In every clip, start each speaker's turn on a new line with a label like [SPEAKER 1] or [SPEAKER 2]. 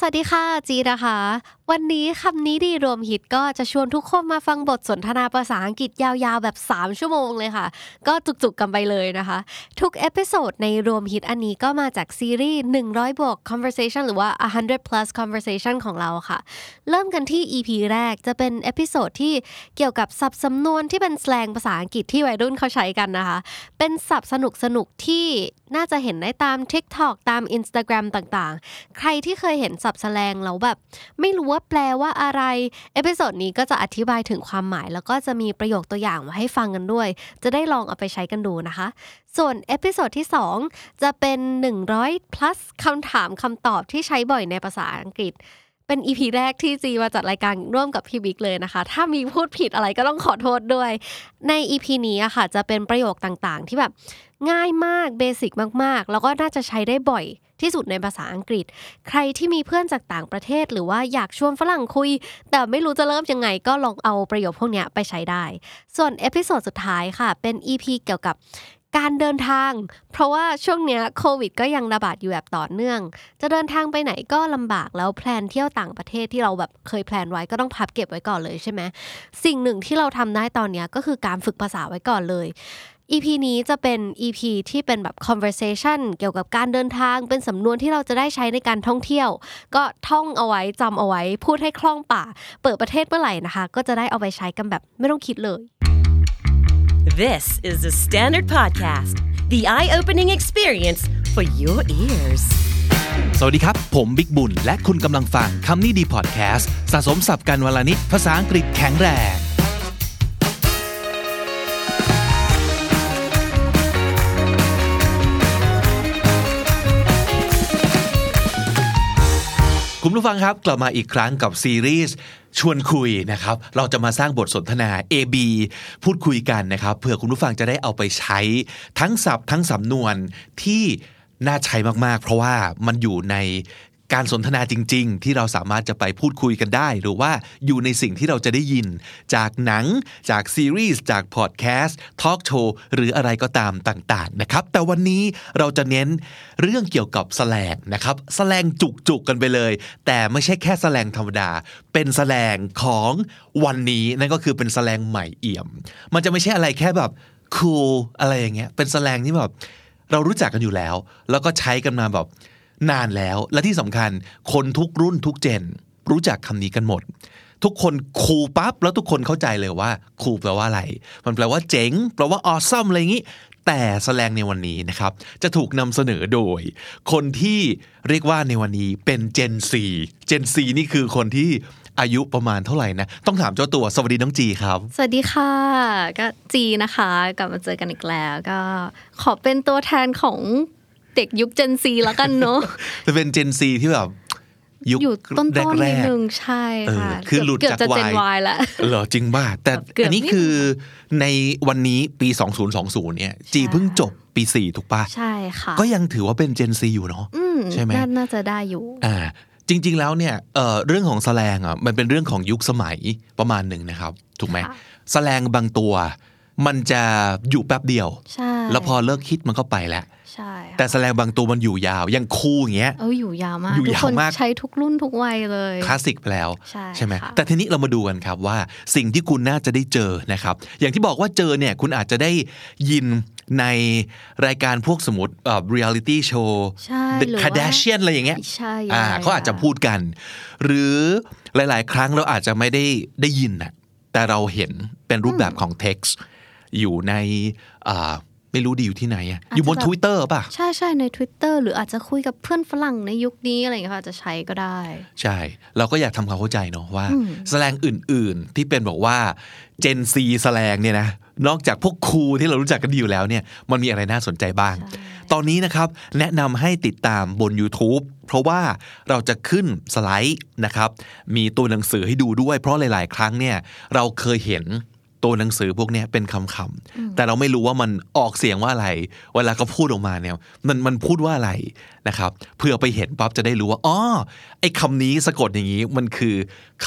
[SPEAKER 1] สวัสดีค่ะ จีดนะคะ วันนี้คำนี้ดีรวมฮิตก็จะชวนทุกคนมาฟังบทสนทนาภาษาอังกฤษยาวๆ แบบ 3 ชั่วโมงเลยค่ะ ก็จุกๆกันไปเลยนะคะ ทุกเอพิโซดในรวมฮิตอันนี้ก็มาจากซีรีส์ 100 บวก conversation หรือว่า 100 plus conversation ของเราค่ะ เริ่มกันที่ EP แรกจะเป็นเอพิโซดที่เกี่ยวกับศัพท์สำนวนที่เป็นแสลงภาษาอังกฤษที่วัยรุ่นเขาใช้กันนะคะ เป็นศัพท์สนุกสนุกๆที่น่าจะเห็นได้ตาม TikTok ตาม Instagram ต่างๆ ใครที่เคยเห็นศัพท์แสลงแล้วแบบ ไม่รู้ว่าแปลว่าอะไร เอพิโซดนี้ก็จะอธิบายถึงความหมาย แล้วก็จะมีประโยคตัวอย่างมาให้ฟังกันด้วย จะได้ลองเอาไปใช้กันดูนะคะ ส่วนเอพิโซดที่ 2 จะเป็น 100 plus คำถามคำตอบที่ใช้บ่อยในภาษาอังกฤษ เป็น EP แรกที่จีมาจัดรายการร่วมกับพี่บิ๊กเลยนะคะ ถ้ามีพูดผิดอะไรก็ต้องขอโทษด้วย ใน EP นี้อะค่ะ จะเป็นประโยคต่างๆ ที่แบบง่ายมากเบสิกมากๆ แล้วก็น่าจะใช้ได้บ่อยที่สุดในภาษาอังกฤษ ใครที่มีเพื่อนจากต่างประเทศ หรือว่าอยากชวนฝรั่งคุย แต่ไม่รู้จะเริ่มยังไงก็ลองเอาประโยคพวกเนี้ยไปใช้ได้ ส่วนเอพิโซดสุดท้ายค่ะเป็น EP เกี่ยวกับการเดินทาง เพราะว่าช่วงเนี้ยโควิดก็ยังระบาดอยู่แบบต่อเนื่อง จะเดินทางไปไหนก็ลำบากแล้วแพลนเที่ยวต่างประเทศที่เราแบบเคยแพลนไว้ก็ต้องพับเก็บไว้ก่อนเลยใช่ไหม สิ่งหนึ่งที่เราทำได้ตอนเนี้ยก็คือการฝึกภาษาไว้ก่อนเลย EP นี้จะเป็น EP ที่เป็นแบบ conversation เกี่ยวกับการเดินทาง เป็นสำนวนที่เราจะได้ใช้ในการท่องเที่ยว ก็ท่องเอาไว้จำเอาไว้ พูดให้คล่องปากเปิดประเทศเมื่อไหร่นะคะ ก็จะได้เอาไปใช้กันแบบไม่ต้องคิดเลย
[SPEAKER 2] This is the Standard Podcast, the eye opening experience for your ears.
[SPEAKER 3] สวัสดีครับ ผมบิ๊กบุญ และคุณกำลังฟังคำนี้ดีพอดแคสต์สะสมสับการวลนิดภาษาอังกฤษแข็งแรง คุณผู้ฟังครับ กลับมาอีกครั้งกับซีรีส์ชวนคุยนะครับ เราจะมาสร้างบทสนทนา AB พูดคุยกันนะครับเผื่อคุณผู้ฟังจะได้เอาไปใช้ทั้งศัพท์ทั้งสำนวนที่น่าใช้มากๆ เพราะว่ามันอยู่ในการสนทนาจริง ๆ ที่เราสามารถจะไปพูดคุยกันได้ หรือว่าอยู่ในสิ่งที่เราจะได้ยิน จากหนังจากซีรีส์จากพอดแคสต์ทอล์กโชว์หรืออะไรก็ตามต่างๆนะครับแต่วันนี้เราจะเน้นเรื่องเกี่ยวกับแสลงนะครับแสลงจุกๆกันไปเลย แต่ไม่ใช่แค่แสลงธรรมดา เป็นแสลงของวันนี้นั่นก็คือเป็นแสลงใหม่เอี่ยม มันจะไม่ใช่อะไรแค่แบบ cool อะไรอย่างเงี้ยเป็นแสลงที่แบบ เรารู้จักกันอยู่แล้ว แล้วก็ใช้กันมาแบบนานแล้ว และที่สำคัญคนทุกรุ่นทุกเจน รู้จักคำนี้กันหมด ทุกคนคูลปั๊บแล้วทุกคนเข้าใจเลยว่าคูลแปลว่าอะไร มันแปลว่าเจ๋งแปลว่าออซัมอะไรอย่างนี้ แต่แสแลงในวันนี้นะครับ จะถูกนำเสนอโดย คนที่เรียกว่าในวันนี้เป็นเจนซีเจนซีนี่คือคนที่อายุประมาณเท่าไหร่นะ ต้องถามเจ้าตัวสวัสดีน้องจีครับ
[SPEAKER 1] สวัสดีค่ะ ก็จีนะคะกลับมาเจอกันอีกแล้วก็ขอเป็นตัวแทนของเด็กยุค Gen Z แล้วกันเนาะ
[SPEAKER 3] จะเป็นเจนซีที่แบบยุค
[SPEAKER 1] อยู่ต้นๆ
[SPEAKER 3] แร
[SPEAKER 1] นิด
[SPEAKER 3] กๆ
[SPEAKER 1] นึงใช่ค่ะ
[SPEAKER 3] เออคือหลุด
[SPEAKER 1] เกือบ
[SPEAKER 3] จาก
[SPEAKER 1] จะ Gen
[SPEAKER 3] วา
[SPEAKER 1] Y
[SPEAKER 3] ย
[SPEAKER 1] แล้ว
[SPEAKER 3] เหรอจริงป่ะแต่
[SPEAKER 1] แบบเกือบ
[SPEAKER 3] อันนี้
[SPEAKER 1] นิดนึง
[SPEAKER 3] คือในวันนี้ปี 2020 เนี่ย จี
[SPEAKER 1] ใช่
[SPEAKER 3] เพิ่งจบปี 4 ถูกป่ะ
[SPEAKER 1] ใช่ค่ะ
[SPEAKER 3] ก็ยังถือว่าเป็นเจนซีอยู่เนาะ
[SPEAKER 1] อื
[SPEAKER 3] ใช่ไหม
[SPEAKER 1] น่าน่าจะได้อยู่
[SPEAKER 3] อ่าจริง ๆ แล้วเนี่ยเอ่อเรื่องของแสลงอ่ะมันเป็นเรื่องของยุคสมัยประมาณหนึ่งนะครับ ถูกไหม
[SPEAKER 1] ค่ะ
[SPEAKER 3] แสลงบางตัว มันจะอยู่แป๊บเดียว
[SPEAKER 1] ใช่
[SPEAKER 3] แล้วพอเลิกคิดมันก็ไปแล้ว
[SPEAKER 1] ใช่ค่ะ
[SPEAKER 3] แต่แสลงบางตัวมันอยู่ยาวอย่างคู่อย่างเงี้ย
[SPEAKER 1] เอออยู่ยาวมาก
[SPEAKER 3] อยู่
[SPEAKER 1] ทุก
[SPEAKER 3] ยาว
[SPEAKER 1] คน
[SPEAKER 3] มาก
[SPEAKER 1] ใช้ทุกรุ่นทุกวัยเลย
[SPEAKER 3] คลาสสิกไปแล้ว
[SPEAKER 1] ใช่
[SPEAKER 3] ใช่ไหม
[SPEAKER 1] ค่ะ
[SPEAKER 3] แต่ทีนี้เรามาดูกันครับว่าสิ่งที่คุณน่าจะได้เจอนะครับ อย่างที่บอกว่าเจอเนี่ยคุณอาจจะได้ยินในรายการพวกสมมติเอ่อ reality show
[SPEAKER 1] ใช่
[SPEAKER 3] The
[SPEAKER 1] หรือว่า
[SPEAKER 3] Kardashian อะไรอย่างเงี้ย
[SPEAKER 1] ใช่
[SPEAKER 3] อ่าเขาอาจจะพูดกัน หรือหลาย ๆ ครั้งเราอาจจะไม่ได้ได้ยินนะแต่เราเห็นเป็นรูปแบบของ text อยู่ในอ่าไม่รู้ดีอยู่ที่ไหนอะอยู่บน Twitter ป่ะ
[SPEAKER 1] ใช่ใช่ใน Twitter หรืออาจจะคุยกับเพื่อนฝรั่งในยุคนี้อะไรอย่างเงี้ยค่ะอาจจะใช้ก็ได้
[SPEAKER 3] ใช่ เราก็อยากทำความเข้าใจเนาะว่า
[SPEAKER 1] อืม
[SPEAKER 3] แสแลงอื่นๆ ที่เป็นบอกว่าเจนซีแสแลงเนี่ยนะนอกจากพวกครูที่เรารู้จักกันดีอยู่แล้วเนี่ยมันมีอะไรน่าสนใจบ้าง ตอนนี้นะครับ แนะนำให้ติดตามบน YouTube เพราะว่าเราจะขึ้นสไลด์นะครับ มีตัวหนังสือให้ดูด้วย เพราะหลาย ๆ ครั้งเนี่ยเราเคยเห็น ตัวหนังสือพวกเนี้ยเป็นคำคำๆแต่เราไม่รู้ว่ามันออกเสียงว่าอะไร เวลาก็พูดออกมาเนี่ยมันมันพูดว่าอะไรนะครับเพื่อไปเห็นปั๊บจะได้รู้ว่าอ๋อไอ้คำนี้สะกดอย่างนี้มันคือ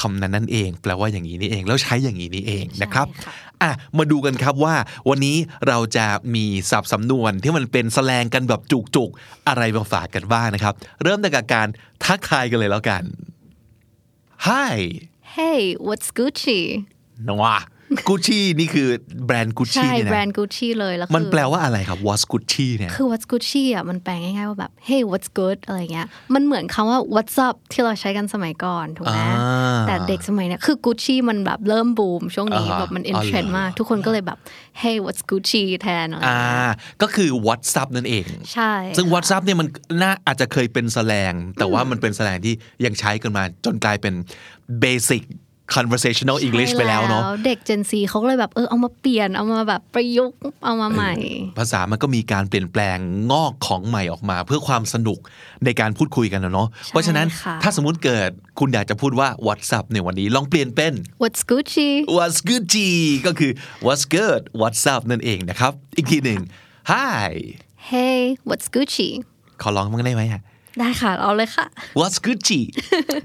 [SPEAKER 3] คำนั้นนั่นเอง แปลว่าอย่างนี้นี่เอง แล้วใช้อย่างนี้นี่เองนะครับ
[SPEAKER 1] ใช่ค่ะ
[SPEAKER 3] อ่ะมาดูกันครับว่าวันนี้เราจะมีศัพท์สำนวนที่มันเป็นแสแลงกันแบบจุกๆ อะไรมาฝากกันบ้างนะครับ เริ่มจากการทักทายกันเลยแล้วกัน Hi
[SPEAKER 4] Hey what's Gucci
[SPEAKER 3] นัวกูชี่นี่คือแบรนด์กูชี่
[SPEAKER 4] ใช่
[SPEAKER 3] เนี่ย
[SPEAKER 4] แบรน
[SPEAKER 3] นะ
[SPEAKER 4] ด์ Gucci เลยแล้ว
[SPEAKER 3] มัน
[SPEAKER 4] คือ
[SPEAKER 3] แปลว่าอะไรครับ was Gucci เนี่ย
[SPEAKER 4] คือ what's Gucci อ่ะมันแปลง่ายๆว่าแบบ Hey what's good อะไรเงี้ยมันเหมือนคำว่า what's up ที่เราใช้กันสมัยก่อนถูกไหม
[SPEAKER 3] อ่า
[SPEAKER 4] แต่เด็กสมัยเนี้ยคือ Gucci มันแบบเริ่มบูมช่วงนี้
[SPEAKER 3] อ่าฮะ
[SPEAKER 4] แบบมัน
[SPEAKER 3] อ๋อน
[SPEAKER 4] อิ
[SPEAKER 3] เหรอ
[SPEAKER 4] เทรนด์มาก ทุกคนก็เลยแบบ Hey what's Gucci แทนอะไร
[SPEAKER 3] อ่า
[SPEAKER 4] เงี้ย
[SPEAKER 3] ก็คือ WhatsApp นั่นเอง
[SPEAKER 4] ใช่
[SPEAKER 3] ซึ่ง WhatsApp เนี่ยมันน่าอาจจะเคยเป็นแสลง แต่ว่ามันเป็นแสลงที่ยังใช้กันมาจนกลายเป็น basic conversational English ไปแล้วเนาะ
[SPEAKER 4] เด็ก Gen Z เขาก็เลยแบบเออเอามาเปลี่ยนเอามาแบบประยุกต์เอามาใหม่
[SPEAKER 3] ภาษามันก็มีการเปลี่ยนแปลงงอกของใหม่ออกมา เพื่อความสนุกในการพูดคุยกันนะเนาะ เพราะฉะนั้น
[SPEAKER 4] ค่ะ
[SPEAKER 3] ถ้าสมมติเกิดคุณอยากจะพูดว่า WhatsApp ในวันนี้ลองเปลี่ยนเป็น
[SPEAKER 4] What's Gucci
[SPEAKER 3] What's good G ก็คือ What's good WhatsApp นั่นเองนะครับ อีกทีหนึ่ง Hi
[SPEAKER 4] Hey what's Gucci
[SPEAKER 3] ขอร้องมั้างได้ไหมอะ
[SPEAKER 4] ได้ค่ะเอาเลยค่ะ
[SPEAKER 3] What's good G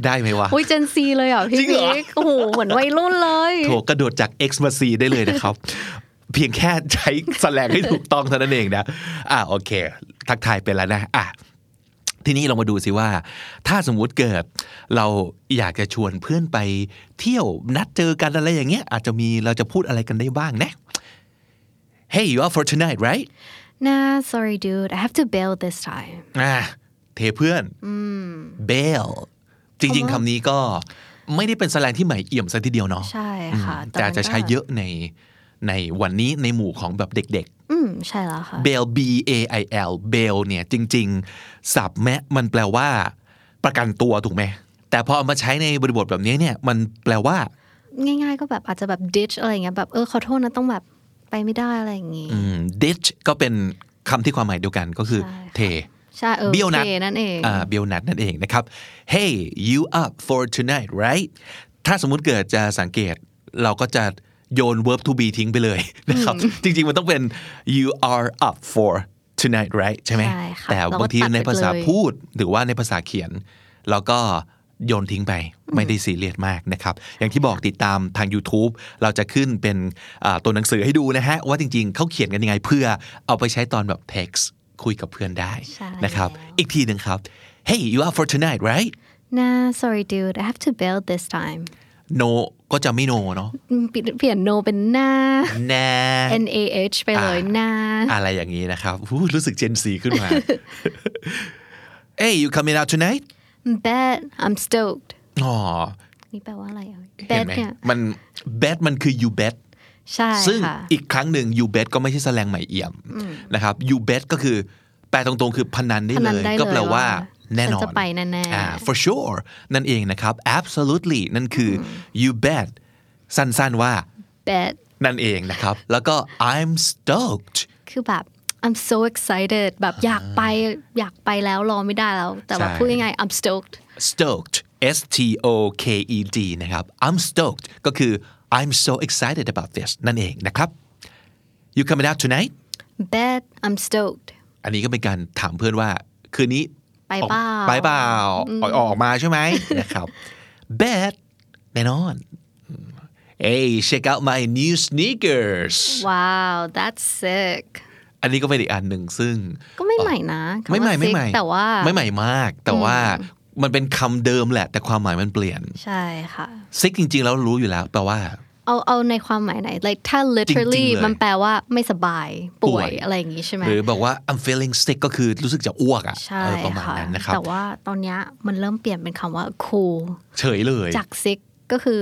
[SPEAKER 3] ได้ไหมวะ
[SPEAKER 4] อุ้ย Gen Z เลยเหรอพี่
[SPEAKER 3] จริงเหรอ
[SPEAKER 4] บิ๊กโอ้โหเหมือนวัยรุ่นเลย
[SPEAKER 3] โถกระโดดจาก X มา C ได้เลยนะครับ เพียงแค่ใช้แสแลงให้ถูกต้องเท่านั้นเองนะ อ่าโอเค ทักทายไปแล้วนะอ่ะทีนี้เรามาดูสิว่า ถ้าสมมุติเกิด เราอยากจะชวนเพื่อนไปเที่ยวนัดเจอกันอะไรอย่างเงี้ย อาจจะมีเราจะพูดอะไรกันได้บ้างนะ Hey you are for tonight right
[SPEAKER 4] Nah sorry dude I have to bail this time
[SPEAKER 3] อ่ะเทเพื่อน bail จริงๆคำนี้ก็ไม่ได้เป็นแสแลงที่ใหม่เอี่ยมซะทีเดียวเนาะ
[SPEAKER 4] ใช่ค่ะ
[SPEAKER 3] อืมแต่อาจจะ
[SPEAKER 4] มันก็
[SPEAKER 3] ใช้เยอะในในวันนี้ในหมู่ของแบบเด็ก
[SPEAKER 4] อืมใช่แล้วค่ะ
[SPEAKER 3] ๆ bail b a i l bail เนี่ยจริงๆศัพท์แมะมันแปลว่า ประกันตัวถูกไหม แต่พอเอามาใช้ในบริบทแบบนี้เนี่ยมันแปลว่า
[SPEAKER 4] ง่ายๆก็แบบอาจจะแบบ ditch อะไรอย่างเงี้ยแบบเออขอโทษนะต้องแบบไปไม่ได้อะไรอย่างงี้
[SPEAKER 3] อืม ditch ก็เป็นคำที่ความหมายเดียวกันก็คือ
[SPEAKER 4] ใช่ค่ะ
[SPEAKER 3] เท
[SPEAKER 4] ใช่เออ
[SPEAKER 3] เบี้ยวนัด
[SPEAKER 4] โอคนั่นเอง
[SPEAKER 3] อ่าเบี้ยวนัดนั่นเองนะครับ Hey you up for tonight right ถ้าสมมุติเกิดจะสังเกตเราก็จะโยน verb to be ทิ้งไปเลยนะครับ จริงๆ มันต้องเป็น you are up for tonight right ใช่ไหม
[SPEAKER 4] ใช่ค่ะ
[SPEAKER 3] แต่บางทีในภาษาพูดหรือว่าในภาษาเขียน เราก็โยนทิ้งไปไม่ได้ซีเรียสมากนะครับ อย่างที่บอกติดตามทาง YouTube เราจะขึ้นเป็นอ่าตัวหนังสือให้ดูนะฮะ ว่าจริงๆเขาเขียนกันยังไงเพื่อเอาไปใช้ตอนแบบ text คุยกับเพื่อนได้
[SPEAKER 4] ใช่
[SPEAKER 3] นะครับ อีกทีหนึ่งครับ Hey you are for tonight right
[SPEAKER 4] นะ sorry dude I have to bail this time
[SPEAKER 3] no ก็จะไม่ no เนาะ
[SPEAKER 4] อืมเปลี่ยนเปลี่ยน no เป็นหน้า
[SPEAKER 3] แน่
[SPEAKER 4] n a h ไปเลยหน้า
[SPEAKER 3] อะไรอย่างนี้นะครับอู้รู้สึกเจนซีขึ้นมา Hey you coming out tonight
[SPEAKER 4] bet I'm stoked
[SPEAKER 3] อ๋อ
[SPEAKER 4] นี่แปลว่าอะไรเอ่ย
[SPEAKER 3] เห็
[SPEAKER 4] bet
[SPEAKER 3] นไหม
[SPEAKER 4] เนี่ย
[SPEAKER 3] มัน bet มันคือ you bet
[SPEAKER 4] ใช่
[SPEAKER 3] ซึ่ง
[SPEAKER 4] ค่ะ
[SPEAKER 3] อีกครั้งหนึ่ง you bet ก็ไม่ใช่แสแลงใหม่เอี่ยมนะครับ you bet ก็คือแปลตรงๆ คือพนันได้
[SPEAKER 4] พนั
[SPEAKER 3] เล
[SPEAKER 4] น
[SPEAKER 3] ย
[SPEAKER 4] ได้เลย
[SPEAKER 3] ก็แปลว่า
[SPEAKER 4] ว่า
[SPEAKER 3] แน่นอน
[SPEAKER 4] ฉันจะไปแน่ๆ
[SPEAKER 3] อ่า for sure นั่นเองนะครับ absolutely นั่นคืออ you bet สั้นๆว่า
[SPEAKER 4] bet
[SPEAKER 3] นั่นเองนะครับ แล้วก็ I'm stoked
[SPEAKER 4] คือแบบ I'm so excited แบบอยากไปอยากไปแล้วรอไม่ได้แล้ว แต่ว่า
[SPEAKER 3] ใช่
[SPEAKER 4] พูดยังไง I'm stoked
[SPEAKER 3] stoked S T O K E D นะครับ I'm stoked ก็คือ I'm so excited about this นั่นเองนะครับ you coming out tonight
[SPEAKER 4] bet I'm stoked
[SPEAKER 3] อันนี้ก็เป็นการถามเพื่อนว่า คืนนี้
[SPEAKER 4] ไปเปล่า
[SPEAKER 3] ออกไปเปล่าออกออกมาใช่ไหม นะครับ bet แน่นอน Hey check out my new sneakers
[SPEAKER 4] wow that's sick
[SPEAKER 3] อันนี้ก็เป็นอีกอันหนึ่งซึ่ง
[SPEAKER 4] ก็ไม่ใหม่นะคำว่า
[SPEAKER 3] ไม่ใหม่
[SPEAKER 4] sick
[SPEAKER 3] ไม่ใหม่
[SPEAKER 4] แต่ว่า
[SPEAKER 3] ไม่ใหม่มาก แต่ว่ามันเป็นคำเดิมแหละ แต่ความหมายมันเปลี่ยน
[SPEAKER 4] ใช่ค่ะ
[SPEAKER 3] ซิกจริง ๆ แล้วรู้อยู่แล้วแปลว่า
[SPEAKER 4] เอาเอาในความหมายไหน like ถ้า
[SPEAKER 3] จริ
[SPEAKER 4] literally
[SPEAKER 3] งๆเลย
[SPEAKER 4] มันแปลว่าไม่สบายป่
[SPEAKER 3] ป่
[SPEAKER 4] ว
[SPEAKER 3] วย
[SPEAKER 4] ยอะไรอย่างนี้ใช่ไหม
[SPEAKER 3] หรือบอกว่า I'm feeling sick ก็คือรู้สึกจะอ้วกอ่ะ
[SPEAKER 4] ใช่
[SPEAKER 3] เออประมาณ
[SPEAKER 4] ค่ะ
[SPEAKER 3] นั้นนะครับ
[SPEAKER 4] แต่ว่าตอนเนี้ยมันเริ่มเปลี่ยนเป็นคำว่า cool
[SPEAKER 3] เฉยเลย
[SPEAKER 4] จาก sick ก็คือ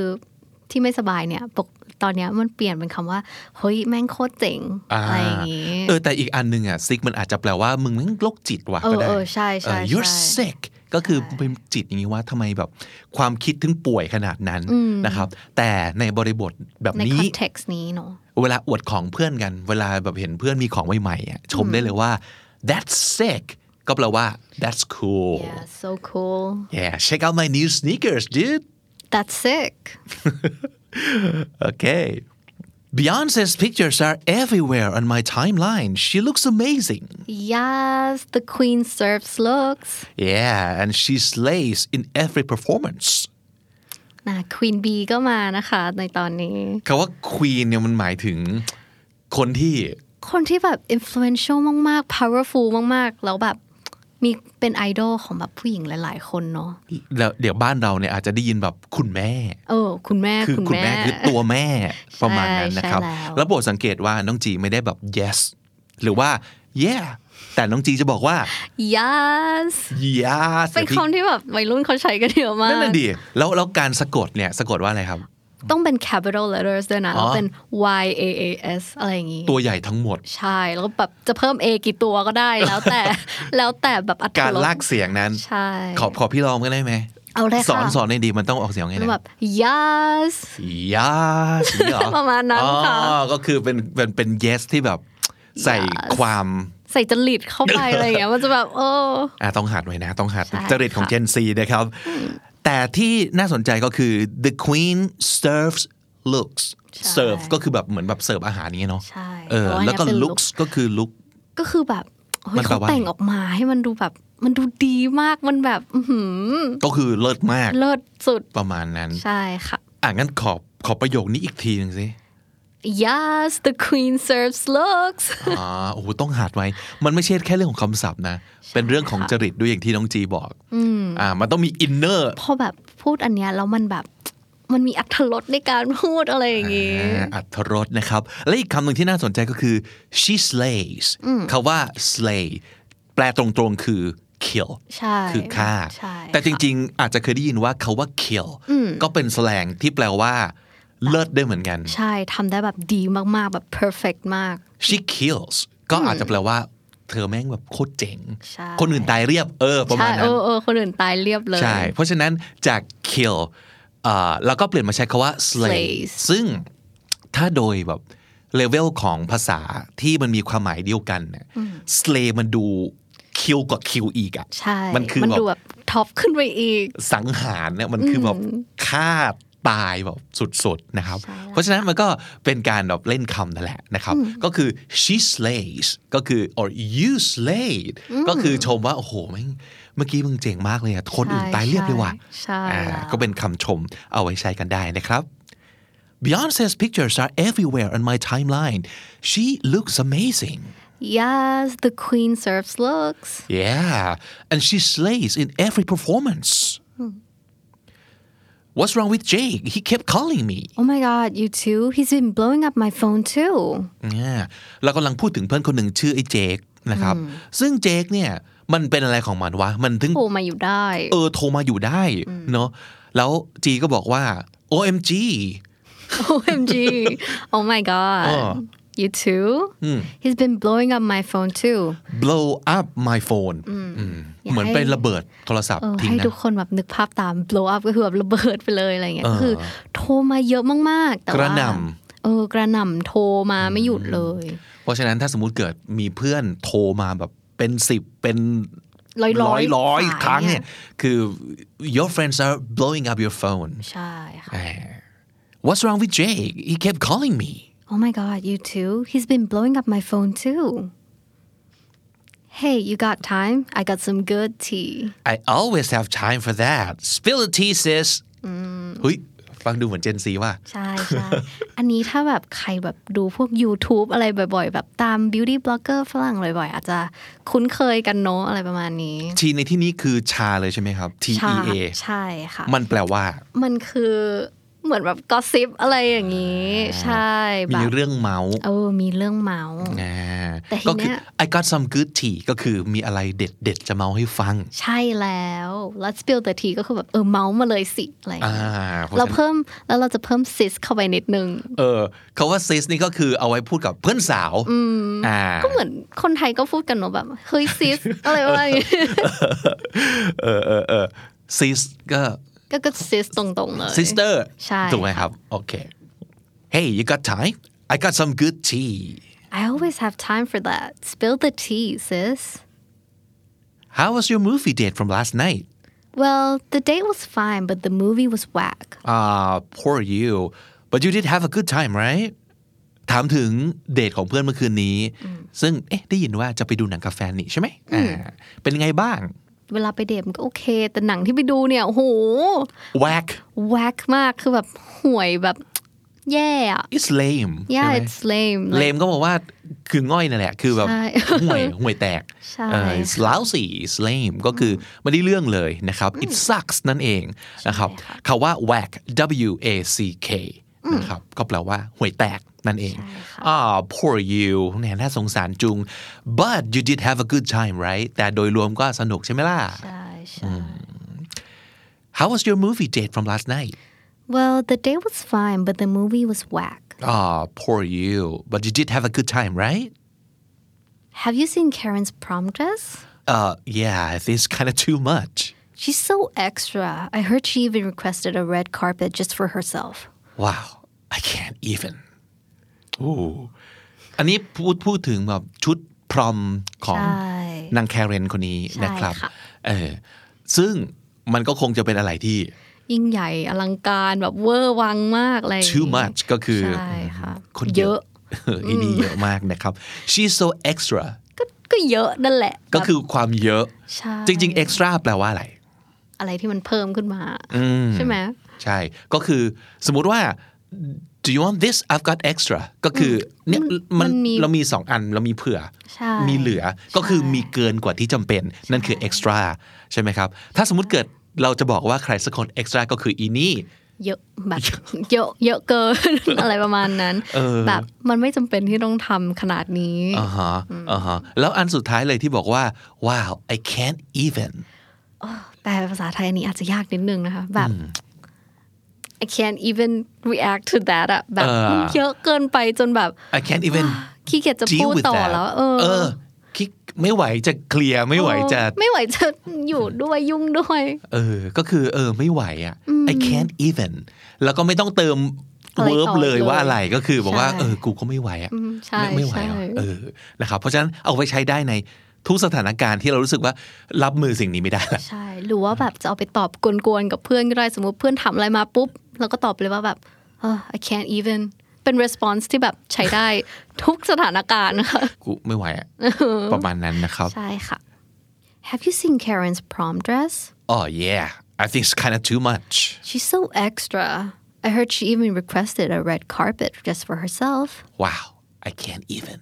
[SPEAKER 4] ที่ไม่สบายเนี่ยปกตอนเนี้ยมันเปลี่ยนเป็นคำว่า เฮ้ย แม่งโคตรเจ๋ง
[SPEAKER 3] า
[SPEAKER 4] อะไรอย่างนี้
[SPEAKER 3] เออแต่อีกอันหนึ่งอ่ะซิกมันอาจจะแปลว่ามึงแมึงโรคจิตว่ะ
[SPEAKER 4] เออ
[SPEAKER 3] ก็ได้
[SPEAKER 4] เออใช่ใช่
[SPEAKER 3] เออ you're
[SPEAKER 4] ใช่
[SPEAKER 3] sick ก็คือเป็นจิตอย่างนี้ว่าทำไมแบบความคิดถึงป่วยขนาดนั้นนะครับ แต่ในบริบทแบบ
[SPEAKER 4] ใน
[SPEAKER 3] นี้
[SPEAKER 4] context นี้เนอะ
[SPEAKER 3] เวลาอวดของเพื่อนกัน เวลาแบบเห็นเพื่อนมีของใหม่ๆอ่ะชมได้เลยว่า that's sick ก็แปลว่า that's cool
[SPEAKER 4] yeah so cool
[SPEAKER 3] yeah check out my new sneakers dude
[SPEAKER 4] that's sick
[SPEAKER 3] okay Beyonce's pictures are everywhere on my timeline. She looks amazing.
[SPEAKER 4] yes the queen serves looks
[SPEAKER 3] Yeah, and she slays in every performance.
[SPEAKER 4] นะ queen bee ก็มานะคะในตอนนี้
[SPEAKER 3] คำว่า queen เนี่ยมันหมายถึงคนที่
[SPEAKER 4] คนที่แบบ influential มาก ๆ powerful มาก ๆ แล้วแบบมีเป็นไอดอลของแบบผู้หญิงหลาย ๆ คนเนาะ
[SPEAKER 3] แล้วเดี๋ยวบ้านเราเนี่ยอาจจะได้ยินแบบคุณแม่
[SPEAKER 4] เออ คุณแม่
[SPEAKER 3] คือคุณแม่คือตัวแม่ประมาณนั้นนะครับ
[SPEAKER 4] ใช่แล้ว
[SPEAKER 3] แล้วโปรดสังเกตว่าน้องจีไม่ได้แบบ yes หรือว่า yeah แต่น้องจีจะบอกว่า
[SPEAKER 4] yes
[SPEAKER 3] yes
[SPEAKER 4] เป็นคำที่แบบวัยรุ่นเขาใช้กันเยอะมาก
[SPEAKER 3] นั่นแหละดิแล้วแล้วการสะกดเนี่ยสะกดว่าอะไรครับ
[SPEAKER 4] ต้องเป็น capital letters ด้วยนะ
[SPEAKER 3] อ๋อ
[SPEAKER 4] แล้วเป็น y a a s อะไรอย่างงี้
[SPEAKER 3] ตัวใหญ่ทั้งหมด
[SPEAKER 4] ใช่ แล้วก็แบบจะเพิ่ม a กี่ตัวก็ได้ แล้ว แต่ แล้วแต่แบบอัต
[SPEAKER 3] การ
[SPEAKER 4] รส
[SPEAKER 3] ลากเสียงนั้น
[SPEAKER 4] ใช่
[SPEAKER 3] ขอขอพี่ลองกันได้ไหม
[SPEAKER 4] เอาเลยค่ะ
[SPEAKER 3] สอนสอนในอยดีมันต้องออกเสียงไงนะ
[SPEAKER 4] แบบ yes
[SPEAKER 3] ยาสอย่างนี้เหอ
[SPEAKER 4] ประมาณนั้นค่ะ
[SPEAKER 3] อ๋อก็คือเป็นเป็นเป็น yes ที่แบบใส่ความ
[SPEAKER 4] ใส่จริตเข้า ไปอะไรอย่างเงี้ยมันจะแบบโอ้
[SPEAKER 3] อ่ะต้องหัดไว้นะ ต้องหัด
[SPEAKER 4] ใช่
[SPEAKER 3] จริตของ
[SPEAKER 4] ค่ะ
[SPEAKER 3] Gen Z นะครับ แต่ที่น่าสนใจก็คือ the queen serves looks
[SPEAKER 4] ใช่
[SPEAKER 3] serve ก็คือแบบเหมือนแบบเสิร์ฟอาหารอย่างเงี้ยเนาะ
[SPEAKER 4] ใช่
[SPEAKER 3] เออ
[SPEAKER 4] เพราะว่า
[SPEAKER 3] แล้วก็
[SPEAKER 4] เนี่ยเป็น
[SPEAKER 3] looks ก็คือ look
[SPEAKER 4] ก็คือแบบเฮ้
[SPEAKER 3] มัน
[SPEAKER 4] ย
[SPEAKER 3] แปล
[SPEAKER 4] เขา
[SPEAKER 3] ว่า
[SPEAKER 4] แต่งออกมาให้มันดูแบบ มันดูดีมากมันแบบ อื้อหือ
[SPEAKER 3] ก็คือเลิศมาก
[SPEAKER 4] เลิศสุด
[SPEAKER 3] ประมาณนั้น
[SPEAKER 4] ใช่ค่ะ
[SPEAKER 3] อ่ะงั้นขอขอประโยคนี้อีกทีหนึ่งสิ
[SPEAKER 4] yes the queen serves looks
[SPEAKER 3] อ่าโอ้โหต้องหัดไว้ มันไม่ใช่แค่เรื่องของคำศัพท์นะ เป็นเรื่องของจริตด้วยอย่างที่น้องจีบอกอ่า มันต้องมีอินเนอร์
[SPEAKER 4] พอแบบพูดอันเนี้ยแล้วมันแบบ มันมีอัธรสในการพูดอะไรอย่างงี้
[SPEAKER 3] อัตรสนะครับ และอีกคำหนึ่งที่น่าสนใจก็คือ she slays คาว่า slay แปลตรงๆคือ kill
[SPEAKER 4] ใช่
[SPEAKER 3] คือฆ่า
[SPEAKER 4] ใช่
[SPEAKER 3] แต่จริงๆ อาจจะเคยได้ยินว่าคาว่า kill ก็เป็นแสลงที่แปลว่า เลิศได้เหมือนกัน
[SPEAKER 4] ใช่ทำได้แบบดีมากๆแบบ perfect มาก
[SPEAKER 3] she kills ก็อาจจะแปลว่า เธอแม่งแบบโคตรเจ๋ง
[SPEAKER 4] ใช่
[SPEAKER 3] คนอื่นตายเรียบ เออ ประมา
[SPEAKER 4] ใช่
[SPEAKER 3] ณ
[SPEAKER 4] เอ
[SPEAKER 3] นั้น
[SPEAKER 4] อเออคนอื่นตายเรียบเลย
[SPEAKER 3] ใช่ เพราะฉะนั้นจาก kill เอ่อแล้วก็เปลี่ยนมาใช้คาว่า slay
[SPEAKER 4] Slays
[SPEAKER 3] ซึ่งถ้าโดยแบบเลเวลของภาษาที่มันมีความหมายเดียวกันเนี่ย slay มันดู kill กับ kill อีกอะ
[SPEAKER 4] ใช่
[SPEAKER 3] มันคือ
[SPEAKER 4] มัน
[SPEAKER 3] แบ
[SPEAKER 4] ดูแบบ บท็อปขึ้นไปอีก
[SPEAKER 3] สังหารเนี่ยมันคือแบบฆ่าตายแบบสุดๆนะครับ
[SPEAKER 4] ใช่แล้ว
[SPEAKER 3] เพราะฉะนั้นมันก็เป็นการแบบเล่นคำนั่นแหละนะครับ ก็คือ she slays ก็คือ or you slayed ก็คือชมว่า โอ้โหแม่งเมื่อกี้มึงเจ๋งมากเลยอะคนอื่นตายเรียบเลยว่ะ
[SPEAKER 4] ใช่
[SPEAKER 3] อ่า
[SPEAKER 4] แล้ว
[SPEAKER 3] ก็เป็นคำชมเอาไว้ใช้กันได้นะครับ Beyonce's pictures are everywhere on my timeline. She looks amazing.
[SPEAKER 4] Yes the queen serves looks
[SPEAKER 3] Yeah, and she slays in every performance. What's wrong with Jake? He kept calling me.
[SPEAKER 4] Oh my god you too he's been blowing up my phone too
[SPEAKER 3] Yeah. เรากำลังพูดถึงเพื่อนคนหนึ่งชื่อไอ้เจคนะครับ ซึ่งเจคเนี่ย มันเป็นอะไรของมันวะ มันถึง
[SPEAKER 4] โทรมาอยู่ได้
[SPEAKER 3] เออโทรมาอยู่ได้เนาะ แล้วจีก็บอกว่า OMG
[SPEAKER 4] OMG Oh my god
[SPEAKER 3] เออ
[SPEAKER 4] you too he's been blowing up my phone too
[SPEAKER 3] blow up my phone อืม
[SPEAKER 4] อยากให้
[SPEAKER 3] เหมือนไประเบิดโทรศัพท์
[SPEAKER 4] เออ
[SPEAKER 3] ทิ้ง
[SPEAKER 4] ให้
[SPEAKER 3] นะ
[SPEAKER 4] ทุกคนแบบนึกภาพตาม blow up ก็คือแบบระเบิดไปเลยอะไรเงี้ย
[SPEAKER 3] เออ
[SPEAKER 4] คือโทรมาเยอะมากๆ แต่
[SPEAKER 3] ก
[SPEAKER 4] ว่า
[SPEAKER 3] ระหน่
[SPEAKER 4] เออกระหน่ำโทรมาไม่หยุดเลย
[SPEAKER 3] เพราะฉะนั้นถ้าสมมติเกิดมีเพื่อนโทรมาแบบเป็นสิบเป็น
[SPEAKER 4] ร้อยๆ
[SPEAKER 3] ร้อย
[SPEAKER 4] สาย
[SPEAKER 3] ครั้งเนี่ย
[SPEAKER 4] เนี่ย
[SPEAKER 3] คือ your friends are blowing up your phone
[SPEAKER 4] ใช่ค่ะ
[SPEAKER 3] แหม what's wrong with Jake he kept calling me
[SPEAKER 4] Oh my god you too he's been blowing up my phone too Hey you got time I got some good tea
[SPEAKER 3] I always have time for that spill the tea sis เฮ้ยฟังดูเหมือนเจนซีว่า
[SPEAKER 4] ใช่ใช่ อันนี้ถ้าแบบใครแบบดูพวก YouTube อะไรบ่อยๆ แบบตาม beauty blogger ฝรั่งบ่อยๆ อาจจะคุ้นเคยกันเนอะอะไรประมาณนี้
[SPEAKER 3] ทีในที่นี้คือชาเลยใช่ไหมครับ T
[SPEAKER 4] ใช่
[SPEAKER 3] E A
[SPEAKER 4] ใช่ค่ะ
[SPEAKER 3] มันแปลว่า
[SPEAKER 4] มันคือเหมือนแบบกอซิปอะไรอย่างนี้ ใช่แบ
[SPEAKER 3] มี
[SPEAKER 4] บ
[SPEAKER 3] เรื่องเมาส์
[SPEAKER 4] เออมีเรื่องเมาส์
[SPEAKER 3] อ่า
[SPEAKER 4] แต่ที
[SPEAKER 3] ก็
[SPEAKER 4] เนี้
[SPEAKER 3] คื
[SPEAKER 4] ย
[SPEAKER 3] I got some good tea ก็คือมีอะไรเด็ดเด็ดๆจะเมาให้ฟัง
[SPEAKER 4] ใช่แล้ว let's build the tea ก็คือแบบเออเมาส์มาเลยสิอะไรอย่าง
[SPEAKER 3] อ่า
[SPEAKER 4] เงี้ย
[SPEAKER 3] พะ
[SPEAKER 4] เรา
[SPEAKER 3] ฉะนั้น
[SPEAKER 4] เพิ่มแล้วเราจะเพิ่ม sis เข้าไปนิดนึง
[SPEAKER 3] เออเขาว่า sis นี่ก็คือเอาไว้พูดกับเพื่อนสาวอ่า
[SPEAKER 4] ก็เหมือนคนไทยก็พูดกันเนอะแบบเฮ้ย sis อะไรประ มาณนี้
[SPEAKER 3] เออเออเออ sis ก็
[SPEAKER 4] ก็ก็ sis ตรงๆเลย
[SPEAKER 3] sister
[SPEAKER 4] ใช่
[SPEAKER 3] ถูกไหมครับ โอเค Hey you got time I got some good tea
[SPEAKER 4] I always have time for that. Spill the tea, sis.
[SPEAKER 3] How was your movie date from last night
[SPEAKER 4] Well, the date was fine, but the movie was whack.
[SPEAKER 3] Ah poor you but you did have a good time right ถามถึงเดทของเพื่อนเมื่อคืนนี้ ซึ่งเอ๊ะได้ยินว่าจะไปดูหนังกับแฟนนี่ใช่ไหมอ่าเป็นไงบ้าง
[SPEAKER 4] เวลาไปเดทมันก็โอเค แต่หนังที่ไปดูเนี่ยโอ้โห
[SPEAKER 3] whack
[SPEAKER 4] แวกมากคือแบบห่วยแบบแย่อะ
[SPEAKER 3] is lame ใช่
[SPEAKER 4] yeah
[SPEAKER 3] ไหม
[SPEAKER 4] it's lame like-
[SPEAKER 3] เลมก็บอกว่าคือง่อยนั่นแหละ คือแบบ
[SPEAKER 4] ใช่
[SPEAKER 3] ห่วยห่วยแตก
[SPEAKER 4] ใช่
[SPEAKER 3] เอ่อ it's lousy it's lame ก็คือไม่ได้เรื่องเลยนะครับ it sucks นั่นเองนะครับคาว่า whack w a c k นะครับก็แปลว่าห่วยแตกนั่นเองอ่า poor you เนี่ยน่าสงสารจุง but you did have a good time right แต่โดยรวมก็สนุกใช่ไหมล่ะ
[SPEAKER 4] ใช่ใช่
[SPEAKER 3] how was your movie date from last night
[SPEAKER 4] well the day was fine but the movie was whack
[SPEAKER 3] ah poor you but you did have a good time right
[SPEAKER 4] have you seen Karen's prom dress
[SPEAKER 3] uh yeah this kind of too much
[SPEAKER 4] she's so extra I heard she even requested a red carpet just for herself
[SPEAKER 3] Wow I can't even โอ้อันนี้พูดพูดถึงแบบชุดพรอมของ
[SPEAKER 4] ใช่
[SPEAKER 3] นางแคเรนคนนี้
[SPEAKER 4] ใช่
[SPEAKER 3] นะครับ
[SPEAKER 4] ค่ะ
[SPEAKER 3] เออ ซึ่งมันก็คงจะเป็นอะไรที่
[SPEAKER 4] ยิ่งใหญ่อลังการแบบเวอร์วังมากอะไรอย่างงี้
[SPEAKER 3] too much ก็คือ
[SPEAKER 4] ใช่ค่ะ
[SPEAKER 3] คน
[SPEAKER 4] เย
[SPEAKER 3] เย
[SPEAKER 4] อะ
[SPEAKER 3] อะเอออีนี่เยอะมากนะครับ she's so extra
[SPEAKER 4] ก็ก็เยอะนั่นแหละ
[SPEAKER 3] ก็คือ
[SPEAKER 4] แบบ
[SPEAKER 3] ความเยอะ
[SPEAKER 4] ใช่
[SPEAKER 3] จริง ๆ extra แปลว่าอะไร
[SPEAKER 4] อะไรที่มันเพิ่มขึ้นมาใช่ไหม
[SPEAKER 3] ใช่ ก็คือสมมุติว่า do you want this I've got extra ก็คือเนี่ยมัน
[SPEAKER 4] มันมี
[SPEAKER 3] เรามีสองอันเรามีเผื่อ
[SPEAKER 4] ใช่
[SPEAKER 3] มีเหลือ ก็คือมีเกินกว่าที่จำเป็น นั่นคือ extra ใช่ไหมครับ ถ้าสมมุติเกิดเราจะบอกว่าใครสักคน extra ก็คืออีนี่
[SPEAKER 4] เยอะ แบบเยอะเยอะเกิน อะไรประมาณนั้นแบบมันไม่จำเป็นที่ต้องทำขนาดนี้
[SPEAKER 3] อ่าฮะ อ่าฮะ แล้วอันสุดท้ายเลยที่บอกว่า wow I can't even
[SPEAKER 4] แต่ภาษาไทยอันนี้อาจจะยากนิดนึงนะคะ แบบ I can't even react to that อะแบบ
[SPEAKER 3] เออ
[SPEAKER 4] มันเยอะเกินไปจนแบบ
[SPEAKER 3] I can't even
[SPEAKER 4] ขี้เกียจ จะพู
[SPEAKER 3] deal
[SPEAKER 4] ด
[SPEAKER 3] with
[SPEAKER 4] ต่อ
[SPEAKER 3] that
[SPEAKER 4] แล้วเออ
[SPEAKER 3] เออคิดไม่ไหวจะเคลียร์ไม่ไหวจะ
[SPEAKER 4] ไม่ไหวจะอยู่ด้วยยุ่งด้วย
[SPEAKER 3] เออ ก็คือเออไม่ไหวอ่ะ I can't even แล้วก็ไม่ต้องเติม
[SPEAKER 4] อะไรต่อ
[SPEAKER 3] verb เลยว่าอะไรก็คือบอกว่า
[SPEAKER 4] ใช่
[SPEAKER 3] เออกูก็ไม่ไหวอ่ะ
[SPEAKER 4] อืมใช่
[SPEAKER 3] ไม่ไม่ไหวอ่ะ
[SPEAKER 4] ใช่
[SPEAKER 3] เออนะครับเพราะฉะนั้นเอาไปใช้ได้ในทุกสถานการณ์ที่เรารู้สึกว่ารับมือสิ่งนี้ไม่ได้ละ
[SPEAKER 4] ใช่ หรือว่าแบบจะเอาไปตอบกวนๆกับเพื่อนก็ได้สมมติเพื่อนถามอะไรมาปุ๊บ แล้วก็ตอบไปเลยว่าแบบเออ I can't even เป็น response ที่แบบใช้ได้ทุกสถานการณ์ค่ะ
[SPEAKER 3] กูไม่ไหว อ่ะประมาณนั้นนะครับ
[SPEAKER 4] ใช่ค่ะ Have you seen Karen's prom dress
[SPEAKER 3] Oh yeah I think it's kind of too much
[SPEAKER 4] She's so extra I heard she even requested a red carpet just for herself
[SPEAKER 3] Wow I can't even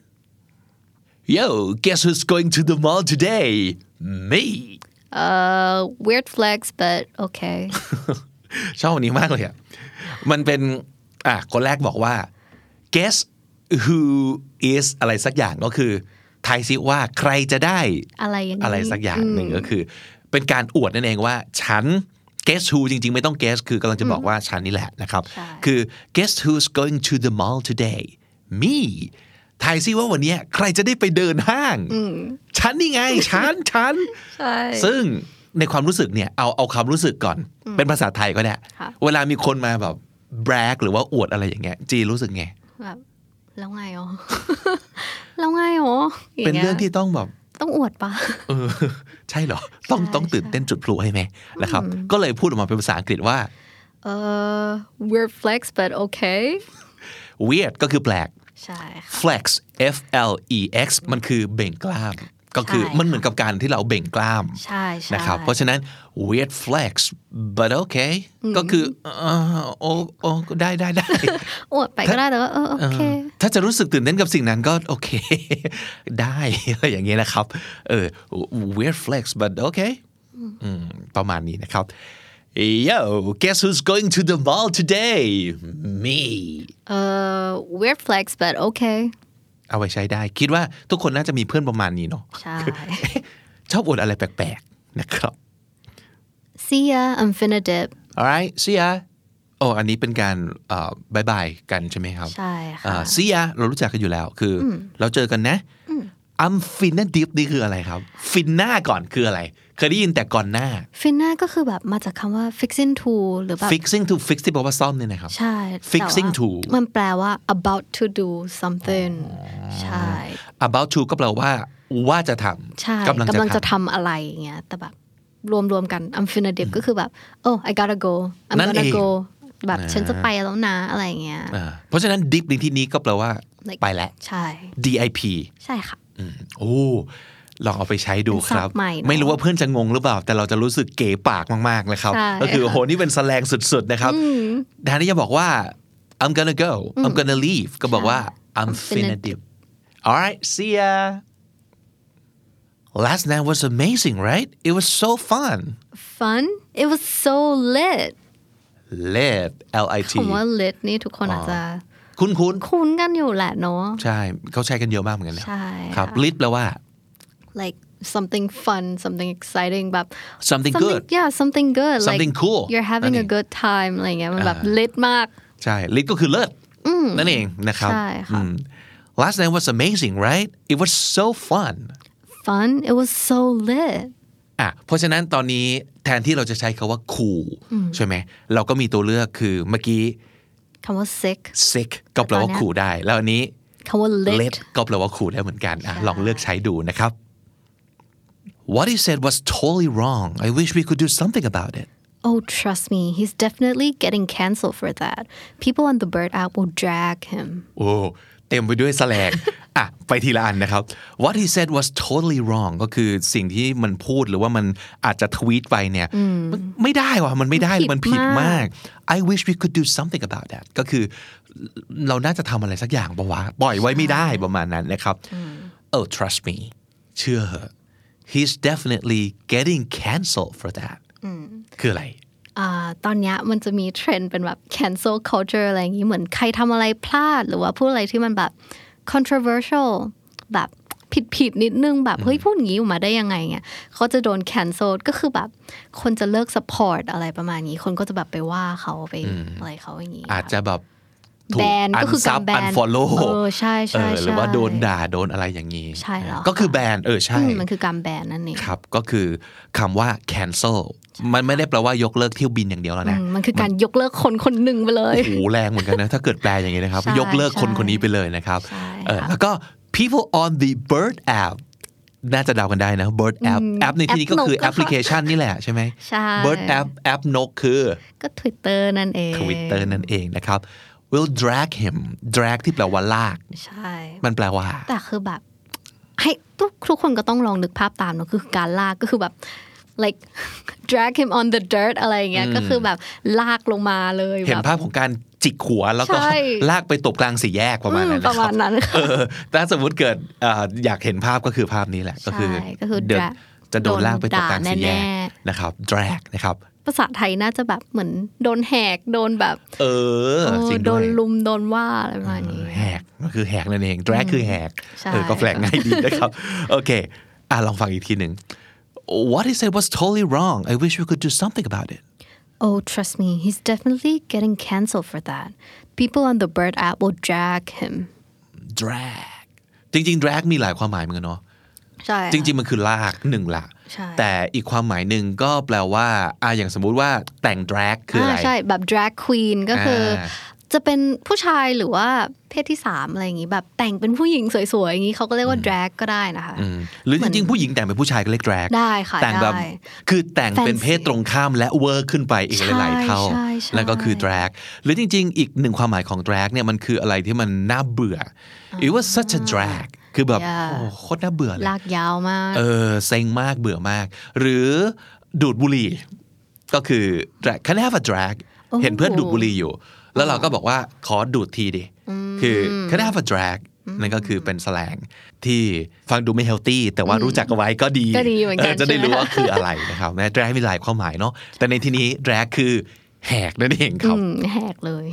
[SPEAKER 3] Yo guess who's going to the mall today me
[SPEAKER 4] uh weird flex but okay
[SPEAKER 3] ชอบอันนี้มากเลยอ่ะ มันเป็น อ่ะ คนแรกบอกว่า guess who is อะไรสักอย่างก็คือทายซิว่าใครจะได้
[SPEAKER 4] อะไรอย่างนี้
[SPEAKER 3] อะไรสักอย่างหนึ่งก็คือ เป็นการอวดนั่นเองว่า ฉัน guess who จริง ๆ ไม่ต้อง guess คือกำลังจะบอกว่าฉันนี่แหละนะครับ คือ guess who's going to the mall today me ทายซิว่าวันเนี้ยใครจะได้ไปเดินห้าง ฉันนี่ ไง ฉัน ฉัน
[SPEAKER 4] ใช่
[SPEAKER 3] ซึ่งในความรู้สึกเนี่ยเอาเอาความรู้สึกก่อน เป็นภาษาไทยก็ได้
[SPEAKER 4] ค่ะ
[SPEAKER 3] เวลามีคนมาแบบแบรกหรือว่าอวดอะไรอย่างเงี้ยจีรู้สึกไง
[SPEAKER 4] แบบแล้วไงอ๋อ แล้วไงอ๋ออย่า
[SPEAKER 3] เป็น
[SPEAKER 4] ย
[SPEAKER 3] เรื่องที่ต้องแบบ
[SPEAKER 4] ต้องอวดปะ
[SPEAKER 3] เออ ใช่เหรอ ต้องต้องตื่นเต้นจุดพลุให้ไหมนะครับ ก็เลยพูดออกมาเป็นภาษาอังกฤษว่า
[SPEAKER 4] Uh, weird flex, but okay.
[SPEAKER 3] weird ก็คือแปลก
[SPEAKER 4] ใช่ค่ะ
[SPEAKER 3] flex f l e x มันคือเบ่งกล้าม ก็คือ
[SPEAKER 4] ใช่
[SPEAKER 3] มันเหมือนกับการที่เราเบ่งกล้าม
[SPEAKER 4] ใช่ใช่
[SPEAKER 3] นะครับเพราะฉะนั้น weird flex but okay ก็คือเอ่อโอ้โอ้ก็ได้ได้ได้
[SPEAKER 4] อวดไปก็ได้แต่ว่าเออโอเค
[SPEAKER 3] เออถ้าจะรู้สึกตื่นเต้นกับสิ่งนั้นก็โอเค ได้ อะไรอย่างเงี้ยนะครับ เออ weird flex but okay อืมประมาณนี้นะครับ Yo guess who's going to the mall today me
[SPEAKER 4] Uh, weird flex, but okay.
[SPEAKER 3] เอาไว้ใช้ได้ คิดว่าทุกคนน่าจะมีเพื่อนประมาณนี้เนาะ
[SPEAKER 4] ใช่
[SPEAKER 3] ชอบอวดอะไรแปลกๆ นะครับ
[SPEAKER 4] See ya, I'm finna dip.
[SPEAKER 3] alright see ya โอ้อันนี้เป็นการเอ่อบายบายกันใช่ไหมครับ
[SPEAKER 4] ใช่ค่ะ
[SPEAKER 3] อ่า see ya เรารู้จักกันอยู่แล้วคืออเราเจอกันนะ I'm finna dip นี่คืออะไรครับ ฟินหน้าก่อนคืออะไร เคยได้ยินแต่ก่อนหน้า
[SPEAKER 4] finna ก็คือแบบมาจากคำว่า fixing to หรือแบบ
[SPEAKER 3] fixing to fix ที่แปลว่าซ่อมเนี่ยนะครับ
[SPEAKER 4] ใช่แต่ว่า
[SPEAKER 3] fixing to
[SPEAKER 4] มันแปลว่า about to do something ใช่
[SPEAKER 3] about to ก็แปลว่าว่าจะท
[SPEAKER 4] ใช่
[SPEAKER 3] ำกำลังจะ
[SPEAKER 4] จะ
[SPEAKER 3] ทำ
[SPEAKER 4] ทำอะไรอย่างเงี้ยแต่แบบรวมๆกัน I'm finna dip ก็คือแบบ oh I gotta go I'm
[SPEAKER 3] นั่นเอ
[SPEAKER 4] gonna
[SPEAKER 3] ง
[SPEAKER 4] go แบบฉันจะไปแล้วนะอะไรอย่างเงี้ย
[SPEAKER 3] อ่าเพราะฉะนั้น dip ในที่นี้ก็แปลว่า
[SPEAKER 4] like
[SPEAKER 3] ไปแล้ว
[SPEAKER 4] ใช่
[SPEAKER 3] DIP
[SPEAKER 4] ใช่ค่ะ
[SPEAKER 3] อืมโอ้ ลองเอาไปใช้ดูครับ
[SPEAKER 4] เป็นศัพท์ใหม่เนอะ
[SPEAKER 3] ไม่รู้ว่าเพื่อนจะงงหรือเปล่า แต่เราจะรู้สึกเก๋ปากมากๆนะครับ
[SPEAKER 4] ใช่
[SPEAKER 3] ก็คือโอ้โห
[SPEAKER 4] ค่ะ
[SPEAKER 3] นี่เป็นแสแลงสุดๆนะครับ ดานี่จะบอกว่า I'm gonna go I'm gonna leave ก็บอกว่า I'm finna dip alright see ya last night was amazing right it was so fun
[SPEAKER 4] fun it was so lit
[SPEAKER 3] lit L I T
[SPEAKER 4] ผมว่า lit นี่ทุกคนอาจจะ
[SPEAKER 3] คุ้นคุ้น
[SPEAKER 4] คุ้นกันอยู่แหละเนาะ
[SPEAKER 3] ๆ ใช่ เขาใช้กันเยอะมากเหมือนกันนะ
[SPEAKER 4] ใช่
[SPEAKER 3] ครับ
[SPEAKER 4] ค่ะ
[SPEAKER 3] lit แปลว่า
[SPEAKER 4] like something fun something exciting แบบ
[SPEAKER 3] something good
[SPEAKER 4] yeah something good like
[SPEAKER 3] Something cool
[SPEAKER 4] you're having
[SPEAKER 3] นั่
[SPEAKER 4] a
[SPEAKER 3] นเอง
[SPEAKER 4] good time อะไรเงี้ยมันแบบ
[SPEAKER 3] อ่า
[SPEAKER 4] lit มาก
[SPEAKER 3] ใช่ lit ก็คือเลิศนั่นเองนะครับ
[SPEAKER 4] ใช่ค่ะ
[SPEAKER 3] อืม last night was amazing right it was so fun
[SPEAKER 4] fun it was so lit
[SPEAKER 3] อ่ะเพราะฉะนั้นตอนนี้แทนที่เราจะใช้คาว่า cool ใช่ไหม เราก็มีตัวเลือกคือเมื่อกี้
[SPEAKER 4] คำว่า sick
[SPEAKER 3] sick ก็แปลว่า
[SPEAKER 4] ตอนเนี้ย
[SPEAKER 3] ขู่ได้ แล้วอันนี้
[SPEAKER 4] คำว่า lit
[SPEAKER 3] let ก็แปลว่าขู่ได้เหมือนกันอ่ะลองเลือกใช้ดูนะครับ What he said was totally wrong I wish we could do something about it
[SPEAKER 4] oh trust me he's definitely getting canceled for that people on the bird app will drag him
[SPEAKER 3] โอ้เต็มไปด้วยแสลง อ่ะ ไปทีละอันนะครับ What he said was totally wrong ก็คือสิ่งที่มันพูดหรือว่ามันอาจจะทวีตไปเนี่ยมันไม่ได้ว่ะมันไม่ได้เลย
[SPEAKER 4] มั
[SPEAKER 3] มัน น
[SPEAKER 4] ผิ
[SPEAKER 3] ผิ
[SPEAKER 4] ด
[SPEAKER 3] ด
[SPEAKER 4] มาม
[SPEAKER 3] าก ก I wish we could do something about that ก็คือเราน่าจะทำอะไรสักอย่างปะวะปล่อยไว้ไม่ได้ประมาณนั้นนะครับ Oh trust me เชื่อเหอะ he's definitely getting cancelled for that คืออะไร
[SPEAKER 4] อ่าตอนเนี้ยมันจะมีเทรนด์เป็นแบบ cancel culture อะไรอย่างนี้ เหมือนใครทำอะไรพลาด หรือว่าพูดอะไรที่มันแบบ controversial แบบผิดผิดๆนิดนึงแบบ เฮ้ยพูดอย่างนี้ออกมาได้ยังไงเงี้ยเขาจะโดน cancel ก็คือแบบ คนจะเลิก support อะไรประมาณนี้ คนก็จะแบบไปว่าเขาไปอะไรเขาอย่างนี้
[SPEAKER 3] อาจจะแบบถู
[SPEAKER 4] แบนก็คือการแบ
[SPEAKER 3] อั
[SPEAKER 4] น
[SPEAKER 3] นฟอลโล่
[SPEAKER 4] เออใช่ใช่ใช่
[SPEAKER 3] หรือว่าโดนด่าโดนอะไรอย่างนี้
[SPEAKER 4] ใช่แล้วค่ะ
[SPEAKER 3] ก็คือแบนเออ
[SPEAKER 4] อื
[SPEAKER 3] ใช่
[SPEAKER 4] มมันคือการแบนนั่นเอง
[SPEAKER 3] ครับก็คือคำว่า cancel มันไม่ได้แปลว่ายกเลิกเที่ยวบินอย่างเดียวแล้วนะ
[SPEAKER 4] มันคือการยกเลิกคนคนหนึ่งไปเลย
[SPEAKER 3] โอ้โหแรงเหมือนกันนะ ถ้าเกิดแปลอย่างนี้นะครับ
[SPEAKER 4] ใช่
[SPEAKER 3] ยกเลิกคน
[SPEAKER 4] ใช่
[SPEAKER 3] คนนี้ไปเลยนะครับ
[SPEAKER 4] ใช่
[SPEAKER 3] เออ
[SPEAKER 4] ค่ะ
[SPEAKER 3] แล้วก็ people on the bird app น่าจะเดากันได้นะ bird app แอปในที่นี้ก็คือแอปพลิเคชันนี่แหละใช่ไหม
[SPEAKER 4] ใช่
[SPEAKER 3] bird app แอปนกคือ
[SPEAKER 4] ก็ Twitter นั่นเอง
[SPEAKER 3] Twitter นั่นเองนะครับ will drag him drag ที่แปลว่าลาก
[SPEAKER 4] ใช่
[SPEAKER 3] มันแปลว่า
[SPEAKER 4] แต่คือแบบ ให้ทุกทุกคนก็ต้องลองนึกภาพตามเนอะคือการลากก็คือแบบ like drag him on the dirt อะไรอย่างเงี้ยก็คือแบบลากลงมาเลย
[SPEAKER 3] เห็น
[SPEAKER 4] แบบ
[SPEAKER 3] ภาพของการจิกหัวแล้วก็
[SPEAKER 4] ใช่
[SPEAKER 3] ลากไปตบกลางสี่แยกประมาณนั้น
[SPEAKER 4] ป
[SPEAKER 3] นะ
[SPEAKER 4] ระ
[SPEAKER 3] ค
[SPEAKER 4] มา
[SPEAKER 3] รั
[SPEAKER 4] ณ
[SPEAKER 3] บ
[SPEAKER 4] นั้น
[SPEAKER 3] เออถ้าสมมติเกิดเอ่ออยากเห็นภาพก็คือภาพนี้แหละก็คือ
[SPEAKER 4] ใช่ก็คือ
[SPEAKER 3] เดิน
[SPEAKER 4] drag
[SPEAKER 3] จะโดนลากไปตบกลางสี่แยก
[SPEAKER 4] โดนด่าแน่
[SPEAKER 3] นะครับ drag นะครับ
[SPEAKER 4] ภาษาไทยน่าจะแบบเหมือนโดนแหกโดนแบบ
[SPEAKER 3] เออ
[SPEAKER 4] เออ
[SPEAKER 3] จริง
[SPEAKER 4] โด
[SPEAKER 3] ด้วน ย
[SPEAKER 4] ลุมโดนว่าอะไรประมาณนี้
[SPEAKER 3] แหกก็คือแหกนั่นเอง drag คือแหก
[SPEAKER 4] ใช่
[SPEAKER 3] เออก็แปลงง่ายดีนะครับ โอเคอ่ะลองฟังอีกทีหนึ่ง What he said was totally wrong I wish we could do something about it
[SPEAKER 4] Oh, trust me, he's definitely getting canceled for that. People on the Bird app will drag him.
[SPEAKER 3] drag จริงๆ drag มีหลายความหมายเหมือนกันเนาะ
[SPEAKER 4] ใช่
[SPEAKER 3] จริงๆ มันคือลากหนึ่งละ
[SPEAKER 4] ใช่
[SPEAKER 3] แต่อีกความหมายหนึ่งก็แปลว่าอ่าอย่างสมมุติว่าแต่ง drag คืออะไร
[SPEAKER 4] ใช่ แบบ drag queen ก็คืออา จะเป็นผู้ชายหรือว่าเพศที่สามอะไรอย่างนี้ แบบแต่งเป็นผู้หญิงสวยๆ อย่างนี้เขาก็เรียกว่า drag ก็ได้นะคะ
[SPEAKER 3] อืมหรือจริงๆ ผู้หญิงแต่งเป็นผู้ชายก็เรียก drag
[SPEAKER 4] ได้ค่ะ
[SPEAKER 3] แต่งแบบ
[SPEAKER 4] ได้
[SPEAKER 3] คือแต่งเป็น
[SPEAKER 4] Fancy
[SPEAKER 3] เพศตรงข้ามและเวอร์ขึ้นไปอีก
[SPEAKER 4] ใช่
[SPEAKER 3] หลายๆเท่า
[SPEAKER 4] ใช่ใช่
[SPEAKER 3] แล้วก็คือ drag หรือจริงๆ อีกหนึ่งความหมายของ drag เนี่ยมันคืออะไรที่มันน่าเบื่ออ it was such a drag คือแบบโอ้โคตรน่าเบื่อเลย
[SPEAKER 4] ลากยาวมาก
[SPEAKER 3] เออเซ็งมากเบื่อมาก หรือดูดบุหรี่ก็คือ drag can I have a drag เห็นเพื่อนดูดบุหรี่อยู่ แล้วเราก็บอกว่าขอดูดทีดิ คือ can I have a drag นั่นก็คือเป็นแสลงที่ฟังดูไม่เฮลตี้แต่ว่ารู้จักเอาไว้ก็ดี
[SPEAKER 4] ก็ดีเหมือนกัน
[SPEAKER 3] จะได้
[SPEAKER 4] ใช่ไหม
[SPEAKER 3] รู้ว่าคืออะไรนะครับนะ drag มีหลายความหมายเนาะแต่ในที่นี้ drag คือแหกนั่นเองครับ
[SPEAKER 4] อืมแหกเลย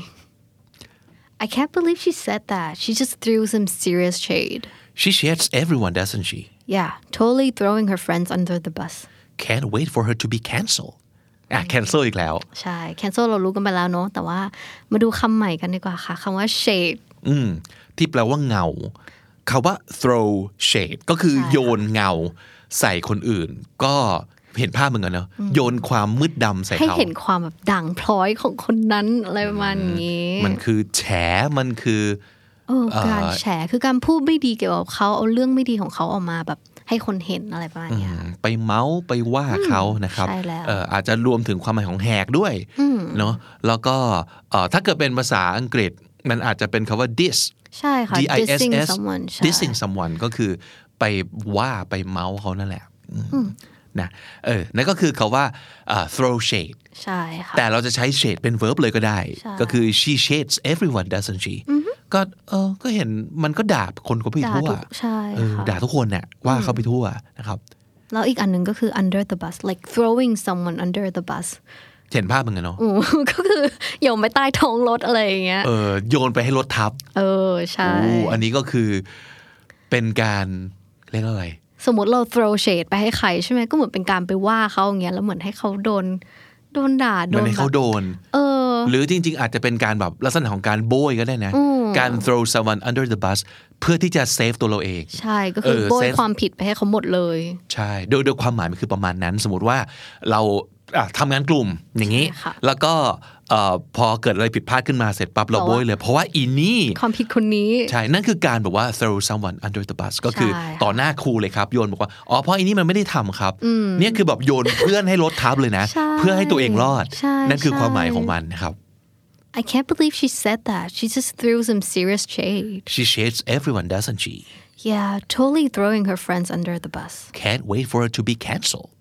[SPEAKER 4] I can't believe she said that. She just threw some serious shade.
[SPEAKER 3] she shades everyone doesn't she
[SPEAKER 4] Yeah, totally throwing her friends under the bus.
[SPEAKER 3] can't wait for her to be cancelled อ่ะ cancel อีกแล้ว
[SPEAKER 4] ใช่ cancel เรารู้กันไปแล้วเนอะแต่ว่ามาดูคำใหม่กันดีกว่าค่ะคำว่า shade
[SPEAKER 3] อืมที่แปลว่าเงาคาว่า throw shade ก็คือโยนเงาใส่คนอื่น ก็เห็นภาพเหมือนกันเนอะโยนความมืดดำใส่
[SPEAKER 4] ให้
[SPEAKER 3] เขา
[SPEAKER 4] เห็นความแบบด่างพร้อยของคนนั้นอะไรประมาณนี้
[SPEAKER 3] มันคือแฉมันคือ
[SPEAKER 4] เออการแฉคือการพูดไม่ดีเกี่ยวกับเขาเอาเรื่องไม่ดีของเขาออกมาแบบให้คนเห็นอะไรประมาณเนี้ย
[SPEAKER 3] ไปเมาส์ไปว่าเขานะครับ
[SPEAKER 4] ใช่แล้ว
[SPEAKER 3] เอ่ออาจจะรวมถึงความหมายของแหกด้วยเนาะแล้วก็เอ่อถ้าเกิดเป็นภาษาอังกฤษ มันอาจจะเป็นคำว่า dis
[SPEAKER 4] ใช่ค่ะ dissing someone ใช่
[SPEAKER 3] dissing someone ก็คือไปว่าไปเมาส์เขานั่นแหละอืมนะเออนั่นก็คือเขาว่าอ่า throw shade
[SPEAKER 4] ใช่ค่ะ
[SPEAKER 3] แต่เราจะใช้ shade เป็น verb เลยก็ได้
[SPEAKER 4] ใช่
[SPEAKER 3] ก็คือ she shades everyone doesn't she ก็เออก็เห็นมันก็ด่าคนเขาไป
[SPEAKER 4] ด่า
[SPEAKER 3] ทั่ว
[SPEAKER 4] ทุกใช่
[SPEAKER 3] เออ
[SPEAKER 4] ค่ะ
[SPEAKER 3] ด่าทุกคนเนี่ยว่าเขาไปทั่วนะครับ
[SPEAKER 4] แล้วอีกอันหนึ่งก็คือ under the bus like throwing someone under the bus
[SPEAKER 3] เห็นภาพเหมือนกันเนาะ
[SPEAKER 4] อืม ก็คือโยนไปใต้ท้องรถอะไรอย่างเงี้ย
[SPEAKER 3] เออโยนไปให้รถทับ
[SPEAKER 4] เออใช่
[SPEAKER 3] โอ้อันนี้ก็คือเป็นการเรียกว่าอะไร
[SPEAKER 4] สมมติเรา throw shade ไปให้ใครใช่ไหมก็เหมือนเป็นการไปว่าเขาอย่างเงี้ยแล้วเหมือนให้เขาโดน โดนด่า
[SPEAKER 3] เห
[SPEAKER 4] โด
[SPEAKER 3] มัน
[SPEAKER 4] น
[SPEAKER 3] ให้เขา
[SPEAKER 4] แบบ
[SPEAKER 3] โดน
[SPEAKER 4] เออ
[SPEAKER 3] หรือจริง ๆ อาจจะเป็นการแบบลักษณะของการโบยก็ได้นะ การ throw someone under the bus เพื่อที่จะ save ตัวเราเอง
[SPEAKER 4] ใช่ก็คือ
[SPEAKER 3] เออ
[SPEAKER 4] โบย
[SPEAKER 3] sense
[SPEAKER 4] ความผิดไปให้เขาหมดเลย
[SPEAKER 3] ใช่โดยโดยความหมายมันคือประมาณนั้น สมมติว่าเราอ่ะทำงานกลุ่มอย่างนี้
[SPEAKER 4] ใช่ค่ะ
[SPEAKER 3] แล้วก็เอ่อพอเกิดอะไรผิดพลาดขึ้นมาเสร็จปั๊บเราโบยเลย เพราะว่าอีนี่
[SPEAKER 4] ความผิดคนนี้
[SPEAKER 3] ใช่ นั่นคือการแบบว่า throw someone under the bus ก็คือ
[SPEAKER 4] ใช่
[SPEAKER 3] ต่อหน้าครูเลยครับ โยนบอกว่า อ๋อ เพราะอันนี้มันไม่ได้ทำครับ เนี่ยคือแบบโยนเพื่อนให้รถทับเลยนะ
[SPEAKER 4] ใช่
[SPEAKER 3] เพื่อให้ตัวเองรอด
[SPEAKER 4] ใช่
[SPEAKER 3] นั่นคือ
[SPEAKER 4] ใช่
[SPEAKER 3] ความหมายของมันนะครับ
[SPEAKER 4] I can't believe she said that she just threw some serious shade
[SPEAKER 3] she shades everyone doesn't she
[SPEAKER 4] yeah totally throwing her friends under the bus
[SPEAKER 3] can't wait for it to be canceled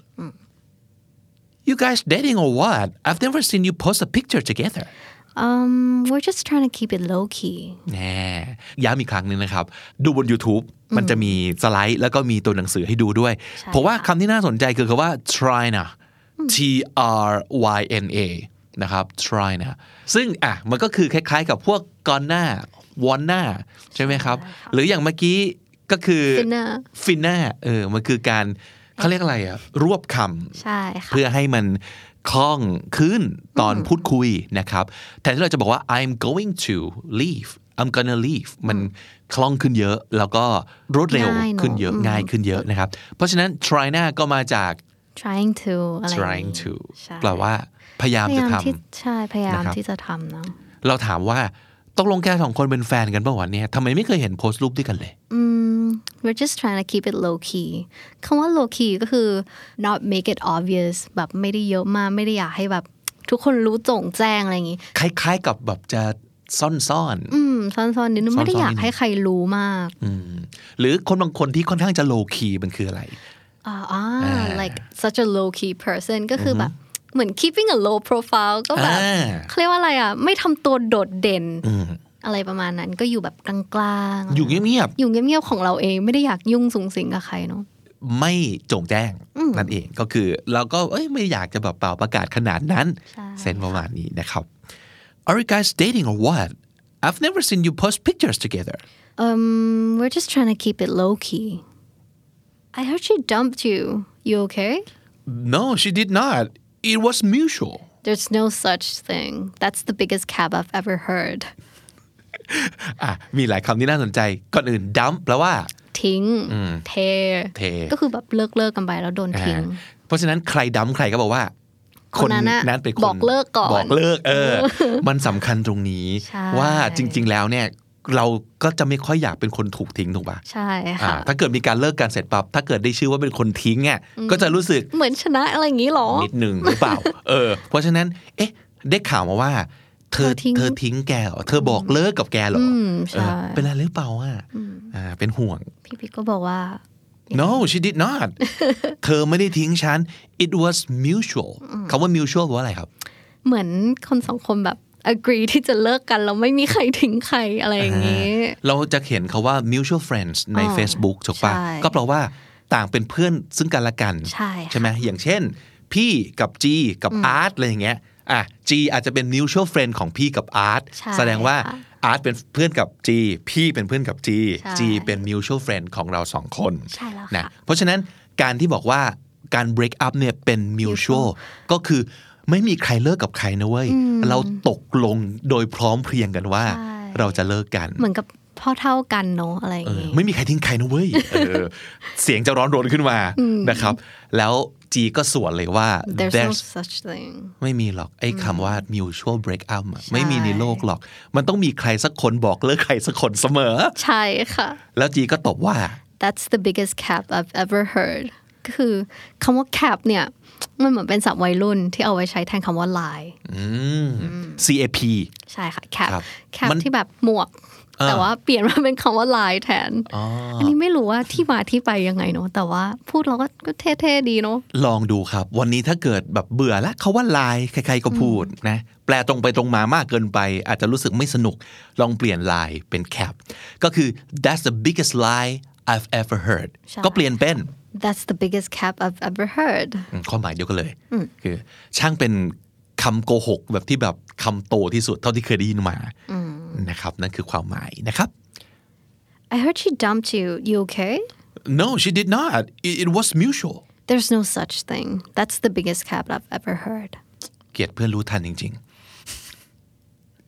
[SPEAKER 3] you guys dating or what I've never seen you post a picture together
[SPEAKER 4] um we're just trying to keep it low key
[SPEAKER 3] แน่ย้ำอีกครั้งหนึงนะครับ ดูบน YouTube มันจะมีสไลด์ แล้วก็มีตัวหนังสือให้ดูด้วย เพราะว่าคำที่น่าสนใจคือคำว่า try นะ T R Y N A นะครับ try นะ ซึ่งอ่ะมันก็คือคล้ายๆกับพวกกอนหน้าวอนหน้าใช่ไหมครับ หรืออย่างเมื่อกี้ก็คือ
[SPEAKER 4] Finna
[SPEAKER 3] ฟินหน้าเออ มันคือการเขาเรียกอะไรอะรวบคำ
[SPEAKER 4] ใช่ค่ะ
[SPEAKER 3] เพื่อให้มันคล่องขึ้นตอนพูดคุยนะครับแทนที่เราจะบอกว่า I'm going to leave I'm gonna leave มันคล่องขึ้นเยอะ แล้วก็รวดเร็ว
[SPEAKER 4] ง่ายเนอะ
[SPEAKER 3] ขึ้นเยอะ
[SPEAKER 4] อืม
[SPEAKER 3] ง่ายขึ้นเยอะนะครับ เพราะฉะนั้น try หน้าก็มาจาก
[SPEAKER 4] trying to อะไรอย่างงี้
[SPEAKER 3] trying to
[SPEAKER 4] ใช่
[SPEAKER 3] แปลว่าพยายาม
[SPEAKER 4] พ
[SPEAKER 3] จะ
[SPEAKER 4] ยายาม
[SPEAKER 3] ท
[SPEAKER 4] ที่ใช่พยายาม
[SPEAKER 3] นะครับ
[SPEAKER 4] ที่จะทำเนาะ
[SPEAKER 3] ำเราถามว่าตกลงแกสองคนเป็นแฟนกันป่าวะเนี่ยทำไมไม่เคยเห็นโพสต์รูปด้วยกันเลย
[SPEAKER 4] Mm, we're just trying to keep it low key คำว่า low key ก็คือ not make it obvious แบบไม่ได้เยอะมากไม่ได้อยากให้แบบ ทุกคนรู้โจงแจ้งอะไรอย่างงี้
[SPEAKER 3] คล้าย ๆ กับแบบจะซ่อนๆ
[SPEAKER 4] อืมซ่อนๆนิดนึง
[SPEAKER 3] ซ่อนๆ
[SPEAKER 4] ไม่ได้อยาก
[SPEAKER 3] นิดนึง
[SPEAKER 4] ให้ใครรู้มาก
[SPEAKER 3] หรือคนบางคนที่ค่อนข้างจะโลคีมันคืออะไร
[SPEAKER 4] อ่าอ่า like such a low key person ก็คือแบบเหมือน keeping a low profile ก็แบบ
[SPEAKER 3] อ่า
[SPEAKER 4] เขาเรียกว่าอะไรอ่ะ ไม่ทำตัวโดดเด่น อะไรประมาณนั้นก็อยู่แบบกลางๆ
[SPEAKER 3] อยู่เงียบๆ
[SPEAKER 4] อยู่เงียบๆของเราเองไม่ได้อยากยุ่งสุงสิงกับใครเนาะ
[SPEAKER 3] ไม่โจงแจ้งนั่นเองก็คือเราก็เอ้ยไม่อยากจะแบบเป่าประกาศขนาดนั้น
[SPEAKER 4] ใช่
[SPEAKER 3] เซนประมาณนี้นะครับ Are you guys dating or what I've never seen you post pictures together
[SPEAKER 4] Um, we're just trying to keep it low key. I heard she dumped you. You okay?
[SPEAKER 3] No she did not it was mutual
[SPEAKER 4] There's no such thing. That's the biggest cab I've ever heard.
[SPEAKER 3] อ่ะมีหลายคำที่น่าสนใจ ก่อนอื่นดัมแปลว่า
[SPEAKER 4] ทิ้งเท
[SPEAKER 3] เท
[SPEAKER 4] ก็คือแบบเลิกเลิกกันไปแล้วโดนทิ้ง
[SPEAKER 3] อ่าเพราะฉะนั้นใครดัมใครก็บอกว่า
[SPEAKER 4] คนนั้นน่ะ
[SPEAKER 3] นั้นเป็นคน
[SPEAKER 4] บอกเลิกก่อน
[SPEAKER 3] บอกเลิกเอ อ มันสำคัญตรงนี้
[SPEAKER 4] ใช่
[SPEAKER 3] ว่าจริง ๆ แล้วเนี่ยเราก็จะไม่ค่อยอยากเป็นคนถูกทิ้งถูกปะ
[SPEAKER 4] ใช่
[SPEAKER 3] อ่า
[SPEAKER 4] ค่ะ
[SPEAKER 3] ถ้าเกิดมีการเลิกกันเสร็จปั๊บ ถ้าเกิดได้ชื่อว่าเป็นคนทิ้งอ่ะก็จะรู้สึก
[SPEAKER 4] เหมือนชนะอะไรอย่างนี้หรอ
[SPEAKER 3] นิดหนึ่งหรือเปล่า เออ เพราะฉะนั้น เอ๊ะ ได้ข่าวมาว่า เธอ
[SPEAKER 4] เธอทิ้ง
[SPEAKER 3] เธอทิ้งแกเหรอเธอบอกเลิกกับแกเหรออ
[SPEAKER 4] มใช่
[SPEAKER 3] เออเป็นอะไรหรือเปล่าอ่ะอ่า เป็นห่วง
[SPEAKER 4] พี่พี่ก็บอกว่า
[SPEAKER 3] no she did not เธอไม่ได้ทิ้งฉัน it was mutual คำว่า mutual แปลว่าอะไรครับ
[SPEAKER 4] เหมือนคนสองคนแบบ agree ที่จะเลิกกันแล้วไม่มีใครทิ้งใครอะไรอย่างนี้
[SPEAKER 3] เราจะเห็นคาว่า mutual friends ใน
[SPEAKER 4] อ๋อ
[SPEAKER 3] Facebook ถูกปะ
[SPEAKER 4] ใช่
[SPEAKER 3] ก็แปลว่าต่างเป็นเพื่อนซึ่งกันและกัน
[SPEAKER 4] ใช่ค่ะ
[SPEAKER 3] ใช่ไหมอย่างเช่น พี่กับจีกับอาร์ตอะไรอย่างเงี้ยอ่ะจีอาจจะเป็น mutual friend ของพี่กับอาร์ต
[SPEAKER 4] ใช่
[SPEAKER 3] แสดงว่า
[SPEAKER 4] ค่ะ
[SPEAKER 3] อาร์ตเป็นเพื่อนกับจีพี่เป็นเพื่อนกับจี
[SPEAKER 4] ใช่
[SPEAKER 3] จีเป็น mutual friend ของเราสองคน
[SPEAKER 4] ใช่แล้วค่ะ
[SPEAKER 3] นะเพราะฉะนั้นการที่บอกว่าการ break up เนี่ยเป็น mutual ก็คือไม่มีใครเลิกกับใครนะเว้ยเราตกลงโดยพร้อมเพรียงกันว่า เราจะเลิกกัน
[SPEAKER 4] เหมือนกับพ่อเท่ากันเนาะอะไรอย่าง
[SPEAKER 3] เออ
[SPEAKER 4] นี้
[SPEAKER 3] ไม่มีใครทิ้งใครนะเว้ยเออเสียงจะร้อนรนขึ้นมานะครับ แล้วจีก็สวนเลยว่า
[SPEAKER 4] There's no
[SPEAKER 3] there's
[SPEAKER 4] such thing
[SPEAKER 3] ไม่มีหรอก ไอ้คำว่า mutual break up อะไม่มีในโลกหรอก มันต้องมีใครสักคนบอกเลิกใครสักคนเสมอ
[SPEAKER 4] ใช่ค่ะ
[SPEAKER 3] แล้วจีก็ตอบว่า
[SPEAKER 4] That's the biggest cap I've ever heard ก็คือคำว่า cap เนี่ย มันเหมือนเป็นศัพท์วัยรุ่นที่เอาไว้ใช้แทนคำว่า lie
[SPEAKER 3] อืม CAP
[SPEAKER 4] ใช่ค่ะ cap
[SPEAKER 3] ครับ
[SPEAKER 4] cap ที่แบบหมวก
[SPEAKER 3] อ่า
[SPEAKER 4] แต่ว่าเปลี่ยนมาเป็นคำว่า lie แทน
[SPEAKER 3] อ๋อ
[SPEAKER 4] อันนี้ไม่รู้ว่าที่มาที่ไปยังไงเนาะแต่ว่าพูดเราก็ก็เท่ๆดีเนาะ
[SPEAKER 3] ลองดูครับ วันนี้ถ้าเกิดแบบเบื่อละเขาว่าลายใครๆก็พูดนะ แปลตรงไปตรงมามากเกินไป อาจจะรู้สึกไม่สนุกลองเปลี่ยนลายเป็นแคปก็คือ that's the biggest lie I've ever heard ก็เปลี่ยนเป็น
[SPEAKER 4] that's the biggest cap I've ever heard
[SPEAKER 3] อืมความหมายเดียวกันเลย คือ ช่างเป็นคำโกหกแบบที่แบบคำโตที่สุดเท่าที่เคยได้ยินมานะครับนั่นคือความหมายนะครับ
[SPEAKER 4] I heard she dumped you you okay
[SPEAKER 3] no she did not it, it was mutual
[SPEAKER 4] there's no such thing that's the biggest cap I've ever heard
[SPEAKER 3] เกลียดเพื่อนรู้ทันจริง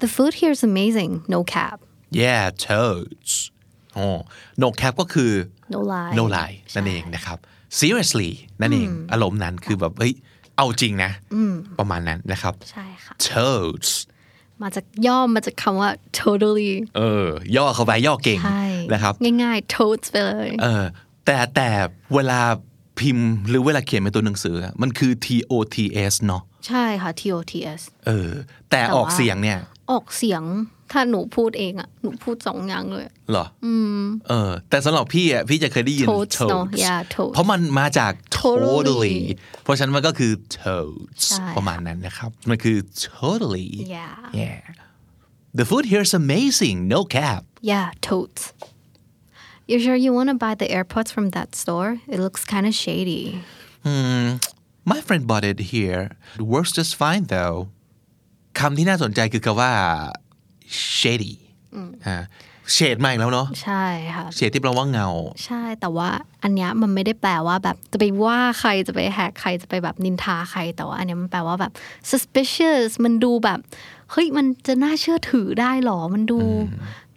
[SPEAKER 4] the food here is amazing no cap
[SPEAKER 3] ๆ yeah toads อ๋อ no cap ก็คือ
[SPEAKER 4] no lie
[SPEAKER 3] no lie นั่นเองนะครับ seriously นั่นเอง อารมณ์นั้นคือแบบ เฮ้ย เอาจริงนะ ประมาณนั้นนะครับ
[SPEAKER 4] ใช่ค่ะ
[SPEAKER 3] toads
[SPEAKER 4] มาจากย่อมาจากคำว่า totally
[SPEAKER 3] เออ ย่อเข้าไปย่อเก่ง
[SPEAKER 4] ใช่
[SPEAKER 3] นะครับ
[SPEAKER 4] ง่ายๆ totes ไปเลย
[SPEAKER 3] เออแต่แต่เวลาพิมพ์หรือเวลาเขียนเป็นตัวหนังสืออะมันคือ T O T S เนาะ
[SPEAKER 4] ใช่ค่ะ tots
[SPEAKER 3] เออ แต่ออกเสียงเนี่ย
[SPEAKER 4] ออกเสียงถ้าหนูพูดเองอะหนูพูดสองอย่างเลย
[SPEAKER 3] เหรออเออ แต่สำหรับพี่อ่ะพี่จะเคยได้ยิน
[SPEAKER 4] Toads เนอะ
[SPEAKER 3] toads
[SPEAKER 4] Yeah, toads
[SPEAKER 3] เพราะมันมาจาก
[SPEAKER 4] Totally
[SPEAKER 3] totally เพราะฉะนั้นมันก็คือ toads
[SPEAKER 4] ใช่
[SPEAKER 3] ประมาณนั้นนะครับ มันคือ totally
[SPEAKER 4] yeah
[SPEAKER 3] yeah the food here is amazing no cap
[SPEAKER 4] yeah totes you sure you want to buy the AirPods from that store it looks kind of shady
[SPEAKER 3] My friend bought it here. It works just fine though. คำที่น่าสนใจคือคำว่า shady อ่าเฉดมาอีกแล้วเนาะ
[SPEAKER 4] ใช่ค่ะ
[SPEAKER 3] เฉดที่แปลว่าเงา
[SPEAKER 4] ใช่แต่ว่าอันเนี้ยมันไม่ได้แปลว่าแบบจะไปว่าใครจะไปแหกใครจะไปแบบนินทาใครแต่ว่าอันเนี้ยมันแปลว่าแบบ suspicious มันดูแบบเฮ้ยมันจะน่าเชื่อถือได้หรอมันดู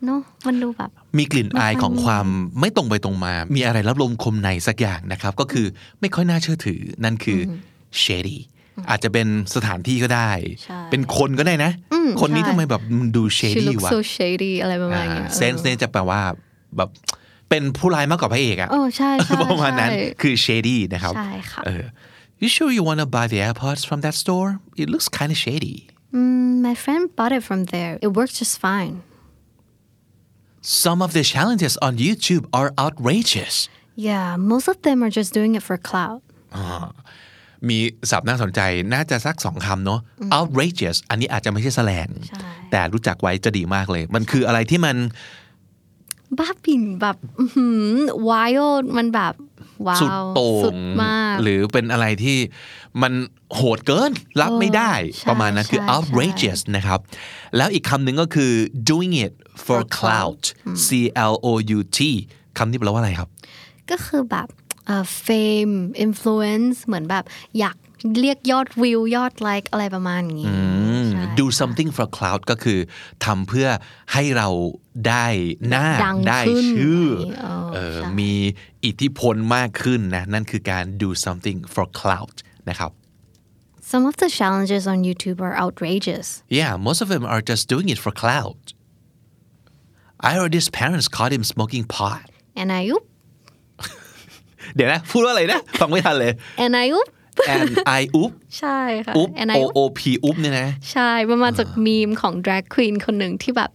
[SPEAKER 4] เนาะมันดูแบบ
[SPEAKER 3] มีกลิ่นอายของความไม่ตรงไปตรงมา มีอะไรรับลมคมในสักอย่างนะครับ ก็คือไม่ค่อยน่าเชื่อถือ นั่นคืออ shady อาจจะเป็นสถานที่ก็ได้
[SPEAKER 4] ใช่
[SPEAKER 3] เป็นคนก็ได้นะ
[SPEAKER 4] อืม
[SPEAKER 3] คนนี้
[SPEAKER 4] ใช่
[SPEAKER 3] ทำไมแบบมันดู
[SPEAKER 4] she
[SPEAKER 3] shady
[SPEAKER 4] looks
[SPEAKER 3] วะ
[SPEAKER 4] so shady อะไรประมาณเนี้ย
[SPEAKER 3] เซนส์เนี่ยจะแปลว่าแบบเป็นผู้ร้ายมากกว่าพระเอกอะ
[SPEAKER 4] เออใช่ใช่
[SPEAKER 3] ประมาณนั้น
[SPEAKER 4] ใช่
[SPEAKER 3] คือ shady นะครับ
[SPEAKER 4] ใช่ค่ะ
[SPEAKER 3] เออ You sure you want to buy the AirPods from that store? It looks kind of shady.
[SPEAKER 4] Mm, my friend bought it from there it works just fine
[SPEAKER 3] Some of the challenges on YouTube are outrageous.
[SPEAKER 4] yeah most of them are just doing it for clout
[SPEAKER 3] มีศัพท์น่าสนใจน่าจะสักสองคำเนาะ outrageous อันนี้อาจจะไม่ใช่แสแลง
[SPEAKER 4] ใช่
[SPEAKER 3] แต่รู้จักไว้จะดีมากเลย มันคืออะไรที่มัน
[SPEAKER 4] บ้าบิ่นแบบอื้อหือ Mm-hmm. wild มันแบบว้าว
[SPEAKER 3] สุดโต่
[SPEAKER 4] สุ
[SPEAKER 3] ง
[SPEAKER 4] ดมาก
[SPEAKER 3] หรือเป็นอะไรที่มันโหดเกิน รับไม่ได้
[SPEAKER 4] ใช่
[SPEAKER 3] ประมาณนั้นคือ
[SPEAKER 4] ใช่ใช่
[SPEAKER 3] outrageous นะครับ แล้วอีกคำหนึ่งก็คือ doing it for clout C L O U T คำนี้แปลว่าอะไรครับ
[SPEAKER 4] ก็คือแบบเอ่อ Uh, fame influence เหมือนแบบ อยากเรียกยอดวิวยอดไลค์อะไรประมาณนี้
[SPEAKER 3] อืม
[SPEAKER 4] ใช่
[SPEAKER 3] do something for cloud ก็คือทำเพื่อให้เราได้หน้า
[SPEAKER 4] ดัง
[SPEAKER 3] ได้
[SPEAKER 4] ขึ้น
[SPEAKER 3] ชื่อ
[SPEAKER 4] ไหมเออ
[SPEAKER 3] เออ
[SPEAKER 4] ใช่
[SPEAKER 3] มีอิทธิพลมากขึ้นนะ นั่นคือการ do something for cloud นะครับ
[SPEAKER 4] Some of the challenges on YouTube are outrageous
[SPEAKER 3] yeah most of them are just doing it for cloud I heard his parents caught him smoking pot
[SPEAKER 4] and I oop
[SPEAKER 3] เดี๋ยวนะ พูดว่าอะไรนะ ฟังไม่ทันเลย
[SPEAKER 4] and I oop
[SPEAKER 3] and I oop
[SPEAKER 4] ใช่ค่ะ
[SPEAKER 3] oop oh,
[SPEAKER 4] and
[SPEAKER 3] o
[SPEAKER 4] I oop
[SPEAKER 3] o p oop เนี่ยนะ
[SPEAKER 4] ใช่มันมาจากมีมของ drag queen คนหนึ่งที่แบบ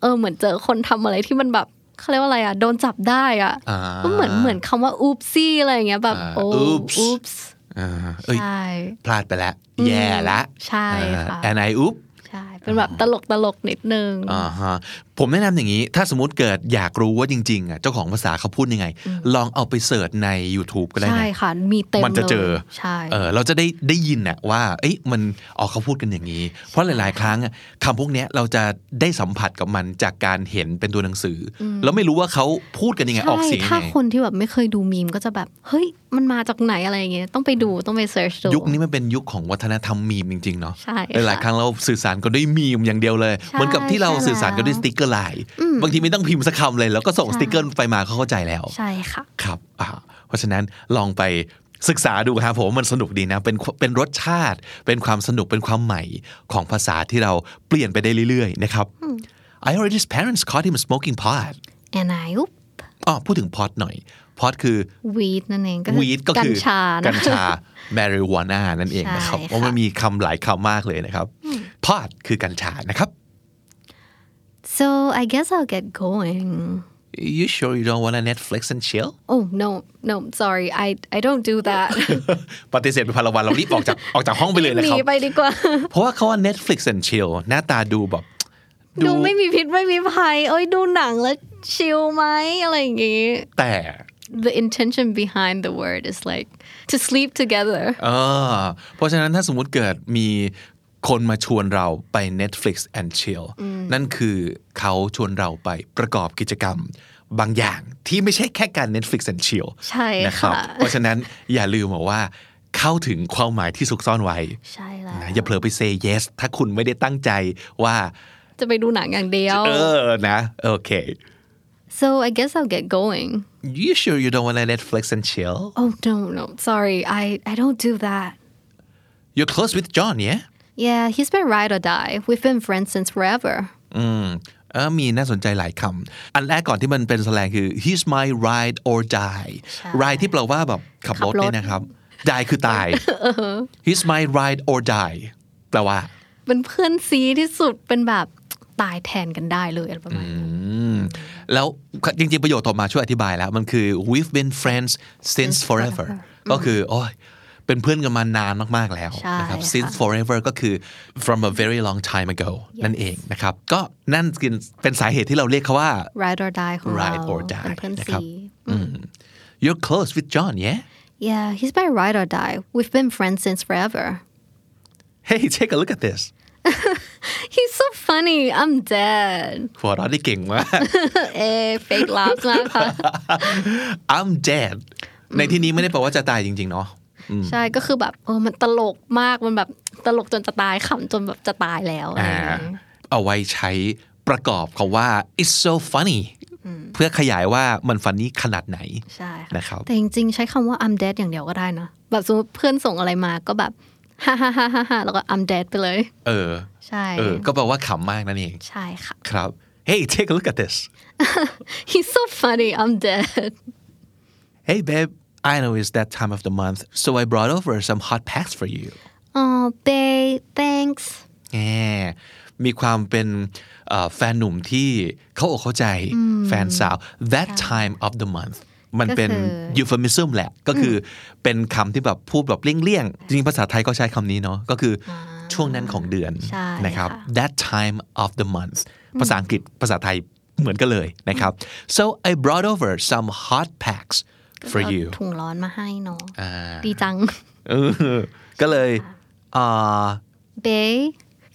[SPEAKER 4] เออเหมือนเจอคนทำอะไรที่มันแบบเขาเรียกว่าอะไรอ่ะ โดนจับได้อ่ะ
[SPEAKER 3] อ่า
[SPEAKER 4] ก็เหมือนเหมือนคำว่า oopsie อะไรอย่างเงี้ยแบบ
[SPEAKER 3] อ่า
[SPEAKER 4] โอ้
[SPEAKER 3] oops
[SPEAKER 4] oops
[SPEAKER 3] อ่าเอ้ย
[SPEAKER 4] ใช่
[SPEAKER 3] พลาดไปแล้ว แย่ละ
[SPEAKER 4] ใช่ค่ะ
[SPEAKER 3] อ่า and I oop
[SPEAKER 4] ใช่ เป็นแบบตลกตลกๆนิดนึง
[SPEAKER 3] อ่าฮะผมแนะนำอย่างนี้ ถ้าสมมติเกิดอยากรู้ว่าจริงๆอ่ะเจ้าของภาษาเขาพูดยังไง ลองเอาไปเสิร์ชใน YouTube ก็ได้
[SPEAKER 4] ใช่
[SPEAKER 3] นะ
[SPEAKER 4] ค่ะ มีเต็ม
[SPEAKER 3] มันจะเจอ
[SPEAKER 4] ลยใช่
[SPEAKER 3] เออเราจะได้ได้ยินน่ะว่า เอ๊ะมันอ๋อเขาพูดกันอย่างนี้ เพราะหลาย ๆ ครั้งอ่ะคำพวกเนี้ยเราจะได้สัมผัสกับมันจากการเห็นเป็นตัวหนังสืออแล้วไม่รู้ว่าเขาพูดกันยังไงออก
[SPEAKER 4] ใช่
[SPEAKER 3] เสียงยัง
[SPEAKER 4] ถ้า
[SPEAKER 3] ไง
[SPEAKER 4] คนที่แบบไม่เคยดูมีมก็จะแบบ เฮ้ย มันมาจากไหนอะไรอย่างเงี้ย ต้องไปดู ต้องไปเซิร์ชดู
[SPEAKER 3] ยุคนี้มันเป็นยุคของวัฒนธรรมมีมจริง ๆ เนาะ
[SPEAKER 4] ใช่
[SPEAKER 3] หลายๆครั้งเราสื่อสารกันด้วยมีมอย่างเดียวเลย เหมือนกับที่เรา
[SPEAKER 4] ใช่
[SPEAKER 3] สื่อสารกันด้วย
[SPEAKER 4] แล้
[SPEAKER 3] ส
[SPEAKER 4] ว
[SPEAKER 3] ติกเกอร์ไลน์บางทีไม่ต้องพิมพ์สักคำเลยแล้วก็ส่งสติกเกอร์ไปมาเขาเข้าใจแล้ว
[SPEAKER 4] ใช่ค่ะ
[SPEAKER 3] ครับอ่าเพราะฉะนั้นลองไปศึกษาดูครับผมว่ามันสนุกดีนะ เป็นเป็นรสชาติ เป็นความสนุก เป็นความใหม่ของภาษาที่เราเปลี่ยนไปได้เรื่อยๆ นะครับ I heard his parents caught him smoking pot
[SPEAKER 4] and I oop
[SPEAKER 3] อ๋อพูดถึงพอตหน่อย พอตคือ
[SPEAKER 4] weed นั่นเองก็
[SPEAKER 3] วีดก็
[SPEAKER 4] กั
[SPEAKER 3] คื
[SPEAKER 4] ญ
[SPEAKER 3] อ
[SPEAKER 4] ชานะ
[SPEAKER 3] กัญชา marijuana นั่นเองนะครับ
[SPEAKER 4] ใช่ค่ะ
[SPEAKER 3] เพราะมันมีคำหลายคำมากเลยนะครับ พอตคือกัญชานะครับ
[SPEAKER 4] so I guess I'll get going
[SPEAKER 3] you sure you don't want to Netflix and chill
[SPEAKER 4] oh no no sorry I I don't do that
[SPEAKER 3] ปฏิเสธไปพนละวันเรารีบออกจากออกจากห้องไปเลยนะ
[SPEAKER 4] ห
[SPEAKER 3] ค
[SPEAKER 4] นี
[SPEAKER 3] รับ
[SPEAKER 4] ไปดีก ว่า
[SPEAKER 3] เพราะว่าเขาว่า Netflix and chill หน้าตาดูแบบ
[SPEAKER 4] ดูไม่มีพิษไม่มีภัยเอ้ยดูหนังแล้วชิลไหมอะไรอย่างงี้
[SPEAKER 3] แต่
[SPEAKER 4] the intention behind the word is like to sleep together
[SPEAKER 3] เออเพราะฉะนั้นถ้าสมมุติเกิดมีคนมาชวนเราไป Netflix and chill นั่นคือเขาชวนเราไปประกอบกิจกรรม บางอย่างที่ไม่ใช่แค่การ Netflix and chill
[SPEAKER 4] ใช่
[SPEAKER 3] นะครับ
[SPEAKER 4] ค่ะ
[SPEAKER 3] เพราะฉะนั้นอย่าลืมบอกว่าเข้าถึงความหมายที่ซุกซ่อนไว้
[SPEAKER 4] ใช่แล้ว
[SPEAKER 3] นะอย่าเผลอไป say yes ถ้าคุณไม่ได้ตั้งใจว่า
[SPEAKER 4] จะไปดูหนังอย่างเดียว
[SPEAKER 3] เออนะโอเค
[SPEAKER 4] so I guess I'll get going
[SPEAKER 3] you sure you don't want to Netflix and chill
[SPEAKER 4] oh no no sorry I I don't do that
[SPEAKER 3] you're close with John yeah
[SPEAKER 4] yeah he's been ride or die we've been friends since forever
[SPEAKER 3] เออมีน่าสนใจหลายคำ อันแรกก่อนที่มันเป็นแสแลงคือ he's my ride or die ride ที่แปลว่าแบบขับรถ
[SPEAKER 4] ขับรถ
[SPEAKER 3] เนี่ยนะครับ die คือตาย he's my ride or die แปลว่า
[SPEAKER 4] เป็นเพื่อนซีที่สุดเป็นแบบตายแทนกันได้เลยอะไรประมาณนี้
[SPEAKER 3] แล้วจริงๆ ประโยคต่อมาช่วยอธิบายแล้ว มันคือ we've been friends since forever ก็คือ โอ้ยเป็นเพื่อนกันมานานมาก ๆ แล้ว
[SPEAKER 4] ใช่
[SPEAKER 3] นะครับ
[SPEAKER 4] ค่ะ
[SPEAKER 3] since forever ก็คือ from a very long time ago นั่นเองนะครับ ก็นั่นคือเป็นสาเหตุที่เราเรียกเขาว่า
[SPEAKER 4] ride or die ของเรา
[SPEAKER 3] Ride or die
[SPEAKER 4] เป็นเพื่อน
[SPEAKER 3] นะครับ
[SPEAKER 4] ซี
[SPEAKER 3] you're close with John yeah
[SPEAKER 4] yeah he's been ride or die we've been friends since forever
[SPEAKER 3] hey take a look at this
[SPEAKER 4] He's so funny. I'm dead.
[SPEAKER 3] หัวเราะได้เก่งมาก
[SPEAKER 4] Eh, fake laughs มากค่ะ
[SPEAKER 3] I'm dead ในที่นี้ไม่ได้แปลว่าจะตายจริง ๆ เนาะ
[SPEAKER 4] ใช่ก็คือแบบเออมันตลกมากมันแบบตลกจนจะตายขำจนแบบจะตายแล้วอะไรอย่างเงี้ย
[SPEAKER 3] เอาไว้ใช้ประกอบคาว่า it's so funny เพื่อขยายว่ามันฟันนี่ขนาดไหน
[SPEAKER 4] ใช่
[SPEAKER 3] นะครับ
[SPEAKER 4] แต่จริงๆ ใช้คำว่า I'm dead อย่างเดียวก็ได้นะแบบสมมติเพื่อนส่งอะไรมาก็แบบฮ่าฮ่าฮ่าฮ่าฮ่าแล้วก็ I'm dead ไปเลย
[SPEAKER 3] เออ
[SPEAKER 4] ใช่
[SPEAKER 3] เออ ก็แปลว่าขำมากนั่นเอง
[SPEAKER 4] ใช่ค่ะ
[SPEAKER 3] ครับ Hey take a look at this
[SPEAKER 4] He's so funny I'm dead
[SPEAKER 3] Hey babe I know it's that time of the month so I brought over some hot packs for you
[SPEAKER 4] Oh babe thanks
[SPEAKER 3] แหมมีความเป็นเอ่อแฟนหนุ่มที่เข้าอกเข้าใจแฟนสาว that time of the month มันเป็น
[SPEAKER 4] ก็คือ
[SPEAKER 3] euphemism แหละ ก็คือเป็นคำที่แบบพูดแบบเลี่ยงๆ จริงๆภาษาไทยก็ใช้คำนี้เนาะ ก็คืออช่วงนั้นของเดือน
[SPEAKER 4] ใช่
[SPEAKER 3] นะครับ
[SPEAKER 4] ค่ะ
[SPEAKER 3] that time of the month ภาษาอังกฤษภาษาไทยเหมือนกันเลยนะครับ so I brought over some hot packs for
[SPEAKER 4] เอา
[SPEAKER 3] you
[SPEAKER 4] ถุงร้อนมาให้เนาะดีจั ง
[SPEAKER 3] เออก็เลยอ่า
[SPEAKER 4] Bay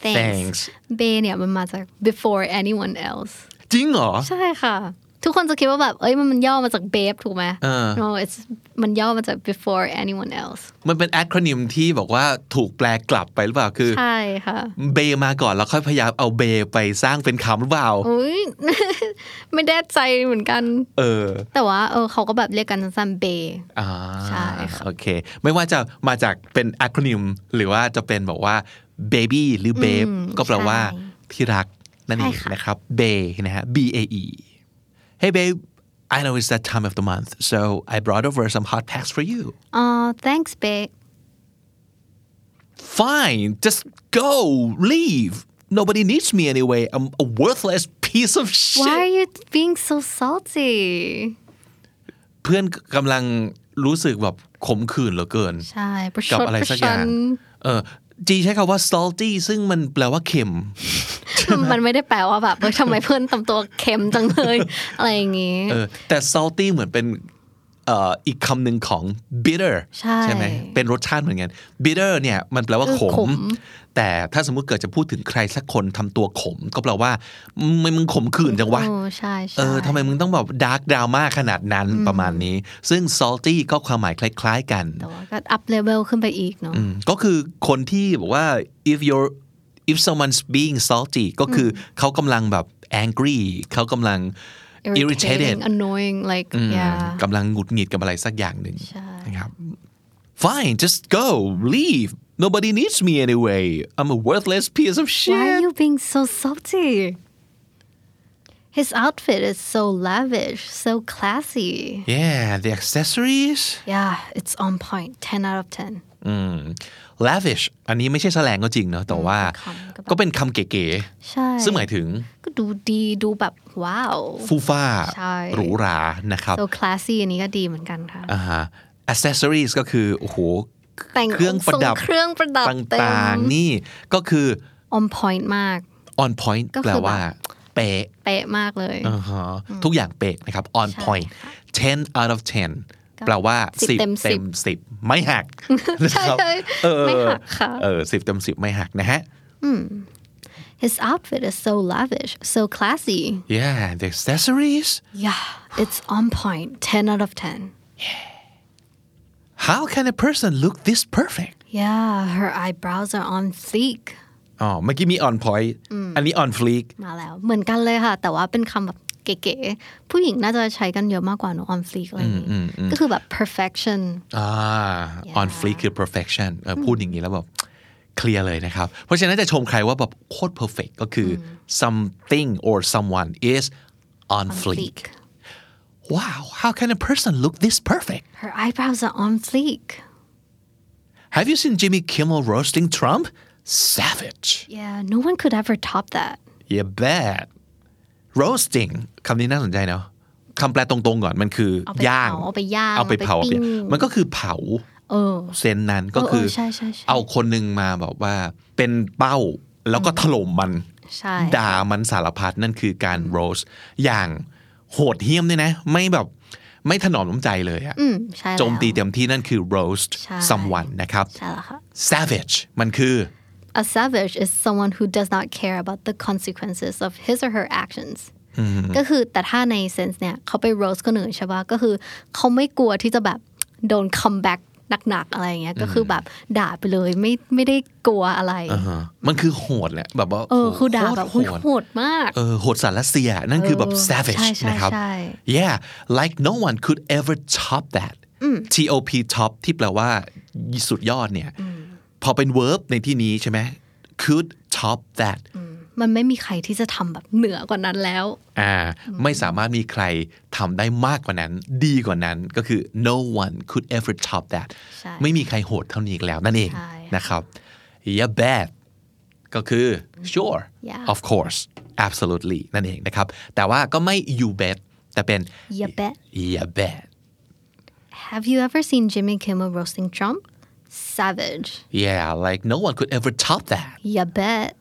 [SPEAKER 3] Thanks
[SPEAKER 4] thanks Bay เนี่ยมันมาจาก before anyone else
[SPEAKER 3] จริงเหรอ
[SPEAKER 4] ใช่ค่ะ ทุกคนจะคิดว่าแบบ เอ้ยมันมันย่อมาจาก babe ถูกไหม
[SPEAKER 3] เออ
[SPEAKER 4] no it's มันย่อมาจาก before anyone else
[SPEAKER 3] มันเป็นแอคโครนิมที่บอกว่าถูกแปลกลับไปหรือเปล่าคือ
[SPEAKER 4] ใช่ค่ะ
[SPEAKER 3] เบมาก่อนแล้วค่อยพยายามเอาเบไปสร้างเป็นคำหรือเปล่า
[SPEAKER 4] อุ้ย ไม่แน่ใจเหมือนกัน
[SPEAKER 3] เออ
[SPEAKER 4] แต่ว่าเออเขาก็แบบเรียกกันสั้นๆ bay
[SPEAKER 3] อ่า
[SPEAKER 4] ใช่ค่ะ
[SPEAKER 3] โอเค ไม่ว่าจะมาจากเป็นแอคโครนิมหรือว่าจะเป็นบอกว่าเบบี้หรือเบ e
[SPEAKER 4] อืม
[SPEAKER 3] ก็แปลว่า
[SPEAKER 4] ใช่
[SPEAKER 3] ที่รักนั่นเอง
[SPEAKER 4] ใช่ค่ะ
[SPEAKER 3] นะครับเบนะฮะ B A E Hey babe I know it's that time of the month so I brought over some hot packs for you
[SPEAKER 4] อ๋อ thanks babe
[SPEAKER 3] Fine just go leave nobody needs me anyway I'm a worthless piece of shit
[SPEAKER 4] why are you being so salty
[SPEAKER 3] เพื่อนกำลังรู้สึกแบบขมขื่นเหลือเกิน
[SPEAKER 4] ใช่ประช
[SPEAKER 3] กับ
[SPEAKER 4] ด
[SPEAKER 3] อะไร
[SPEAKER 4] ประ
[SPEAKER 3] สักอ
[SPEAKER 4] ชั
[SPEAKER 3] ย่าง
[SPEAKER 4] น
[SPEAKER 3] เออจีใช้คำว่า salty ซึ่งมันแปลว่าเค็ม
[SPEAKER 4] มันไม่ได้แปลว่าแบบเออทำไมเพื่อนตำตัวเค็มจังเลย อะไรอย่างงี้
[SPEAKER 3] เออ แต่ salty เหมือนเป็นเอ่ออีกคำหนึ่งของ bitter
[SPEAKER 4] ใช่
[SPEAKER 3] ไหม เป็นรสชาติเหมือนกัน bitter เนี่ยมันแปลว่า
[SPEAKER 4] เออ
[SPEAKER 3] ขม
[SPEAKER 4] ขม
[SPEAKER 3] แต่ถ้าสมมุติเกิดจะพูดถึงใครสักคนทำตัวขม ก็แปลว่ามึงมึงขมขื่นจังวะ
[SPEAKER 4] โอ้ใช่ใช่
[SPEAKER 3] เออทำไมมึงต้องแบบดาร์กดราม่าขนาดนั้นประมาณนี้ ซึ่ง salty ก็ความหมายคล้าย ๆ กัน
[SPEAKER 4] แต่ว่าก็ up level ขึ้นไปอีกเนาะ
[SPEAKER 3] อืมก็คือคนที่บอกว่า if you're if someone's being salty ก็คือเขากำลังแบบ angry เขากำลัง irritated
[SPEAKER 4] irritating annoying like
[SPEAKER 3] อืม
[SPEAKER 4] yeah
[SPEAKER 3] กำลังหงุดหงิดกับอะไรสักอย่างหนึ่ง
[SPEAKER 4] ใช่
[SPEAKER 3] นะครับ fine just go leave nobody needs me anyway I'm a worthless piece of
[SPEAKER 4] why are
[SPEAKER 3] shit
[SPEAKER 4] you being so salty his outfit is so lavish so classy
[SPEAKER 3] yeah the accessories
[SPEAKER 4] yeah it's on point 10 out of 10
[SPEAKER 3] อืม lavish อันนี้ไม่ใช่แสลงก็จริงเนาะแต่ว่า
[SPEAKER 4] คำก็แบบ
[SPEAKER 3] ก็เป็นคำเก๋
[SPEAKER 4] ใช่
[SPEAKER 3] ๆ ซึ่งหมายถึง
[SPEAKER 4] ก็ดูดีดูแบบว้าว
[SPEAKER 3] ฟูฟ้า
[SPEAKER 4] ใช่
[SPEAKER 3] หรูหรานะครับ
[SPEAKER 4] so classy อันนี้ก็ดีเหมือนกันค่ะ
[SPEAKER 3] อ่าฮะ accessories ก็คือ โอ้โห
[SPEAKER 4] แต่ง
[SPEAKER 3] เครื่องประดับ
[SPEAKER 4] ทงเครื่องประดับ
[SPEAKER 3] ต
[SPEAKER 4] เต็
[SPEAKER 3] ่าง
[SPEAKER 4] ม
[SPEAKER 3] ๆ นี่ก็คือ
[SPEAKER 4] on point มาก
[SPEAKER 3] on point
[SPEAKER 4] ก็คือ
[SPEAKER 3] แปลว่า เป๊ะ
[SPEAKER 4] เป๊ะมากเลย
[SPEAKER 3] อ่าฮะทุกอย่างเป๊ะนะครับ on point 10 out of 10 แปลว่า
[SPEAKER 4] สิบ
[SPEAKER 3] 10
[SPEAKER 4] เต็
[SPEAKER 3] เต็
[SPEAKER 4] ม
[SPEAKER 3] ม
[SPEAKER 4] สิบ
[SPEAKER 3] 10 ไม่หักนะครับ
[SPEAKER 4] ใช่
[SPEAKER 3] เออ
[SPEAKER 4] ไม่หักค่ะ
[SPEAKER 3] เออสิบเต็มสิบไม่หักนะฮะ
[SPEAKER 4] his outfit is so lavish so classy
[SPEAKER 3] yeah the accessories
[SPEAKER 4] yeah it's on point 10 out of 10
[SPEAKER 3] how can a person look this perfect
[SPEAKER 4] yeah her eyebrows are on fleek
[SPEAKER 3] อ๋อ Oh, เมื่อกี้มี on point อันนี้ on fleek
[SPEAKER 4] มาแล้ว เหมือนกันเลยค่ะ แต่ว่าเป็นคำแบบเก๋ๆ ผู้หญิงน่าจะใช้กันเยอะมากกว่าเนอะ on fleek อะไรอย่างงี้ก็คือแบบ perfection
[SPEAKER 3] อ่า Ah, on fleek คือ perfection เออพูดอย่างนี้แล้วแบบเคลียร์เลยนะครับ เพราะฉะนั้นจะชมใครว่าแบบโคตร perfect ก็คืออ something or someone is Mm. on fleek
[SPEAKER 4] fleek
[SPEAKER 3] wow how can a person look this perfect
[SPEAKER 4] her eyebrows are on fleek
[SPEAKER 3] have you seen Jimmy Kimmel roasting Trump savage
[SPEAKER 4] yeah no one could ever top that
[SPEAKER 3] you bet roasting คำนี้น่าสนใจเนาะคำแปลตรงๆก่อนมันคือ
[SPEAKER 4] เอาไป
[SPEAKER 3] ย่าง
[SPEAKER 4] เผาเอาไปย่าง
[SPEAKER 3] เอาไปเผา
[SPEAKER 4] เอาไปปิ้ง
[SPEAKER 3] มันก็คือเผา
[SPEAKER 4] เออ
[SPEAKER 3] เซนนั้นก็คือ
[SPEAKER 4] เออเออใช่ใช่ใช่
[SPEAKER 3] เอาคนหนึ่งมาแบบว่าเป็นเป้าแล้วก็ถล่มมัน
[SPEAKER 4] ใช่
[SPEAKER 3] ด่ามันสารพัดนั่นคือการโรส อย่างโหดเหี้ยมด้วยนะ ไม่แบบไม่ถนอมน้ำใจเลยอะ
[SPEAKER 4] อืมใช่แล้ว
[SPEAKER 3] โจมตีเต็มที่นั่นคือ roast
[SPEAKER 4] ใช่
[SPEAKER 3] someone นะครับ
[SPEAKER 4] ใช่แล้วค่ะ
[SPEAKER 3] savage มันคือ
[SPEAKER 4] A savage is someone who does not care about the consequences of his or her actions ก็คือแต่ถ้าใน sense เนี่ยเขาไป roast คนอื่นใช่ปะก็คือเขาไม่กลัวที่จะแบบโดน comeback หนักๆ อะไรอย่างเงี้ยก็คือแบบด่าไปเลยไม่ไม่ได้กลัวอะไร
[SPEAKER 3] อ่ามันคือโหดแหละแบบว่า
[SPEAKER 4] เออ คือด่า
[SPEAKER 3] โตร
[SPEAKER 4] แบบ
[SPEAKER 3] โห
[SPEAKER 4] โอ้ย
[SPEAKER 3] ด
[SPEAKER 4] โหดมาก
[SPEAKER 3] เออโหดสารรัสเซียนั่นคือแบบ
[SPEAKER 4] เออ
[SPEAKER 3] savage
[SPEAKER 4] ใช่ใช่
[SPEAKER 3] นะครับ
[SPEAKER 4] ใช่
[SPEAKER 3] yeah like no one could ever top that top top ที่แปลว่าสุดยอดเนี่ย พอเป็น verb ในที่นี้ใช่ไหม could top that
[SPEAKER 4] มันไม่มีใครที่จะทำแบบเหนือกว่านั้นแล้ว
[SPEAKER 3] อ่าไม่สามารถมีใครทำได้มากกว่านั้น ดีกว่านั้นก็คือ no one could ever top that
[SPEAKER 4] ใช่
[SPEAKER 3] ไม่มีใครโหดเท่านี้อีกแล้วนั่นเอง
[SPEAKER 4] ใช่
[SPEAKER 3] นะครับ yeah bad ก็คือ sure
[SPEAKER 4] Yeah
[SPEAKER 3] of course absolutely นั่นเองนะครับ แต่ว่าก็ไม่ you bet แต่เป็น
[SPEAKER 4] You bet
[SPEAKER 3] yeah bet
[SPEAKER 4] Have you ever seen Jimmy Kimmel roasting Trump Savage
[SPEAKER 3] Yeah, like no one could ever top that.
[SPEAKER 4] You bet.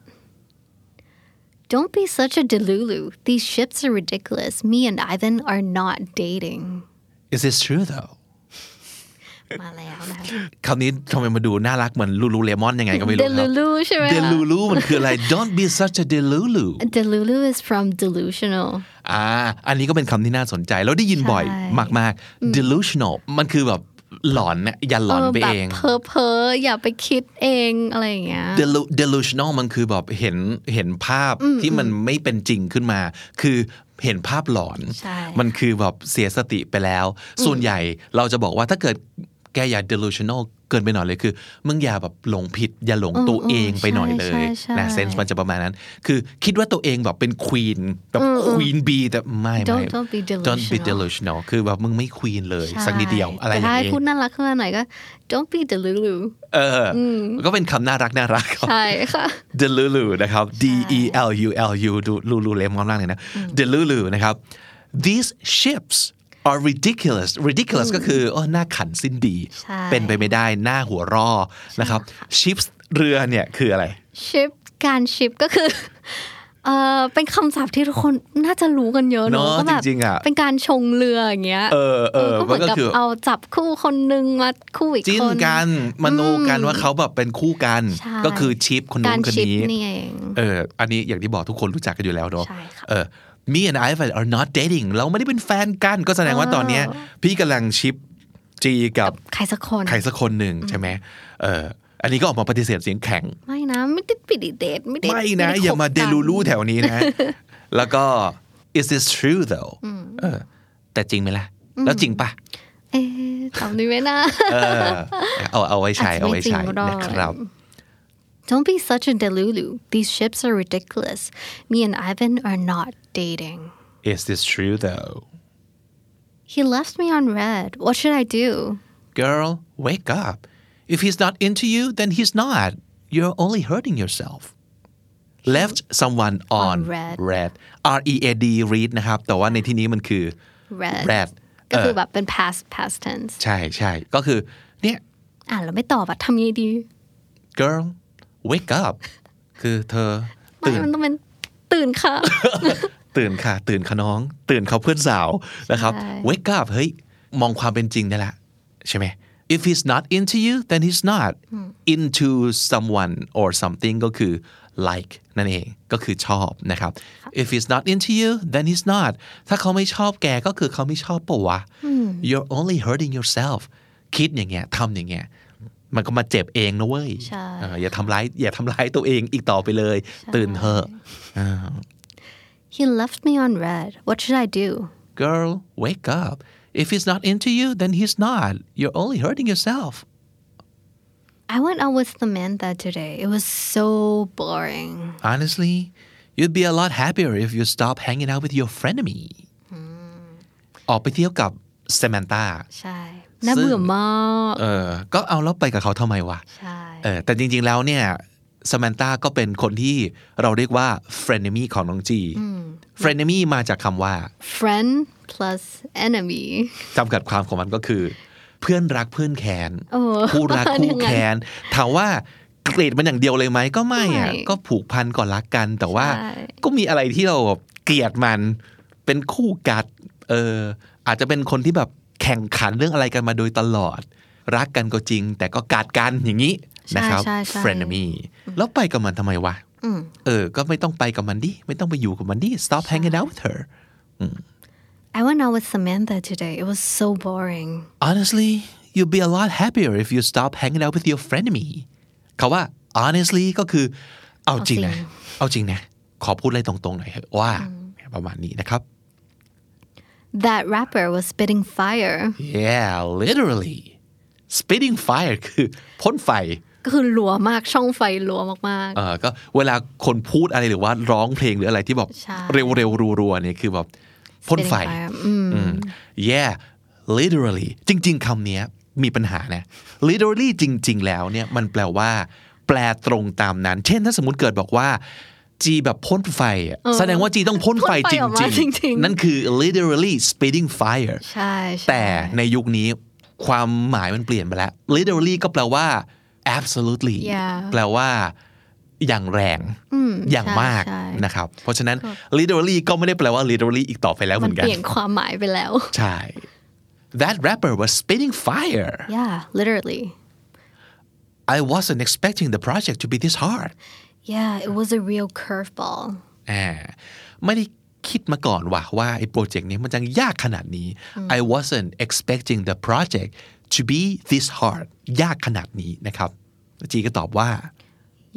[SPEAKER 4] Don't be such a delulu. These ships are ridiculous. Me and Ivan are not dating.
[SPEAKER 3] Is this true though?
[SPEAKER 4] มาแล้ว นะคะ
[SPEAKER 3] คำนี้ทำไมมาดูน่ารักเหมือนลูลูเลมอนยังไงก็ไม่ รู้ครับ
[SPEAKER 4] Delulu ใช่ไหมคะ
[SPEAKER 3] Delulu มันคืออะไร Don't be such a delulu
[SPEAKER 4] Delulu is from delusional.
[SPEAKER 3] อ่า อันนี้ก็เป็นคำที่น่าสนใจ แล้วได้ยินบ่อยมาก ๆ delusional มันคือแบบหลอนนะอย่าหลอนไป
[SPEAKER 4] แบ
[SPEAKER 3] เอบ ง
[SPEAKER 4] เพ้อเพ้อๆอย่าไปคิดเองอะไรอย่างเงี้ย
[SPEAKER 3] Delu- delusional มันคือแบบเห็นเห็นภาพที่มันไม่เป็นจริงขึ้นมา คือเห็นภาพหลอน
[SPEAKER 4] ใช่
[SPEAKER 3] มันคือแบบเสียสติไปแล้ว ส่วนใหญ่เราจะบอกว่าถ้าเกิดแกอย่า delusional เกินไปหน่อยเลยคือ มึงอย่าแบบหลงผิด อย่าหลงตัวเองไปหน่อยเลย
[SPEAKER 4] ใช่ใช่
[SPEAKER 3] นะ
[SPEAKER 4] ใช่
[SPEAKER 3] เซนส์มันจะประมาณนั้น คือคิดว่าตัวเองแบบเป็นควีนแบบควีนบีแต่ไม่ไม่
[SPEAKER 4] Don't- don't be
[SPEAKER 3] don't be
[SPEAKER 4] delusional
[SPEAKER 3] delusional คือแบบมึงไม่ควีนเลยสักนิดเดียวอะไรอย่าง
[SPEAKER 4] แต่ถ้าให้
[SPEAKER 3] นี้
[SPEAKER 4] พูดน่ารักขึ้นมาหน่อยก็ Don't be delulu
[SPEAKER 3] เอออก็เป็นคำน่ารักน่ารักครับ
[SPEAKER 4] ใช่ ค่ะ
[SPEAKER 3] Delulu นะครับ D E L U L U ดูลูลูเลมอนล่างเลยนะ Delulu นะครับ these ships are ridiculous ridiculous ก็คือโอ้หน้าขันสิ้นดี
[SPEAKER 4] ใช่
[SPEAKER 3] เป็นไปไม่ได้หน้าหัวเรอนะครับ ships เรือเนี่ยคืออะไร
[SPEAKER 4] ship การ ship ก็คือเออเป็นคำศัพท์ที่ทุกคนน่าจะรู้กันเยอะเนอะ
[SPEAKER 3] เนอะ
[SPEAKER 4] ก็แบบ
[SPEAKER 3] จริงๆอะ
[SPEAKER 4] เป็นการชงเรืออย่างเงี้ย
[SPEAKER 3] เออเออ
[SPEAKER 4] ก็เห
[SPEAKER 3] มั
[SPEAKER 4] มื
[SPEAKER 3] น
[SPEAKER 4] อน
[SPEAKER 3] ก็
[SPEAKER 4] กับ
[SPEAKER 3] คือ
[SPEAKER 4] เอาจับคู่คนหนึ่งมาคู่อีกคน
[SPEAKER 3] จิ้นกันมโนกันว่าเขาแบบเป็นคู่กัน
[SPEAKER 4] ใช่
[SPEAKER 3] ก็คือชิปคน
[SPEAKER 4] กา
[SPEAKER 3] นู้
[SPEAKER 4] ร
[SPEAKER 3] นคน
[SPEAKER 4] ชิป
[SPEAKER 3] นี้
[SPEAKER 4] นี่เอง
[SPEAKER 3] เออ อันนี้อย่างที่บอกทุกคนรู้จักกันอยู่แล้วเนาะ
[SPEAKER 4] ใช่ค่ะ
[SPEAKER 3] เออ me and I are not dating เราไม่ได้เป็นแฟนกัน ก็แสดงว่า
[SPEAKER 4] เออ
[SPEAKER 3] ตอนเนี้ยพี่กำลังชิปจีกับ
[SPEAKER 4] ใครสักคน
[SPEAKER 3] ใครสักคนหนึ่งใช่ไหมเออ อันนี้ก็ออกมาปฏิเสธเสียงแข็ง
[SPEAKER 4] ไม่นะ ไม่ได้ปิดเดทไม่ได้
[SPEAKER 3] ไม่นะ
[SPEAKER 4] ด้
[SPEAKER 3] อย่ามา
[SPEAKER 4] คบ
[SPEAKER 3] เด
[SPEAKER 4] กัน
[SPEAKER 3] ลูลูแถวนี้ นะ แล้วก็ is this true though เออ แต่จริงไหมล่ะ แล้วจริงปะ
[SPEAKER 4] เอ๊ะจำได้ไหม นะ
[SPEAKER 3] เออ เอาเอาไว้ใช้เอาไว้ใช้
[SPEAKER 4] อาจจะไม่จริงก็ได้
[SPEAKER 3] นะครับ
[SPEAKER 4] Don't be such a delulu. These ships are ridiculous. Me and Ivan are not dating.
[SPEAKER 3] is this true though
[SPEAKER 4] He left me on red. What should I do?
[SPEAKER 3] girl wake up if he's not into you then he's not you're only hurting yourself left someone on,
[SPEAKER 4] On red
[SPEAKER 3] red R E A D read นะครับ แต่ว่าในที่นี้มันคือ
[SPEAKER 4] red
[SPEAKER 3] red
[SPEAKER 4] ก็คือ
[SPEAKER 3] เ
[SPEAKER 4] แบบเป็น past past tense
[SPEAKER 3] ใช่ใช่ก็คือ เนี่ย
[SPEAKER 4] อ่านแล้วไม่ตอบอะทำยังไงดี
[SPEAKER 3] girl wake up คือเธอ
[SPEAKER 4] ไม่
[SPEAKER 3] ตื่น
[SPEAKER 4] มันต้องเป็นตื่น ค่ะ
[SPEAKER 3] ตื่นค่ะ ตื่นค่ะน้อง ตื่นค่ะเพื่อนสาวนะครับ
[SPEAKER 4] ใช่
[SPEAKER 3] wake up เฮ้ย มองความเป็นจริงได้ละ ใช่ไหม if he's not into you then he's not into someone or something ก็คือ like นั่นเองก็คือชอบนะครับ if he's not into you then he's not ถ้าเขาไม่ชอบแกก็คือเขาไม่ชอบปะวะ you're only hurting yourself คิดอย่างเงี้ยทำอย่างเงี้ย มันก็มาเจ็บเองนะเว้ย
[SPEAKER 4] ใช่
[SPEAKER 3] เอออย่าทำร้ายอย่าทำร้ายตัวเองอีกต่อไปเลย ตื่นเถอะ
[SPEAKER 4] he left me on red what should I do
[SPEAKER 3] girl, wake up. If he's not into you, then he's not. You're only hurting yourself.
[SPEAKER 4] I went out with Samantha today it was so boring
[SPEAKER 3] Honestly, you'd be a lot happier if you stop hanging out with your frenemy. ออกไปเที่ยวกับเซม a นตา
[SPEAKER 4] ใช่น่าเบื่อมาก
[SPEAKER 3] เออ ก็เอาแล้วไปกับเขาทำไมวะ
[SPEAKER 4] ใช่
[SPEAKER 3] เออ แต่จริงๆแล้วเนี่ยเซม a นตาก็เป็นคนที่เราเรียกว่า frenemy ของน้องจี frenemy มาจากคำว่า
[SPEAKER 4] friend plus enemy
[SPEAKER 3] จำกัดความของมันก็คือ เพื่อนรักเพื่อนแค้น
[SPEAKER 4] โอ้
[SPEAKER 3] คู่รักคู่แค้นถามว่าเกรดมันอย่างเดียวเลยไหมก็ไม่อะ
[SPEAKER 4] ไม่
[SPEAKER 3] ก็ผูกพันก่อนรักกัน แต่ว่า
[SPEAKER 4] ใช่
[SPEAKER 3] ก็มีอะไรที่เราแบบเกลียดมันเป็นคู่กัดเอออาจจะเป็นคนที่แบบแข่งขันเรื่องอะไรกันมาโดยตลอด รักกันก็จริง แต่ก็กัดกันอย่างนี้นะครับ
[SPEAKER 4] ใช่ใช่
[SPEAKER 3] frenemy แล้วไปกับมันทำไมวะเออ ก็ไม่ต้องไปกับมันดิไม่ต้องไปอยู่กับมันดิ stop hanging out with her
[SPEAKER 4] I went out with Samantha today. It was so boring.
[SPEAKER 3] honestly you'll be a lot happier if you stop hanging out with your frenemy คาว่า honestly ก็คือ เอาจริงนะ เอาจริงนะ ขอพูดอะไรตรงๆหน่อยเถอะว่า ประมาณนี้นะครับ
[SPEAKER 4] That rapper was spitting fire.
[SPEAKER 3] yeah literally spitting fire คือพ่นไฟ
[SPEAKER 4] ก็คือรัวมากช่องไฟรัวมาก
[SPEAKER 3] เออก็เวลาคนพูดอะไรหรือว่าร้องเพลงหรืออะไรที่แบบ
[SPEAKER 4] ใช่
[SPEAKER 3] เร็วๆรัวๆเนี่ยคือแบบพ่น
[SPEAKER 4] Spitting
[SPEAKER 3] ไฟ
[SPEAKER 4] fire. Mm. อืม
[SPEAKER 3] อืม yeah literally จริง ๆคำเนี้ยมีปัญหานะ literally จริง ๆ แล้วเนี่ยมันแปลว่า แปลตรงตามนั้น เช่นถ้าสมมติเกิดบอกว่า จีแบบพ่นไฟอะแสดงว่าจีต้องพ่นไฟ
[SPEAKER 4] พ่นไฟ
[SPEAKER 3] จ
[SPEAKER 4] ออกมา
[SPEAKER 3] ริง
[SPEAKER 4] จริง
[SPEAKER 3] ๆ
[SPEAKER 4] ๆ
[SPEAKER 3] นั่นคือ literally spitting fire
[SPEAKER 4] ใช่ใช่
[SPEAKER 3] แต่ในยุคนี้ความหมายมันเปลี่ยนไปแล้ว literally ก็แปลว่า absolutely
[SPEAKER 4] Yeah
[SPEAKER 3] แปลว่า อย่างแรง
[SPEAKER 4] อืม
[SPEAKER 3] อย่าง
[SPEAKER 4] ใช่
[SPEAKER 3] มาก
[SPEAKER 4] ใช่
[SPEAKER 3] นะครับ เพราะฉะนั้น literally ก็ไม่ได้แปลว่า literally อีกต่อไปแล้วเห
[SPEAKER 4] มั
[SPEAKER 3] มื
[SPEAKER 4] น
[SPEAKER 3] อน
[SPEAKER 4] เป
[SPEAKER 3] กัน
[SPEAKER 4] ลี่ยนความหมายไปแล้ว
[SPEAKER 3] ใช่ That rapper was spitting fire
[SPEAKER 4] Yeah literally
[SPEAKER 3] I wasn't expecting the project to be this hard
[SPEAKER 4] Yeah it was a real curveball
[SPEAKER 3] อ่าไม่ได้คิดมาก่อนว่าว่าไอ้โปรเจกต์นี้มันจะยากขนาดนี้ I wasn't expecting the project to be this hard ยากขนาดนี้นะครับจีก็ตอบว่า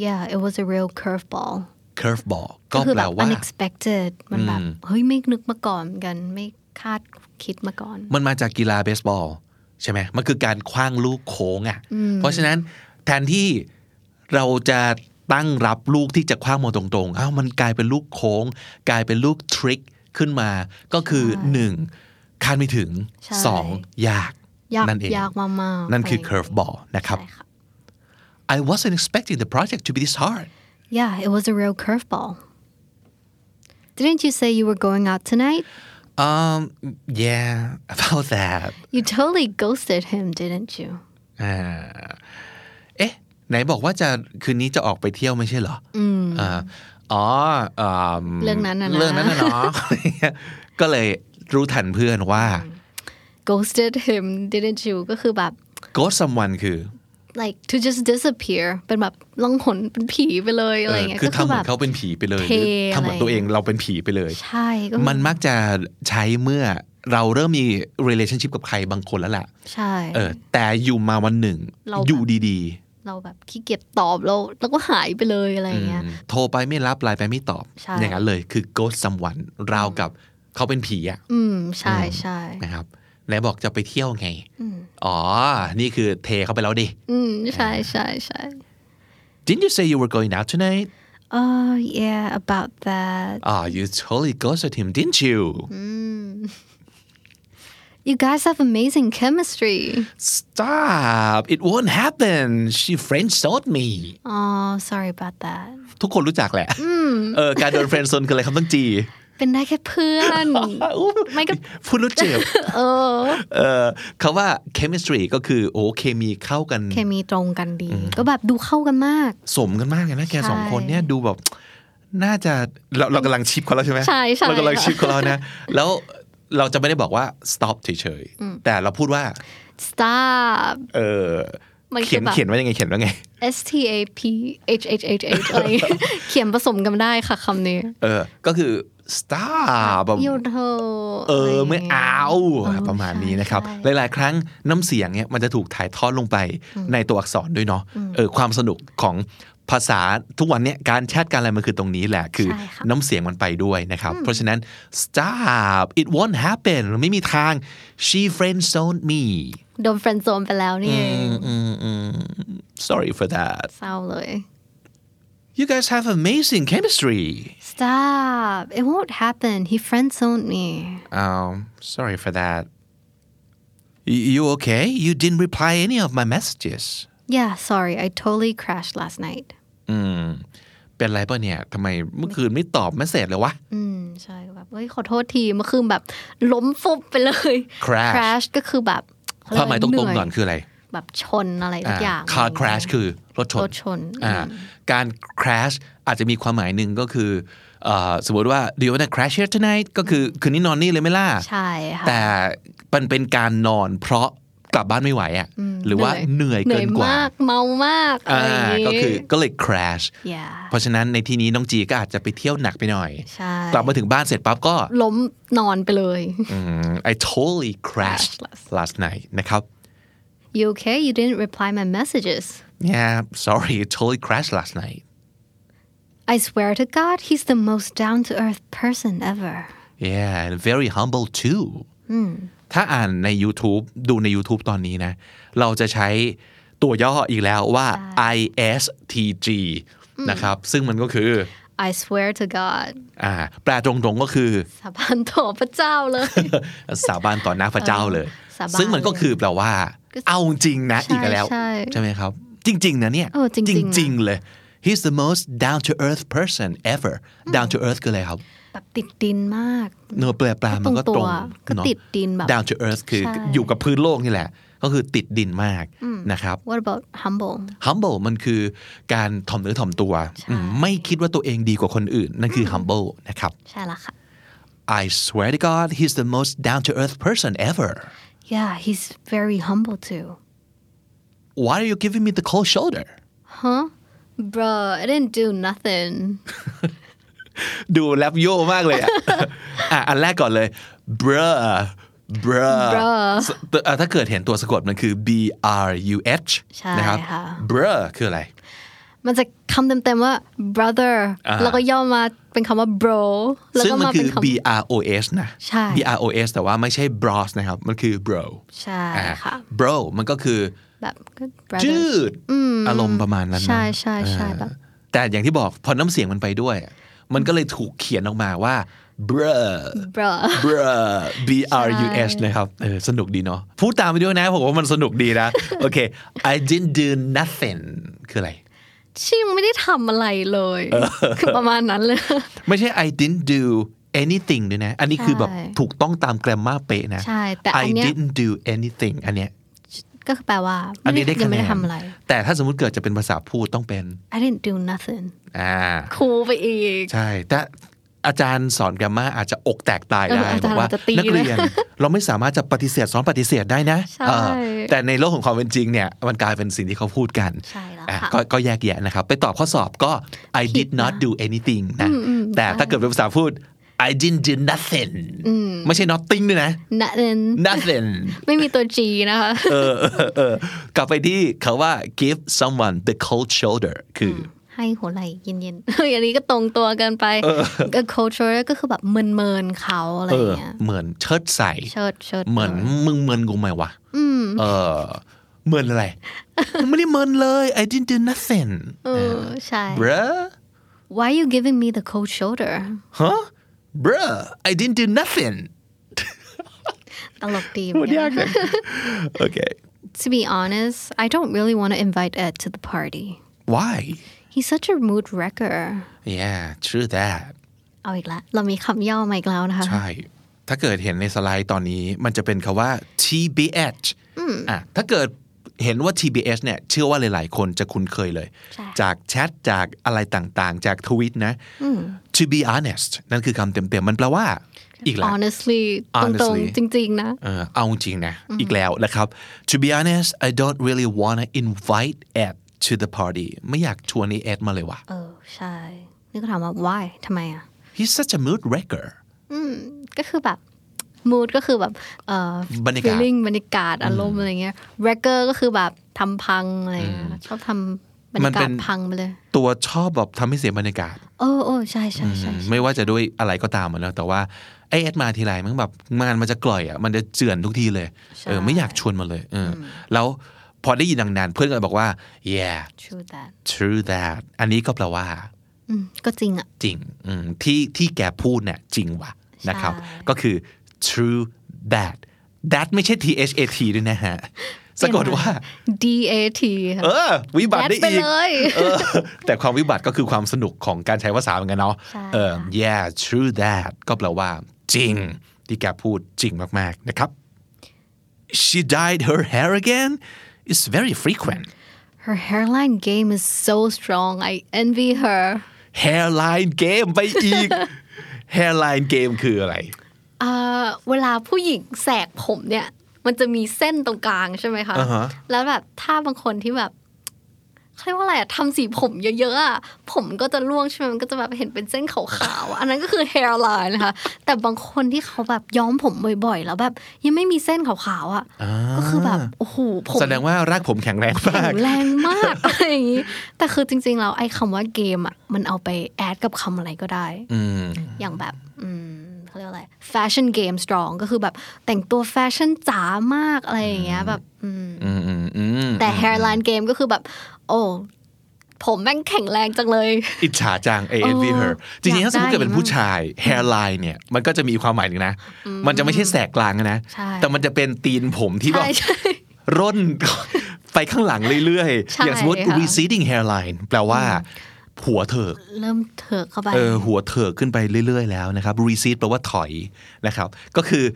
[SPEAKER 4] Yeah it was a real curveball
[SPEAKER 3] curveball ก็
[SPEAKER 4] ก็คือ
[SPEAKER 3] แปล
[SPEAKER 4] แบบ
[SPEAKER 3] ว่า
[SPEAKER 4] unexpected มันแบบเฮ้ยไม่นึกมาก่อนเหมือนกันไม่คาดคิดมาก่อน
[SPEAKER 3] มันมาจากกีฬาเบสบอล ใช่ไหม มันคือการคว้างลูกโค้งอะ่ะ เพราะฉะนั้นแทนที่เราจะตั้งรับลูกที่จะคว้างมาตรงๆ อ้าวมันกลายเป็นลูกโค้ง กลายเป็นลูกทริคขึ้นมา ก็คือหนึ่งคาดไม่ถึง
[SPEAKER 4] ใช่
[SPEAKER 3] สองยาก
[SPEAKER 4] ยาก
[SPEAKER 3] นั่นเอง
[SPEAKER 4] ยากมากๆ
[SPEAKER 3] นั่นคือ
[SPEAKER 4] ะไรย่างเงี้ย
[SPEAKER 3] curve ball นะครับ
[SPEAKER 4] ใช่ค่ะ
[SPEAKER 3] I wasn't expecting the project to be this hard
[SPEAKER 4] Yeah, it was a real curveball. Didn't you say you were going out tonight?
[SPEAKER 3] um yeah about that
[SPEAKER 4] You totally ghosted him, didn't you?
[SPEAKER 3] อ่าเอ๊ะ ไหนบอกว่าจะคืนนี้จะออกไปเที่ยวไม่ใช่เหรออืมอ๋อเอิ่ม
[SPEAKER 4] เรื่องนั้นน่ะนะ
[SPEAKER 3] เรื่องนั้นน่ะเนาะ ก็เลยรู้ทันเพื่อนว่า
[SPEAKER 4] Ghosted him, didn't you? ก็คือแบบ
[SPEAKER 3] ghost someone คือ
[SPEAKER 4] like to just disappear เป็นแบบล่องหนเป็นผีไปเลยอะไรอย่างเงี้ย
[SPEAKER 3] คือ
[SPEAKER 4] ก็
[SPEAKER 3] ทำ
[SPEAKER 4] คือ
[SPEAKER 3] เหมื
[SPEAKER 4] แบ
[SPEAKER 3] อบ นเขาเป็นผีไปเลย
[SPEAKER 4] เท
[SPEAKER 3] หรือทำเหมือน
[SPEAKER 4] อะไร
[SPEAKER 3] ตัวเองเราเป็นผีไปเลย
[SPEAKER 4] ใช่ก็คือ
[SPEAKER 3] มันมักจะใช้เมื่อเราเริ่มมี relationship กับใครบางคนแล้วแหละ
[SPEAKER 4] ใช่
[SPEAKER 3] เออ แต่อยู่มาวันหนึ่ง
[SPEAKER 4] เราแบบ
[SPEAKER 3] อยู่ดี
[SPEAKER 4] เราแบบขี้เกียจตอบแล้วแล้วก็หายไปเลยอะไรอย่างเงี้ย
[SPEAKER 3] ๆ โทรไปไม่รับไลน์ไปไม่ตอบ
[SPEAKER 4] ใช่
[SPEAKER 3] อย่างนั้นเลยคือ ghost someone ราวกับเขาเป็นผีอะ
[SPEAKER 4] อืมใช่ใช่
[SPEAKER 3] นะครับไหนบอกจะไปเที่ยวไง อ๋อ นี่คือเทเข้าไปแล้วดิ
[SPEAKER 4] อืมใช่ใช่ใช่
[SPEAKER 3] Didn't you say you were going out tonight?
[SPEAKER 4] Oh yeah about that
[SPEAKER 3] Ah, you totally ghosted him, didn't you?
[SPEAKER 4] you guys have amazing chemistry
[SPEAKER 3] stop it won't happen she French told me
[SPEAKER 4] oh sorry about that
[SPEAKER 3] ทุกคนรู้จักแหละเออการโดน friend zone คืออะไรครับต้องจี
[SPEAKER 4] เป็นได้แค่เพื่อน
[SPEAKER 3] อุ๊ย
[SPEAKER 4] ไม่ก็
[SPEAKER 3] พูดแล้วเจ็บ
[SPEAKER 4] เออ
[SPEAKER 3] เออคำว่า chemistry ก็คือโอ้เคมีเข้ากัน
[SPEAKER 4] เคมีตรงกันดี ก็แบบดูเข้ากันมาก
[SPEAKER 3] สมกันมากเลยนะแก
[SPEAKER 4] ใช่
[SPEAKER 3] สองคนเนี่ยดูแบบน่าจะเราเรากำลังชิปเขาแล้วใช่ไหม
[SPEAKER 4] ใช่ใช่
[SPEAKER 3] เรากำลังชิปเขาแล้ว นะ แล้วเราจะไม่ได้บอกว่า stop เฉยๆ แต่เราพูดว่า
[SPEAKER 4] stop
[SPEAKER 3] เออ
[SPEAKER 4] มันคือ
[SPEAKER 3] เขียน
[SPEAKER 4] แบบ
[SPEAKER 3] เขียนว่ายังไงเขียนว่าไง
[SPEAKER 4] S T A P H H H H อะไรอย่างเงี้ยเขียนผสมกันได้ค่ะคำนี้
[SPEAKER 3] เออ ก็คือ stop แบบ
[SPEAKER 4] you know
[SPEAKER 3] เออไม่
[SPEAKER 4] ะรย่งงี้ย
[SPEAKER 3] เอา
[SPEAKER 4] เออ
[SPEAKER 3] ประมาณ
[SPEAKER 4] ใช่
[SPEAKER 3] นี้นะครับ
[SPEAKER 4] ใช่
[SPEAKER 3] หลาย ๆ ครั้งน้ำเสียงเนี่ยมันจะถูกถ่ายทอดลงไปในตัวอักษรด้วยเนาะเออความสนุกของภาษาทุกวันเนี่ยการแชทการอะไรมันคือตรงนี้แหละคือ
[SPEAKER 4] ใช่ค่ะ
[SPEAKER 3] น้ำเสียงมันไปด้วยนะครับ เพราะฉะนั้น stop it won't happen ไม่มีทาง she friend zoned me
[SPEAKER 4] โดน friend zone ไปแล้วนี่เอง
[SPEAKER 3] อืมอืม sorry for that
[SPEAKER 4] เศร้าเลย
[SPEAKER 3] you guys have amazing chemistry
[SPEAKER 4] stop it won't happen he friend zoned me
[SPEAKER 3] um sorry for that You- you okay you didn't reply any of my messages
[SPEAKER 4] yeah sorry I totally crashed last night
[SPEAKER 3] เป็นไรป่ะเนี่ย ทำไมเมื่อคืนไม่ตอบไม่เสร็จเลยวะ
[SPEAKER 4] อืมใช่แบบเฮ้ยขอโทษทีเมื่อคืนแบบล้มฟุบไปเลย
[SPEAKER 3] Crash
[SPEAKER 4] crash ก็คือแบบ
[SPEAKER 3] ความหมายตรงๆก่อน
[SPEAKER 4] เย
[SPEAKER 3] คืออะไร
[SPEAKER 4] แบบชนอะไรทุกอย่าง
[SPEAKER 3] คาร์คราชคือรถชน
[SPEAKER 4] รถชน
[SPEAKER 3] อ่าการ crash อาจจะมีความหมายหนึ่งก็คือเอ่อสมมติว่า do you wanna crash here tonight ก็คือคืนนี้นอนนี่เลยไหม่ล่ะ
[SPEAKER 4] ใช่ค่ะ
[SPEAKER 3] แต่มันเป็นการนอนเพราะกลับบ้านไม่ไหวอ่ะหรือว่าเหนื่อยเกินกว่า
[SPEAKER 4] เหนื่อยมากเมามากอะไรอย่างงี้
[SPEAKER 3] อ่าก็คือก็เลย crash
[SPEAKER 4] yeah
[SPEAKER 3] เพราะฉะนั้นในที่นี้น้องจีก็อาจจะไปเที่ยวหนักไปหน่อย
[SPEAKER 4] ใช่
[SPEAKER 3] กลับมาถึงบ้านเสร็จปั๊บก็
[SPEAKER 4] ล้มนอนไปเลย
[SPEAKER 3] อืม I totally crashed last night นะครับ
[SPEAKER 4] you okay you didn't reply my messages
[SPEAKER 3] Yeah sorry I totally crashed last night
[SPEAKER 4] I swear to God he's the most down to earth person ever
[SPEAKER 3] yeah and very humble too ถ้าอ่านใน YouTube ดูใน YouTube ตอนนี้นะ เราจะใช้ตัวย่ออีกแล้วว่า ISTG นะครับ ซึ่งมันก็คือ
[SPEAKER 4] I swear to God
[SPEAKER 3] อ่าแปลตรงๆก็คือ
[SPEAKER 4] สาบานต่อพระเจ้าเลย
[SPEAKER 3] สาบานต่อหน้าพระเจ้าเลย
[SPEAKER 4] สาบาน
[SPEAKER 3] ซึ่งมันก็คือแปลว่า เอาจริงนะ
[SPEAKER 4] ใช่
[SPEAKER 3] อีกแล้ว
[SPEAKER 4] ใช่
[SPEAKER 3] ใช่ไหมครับ จริง ๆ นะเนี่ย
[SPEAKER 4] เออจริงๆนะ
[SPEAKER 3] จริง ๆ เลย he's the most down to earth person ever down to earth คืออะไรครับ
[SPEAKER 4] แบบติดดินมาก
[SPEAKER 3] เนื้อแปลปลามันก็ตรง
[SPEAKER 4] ก็ตรงตัวก็
[SPEAKER 3] เนอะ
[SPEAKER 4] ติดดินแบบ
[SPEAKER 3] down to earth คือ
[SPEAKER 4] ใช่
[SPEAKER 3] อยู่กับพื้นโลกนี่แหละ ก็คือติดดินมากนะครับ
[SPEAKER 4] What about humble
[SPEAKER 3] humble มันคือการถ่อมเนื้อถ่อมตัวอืมไม่คิดว่าตัวเองดีกว่าคนอื่น นั่นคือ humble นะครับ
[SPEAKER 4] ใช่ละค่ะ
[SPEAKER 3] I swear to God he's the most down to earth person ever
[SPEAKER 4] Yeah he's very humble too
[SPEAKER 3] why are you giving me the cold shoulder
[SPEAKER 4] Huh bro I didn't do nothing
[SPEAKER 3] ดูแรปโยมากเลย อะ อ่ะ อันแรกก่อนเลย bruh bruh
[SPEAKER 4] Bruh
[SPEAKER 3] สเอ่อถ้าเกิดเห็นตัวสะกดมันคือ b r u h
[SPEAKER 4] ใช่
[SPEAKER 3] นะครับ
[SPEAKER 4] ค่ะ
[SPEAKER 3] bruh คืออะไร
[SPEAKER 4] มันจะคำเต็มๆว่า brother
[SPEAKER 3] อ่า
[SPEAKER 4] แล้วก็ย่อมาเป็นคำว่า bro แล้ว
[SPEAKER 3] ซึ่ง
[SPEAKER 4] ก็
[SPEAKER 3] มัน
[SPEAKER 4] มา
[SPEAKER 3] คื
[SPEAKER 4] เป็
[SPEAKER 3] อ
[SPEAKER 4] นคำ
[SPEAKER 3] b r o s นะ
[SPEAKER 4] ใช่
[SPEAKER 3] b r o s แต่ว่าไม่ใช่ bros นะครับ มันคือ bro
[SPEAKER 4] ใช่
[SPEAKER 3] อ่า
[SPEAKER 4] ค่ะ
[SPEAKER 3] bro มันก็คือ
[SPEAKER 4] แบบก็ brother
[SPEAKER 3] จืดอารมณ์ประมาณนั้นนะ
[SPEAKER 4] ใช่ใช่ใช่แบบ
[SPEAKER 3] แต่อย่างที่บอกพอน้ำเสียงมันไปด้วย มันก็เลยถูกเขียนออกมาว่า bruh
[SPEAKER 4] bro
[SPEAKER 3] bruh b r u s นะครับเออสนุกดีเนาะพูดตามไปด้วยนะ ผมว่ามันสนุกดี นะ โอเค I didn't do nothing คืออะไร
[SPEAKER 4] ชิงไม่ได้ทำอะไรเลย คือประมาณนั้นเลย
[SPEAKER 3] ไม่ใช่ I didn't do anything ด้วยนะ อันนี้คือแบบ
[SPEAKER 4] ใช่
[SPEAKER 3] ถูกต้องตามแกรมมาเป๊ะนะ
[SPEAKER 4] ใช่แต่อั
[SPEAKER 3] I
[SPEAKER 4] นเนี้ย
[SPEAKER 3] didn't do anything อันเนี้ย
[SPEAKER 4] ก็คือแปลว่า
[SPEAKER 3] อันนี้ได้
[SPEAKER 4] ยั
[SPEAKER 3] คะแน
[SPEAKER 4] งไม่
[SPEAKER 3] น
[SPEAKER 4] ได้ทำอะไร
[SPEAKER 3] แต่ถ้าสมมติเกิดจะเป็นภาษาพูดต้องเป็น
[SPEAKER 4] I didn't do nothing
[SPEAKER 3] อ่า
[SPEAKER 4] คูลไปอีก
[SPEAKER 3] ใช่ แต่อาจารย์สอนแกรมมาอาจจะอกแตกตายได้
[SPEAKER 4] เอออา
[SPEAKER 3] บ
[SPEAKER 4] จารย์
[SPEAKER 3] อกว่า
[SPEAKER 4] อาจจะตี
[SPEAKER 3] นักเรียน เราไม่สามารถจะปฏิเสธสอนปฏิเสธได้นะ
[SPEAKER 4] ใช่
[SPEAKER 3] เออแต่ในโลกของความเป็นจริงเนี่ย มันกลายเป็นสิ่งที่เขาพูดกัน
[SPEAKER 4] ใช่แล้ว
[SPEAKER 3] อ่ะ
[SPEAKER 4] ค่ะ
[SPEAKER 3] ก็ก็แยกแยะนะครับ ไปตอบข้อสอบก็ I
[SPEAKER 4] ผิ
[SPEAKER 3] did
[SPEAKER 4] ด
[SPEAKER 3] not
[SPEAKER 4] นะ
[SPEAKER 3] do anything นะ แต่ถ้าเกิดเป็นภาษาพูด I didn't do nothing ไม่ใช่ nothing ด้วยนะ
[SPEAKER 4] nothing
[SPEAKER 3] nothing
[SPEAKER 4] ไม่มีตัว G นะคะ
[SPEAKER 3] เออเออเออกลับไปที่คาว่า give someone the cold shoulder คือ
[SPEAKER 4] ให้หัวไหล่เย็นๆเฮ้ย อันนี้ก็ตรงตัวเกินไปก็ culture ก็คือแบบเมินๆเขาอะไร
[SPEAKER 3] เอ
[SPEAKER 4] อ
[SPEAKER 3] อ
[SPEAKER 4] ย่า
[SPEAKER 3] ง
[SPEAKER 4] เงี้ย
[SPEAKER 3] เหมือนเชิดใส่
[SPEAKER 4] เชิดเชิด
[SPEAKER 3] เหมือนมึงเมินกูไหมวะเออเมินอะไร ไม่ได้เมินเลย I didn't do nothing
[SPEAKER 4] เออใช่
[SPEAKER 3] bruh
[SPEAKER 4] why you giving me the cold shoulder
[SPEAKER 3] huh bruh I didn't do nothing
[SPEAKER 4] ตลกดีเหมื
[SPEAKER 3] พูดย
[SPEAKER 4] อนกัน
[SPEAKER 3] ากจังโอเค
[SPEAKER 4] To be honest, I don't really want to invite Ed to the party.
[SPEAKER 3] why
[SPEAKER 4] He's such a mood wrecker.
[SPEAKER 3] yeah true that
[SPEAKER 4] เอาอีกแล้วเรามีคำย่อมาอีกแล้วนะคะ
[SPEAKER 3] ใช่ ถ้าเกิดเห็นในสไลด์ตอนนี้มันจะเป็นคำว่า tbh อ่ะถ้าเกิดเห็นว่า tbh เนี่ย เชื่อว่าหลาย ๆ คนจะคุ้นเคยเลย
[SPEAKER 4] ใช่
[SPEAKER 3] จากแชทจากอะไรต่างๆ จากทวิตนะ to be honest นั่นคือคำเต็ม ๆ มันแปลว่า อีกแล้ว
[SPEAKER 4] Honestly ต
[SPEAKER 3] Honestly
[SPEAKER 4] รงๆ จริงๆนะ
[SPEAKER 3] เออเอาจริงนะ อีกแล้วนะครับ to be honest I don't really wanna invite Ed to the party ไม่อยากชวนไอ้ Ed มาเลยว่ะ
[SPEAKER 4] เออ ใช่ นี่ก็ถามว่า why ทำไมอ่ะ
[SPEAKER 3] he's such a mood wrecker
[SPEAKER 4] ก็คือแบบ mood ก็คือแบบเอ่อ
[SPEAKER 3] บรรยากาศ
[SPEAKER 4] feeling บรรยากาศอารมณ์อะไรเงี้ย wrecker ก็คือแบบทำพังอะไรเงี้ยชอบทำบรร
[SPEAKER 3] มั
[SPEAKER 4] ยาน กา
[SPEAKER 3] เป็
[SPEAKER 4] ศ
[SPEAKER 3] น
[SPEAKER 4] พังไปเลย
[SPEAKER 3] ตัวชอบแบบทำให้เสียบรรยากาศ
[SPEAKER 4] โอ้โอ้ใช่ใช่ใช่ใช่
[SPEAKER 3] ไม่ว่าจะด้วยอะไรก็ตามอะแล้วแต่ว่าไอเอสมาทีไรมันแบบงานมันจะกล่อยอ่ะมันจะเจือนทุกทีเลย
[SPEAKER 4] ใช่
[SPEAKER 3] เออไม่อยากชวนมาเลยเอออแล้วพอได้ยินดังนั้นเพื่อนก็เลยบอกว่า yeah
[SPEAKER 4] true that
[SPEAKER 3] true that อันนี้ก็แปลว่า
[SPEAKER 4] อืมก็จริงอ่ะ
[SPEAKER 3] จริงอืมที่ที่แกพูดเนี่ยจริงว่ะนะครับ
[SPEAKER 4] ใช่
[SPEAKER 3] ก็คือ true that that ไม่ใช่ that ด้วยนะฮะสะกดว่า
[SPEAKER 4] D A T
[SPEAKER 3] เออ วิบัติได้
[SPEAKER 4] แดดไป
[SPEAKER 3] อีก
[SPEAKER 4] เลย
[SPEAKER 3] เออแต่ความวิบัติก็คือความสนุกของการใช้ภาษาเหมือนกันเนาะ
[SPEAKER 4] ใช่
[SPEAKER 3] เออ yeah true that ก็แปลว่า จริง ที่แกพูดจริงมากๆนะครับ she dyed her hair again is very frequent
[SPEAKER 4] her hairline game is so strong I envy her
[SPEAKER 3] hairline game ไปอี ก hairline game คืออะไร
[SPEAKER 4] เอ่อเวลาผู้หญิงแสกผมเนี่ย มันจะมีเส้นตรงกลางใช่ไหมคะ
[SPEAKER 3] อ่าฮะ
[SPEAKER 4] แล้วแบบถ้าบางคนที่แบบเขาเรียกว่าอะไรอะทำสีผมเยอะๆอะผมก็จะร่วงใช่ไหมมันก็จะแบบเห็นเป็นเส้นขาวๆอะอันนั้นก็คือ hairline นะคะ แต่บางคนที่เขาแบบย้อมผมบ่อยๆ แล้วแบบ ยังไม่มีเส้นขาวๆอะก็คือแบบโอ้โหผม
[SPEAKER 3] แสดงว่ารากผมแข็งแรงมาก
[SPEAKER 4] แข็งแรงมาก อะไรอย่างนี้ แต่คือจริงๆแล้วไอ้คำว่าเกมอ่ะ มันเอาไปแอดกับคำอะไรก็ได้
[SPEAKER 3] อืม
[SPEAKER 4] อย่างแบบ อืมเขาเรียกว่าอะไร fashion game strong ก็คือแบบแต่งตัวแฟชั่นจ๋ามากอะไรอย่างเงี้ยแบบอืม
[SPEAKER 3] อืมอืมอืม
[SPEAKER 4] แต่ hairline game ก็คือแบบ โอ้ ผมแม่งแข็งแรงจังเลย
[SPEAKER 3] อิจฉาจัง A N V
[SPEAKER 4] เออ
[SPEAKER 3] her จริงๆ
[SPEAKER 4] อยาก
[SPEAKER 3] ถ้าสมมติ
[SPEAKER 4] ได้
[SPEAKER 3] เกิดเป็น
[SPEAKER 4] มาก
[SPEAKER 3] ผู้ชาย hairline เนี่ย มันก็จะมีความหมายหนึ่งนะ มันจะไม่ใช่แสกกลางนะ
[SPEAKER 4] ใช่
[SPEAKER 3] แต่มันจะเป็นตีนผมที่แบบ
[SPEAKER 4] ใช่ใช่
[SPEAKER 3] ร่น ไปข้างหลังเรื่อย
[SPEAKER 4] ใช่
[SPEAKER 3] ๆ อย่างสมมติ
[SPEAKER 4] ค่ะ
[SPEAKER 3] receding hairline แปลว่าหัวเถิก
[SPEAKER 4] เริ่มเถิกเข้าไป
[SPEAKER 3] เออหัวเถิกขึ้นไปเรื่อย ๆ แล้วนะครับ recede แปลว่าถอยนะครับ ก็คือ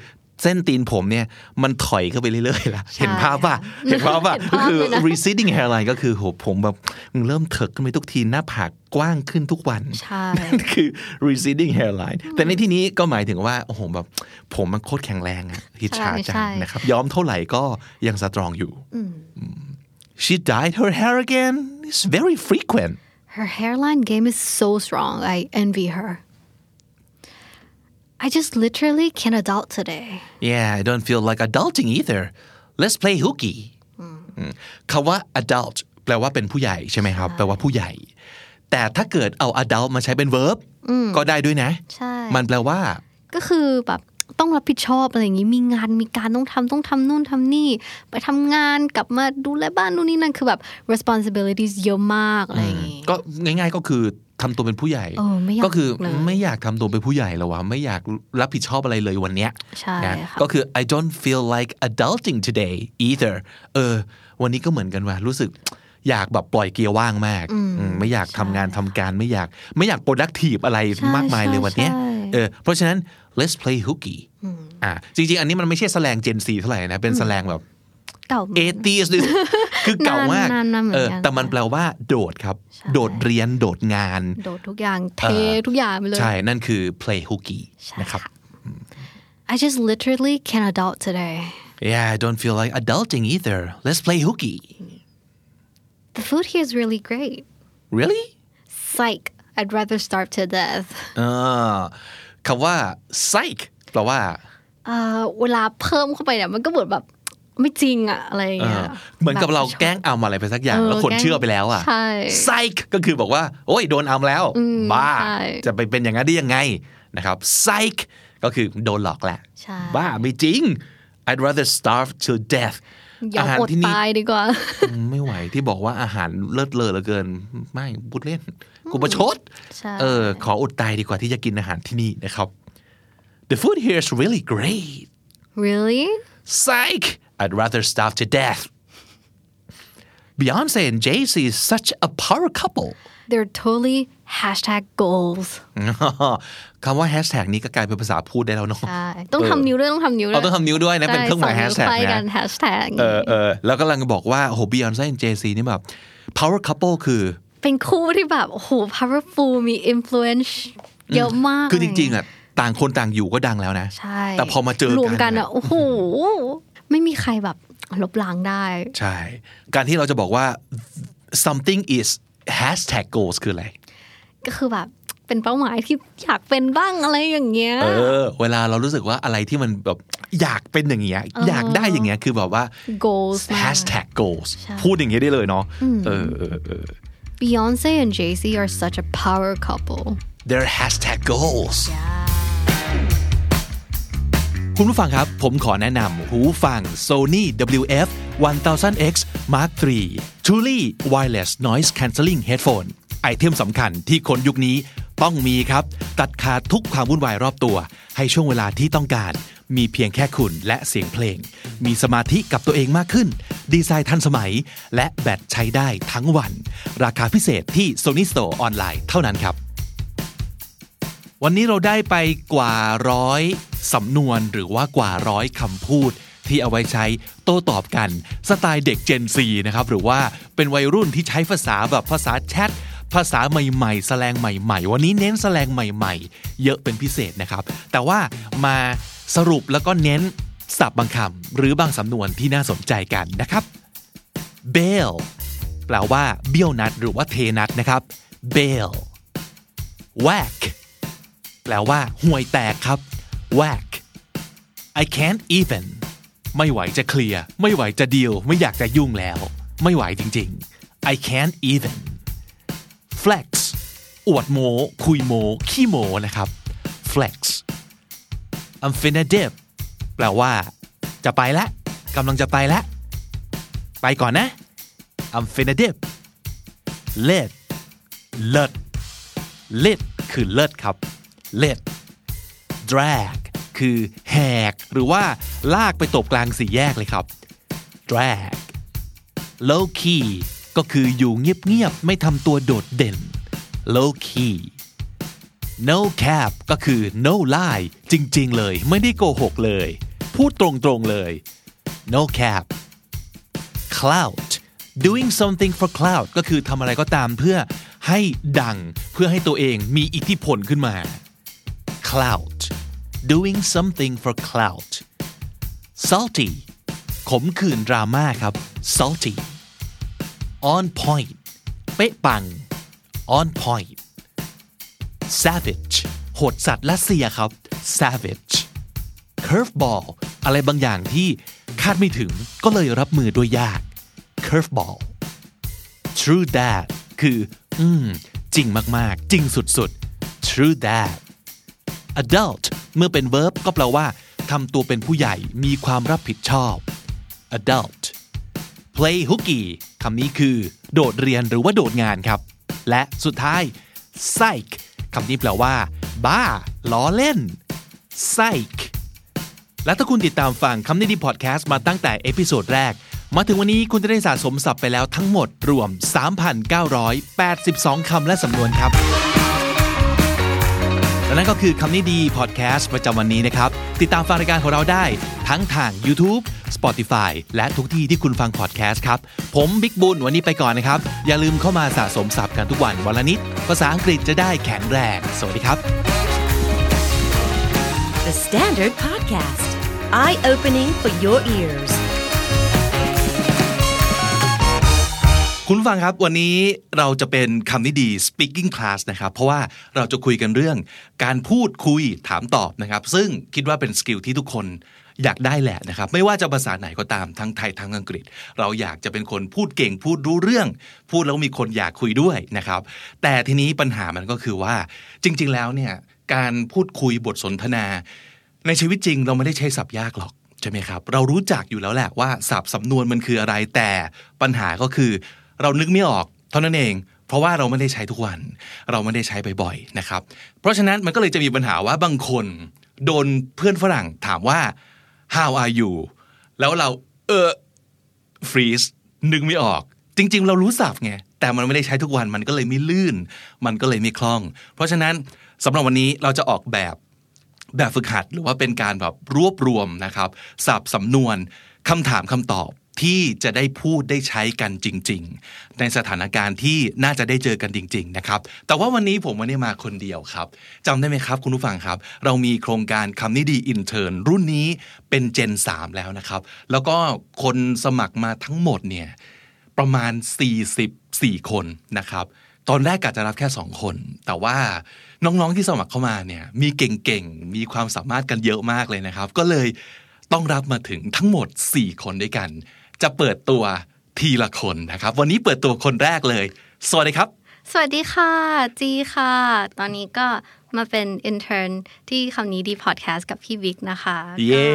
[SPEAKER 3] เส้นตีนผมเนี่ย มันถอยเข้าไปเรื่อยๆแล้วเห็นภาพป่ะ เห็นภาพป่ะ
[SPEAKER 4] เห็น
[SPEAKER 3] ก็
[SPEAKER 4] ภาพ
[SPEAKER 3] คือ
[SPEAKER 4] เลยนะ
[SPEAKER 3] receding hairline ก็คือโหผมแบบมันเริ่มเถิกขึ้นไปทุกทีหน้าผากกว้างขึ้นทุกวัน
[SPEAKER 4] ใช่
[SPEAKER 3] นั่ นคือ receding hairline แต่ในที่นี้ก็หมายถึงว่า โอ้โหแบบผมมันโคตรแข็งแรงอะฮิตชาจัง
[SPEAKER 4] ใช่
[SPEAKER 3] นะครับ ย้อมเท่าไหร่ก็ยังสตรองอยู่ she dyed her hair again it's very frequent
[SPEAKER 4] Her hairline game is so strong. I envy her. I just literally can't adult today.
[SPEAKER 3] Yeah, I don't feel like adulting either. Let's play hooky. อืมคำว่า adult แปลว่าเป็นผู้ใหญ่ใช่ไหมครับ แปลว่าผู้ใหญ่ แต่ถ้าเกิดเอา adult มาใช้เป็น verb ก็ได้ด้วยนะ
[SPEAKER 4] ใช่
[SPEAKER 3] มันแปลว่า
[SPEAKER 4] ก็คือแบบต้องรับผิดชอบอะไรอย่างนี้มีงานมีการต้องทำต้องทำนู่นทำนี่ ไปทำงานกลับมาดูแลบ้านนู่นนี่นั่นคือแบบ responsibilities เยอะมากอะไรอย่างนี้
[SPEAKER 3] ก็ง่ายๆก็คือทำตัวเป็นผู้ใหญ่
[SPEAKER 4] เออไม่อยาก
[SPEAKER 3] ก็คือ
[SPEAKER 4] เลย
[SPEAKER 3] ไม่อยากทำตัวเป็นผู้ใหญ่แล้ววะไม่อยากรับผิดชอบอะไรเลยวันเนี้ย
[SPEAKER 4] ใช่
[SPEAKER 3] นะ
[SPEAKER 4] ค่ะ
[SPEAKER 3] ก็คือ I don't feel like adulting today either เออ วันนี้ก็เหมือนกันว่ารู้สึกอยากแบบปล่อยเกียร์ว่างมากอืมไม่อยากทำงานทำการไม่อยาก ไม่อยาก productive อะไรมากมายเลยวันเนี้ย
[SPEAKER 4] ใช่ใช่
[SPEAKER 3] เออเพราะฉะนั้น let's play hooky อ่าจริงๆ อันนี้มันไม่ใช่แสลง Gen Z เท่าไหร่นะ เป็นแสลงแบบ
[SPEAKER 4] เก่า
[SPEAKER 3] เอตี สคือเก่ามาก
[SPEAKER 4] นานนานเหมือนกัน
[SPEAKER 3] เออแต่มันแปลว่า โดดครับ โดดเรียนโดดงาน
[SPEAKER 4] โดดทุกอย่างเท
[SPEAKER 3] เออ
[SPEAKER 4] ทุกอย่างไปเลย
[SPEAKER 3] ใช่ นั่นคือ play hooky นะครับ
[SPEAKER 4] I just literally can't adult today
[SPEAKER 3] Yeah I don't feel like adulting either let's play hooky
[SPEAKER 4] The food here is really great
[SPEAKER 3] really
[SPEAKER 4] Psych I'd rather starve to death
[SPEAKER 3] เออคำว่า psych แปลว่า
[SPEAKER 4] เอ่อเวลาเพิ่มเข้าไปเนี่ยมันก็เหมือนแบบไม่จริงอะอะไรอย่าง
[SPEAKER 3] เอ
[SPEAKER 4] เงี้
[SPEAKER 3] อย เหมือนกับเรา
[SPEAKER 4] ช
[SPEAKER 3] แกล้งเอาอะไรไปสักอย่าง
[SPEAKER 4] เออ
[SPEAKER 3] แล้วคนเชื่อไปแล้วอ่ะ
[SPEAKER 4] ใช่
[SPEAKER 3] psych ก็คือบอกว่า โอ้ยโดนเอาแล้ว บ้า
[SPEAKER 4] ใช่
[SPEAKER 3] จะไปเป็นอย่างนั้นได้ยังไงนะครับ psych ก็คือโดนหลอกแหละ
[SPEAKER 4] ใช่
[SPEAKER 3] บ้าไม่จริง I'd rather starve till death
[SPEAKER 4] อย่าอด
[SPEAKER 3] ที่นี่
[SPEAKER 4] ตายดีกว่า
[SPEAKER 3] อืมไม่ไหวที่บอกว่าอาหารเลิศเลอเหลือเกิน ไม่พูดเล่น กูประชด
[SPEAKER 4] ใช่
[SPEAKER 3] เออ ขออดตายดีกว่าที่จะกินอาหารที่นี่นะครับ The food here is really great
[SPEAKER 4] really
[SPEAKER 3] Psych! I'd rather starve to death. Beyonce and Jay Z is such a power couple.
[SPEAKER 4] they're totally hashtag goals
[SPEAKER 3] คำว่าแฮชแท็กนี้ก็กลายเป็นภาษาพูดได้แล้วเนาะ
[SPEAKER 4] ใช่ต้องทำนิ้วด้วยต้องทำนิ้วด้ว
[SPEAKER 3] เรา
[SPEAKER 4] ย
[SPEAKER 3] ต้องทำนิ้วด้วยนะ เป็นเครื่องหมายแฮชแท็ก
[SPEAKER 4] ใช่สองนิ้วไขว้กั
[SPEAKER 3] นะ
[SPEAKER 4] น hashtag
[SPEAKER 3] เออเออแล้วกำลังบอกว่าโอ้โหบียอนเซ่กับเจซีนี่แบบ power couple คือ
[SPEAKER 4] เป็นคู่ที่แบบโอ้โห powerful มี influence เยอะมาก
[SPEAKER 3] คือจริงๆอ่ะต่างคนต่างอยู่ก็ดังแล้วนะ
[SPEAKER 4] ใช่
[SPEAKER 3] แต่พอมาเจอกัน
[SPEAKER 4] รวมกัน
[SPEAKER 3] อะ
[SPEAKER 4] อ่ะโอ้โห ไม่มีใครแบบลบล้างได้
[SPEAKER 3] ใช่ การที่เราจะบอกว่า something is hashtag goals คืออะไร
[SPEAKER 4] ก็คือแบบ เป็นเป้าหมายที่อยากเป็นบ้างอะไรอย่างเงี้ย
[SPEAKER 3] เออ เวลาเรารู้สึกว่าอะไรที่มันแบบอยากเป็นอย่างเงี้ย อยากได้อย่างเงี้ย คือแบบว่า
[SPEAKER 4] goals มาก
[SPEAKER 3] hashtag goals พูดอย่างเงี้ยได้เลยเนาะ เออเออเออ
[SPEAKER 4] Beyonce and Jay Z are such a power couple
[SPEAKER 3] their hashtag goals คุณผู้ฟังครับ ผมขอแนะนำหูฟัง Sony WF 1000X Mark III Truly Wireless Noise Cancelling Headphone ไอเทมสำคัญที่คนยุคนี้ต้องมีครับ ตัดขาดทุกความวุ่นวายรอบตัว ให้ช่วงเวลาที่ต้องการ มีเพียงแค่คุณและเสียงเพลง มีสมาธิกับตัวเองมากขึ้น ดีไซน์ทันสมัย และแบตใช้ได้ทั้งวัน ราคาพิเศษที่ Sony Store ออนไลน์เท่านั้นครับ วันนี้เราได้ไปกว่าร้อยสำนวนหรือว่ากว่าร้อยคำพูด ที่เอาไว้ใช้โต้ตอบกัน สไตล์เด็ก Gen Z นะครับ หรือว่าเป็นวัยรุ่นที่ใช้ภาษาแบบภาษาแชท ภาษาใหม่ๆ แสแลงใหม่ ๆ วันนี้เน้นแสแลงใหม่ๆ เยอะเป็นพิเศษนะครับ แต่ว่ามาสรุปแล้วก็เน้นศัพท์บางคำหรือบางสำนวนที่น่าสนใจกันนะครับ bail แปลว่าเบี้ยวนัดหรือว่าเทนัดนะครับ bail whack แปลว่าห่วยแตกครับ whack I can't even ไม่ไหวจะเคลียร์ ไม่ไหวจะดีล ไม่อยากจะยุ่งแล้ว ไม่ไหวจริงๆ I can't even flex อวดโมคุยโม ขี้โมนะครับ flex I'm finna dip แปลว่า จะไปละกำลังจะไปละ ไปก่อนนะ I'm finna dip lit เลิศ lit คือเลิศครับ lit drag คือแหก หรือว่าลากไปตบกลางสี่แยกเลยครับ drag low key ก็คืออยู่เงียบๆ ไม่ทำตัวโดดเด่น low key no cap ก็คือ no lie จริงๆ เลย ไม่ได้โกหกเลย พูดตรงๆเลย no cap clout doing something for clout ก็คือทำอะไรก็ตามเพื่อให้ดังเพื่อให้ตัวเองมีอิทธิพลขึ้นมา clout doing something for clout salty ขมขื่นดราม่าครับ salty on point เป๊ะปัง on point savage โหดสัตว์รัสเซียครับ savage curveball อะไรบางอย่างที่คาดไม่ถึงก็เลยรับมือด้วยยาก curveball true that คือ อืม จริงมาก ๆ จริงสุด ๆ true that adult เมื่อเป็น verb ก็แปลว่าทำตัวเป็นผู้ใหญ่มีความรับผิดชอบ adult play hooky คำนี้คือ โดดเรียนหรือว่าโดดงานครับ และสุดท้าย psych คำนี้แปลว่า บ้า ล้อเล่น psych และถ้าคุณติดตามฟังคำนี้ดีพอดแคสต์มาตั้งแต่เอพิโซดแรก มาถึงวันนี้คุณจะได้สะสมศัพท์ไปแล้วทั้งหมดรวม 3,982 คำและสำนวนครับ และนั่นก็คือคำนี้ดีพอดแคสต์ประจำวันนี้นะครับ ติดตามฟังรายการของเราได้ทั้งทาง YouTube Spotify และทุกที่ที่คุณฟังพอดแคสต์ครับ ผมบิ๊กบุญวันนี้ไปก่อนนะครับ อย่าลืมเข้ามาสะสมศัพท์กันทุกวันวันละนิด ภาษาอังกฤษจะได้แข็งแรง สวัสดีครับ
[SPEAKER 2] The Standard Podcast, eye opening for your ears.
[SPEAKER 3] คุณผู้ฟังครับวันนี้เราจะเป็นคำนิดี speaking class นะครับ เพราะว่าเราจะคุยกันเรื่อง การพูดคุยถามตอบนะครับ ซึ่งคิดว่าเป็นสกิลที่ทุกคนอยากได้แหละนะครับ ไม่ว่าจะภาษาไหนก็ตามทั้งไทยทั้งอังกฤษ เราอยากจะเป็นคนพูดเก่งพูดรู้เรื่อง พูดแล้วมีคนอยากคุยด้วยนะครับ แต่ทีนี้ปัญหามันก็คือว่า จริง ๆ แล้วเนี่ยการพูดคุยบทสนทนา ในชีวิตจริงเราไม่ได้ใช้ศัพท์ยากหรอกใช่ไหมครับ เรารู้จักอยู่แล้วแหละว่าศัพท์สำนวนมันคืออะไรแต่ปัญหาก็คือ เรานึกไม่ออก เท่านั้นเอง เพราะว่าเราไม่ได้ใช้ทุกวัน เราไม่ได้ใช้บ่อยๆนะครับ เพราะฉะนั้นมันก็เลยจะมีปัญหาว่าบางคน โดนเพื่อนฝรั่งถามว่า
[SPEAKER 5] how are you แล้วเราเออ freeze
[SPEAKER 3] นึกไม่ออก จริง ๆ เรารู้ศัพท์ไง แต่มันไม่ได้ใช้ทุกวันมันก็เลยไม่ลื่น มันก็เลยไม่คล่อง เพราะฉะนั้นสำหรับวันนี้เราจะออกแบบแบบฝึกหัดหรือว่าเป็นการแบบรวบรวมนะครับศัพท์สำนวนคำถามคำตอบที่จะได้พูดได้ใช้กันจริง ๆ ในสถานการณ์ที่น่าจะได้เจอกันจริง ๆ นะครับ แต่ว่าวันนี้ผมไม่ได้มาคนเดียวครับจำได้ไหมครับ คุณผู้ฟังครับ เรามีโครงการคำนิดีอินเทอร์นรุ่นนี้เป็นเจน 3 แล้วนะครับ แล้วก็คนสมัครมาทั้งหมดเนี่ย ประมาณ 44 คนนะครับ ตอนแรกกะจะรับแค่ 2 คน แต่ว่าน้องๆที่สมัครเข้ามาเนี่ย มีเก่งๆ มีความสามารถกันเยอะมากเลยนะครับ ก็เลยต้องรับมาถึงทั้งหมด 4 คนด้วยกัน จะเปิดตัวทีละคนนะครับ วันนี้เปิดตัวคนแรกเลย สวัสดีครับ
[SPEAKER 4] สวัสดีค่ะ จีค่ะ ตอนนี้ก็มาเป็นอินเทอร์นที่คำนี้ดีพอดแคสต์กับพี่บิ๊กนะคะ
[SPEAKER 3] เย้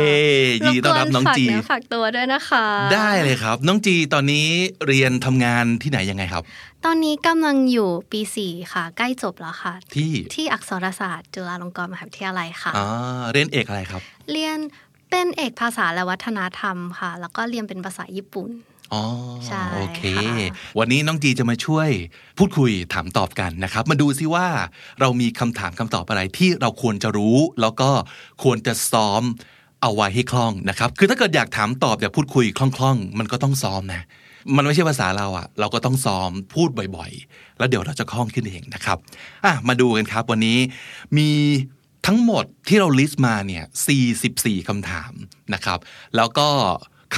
[SPEAKER 3] ยินดีต้อนรับน้องจี
[SPEAKER 4] รบกวนฝากเนื้อฝากตัวด้วยนะคะ
[SPEAKER 3] ได้เลยครับ น้องจีตอนนี้เรียนทำงานที่ไหนยังไงครับ
[SPEAKER 4] ตอนนี้กำลังอยู่ปีสี่ค่ะ ใกล้จบแล้วค่ะ
[SPEAKER 3] ที่
[SPEAKER 4] ที่อักษรศาสตร์จุฬาลงกรณ์มหาวิทยาลัยค่ะ
[SPEAKER 3] อ่าเรียนเอกอะไรครับ
[SPEAKER 4] เรียนเป็นเอกภาษาและวัฒนธรรมค่ะ แล้วก็เรียนเป็นภาษาญี่ปุ่น
[SPEAKER 3] อ๋อ
[SPEAKER 4] ใช่
[SPEAKER 3] โอเค
[SPEAKER 4] ค่ะ
[SPEAKER 3] วันนี้น้องจีจะมาช่วยพูดคุยถามตอบกันนะครับ มาดูซิว่าเรามีคำถามคำตอบอะไรที่เราควรจะรู้ แล้วก็ควรจะซ้อมเอาไว้ให้คล่องนะครับ คือถ้าเกิดอยากถามตอบอยากพูดคุยคล่องๆ มันก็ต้องซ้อมนะ มันไม่ใช่ภาษาเราอะเราก็ต้องซ้อมพูดบ่อยๆ แล้วเดี๋ยวเราจะคล่องขึ้นเองนะครับอ่ะมาดูกันครับวันนี้มีทั้งหมดที่เราลิสต์มาเนี่ย 44คำถามนะครับ แล้วก็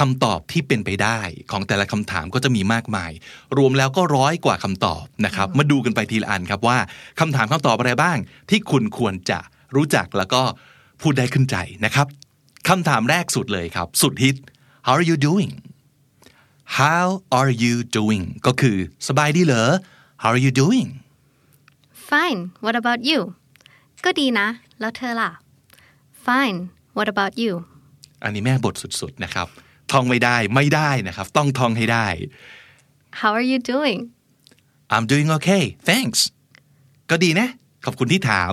[SPEAKER 3] คำตอบที่เป็นไปได้ของแต่ละคำถามก็จะมีมากมาย รวมแล้วก็ร้อยกว่าคำตอบนะครับ มาดูกันไปทีละอันครับว่าคำถามคำตอบอะไรบ้าง ที่คุณควรจะรู้จักแล้วก็พูดได้ขึ้นใจนะครับคำถามแรกสุดเลยครับ สุดฮิต how are you doing how are you doing ก็คือสบายดีเหรอ how are you doing
[SPEAKER 4] Fine what about you ก็ดีนะ แล้วเธอล่ะ Fine what about you
[SPEAKER 3] อันนี้แม่บทสุดๆนะครับท่องไม่ได้ไม่ได้นะครับ ต้องท่องให้ได้
[SPEAKER 4] how are you doing
[SPEAKER 3] I'm doing okay thanks ก็ดีนะ ขอบคุณที่ถาม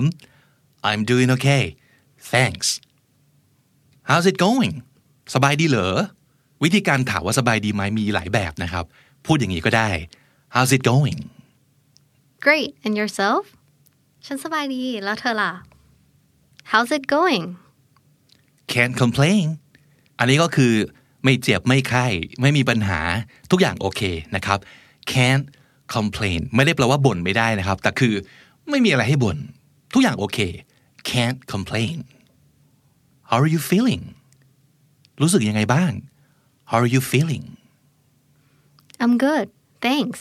[SPEAKER 3] I'm doing okay thanks How's it going สบายดีเหรอ วิธีการถามว่าสบายดีไหมมีหลายแบบนะครับ พูดอย่างนี้ก็ได้ How's it going
[SPEAKER 4] great and yourself ฉันสบายดี แล้วเธอล่ะ how's it going
[SPEAKER 3] Can't complain อันนี้ก็คือไม่เจ็บไม่ไข้ ไม่มีปัญหาทุกอย่างโอเคนะครับ Can't complain ไม่ได้แปลว่าบ่นไม่ได้นะครับ แต่คือไม่มีอะไรให้บ่นทุกอย่างโอเค Can't complain How are you feeling รู้สึกยังไงบ้าง How are you feeling
[SPEAKER 4] I'm good thanks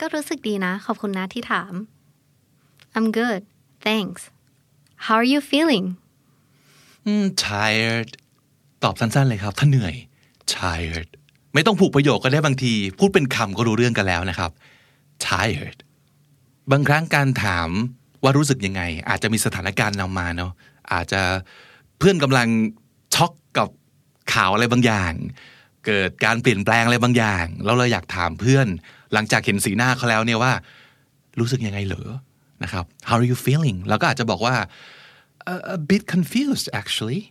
[SPEAKER 4] ก็รู้สึกดีนะ ขอบคุณนะที่ถาม I'm good thanks how are you feeling
[SPEAKER 3] อืม tired ตอบสั้นๆเลยครับถ้าเหนื่อย tired ไม่ต้องผูกประโยคก็ได้บางที พูดเป็นคำก็รู้เรื่องกันแล้วนะครับ tired บางครั้งการถามว่ารู้สึกยังไง อาจจะมีสถานการณ์นำมาเนาะอาจจะเพื่อนกำลังช็อกกับข่าวอะไรบางอย่าง เกิดการเปลี่ยนแปลงอะไรบางอย่าง แล้วเราอยากถามเพื่อน หลังจากเห็นสีหน้าเขาแล้วเนี่ยว่า รู้สึกยังไงเหรอนะครับ how are you feeling เราก็อาจจะบอกว่า a, a bit confused actually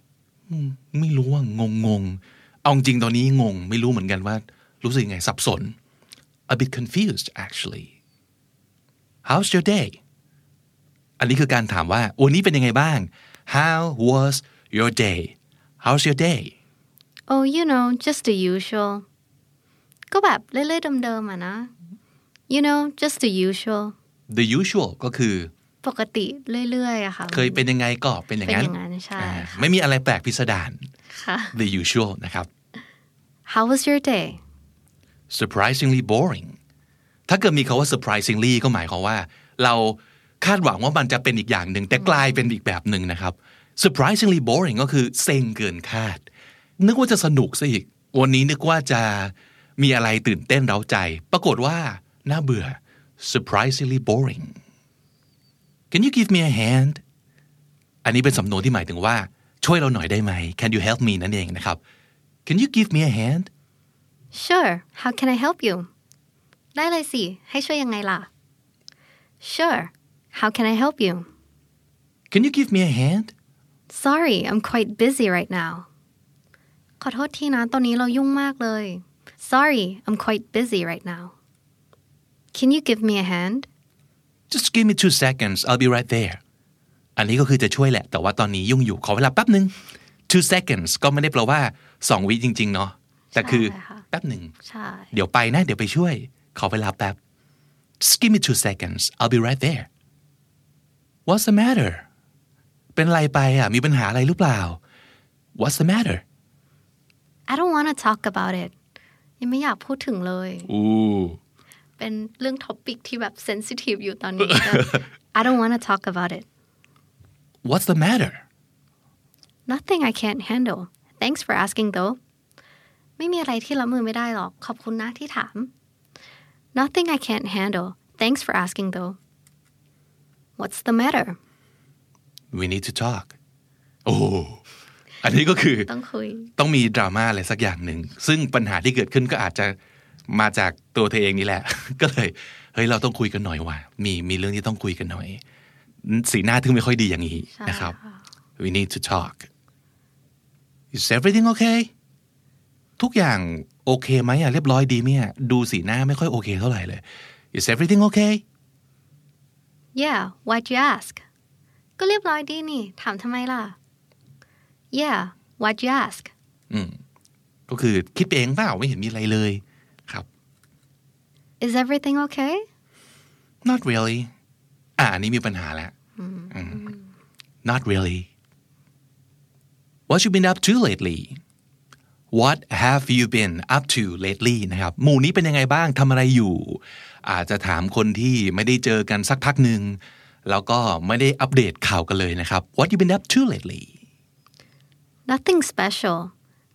[SPEAKER 3] อืมไม่รู้ว่างงงงๆเอาจริงตอนนี้งง ไม่รู้เหมือนกันว่า รู้สึกยังไงสับสน a bit confused actually how's your day อันนี้คือการถามว่าวันนี้เป็นยังไงบ้าง how was your day how's your day
[SPEAKER 4] oh you know just the usual ก็แบบเรื่อยๆเดิมๆอ่ะนะ you know just the usual
[SPEAKER 3] the usual ก็คือ
[SPEAKER 4] ปกติเรื่อยๆอะค่ะ
[SPEAKER 3] เคยเป็นยังไงก็เป็นอย่างนั้น
[SPEAKER 4] เป็นอย่างนั้นใช่
[SPEAKER 3] อ่า
[SPEAKER 4] ค่ะ
[SPEAKER 3] ไม่มีอะไรแปลกพิสดาร
[SPEAKER 4] ค่ะ
[SPEAKER 3] the usual นะครับ
[SPEAKER 4] how was your day
[SPEAKER 3] surprisingly boring ถ้าเกิดมีคาว่า surprisingly ก็หมายความว่า เราคาดหวังว่ามันจะเป็นอีกอย่างหนึ่ง แต่กลายเป็นอีกแบบหนึ่งนะครับ surprisingly boring ก็คือเซ็งเกินคาด นึกว่าจะสนุกซะอีก วันนี้นึกว่าจะมีอะไรตื่นเต้นเร้าใจ ปรากฏว่า น่าเบื่อ surprisingly boring can you give me a hand อันนี้เป็นสำนวนที่หมายถึงว่า ช่วยเราหน่อยได้ไหม can you help me นั่นเองนะครับ can you give me a hand
[SPEAKER 4] sure how can I help you ได้เลยสิ ให้ช่วยยังไงล่ะ sure how can I help you
[SPEAKER 3] can you give me a hand
[SPEAKER 4] Sorry, I'm quite busy right now. ขอโทษทีนะตอนนี้เรายุ่งมากเลย sorry I'm quite busy right now can you give me a hand
[SPEAKER 3] just give me two seconds I'll be right there อันนี้ก็คือจะช่วยแหละ แต่ว่าตอนนี้ยุ่งอยู่ขอเวลาแป๊บหนึ่ง two seconds ก็ไม่ได้แปลว่า 2 วิจริง ๆ เนาะแต่คือ
[SPEAKER 4] ใช่ค่ะ
[SPEAKER 3] แป๊บหนึ่ง
[SPEAKER 4] ใช่
[SPEAKER 3] เดี๋ยวไปนะ เดี๋ยวไปช่วย ขอเวลาแป๊บ Just give me two seconds I'll be right there What's the matter เป็นไรไปอ่ะ มีปัญหาอะไรหรือเปล่า What's the matter
[SPEAKER 4] I don't want to talk about it ยังไม่อยากพูดถึงเลย
[SPEAKER 3] อู้
[SPEAKER 4] เป็นเรื่องท็อปิกที่แบบ sensitive อยู่ตอนนี้แต่ I don't want to talk about it
[SPEAKER 3] What's the matter
[SPEAKER 4] nothing I can't handle thanks for asking though ไม่มีอะไรที่รับมือไม่ได้หรอก ขอบคุณนะที่ถาม nothing I can't handle thanks for asking though what's the matter
[SPEAKER 3] We need to talk โอ้โหอันนี้ก็คือ
[SPEAKER 4] ต้องคุย
[SPEAKER 3] ต้องมีดราม่าอะไรสักอย่างหนึ่ง ซึ่งปัญหาที่เกิดขึ้นก็อาจจะมาจากตัวเธอเองนี่แหละ ก็เลย เฮ้ย เราต้องคุยกันหน่อยว่ะมีมีเรื่องที่ต้องคุยกันหน่อย สีหน้าถึงไม่ค่อยดีอย่างนี้
[SPEAKER 4] ใช่
[SPEAKER 3] นะครับ
[SPEAKER 4] ค่ะ
[SPEAKER 3] we need to talk is everything okay ทุกอย่างโอเคไหมอะเรียบร้อยดีไหมอะดูสีหน้าไม่ค่อยโอเคเท่าไหร่เลย is everything okay
[SPEAKER 4] yeah why'd you ask ก็เรียบร้อยดีนี่ ถามทำไมล่ะ yeah why'd you ask
[SPEAKER 3] อืมก็คือคิดไปเองเปล่าไม่เห็นมีอะไรเลยครับ
[SPEAKER 4] is everything okay
[SPEAKER 3] not really อ่าอันนี้มีปัญหาแล้วอืม not really what you been up to lately what have you been up to lately นะครับหมู่นี้เป็นยังไงบ้างทำอะไรอยู่ อาจจะถามคนที่ไม่ได้เจอกันสักพักหนึ่ง แล้วก็ไม่ได้อัปเดตข่าวกันเลยนะครับ what you been up to lately
[SPEAKER 4] nothing special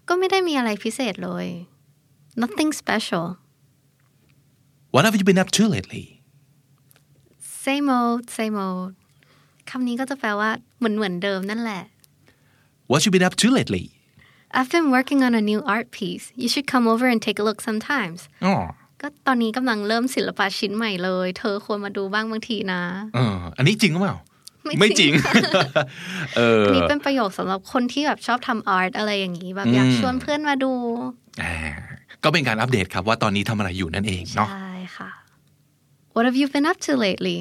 [SPEAKER 4] ก็ไม่ได้มีอะไรพิเศษเลย nothing special
[SPEAKER 3] what have you been up to lately
[SPEAKER 4] same old same old คำนี้ก็จะแปลว่าเหมือนเหมือนเดิมนั่นแหละ
[SPEAKER 3] what you been up to lately
[SPEAKER 4] I've been working on a new art piece you should come over and take a look sometimes
[SPEAKER 3] อ๋อ
[SPEAKER 4] ก็ตอนนี้กำลังเริ่มศิลปะชิ้นใหม่เลย เธอควรมาดูบ้างบางทีนะ
[SPEAKER 3] เอออันนี้จริงหรือเปล่า
[SPEAKER 4] ไม่
[SPEAKER 3] จ
[SPEAKER 4] จริ
[SPEAKER 3] ริง
[SPEAKER 4] ง
[SPEAKER 3] เออ
[SPEAKER 4] นี่เป็นประโยคสำหรับคนที่แบบชอบทำอาร์ตอะไรอย่างนี้ แบบอยากชวนเพื่อนมาดู
[SPEAKER 3] อ่าก็เป็นการอัปเดตครับว่าตอนนี้ทำอะไรอยู่นั่นเองเนาะ
[SPEAKER 4] ใช่ค่ะ What have you been up to lately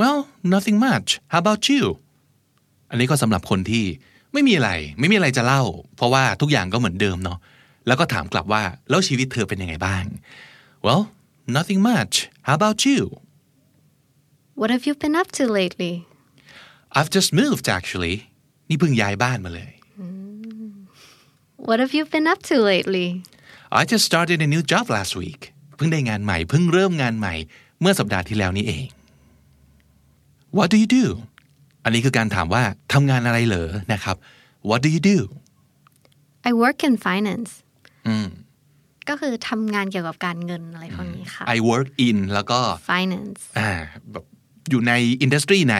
[SPEAKER 3] well nothing much how about you อันนี้ก็สำหรับคนที่ไม่มีอะไร ไม่มีอะไรจะเล่า เพราะว่าทุกอย่างก็เหมือนเดิมเนาะแล้วก็ถามกลับว่า แล้วชีวิตเธอเป็นยังไงบ้าง well nothing much how about you
[SPEAKER 4] What have you been up to lately
[SPEAKER 3] I've just moved actually นี่เพิ่งย้ายบ้านมาเลย
[SPEAKER 4] What have you been up to lately
[SPEAKER 3] I just started a new job last week เพิ่งได้งานใหม่ เพิ่งเริ่มงานใหม่ เมื่อสัปดาห์ที่แล้วนี้เอง What do you do อันนี้คือการถามว่าทำงานอะไรเหรอนะครับ What do you do
[SPEAKER 4] I work in finance ก็คือทำงานเกี่ยวกับการเงินอะไรพวกนี้ค่ะ
[SPEAKER 3] I work in แล้วก็
[SPEAKER 4] finance
[SPEAKER 3] อ่าแบบอยู่ในอินดัสทรีไหน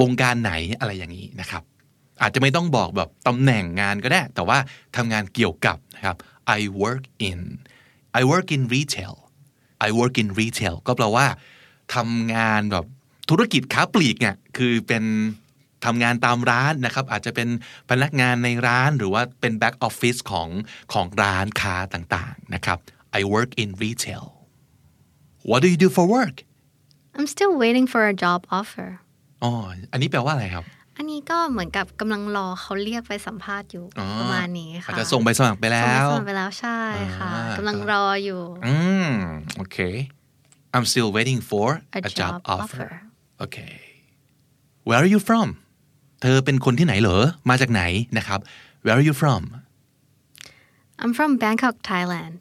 [SPEAKER 3] วงการไหนอะไรอย่างนี้นะครับ อาจจะไม่ต้องบอกแบบตำแหน่งงานก็ได้ แต่ว่าทำงานเกี่ยวกับนะครับ I work in I work in retail I work in retail ก็แปลว่าทำงานแบบธุรกิจค้าปลีกเนี่ยคือเป็นทำงานตามร้านนะครับ อาจจะเป็นพนักงานในร้านหรือว่าเป็น back office ของของร้านค้าต่างๆนะครับ I work in retail What do you do for work
[SPEAKER 4] I'm still waiting for a job offer
[SPEAKER 3] อ๋อ อันนี้แปลว่าอะไรครับ
[SPEAKER 4] อันนี้ก็เหมือนกับกำลังรอเขาเรียกไปสัมภาษณ์อยู่
[SPEAKER 3] อ๋อ
[SPEAKER 4] ประมาณนี้ค่ะ
[SPEAKER 3] อาจจะส่งใบสมัครไปแล้
[SPEAKER 4] ส่ง
[SPEAKER 3] ว
[SPEAKER 4] ไปสมัครไปแล้วใช่ค่ะ
[SPEAKER 3] อ่าก
[SPEAKER 4] กำลังรออยู่
[SPEAKER 3] อืม โอเค I'm still waiting for
[SPEAKER 4] A
[SPEAKER 3] a job
[SPEAKER 4] job
[SPEAKER 3] offer
[SPEAKER 4] offer
[SPEAKER 3] โอเค Where are you from เธอเป็นคนที่ไหนเหรอ มาจากไหนนะครับ Where are you from
[SPEAKER 4] I'm from Bangkok Thailand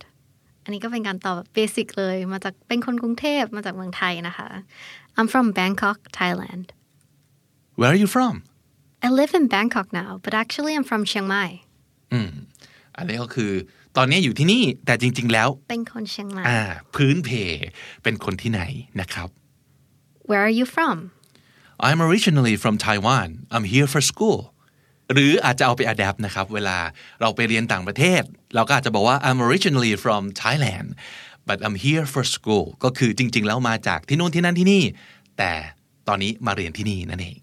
[SPEAKER 4] อันนี้ก็เป็นการตอบแบบเบสิกเลย มาจากเป็นคนกรุงเทพมาจากเมืองไทยนะคะ I'm from Bangkok Thailand
[SPEAKER 3] Where are you from
[SPEAKER 4] I live in Bangkok now but actually I'm from Chiang Mai
[SPEAKER 3] อืม อันนี้ก็คือ ตอนนี้อยู่ที่นี่ แต่จริง ๆ แล้ว
[SPEAKER 4] เป็นคนเชียงใหม่
[SPEAKER 3] อ่า พื้นเพ เป็นคนที่ไหนนะครับ
[SPEAKER 4] Where are you from
[SPEAKER 3] I'm originally from Taiwan I'm here for school หรืออาจจะเอาไป adapt นะครับ เวลาเราไปเรียนต่างประเทศ เราก็อาจจะบอกว่า I'm originally from Thailand but I'm here for school ก็คือจริง ๆ แล้วมาจากที่นู่นที่นั่นที่นี่ แต่ตอนนี้มาเรียนที่นี่นั่นเอง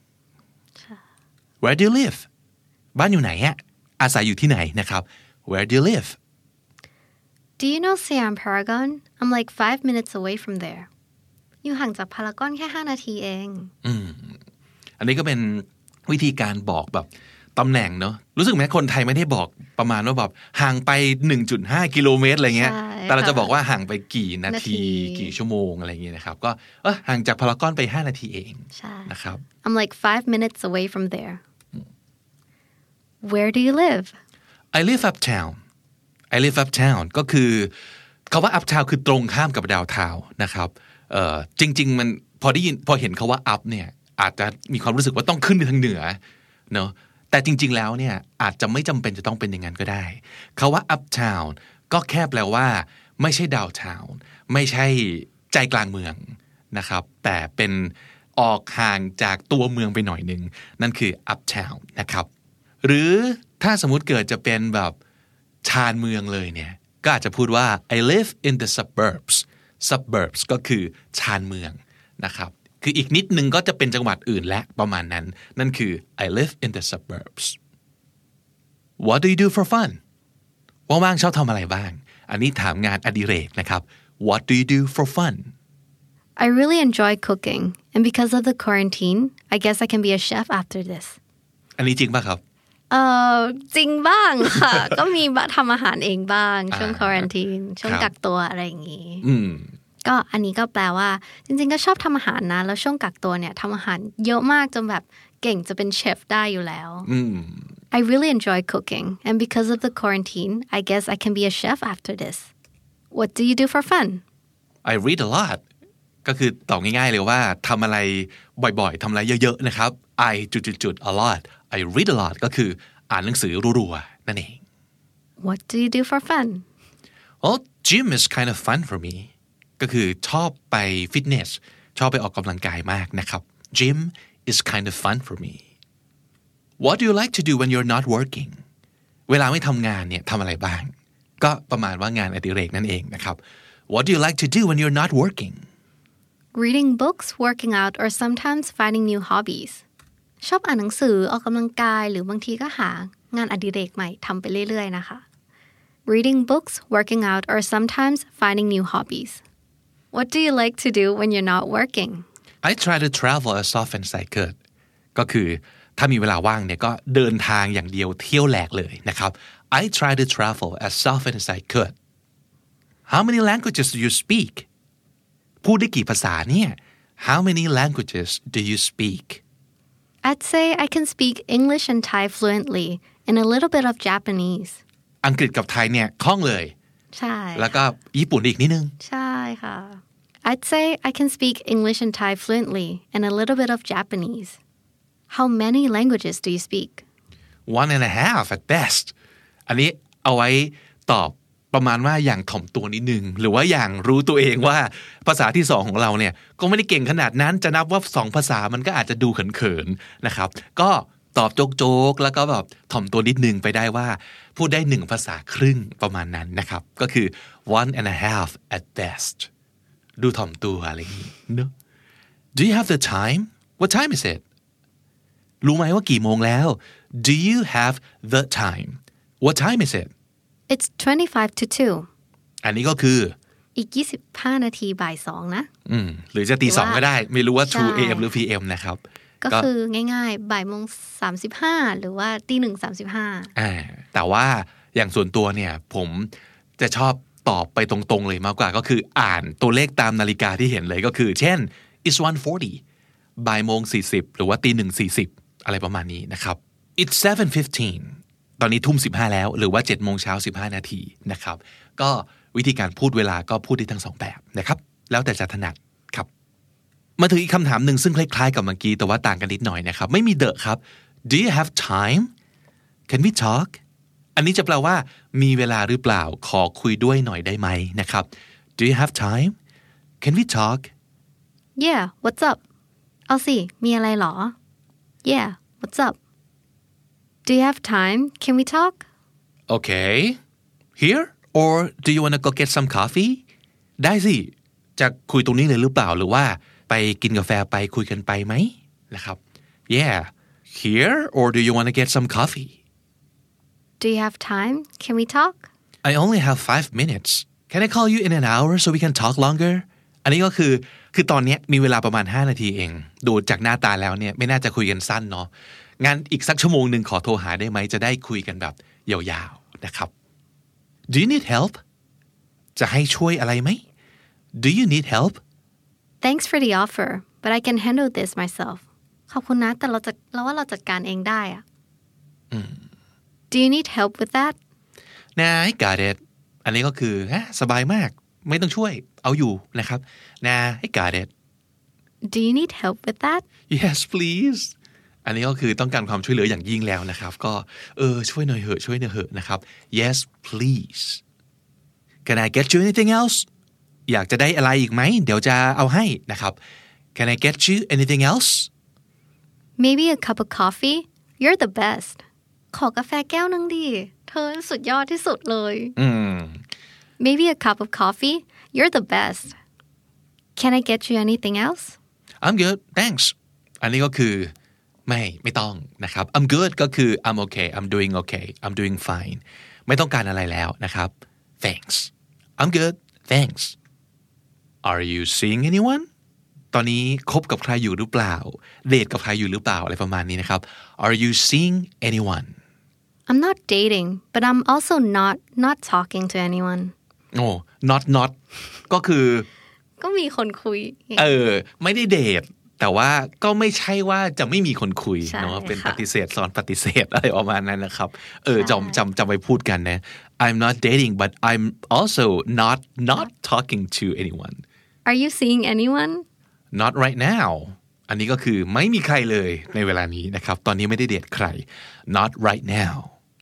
[SPEAKER 3] Where do you live บ้านอยู่ไหนอะอาศัยอยู่ที่ไหนนะครับ where do you live
[SPEAKER 4] Do you know Siam Paragon? I'm like five minutes away from there. อยู่ห่างจากพารากอนแค่ 5 นาทีเอง
[SPEAKER 3] อันนี้ก็เป็นวิธีการบอกแบบตำแหน่งเนอะรู้สึกไหมคนไทยไม่ได้บอกประมาณว่าแบบห่างไป 1.5 กิโลเมตรอะไรเงี้ย
[SPEAKER 4] ใช่
[SPEAKER 3] แต่เราจะบอกว่าห่างไปกี่นา
[SPEAKER 4] นาที
[SPEAKER 3] ที กี่ชั่วโมงอะไรเงี้ยนะครับ ก็เออห่างจากพารากอนไป 5 นาทีเอง
[SPEAKER 4] ใช่
[SPEAKER 3] นะครับ
[SPEAKER 4] I'm like five minutes away from there Where do you live
[SPEAKER 3] I live uptown I live uptown ก็คือคาว่า uptown คือตรงข้ามกับ downtown นะครับเอ่อจริง ๆ มันพอได้ยินพอเห็นคาว่า up เนี่ยอาจจะมีความรู้สึกว่าต้องขึ้นไปทางเหนือเนอะแต่จริง ๆ แล้วเนี่ยอาจจะไม่จำเป็นจะต้องเป็นอย่างนั้นก็ได้คาว่า uptown ก็แค่แปลว่า ไม่ใช่ downtown ไม่ใช่ใจกลางเมืองนะครับ แต่เป็นออกห่างจากตัวเมืองไปหน่อยหนึ่งนั่นคือ uptown นะครับ หรือถ้าสมมุติเกิดจะเป็นแบบชานเมืองเลยเนี่ย ก็อาจจะพูดว่า I live in the suburbs suburbs ก็คือชานเมืองนะครับ คืออีกนิดนึงก็จะเป็นจังหวัดอื่นและประมาณนั้น นั่นคือ I live in the suburbs What do you do for fun ว่างๆชอบทำอะไรบ้าง อันนี้ถามงานอดิเรกนะครับ What do you do for fun
[SPEAKER 4] I really enjoy cooking and because of the quarantine I guess I can be a chef after this
[SPEAKER 3] อันนี้จริงป่ะครับ
[SPEAKER 4] เออจริงบ้าง ค่ะ ก็มีบะทำอาหารเองบ้าง ช่วงควอรันทีนช่วง
[SPEAKER 3] ครับ
[SPEAKER 4] กักตัวอะไรอย่างนี้
[SPEAKER 3] อืม
[SPEAKER 4] ก็อันนี้ก็แปลว่า จริงๆก็ชอบทำอาหารนะ แล้วช่วงกักตัวเนี่ยทำอาหารเยอะมากจนแบบเก่งจะเป็นเชฟได้อยู่แล้ว
[SPEAKER 3] อืม
[SPEAKER 4] I really enjoy cooking and because of the quarantine I guess I can be a chef after this What do you do for fun
[SPEAKER 3] I read a lot ก็คือตอบง่ายๆเลยว่าทำอะไรบ่อยๆทำอะไรเยอะๆนะครับ I จุดๆๆ a lot I read a lot ก็คืออ่านหนังสือรัวๆนั่นเอง
[SPEAKER 4] What do you do for fun
[SPEAKER 3] Well gym is kind of fun for me ก็คือชอบไปฟิตเนส ชอบไปออกกำลังกายมากนะครับ Gym is kind of fun for me What do you like to do when you're not working เวลาไม่ทำงานเนี่ยทำอะไรบ้าง ก็ประมาณว่างานอดิเรกนั่นเองนะครับ What do you like to do when you're not working
[SPEAKER 4] Reading books working out or sometimes finding new hobbies ชอบอ่านหนังสือออกกำลังกายหรือบางทีก็หางานอดิเรกใหม่ทำไปเรื่อยๆนะคะ Reading books working out or sometimes finding new hobbies What do you like to do when you're not working
[SPEAKER 3] I try to travel as often as I could ก็คือถ้ามีเวลาว่างเนี่ยก็เดินทางอย่างเดียวเที่ยวแหลกเลยนะครับ I try to travel as often as I could How many languages do you speak พูดได้กี่ภาษาเนี่ย How many languages do you speak
[SPEAKER 4] I'd say I can speak English and Thai fluently and a little bit of Japanese.
[SPEAKER 3] อังกฤษกับไทยเนี่ยคล่องเลย แล้ว
[SPEAKER 4] ใช่
[SPEAKER 3] ก็ญี่ปุ่นอีกนิดนึง
[SPEAKER 4] ใช่ค่ะ I'd say I can speak English and Thai fluently and a little bit of Japanese. How many languages do you speak?
[SPEAKER 3] one and a half at best อันนี้เอาไว้ตอบประมาณว่าอย่างถ่อมตัวนิดนึง หรือว่าอย่างรู้ตัวเองว่าภาษาที่สองของเราเนี่ย ก็ไม่ได้เก่งขนาดนั้นจะนับว่าสองภาษามันก็อาจจะดูเขินๆนะครับ ก็ตอบโจกๆ แล้วก็แบบถ่อมตัวนิดนึงไปได้ว่า พูดได้หนึ่งภาษาครึ่งประมาณนั้นนะครับ ก็คือ one and a half at best ดูถ่อมตัวอะไรอย่างนี้เนอะ Do you have the time What time is it รู้ไหมว่ากี่โมงแล้ว Do you have the time What time is it
[SPEAKER 4] It's 25 to 2.
[SPEAKER 3] อันนี้ก็คือ
[SPEAKER 4] อีก25นาทีบ่ายสองนะ
[SPEAKER 3] อืมหรือจะตีสองก็ได้ ไม่รู้ว่า
[SPEAKER 4] ใช่
[SPEAKER 3] 2 a.m. หรือ p.m. นะครับ
[SPEAKER 4] ก็คือง่ายๆบ่ายโมง35หรือว่าตีหนึ่ง35
[SPEAKER 3] อ่าแต่ว่าอย่างส่วนตัวเนี่ย ผมจะชอบตอบไปตรงๆเลยมากกว่าก็คืออ่านตัวเลขตามนาฬิกาที่เห็นเลยก็คือ เช่น it's 1:40บ่ายโมง40 หรือว่าตีหนึ่ง40 อะไรประมาณนี้นะครับ it's 7:15 ตอนนี้ทุ่ม 15 แล้ว หรือว่า7โมงเช้า 15 นาทีนะครับ ก็วิธีการพูดเวลาก็พูดได้ทั้งสองแบบนะครับ แล้วแต่จะถนัดครับ มาถึงอีกคำถามหนึ่งซึ่งคล้ายๆกับเมื่อกี้แต่ว่าต่างกันนิดหน่อยนะครับ ไม่มีเดอะครับ do you have time Can we talk อันนี้จะแปลว่า มีเวลาหรือเปล่า ขอคุยด้วยหน่อยได้ไหมนะครับ Do you have time Can we talk
[SPEAKER 4] Yeah, what's up? เอาสิมีอะไรหรอ Yeah, what's up? Do you have time? Can we talk?
[SPEAKER 3] Okay Here or do you wanna go get some coffee ได้สิ จะคุยตรงนี้เลยหรือเปล่าหรือว่า ไปกินกาแฟไปคุยกันไปไหมนะครับ Yeah Here or do you wanna get some coffee
[SPEAKER 4] Do you have time? Can we talk?
[SPEAKER 3] I only have five minutes Can I call you in an hour so we can talk longer อันนี้ก็คือคือตอนเนี้ยมีเวลาประมาณ 5 นาทีเอง ดูจากหน้าตาแล้วเนี่ยไม่น่าจะคุยกันสั้นเนาะงั้นอีกสักชั่วโมงหนึ่งขอโทรหาได้ไหมจะได้คุยกันแบบยาวๆนะครับ Do you need help จะให้ช่วยอะไรไหม Do you need help
[SPEAKER 4] Thanks for the offer but I can handle this myself ขอบคุณนะแต่เราจะเราว่าเราจัดการเองได้อะ Do you need help with that
[SPEAKER 3] นายกาเดตอันนี้ก็คือฮะสบายมากไม่ต้องช่วยเอาอยู่นะครับนายกาเดต
[SPEAKER 4] Do you need help with that
[SPEAKER 3] yes please อันนี้ก็คือต้องการความช่วยเหลืออย่างยิ่งแล้วนะครับ ก็เออช่วยหน่อยเหอะช่วยหน่อยเหอะนะครับ yes please can I get you anything else อยากจะได้อะไรอีกไหม เดี๋ยวจะเอาให้นะครับ can I get you anything else
[SPEAKER 4] Maybe a cup of coffee You're the best ขอกาแฟแก้วหนึงดิเธอสุดยอดที่สุดเลย
[SPEAKER 3] อืม
[SPEAKER 4] Maybe a cup of coffee You're the best Can I get you anything else
[SPEAKER 3] I'm good thanks อันนี้ก็คือไม่ไม่ต้องนะครับ I'm good ก็คือ I'm okay I'm doing okay I'm doing fine ไม่ต้องการอะไรแล้วนะครับ thanks I'm good thanks Are you seeing anyone ตอนนี้คบกับใครอยู่หรือเปล่า เดทกับใครอยู่หรือเปล่าอะไรประมาณนี้นะครับ Are you seeing anyone
[SPEAKER 4] I'm not dating but I'm also not not talking to anyone
[SPEAKER 3] โอ้ not not ก็คือ
[SPEAKER 4] ก็มีคนคุย
[SPEAKER 3] เออ ไม่ได้เดท แต่ว่าก็ไม่ใช่ว่าจะไม่มีคนคุย
[SPEAKER 4] ใช่
[SPEAKER 3] เนาะเป็น
[SPEAKER 4] ค่ะ
[SPEAKER 3] ปฏิเสธซ้อนปฏิเสธ อะไรประมาณนั้นนะครับ เออ
[SPEAKER 4] ใช่
[SPEAKER 3] จำจำจำไปพูดกันนะ I'm not dating but I'm also not not talking to anyone
[SPEAKER 4] Are you seeing anyone
[SPEAKER 3] not right now อันนี้ก็คือไม่มีใครเลยในเวลานี้นะครับ ตอนนี้ไม่ได้เดทใคร not right now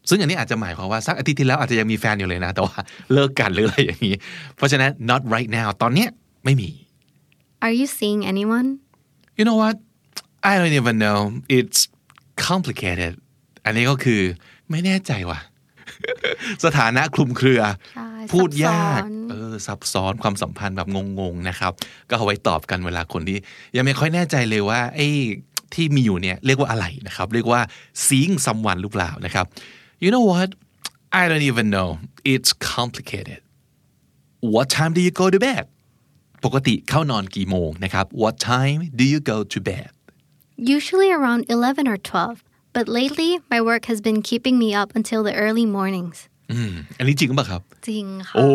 [SPEAKER 3] ซึ่งอันนี้อาจจะหมายความว่าสักอาทิตย์ที่แล้วอาจจะยังมีแฟนอยู่เลยนะ แต่ว่าเลิกกันหรืออะไรอย่างนี้ เพราะฉะนั้น not right now ตอนเนี้ยไม่มี
[SPEAKER 4] Are you seeing anyone
[SPEAKER 3] you know what I don't even know it's complicated อันนี้ก็คือไม่แน่ใจว่ะ สถานะคลุมเครือ
[SPEAKER 4] ใช่
[SPEAKER 3] พูดยาก
[SPEAKER 4] ซับซ้อน
[SPEAKER 3] เออ ซับซ้อนความสัมพันธ์แบบงงๆนะครับ ก็เอาไว้ตอบกันเวลาคนที่ ยังไม่ค่อยแน่ใจเลยว่าไอ้ที่มีอยู่เนี่ยเรียกว่าอะไรนะครับ เรียกว่า seeing someone หรือเปล่านะครับ you know what I don't even know it's complicated what time do you go to bed ปกติเข้านอนกี่โมงนะครับ What time do you go to bed
[SPEAKER 4] Usually around 11 or 12, but lately my work has been keeping me up until the early mornings.
[SPEAKER 3] อืมอันนี้จริงป่ะครับ
[SPEAKER 4] จริงค่ะ
[SPEAKER 3] โอ้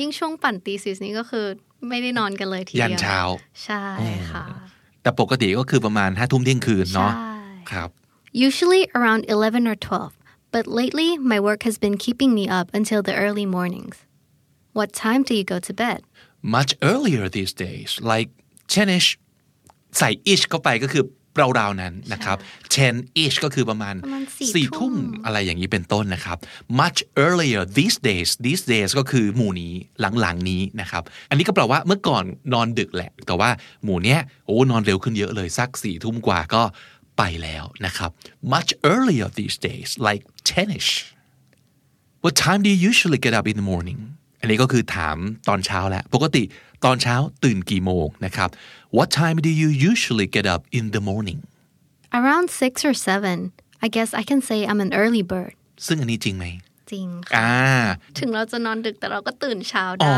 [SPEAKER 4] ยิ่งช่วงปั่นตีสิสนี้ก็คือไม่ได้นอนกันเลยทีเดี
[SPEAKER 3] ยั
[SPEAKER 4] วน
[SPEAKER 3] เช้า
[SPEAKER 4] ใช่ค่ะ
[SPEAKER 3] แต่ปกติก็คือประมาณห้าทุ่มเที่ยงคืนเนาะ
[SPEAKER 4] ใช่
[SPEAKER 3] ครับ
[SPEAKER 4] Usually around 11 or 12, but lately my work has been keeping me up until the early mornings. What time do you go to bed?
[SPEAKER 3] much earlier these days like 10 ish ใส่ ish เข้าไปก็คือราวๆนั้นนะครับ10 ish ก็คือประมาณ
[SPEAKER 4] ประมาณสี่
[SPEAKER 3] สี่
[SPEAKER 4] ทุ่
[SPEAKER 3] ทุ่
[SPEAKER 4] ม
[SPEAKER 3] มอะไรอย่างนี้เป็นต้นนะครับ much earlier these days these days ก็คือหมู่นี้หลังๆนี้นะครับ อันนี้ก็แปลว่าเมื่อก่อนนอนดึกแหละ แต่ว่าหมู่เนี้ยโอ้นอนเร็วขึ้นเยอะเลย สักสี่ทุ่มกว่าก็ไปแล้วนะครับ much earlier these days like 10 ish What time do you usually get up in the morning อันนี้ก็คือถามตอนเช้าแหละ ปกติตอนเช้าตื่นกี่โมงนะครับ What time do you usually get up in the morning
[SPEAKER 4] Around 6 or 7. I guess I can say I'm an early bird.
[SPEAKER 3] ซึ่งอันนี้จริงไหม
[SPEAKER 4] จริงค่ะ
[SPEAKER 3] อ่า
[SPEAKER 4] ถึงเราจะนอนดึกแต่เราก็ตื่นเช้า
[SPEAKER 3] อ๋อ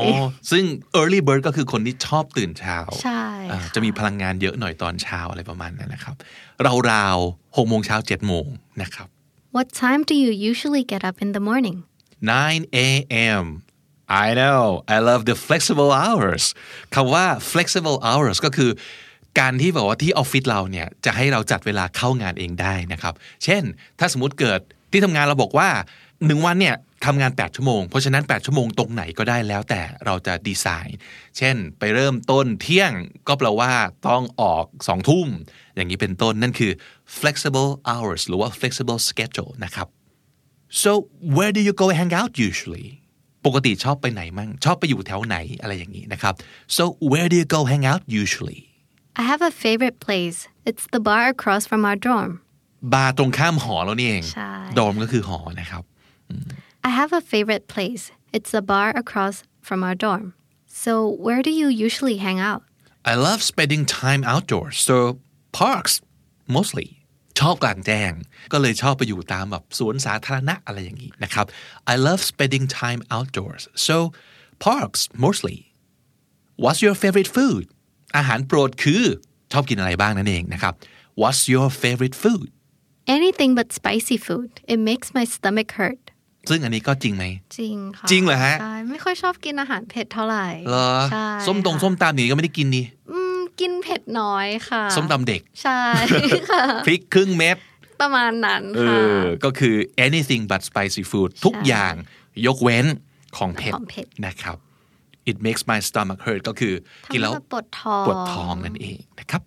[SPEAKER 4] ได้
[SPEAKER 3] ซึ่ง early bird ก็คือคนที่ชอบตื่นเช้า
[SPEAKER 4] ใช่
[SPEAKER 3] อ่า
[SPEAKER 4] ค่ะ
[SPEAKER 3] จะมีพลังงานเยอะหน่อยตอนเช้าอะไรประมาณนั้นนะครับ ราวๆหกโมงเช้าเจ็ดโมงนะครับ
[SPEAKER 4] What time do you usually get up in the morning?
[SPEAKER 3] 9 a.m. I know I love the flexible hours คำว่า flexible hours ก็คือ การที่แบบว่าที่ออฟฟิศเราเนี่ย จะให้เราจัดเวลาเข้างานเองได้นะครับ เช่น ถ้าสมมติเกิดที่ทำงานเราบอกว่า 1 วันเนี่ยทำงาน 8 ชั่วโมง เพราะฉะนั้น 8 ชั่วโมงตรงไหนก็ได้แล้วแต่เราจะดีไซน์ เช่น ไปเริ่มต้นเที่ยงก็แปลว่าต้องออก 2 ทุ่ม อย่างนี้เป็นต้นนั่นคือ flexible hours หรือว่า flexible schedule นะครับ So where do you go hang out usually? ปกติชอบไปไหนมั่งชอบไปอยู่แถวไหนอะไรอย่างนี้นะครับ So where do you go hang out usually?
[SPEAKER 4] I have a favorite place. It's the bar across from our dorm.
[SPEAKER 3] บาร์ตรงข้ามหอแล้วนี่เอง
[SPEAKER 4] ใช่
[SPEAKER 3] โดมก็คือหอนะครับ
[SPEAKER 4] I have a favorite place. It's the bar across from our dorm. So, where do you usually hang out?
[SPEAKER 3] I love spending time outdoors so parks mostly ช ชอบกลางแจ้ง ก็เลยชอบไปอยู่ตามแบบสวนสาธารณะอะไรอย่างนี้นะครับ I love spending time outdoors so parks mostly What's your favorite food อาหารโปรดคือชอบกินอะไรบ้างนั่นเองนะครับ What's your favorite food
[SPEAKER 4] anything but spicy food it makes my stomach hurt
[SPEAKER 3] ซึ่งอันนี้ก็จริงไหม
[SPEAKER 4] จริงค่ะ
[SPEAKER 3] จริงเหรอฮะ
[SPEAKER 4] ใช่ไม่ค่อยชอบกินอาหารเผ็ดเท่าไหร่
[SPEAKER 3] เหรอ
[SPEAKER 4] ใช่
[SPEAKER 3] ส้มตรงส้มตำนี่ก็ไม่ได้กินนี่
[SPEAKER 4] อืมกินเผ็ดน้อยค่ะ
[SPEAKER 3] ส้มตำเด็ก
[SPEAKER 4] ใช่ ค่ะ
[SPEAKER 3] พริกครึ่งเม็ด
[SPEAKER 4] ประมาณนั้น
[SPEAKER 3] เอ
[SPEAKER 4] ค่ะ
[SPEAKER 3] อก็คือ anything but spicy food ทุกอย่างยกเว้นของเผ็ด
[SPEAKER 4] ของเผ็ด
[SPEAKER 3] นะครับ it makes my stomach hurt ก็คือกิน
[SPEAKER 4] ทำ
[SPEAKER 3] แล้ว
[SPEAKER 4] ให้ปวดท้อง
[SPEAKER 3] ปวดท้องนั่นเองนะครับ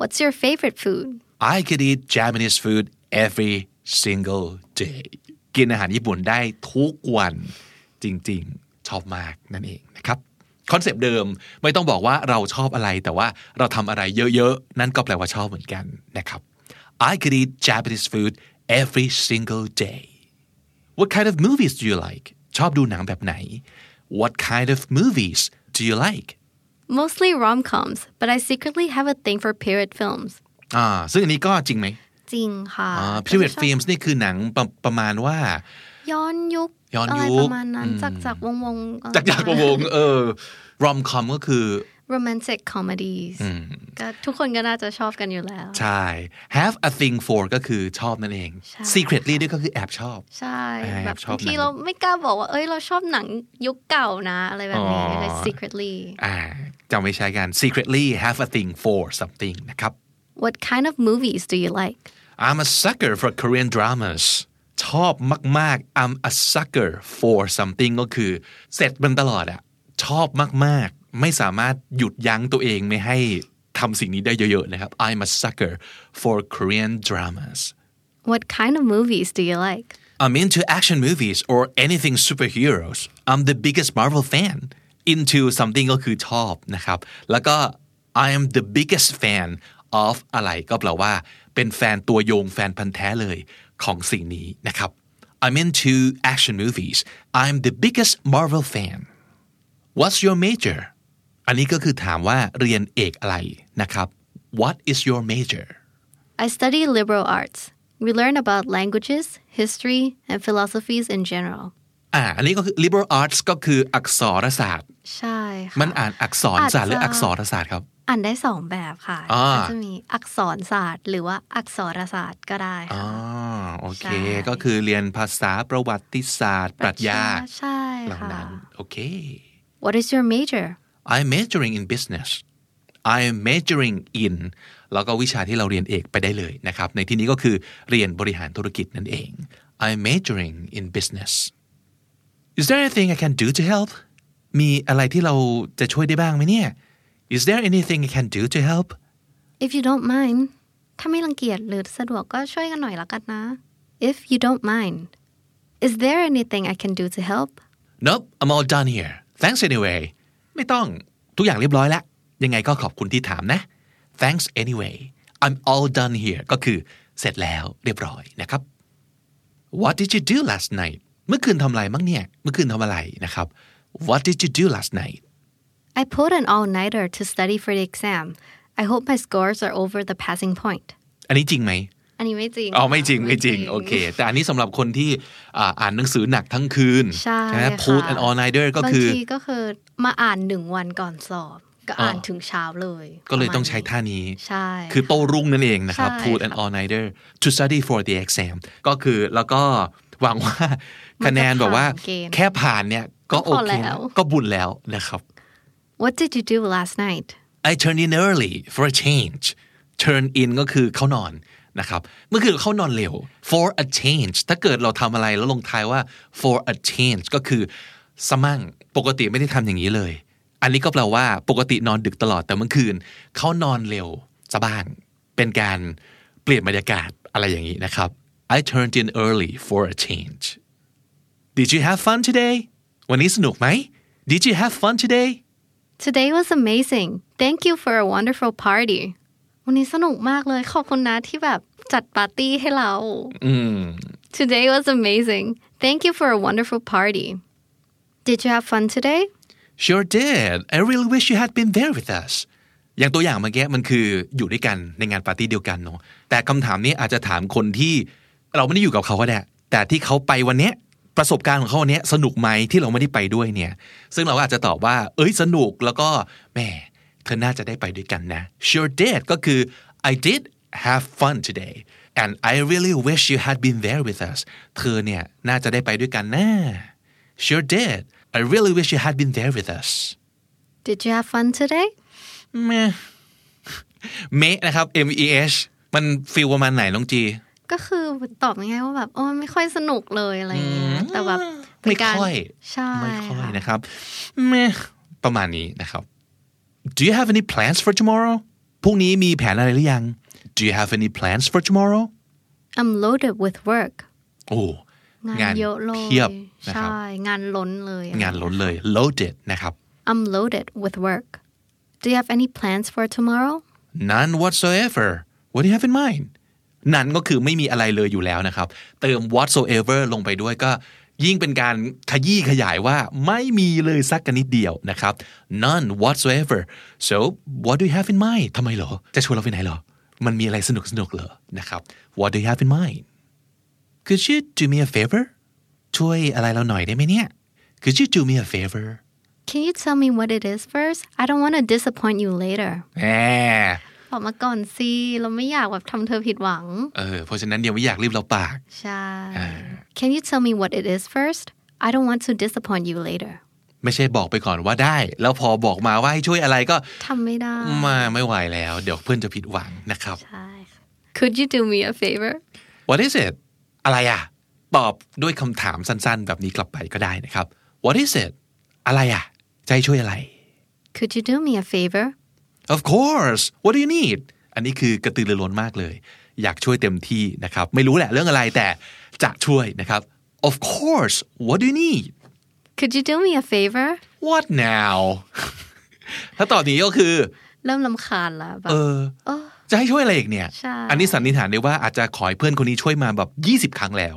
[SPEAKER 4] What's your favorite food
[SPEAKER 3] I could eat Japanese food every single day กินอาหารญี่ปุ่นได้ทุกวันจริงๆ ชอบมากนั่นเองนะครับ คอนเซปต์เดิมไม่ต้องบอกว่าเราชอบอะไรแต่ว่าเราทำอะไรเยอะๆ นั่นก็แปลว่าชอบเหมือนกันนะครับ I could eat Japanese food every single day What kind of movies do you like ชอบดูหนังแบบไหน What kind of movies do you like
[SPEAKER 4] mostly rom coms but I secretly have a thing for period films
[SPEAKER 3] อ่าซึ่งอันนี้ก็จริงไหม
[SPEAKER 4] จริงค่ะ
[SPEAKER 3] อ่า Ah, period films นี่คือหนังประประมาณว่า
[SPEAKER 4] ย้อนยุค
[SPEAKER 3] ย้อน
[SPEAKER 4] อะไร
[SPEAKER 3] ยุค
[SPEAKER 4] ประมาณนั้นจากจากวงวงๆเอ่อ
[SPEAKER 3] จากจากวงเออ รอมคอมก็คือ
[SPEAKER 4] romantic comedies ก็ทุกคนก็น่าจะชอบกันอยู่แล้ว
[SPEAKER 3] ใช่ have a thing for ก็คือชอบนั่นเอง
[SPEAKER 4] ใช่
[SPEAKER 3] secretly ด้วยก็คือแอบชอบ
[SPEAKER 4] ใช่
[SPEAKER 3] แอบ
[SPEAKER 4] แบบ
[SPEAKER 3] ชอบบ
[SPEAKER 4] างที
[SPEAKER 3] หนัง
[SPEAKER 4] เราไม่กล้าบอกว่า เอ้ย เราชอบหนังยุคเก่านะ อะไรแบบนี้
[SPEAKER 3] อ๋อ
[SPEAKER 4] เลย secretly
[SPEAKER 3] อ่าจำไม่ใช้กัน secretly have a thing for something นะครับ
[SPEAKER 4] what kind of movies do you like
[SPEAKER 3] I'm a sucker for Korean dramas ชอบมาก ๆ I'm a sucker for something ก็คือ เสร็จมันตลอดอะชอบมาก ๆ ไม่สามารถหยุดยั้งตัวเองไม่ให้ทำสิ่งนี้ได้เยอะ ๆ นะครับ I'm a sucker for Korean dramas
[SPEAKER 4] what kind of movies do you like
[SPEAKER 3] I'm into action movies or anything superheroes. I'm the biggest Marvel fan. Into something ก็คือชอบนะครับ แล้วก็ I am the biggest fan of อะไรก็แปลว่า เป็นแฟนตัวโยงแฟนพันธ์แท้เลยของสิ่งนี้นะครับ I'm into action movies. I'm the biggest Marvel fan. What's your major? อันนี้ก็คือถามว่าเรียนเอกอะไรนะครับ What is your major?
[SPEAKER 4] I study liberal arts we learn about languages history and philosophies in general
[SPEAKER 3] อ่า อันนี้ก็คือ liberal arts ก็คืออักษรศาสตร์
[SPEAKER 4] ใช่ค่ะ
[SPEAKER 3] มันอ่านอักษรศาสตร์หรือ
[SPEAKER 4] อั
[SPEAKER 3] อัก
[SPEAKER 4] ก
[SPEAKER 3] ษ
[SPEAKER 4] ษร
[SPEAKER 3] รศาสตร์ครับ
[SPEAKER 4] อ่านได้สองแบบค่ะ
[SPEAKER 3] อ่า
[SPEAKER 4] ก็จะมีอักษรศาสตร์ หรือว่าอักษรศาสตร์ก็ได้ค่ะ
[SPEAKER 3] อ๋อโอเค
[SPEAKER 4] ใช่
[SPEAKER 3] ก็คือเรียนภาษาประวัติศาสตร์ ปรัชญา
[SPEAKER 4] ใช่
[SPEAKER 3] เหล่า
[SPEAKER 4] ค่ะ
[SPEAKER 3] นั้นโอเค
[SPEAKER 4] What is your major
[SPEAKER 3] I'm majoring in business I'm majoring in แล้วก็วิชาที่เราเรียนเอกไปได้เลยนะครับ ในที่นี้ก็คือเรียนบริหารธุรกิจนั่นเอง I'm majoring in business Is there anything I can do to help มีอะไรที่เราจะช่วยได้บ้างไหมเนี่ย Is there anything I can do to help
[SPEAKER 4] If you don't mind ถ้าไม่รังเกียจหรือสะดวกก็ช่วยกันหน่อยละกันนะ If you don't mind Is there anything I can do to help
[SPEAKER 3] Nope I'm all done here Thanks anyway ไม่ต้องทุกอย่างเรียบร้อยแล้ว ยังไงก็ขอบคุณที่ถามนะ Thanks anyway I'm all done here ก็คือเสร็จแล้วเรียบร้อยนะครับ What did you do last night เมื่อคืนทำอะไรมั้งเนี่ย เมื่อคืนทำอะไรนะครับ What did you do last night
[SPEAKER 4] I pulled an all-nighter to study for the exam I hope my scores are over the passing point
[SPEAKER 3] อันนี้จริงไหม
[SPEAKER 4] อันนี้ไม่จริง
[SPEAKER 3] อ๋อไม่จริง
[SPEAKER 4] ค่ะ
[SPEAKER 3] ไม่จริง โอเค แต่อันนี้สำหรับคนที่อ่าอ่านหนังสือหนักทั้งคืน
[SPEAKER 4] ใช่
[SPEAKER 3] ไหม
[SPEAKER 4] ค่ะ
[SPEAKER 3] Put an all nighter ก็คือบ
[SPEAKER 4] างทีก็คือมาอ่านหนึ่งวันก่อนสอบ ก็อ่านถึงเช้าเลย
[SPEAKER 3] ก็เลย
[SPEAKER 4] ประมณ
[SPEAKER 3] ต้องใช้ท่านี้
[SPEAKER 4] ใช่
[SPEAKER 3] คือโตรุ่งนั่นเองนะครับ
[SPEAKER 4] ใช่
[SPEAKER 3] Put an all nighter to study for the exam ก็คือแล้วก็หวังว่าคะแนนแบบว่า
[SPEAKER 4] เกณฑ์
[SPEAKER 3] แค่ผ่านเนี่ย ก็โอ
[SPEAKER 4] ก็พอ
[SPEAKER 3] เค
[SPEAKER 4] แล้ว
[SPEAKER 3] แล้วก็บุญแล้วนะครับ
[SPEAKER 4] What did you do last night
[SPEAKER 3] I turned in early for a change turn in ก็คือเข้านอนนะครับเมื่อคืนเข้านอนเร็ว for a change ถ้าเกิดเราทำอะไรแล้วลงท้ายว่า for a change ก็คือสมั่งปกติไม่ได้ทำอย่างนี้เลย อันนี้ก็แปลว่าปกตินอนดึกตลอดแต่เมื่อคืน เข้านอนเร็วซะบ้าง เป็นการเปลี่ยนบรรยากาศอะไรอย่างนี้นะครับ I turned in early for a change Did you have fun today วันนี้สนุกไหม Did you have fun today
[SPEAKER 4] Today was amazing. Thank you for a wonderful party. วันนี้สนุกมากเลย ขอบคุณนะที่แบบจัดปาร์ตี้ให้เรา
[SPEAKER 3] อืม
[SPEAKER 4] Today was amazing. Thank you for a wonderful party. Did you have fun today?
[SPEAKER 3] Sure did. I really wish you had been there with us. อย่างตัวอย่างเมื่อกี้มันคืออยู่ด้วยกันในงานปาร์ตี้เดียวกันเนาะแต่คำถามนี้อาจจะถามคนที่เราไม่ได้อยู่กับเขาก็ได้แต่ที่เขาไปวันเนี้ยประสบการณ์ของเขาวันเนี้ยสนุกไหมที่เราไม่ได้ไปด้วยเนี่ย ซึ่งเราก็อาจจะตอบว่า เอ้ยสนุกแล้วก็แหมเธอน่าจะได้ไปด้วยกันนะ sure did ก็คือ I did have fun today and I really wish you had been there with us เธอเนี่ยน่าจะได้ไปด้วยกันนะ sure did I really wish you had been there with us
[SPEAKER 4] Did you have fun today?
[SPEAKER 3] เมะเมะนะครับ M E H มันฟิลประมาณไหนน้องจี
[SPEAKER 4] ก็คือตอบง่ายๆว่าแบบโอ้ยไม่ค่อยสนุกเลยอะไรอย่างเงี้ยแต่แบบเป็น
[SPEAKER 3] ไม่
[SPEAKER 4] การ
[SPEAKER 3] ค่อย
[SPEAKER 4] ใช่
[SPEAKER 3] ไม่ค่อย
[SPEAKER 4] ค่ะ
[SPEAKER 3] นะครับเมะประมาณนี้นะครับ Do you have any plans for tomorrow พรุ่งนี้มีแผนอะไรหรือยัง Do you have any plans for tomorrow
[SPEAKER 4] I'm loaded with work
[SPEAKER 3] โอ้
[SPEAKER 4] งานเยอะเลย
[SPEAKER 3] เพียบนะครับ
[SPEAKER 4] ใช่งานล้นเลยอะ
[SPEAKER 3] งานล้นเลย loaded นะครับ
[SPEAKER 4] I'm loaded with work Do you have any plans for tomorrow
[SPEAKER 3] none whatsoever what do you have in mind นั่นก็คือไม่มีอะไรเลยอยู่แล้วนะครับ เติม whatsoever ลงไปด้วยก็ยิ่งเป็นการขยี้ขยายว่าไม่มีเลยสักกนนิดเดียวนะครับ none whatsoever so what do you have in mind ทำไมเหรอ จะชวนเราไปไหนเหรอ มันมีอะไรสนุกสนุกๆเหรอนะครับ what do you have in mind could you do me a favor ช่วยอะไรเราหน่อยได้ไหมเนี่ย could you do me a favor
[SPEAKER 4] Can you tell me what it is first I don't want to disappoint you later
[SPEAKER 3] แหม
[SPEAKER 4] บอกมาก่อนสิเราไม่อยากแบบทำเธอผิดหวัง
[SPEAKER 3] เออเพราะฉะนั้นยังไม่อยากรีบเราปาก
[SPEAKER 4] ใช่ Can you tell me what it is first I don't want to disappoint you later
[SPEAKER 3] ไม่ใช่บอกไปก่อนว่าได้ แล้วพอบอกมาว่าให้ช่วยอะไรก็
[SPEAKER 4] ทำไม่ได้
[SPEAKER 3] มาไม่ไหวแล้ว เดี๋ยวเพื่อนจะผิดหวังนะครับ
[SPEAKER 4] ใช่ Could you do me a favor
[SPEAKER 3] What is it อะไรอ่ะ ตอบด้วยคำถามสั้นๆ แบบนี้กลับไปก็ได้นะครับ What is it อะไรอ่ะจะให้ช่วยอะไร
[SPEAKER 4] Could you do me a favor
[SPEAKER 3] Of course What do you need อันนี้คือกระตือรือร้นมากเลย อยากช่วยเต็มที่นะครับ ไม่รู้แหละเรื่องอะไรแต่จะช่วยนะครับ Of course What do you need
[SPEAKER 4] Could you do me a favor
[SPEAKER 3] What now ถ้าตอบอย่างนี้ก็คือ
[SPEAKER 4] เริ่มลำคาญแล้วแบ
[SPEAKER 3] เอบ อ
[SPEAKER 4] Oh.
[SPEAKER 3] จะให้ช่วยอะไรอีกเนี่ย
[SPEAKER 4] ใช่
[SPEAKER 3] อันนี้สันนิษฐานได้ว่าอาจจะขอให้เพื่อนคนนี้ช่วยมาแบบ 20 ครั้งแล้ว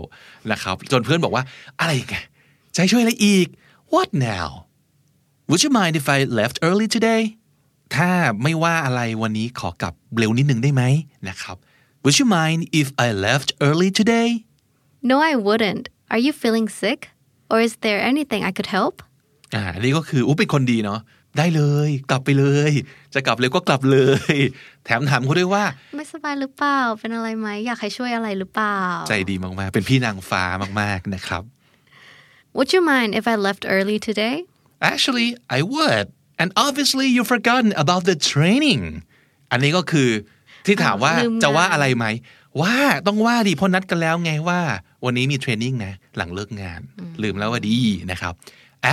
[SPEAKER 3] นะครับ จนเพื่อนบอกว่าอะไรอีกอะจะให้ช่วยอะไรอีก what now would you mind if I left early today ถ้าไม่ว่าอะไรวันนี้ขอกลับเร็วนิดนึงได้ไหมนะครับ would you mind if I left early today
[SPEAKER 4] No I wouldn't Are you feeling sick or is there anything I could help
[SPEAKER 3] อ่าอันนี้ก็คืออู้เป็นคนดีเนาะได้เลย กลับไปเลย จะกลับเร็วก็กลับเลย แถมถามเขาด้วยว่า
[SPEAKER 4] ไม่สบายหรือเปล่า เป็นอะไรไหม อยากให้ช่วยอะไรหรือเปล่า
[SPEAKER 3] ใจดีมากๆ เป็นพี่นางฟ้ามากๆนะครับ
[SPEAKER 4] Would you mind if I left early today
[SPEAKER 3] Actually, I would. And obviously, you've forgotten about the training. อันนี้ก็คือที่ถามว่า
[SPEAKER 4] อ้าวลืม
[SPEAKER 3] จะว่า
[SPEAKER 4] แล้ว
[SPEAKER 3] อะไรไหม ว่าต้องว่าดีเพราะนัดกันแล้วไงว่า วันนี้มีเทรนนิ่งนะ หลังเลิกงาน ลืมแล้วว่าดีนะครับ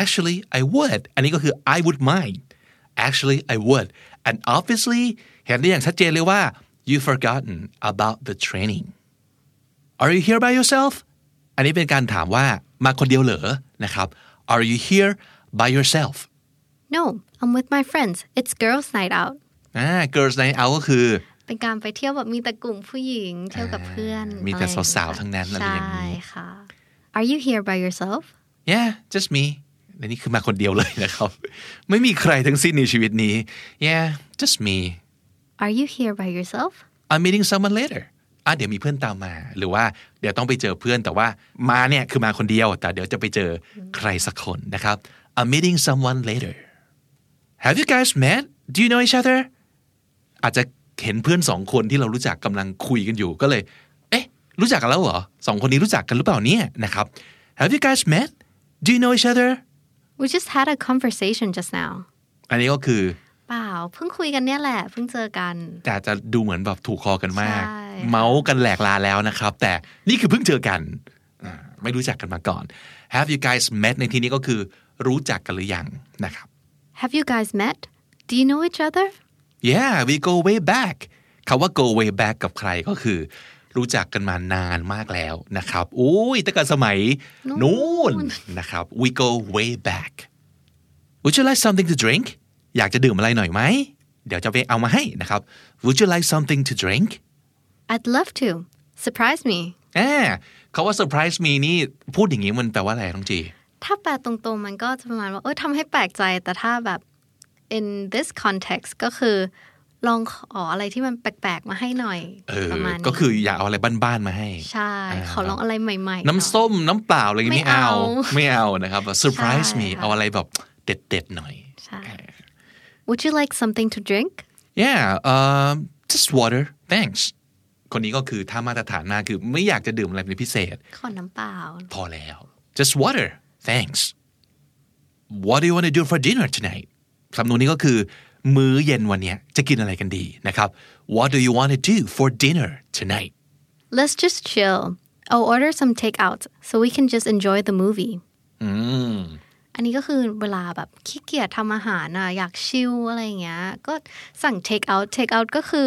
[SPEAKER 3] Actually, I would. อันนี้ก็คือ I would mind. Actually, I would. And obviously, เห็นได้อย่างชัดเจนเลยว่า you've forgotten about the training. Are you here by yourself? อันนี้เป็นการถามว่ามาคนเดียวเหรอนะครับ Are you here by yourself?
[SPEAKER 4] No I'm with my friends It's girls night out
[SPEAKER 3] อ่า girls night out ก็คือ
[SPEAKER 4] เป็นการไปเที่ยวแบบมีแต่กลุ่มผู้หญิง เที่ยวกับเพื่อน
[SPEAKER 3] มีแต่
[SPEAKER 4] อะไรอย่เย
[SPEAKER 3] สาวๆทั้งนั้นอะไรอย่างนี้
[SPEAKER 4] ใช่ค่ะ Are you here by yourself
[SPEAKER 3] yeah just me และนี่คือมาคนเดียวเลยนะครับ ไม่มีใครทั้งสิ้นในชีวิตนี้ yeah just me
[SPEAKER 4] Are you here by yourself
[SPEAKER 3] I'm meeting someone later อ่ะเดี๋ยวมีเพื่อนตามมา หรือว่าเดี๋ยวต้องไปเจอเพื่อนแต่ว่ามาเนี่ยคือมาคนเดียว แต่เดี๋ยวจะไปเจอใครสักคนนะครับ I'm meeting someone later Have you guys met Do you know each other อาจจะเห็นเพื่อนสองคนที่เรารู้จักกำลังคุยกันอยู่ก็เลย เอ๊ะ รู้จักกันแล้วเหรอสองคนนี้รู้จักกันหรือเปล่าเนี่ยนะครับ Have you guys met Do you know each other
[SPEAKER 4] We just had a conversation just now
[SPEAKER 3] อันนี้ก็คือ
[SPEAKER 4] เปล่าเพิ่งคุยกันเนี่ยแหละเพิ่งเจอกัน
[SPEAKER 3] แต่จะดูเหมือนแบบถูกคอกันมาก
[SPEAKER 4] ใช่
[SPEAKER 3] เมาส์กันแหลกลาแล้วนะครับ แต่นี่คือเพิ่งเจอกันอ่าไม่รู้จักกันมาก่อน Have you guys met ในที่นี้ก็คือรู้จักกันหรือยังนะครับ
[SPEAKER 4] Have you guys met Do you know each other
[SPEAKER 3] Yeah we go way back คำว่า go way back กับใครก็คือ รู้จักกันมานานมากแล้วนะครับอุ้ยตั้งแต่สมัยนู่นนะครับ we go way back Would you like something to drink อยากจะดื่มอะไรหน่อยไหม เดี๋ยวจะไปเอามาให้นะครับ Would you like something to drink
[SPEAKER 4] I'd love to. Surprise me.
[SPEAKER 3] อ่าเขาว่า surprise me นี่พูดอย่างนี้มันแปลว่าอะไรน้องจี
[SPEAKER 4] ถ้าแปลตรงๆ มันก็จะประมาณว่าเออทำให้แปลกใจ แต่ถ้าแบบ in this context ก็คือ ลองขออะไรที่มันแปลกๆมาให้หน่อย
[SPEAKER 3] เออ
[SPEAKER 4] ประมาณนี้
[SPEAKER 3] ก็คืออย่าเอาอะไรบ้านๆมาให้
[SPEAKER 4] ใช่
[SPEAKER 3] อ่า
[SPEAKER 4] ขอลองอะไรใหม่ๆ
[SPEAKER 3] น้ำส้มน้ำเปล่าอะไรอย่างงี้
[SPEAKER 4] ไม่
[SPEAKER 3] ไม่เอา
[SPEAKER 4] เอา
[SPEAKER 3] ไม่เอานะครับเซอร์ไพรส์
[SPEAKER 4] ใช่
[SPEAKER 3] มี
[SPEAKER 4] ค่ะ
[SPEAKER 3] เอาอะไรแบบเด็ดๆหน่อย
[SPEAKER 4] ใช่ Would you like something to drink
[SPEAKER 3] yeah um just water thanks คนนี้ก็คือถ้ามาตรฐานมากคือไม่อยากจะดื่มอะไรเป็นพิเศษ
[SPEAKER 4] ขอน้ำเปล่า
[SPEAKER 3] พอแล้ว just water thanks what do you want to do for dinner tonight สำนวนนี้ก็คือ มื้อเย็นวันเนี้ยจะกินอะไรกันดีนะครับ what do you want to do for dinner tonight
[SPEAKER 4] Let's just chill I'll order some takeout so we can just enjoy the movie
[SPEAKER 3] อืม
[SPEAKER 4] อันนี้ก็คือเวลาแบบขี้เกียจทำอาหารอ่ะอยากชิลอะไรอย่างเงี้ย ก็สั่ง take out take out ก็คือ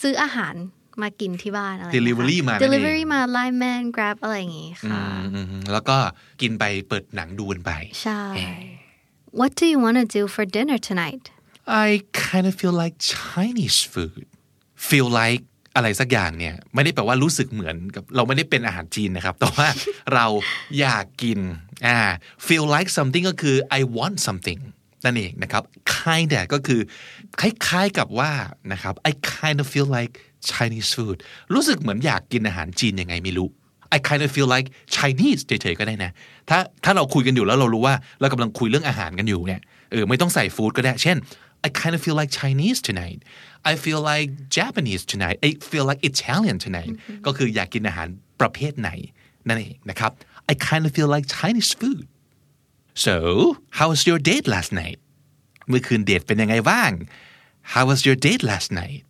[SPEAKER 4] ซื้ออาหารมากินที่บ้านอะไรอย่างเงี้ยค่ะ
[SPEAKER 3] Delivery มานั่นเอง
[SPEAKER 4] delivery มา line man grab อะไรอย่างงี้ค่ะ
[SPEAKER 3] อืมแล้วก็กินไปเปิดหนังดูกันไป
[SPEAKER 4] ใช่ What do you want to do for dinner tonight
[SPEAKER 3] I kind of feel like Chinese food feel like อะไรสักอย่างเนี่ยไม่ได้แปลว่ารู้สึกเหมือนกับเราไม่ได้เป็นอาหารจีนนะครับ แต่ว่า เราอยากกินอ่า feel like something ก็คือ I want something นั่นเองนะครับ kind ก็คือคล้ายๆกับว่านะครับ I kind of feel like Chinese food รู้สึกเหมือนอยากกินอาหารจีนยังไงไม่รู้ I kind of feel like Chinese เฉยๆก็ได้นะ ถ้าถ้าเราคุยกันอยู่แล้วเรารู้ว่าเรากำลังคุยเรื่องอาหารกันอยู่เนี่ยเออไม่ต้องใส่ฟู้ดก็ได้ เช่น I kind of feel like Chinese tonight I feel like Japanese tonight I feel like Italian tonight ก็คืออยากกินอาหารประเภทไหน นั่นเองนะครับ I kind of feel like Chinese food so how was your date last night เมื่อคืนเดทเป็นยังไงบ้าง How was your date last night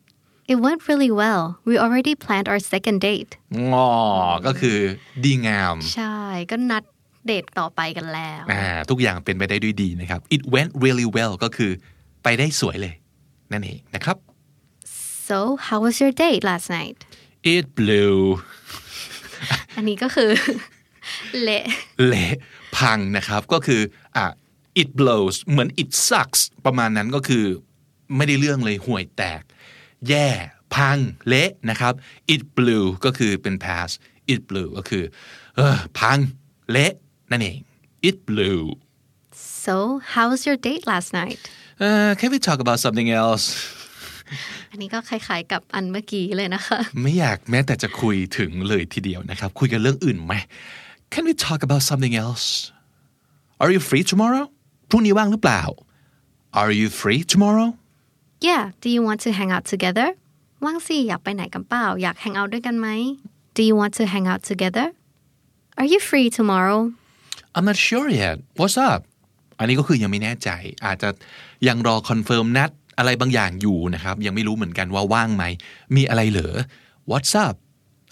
[SPEAKER 4] It went really well we already planned our second date
[SPEAKER 3] งอก็คือดีงาม
[SPEAKER 4] ใช่ ก็นัดเดทต่อไปกันแล้ว
[SPEAKER 3] อ่าทุกอย่างเป็นไปได้ด้วยดีนะครับ it went really well ก็คือไปได้สวยเลย นั่นเองนะครับ
[SPEAKER 4] so how was your date last night
[SPEAKER 3] it blew
[SPEAKER 4] อันนี้ก็คือ เละ
[SPEAKER 3] เละพังนะครับ ก็คืออ่ะ it blows เหมือน it sucks ประมาณนั้นก็คือไม่ได้เรื่องเลยห่วยแตก แย่ พัง เละนะครับ it blew ก็คือเป็น past it blew ก็คือเออพัง เละ นั่นเอง it blew
[SPEAKER 4] so how was your date last night
[SPEAKER 3] uh, can we talk about something else
[SPEAKER 4] อันนี้ก็คล้ายๆกับอันเมื่อกี้เลยนะคะ
[SPEAKER 3] ไม่อยากแม้แต่จะคุยถึงเลยทีเดียวนะครับ คุยกันเรื่องอื่นไหม Can we talk about something else Are you free tomorrow พรุ่งนี้ว่างหรือเปล่า Are you free tomorrow
[SPEAKER 4] yeah do you want to hang out together ว่างสิอยากไปไหนกันเปล่า อยาก hang out ด้วยกันไหม do you want to hang out together are you free tomorrow
[SPEAKER 3] I'm not sure yet What's up อันนี้ก็คือยังไม่แน่ใจ อาจจะยังรอคอนเฟิร์มนัดอะไรบางอย่างอยู่นะครับ ยังไม่รู้เหมือนกันว่าว่างไหม มีอะไรเหรอ What's up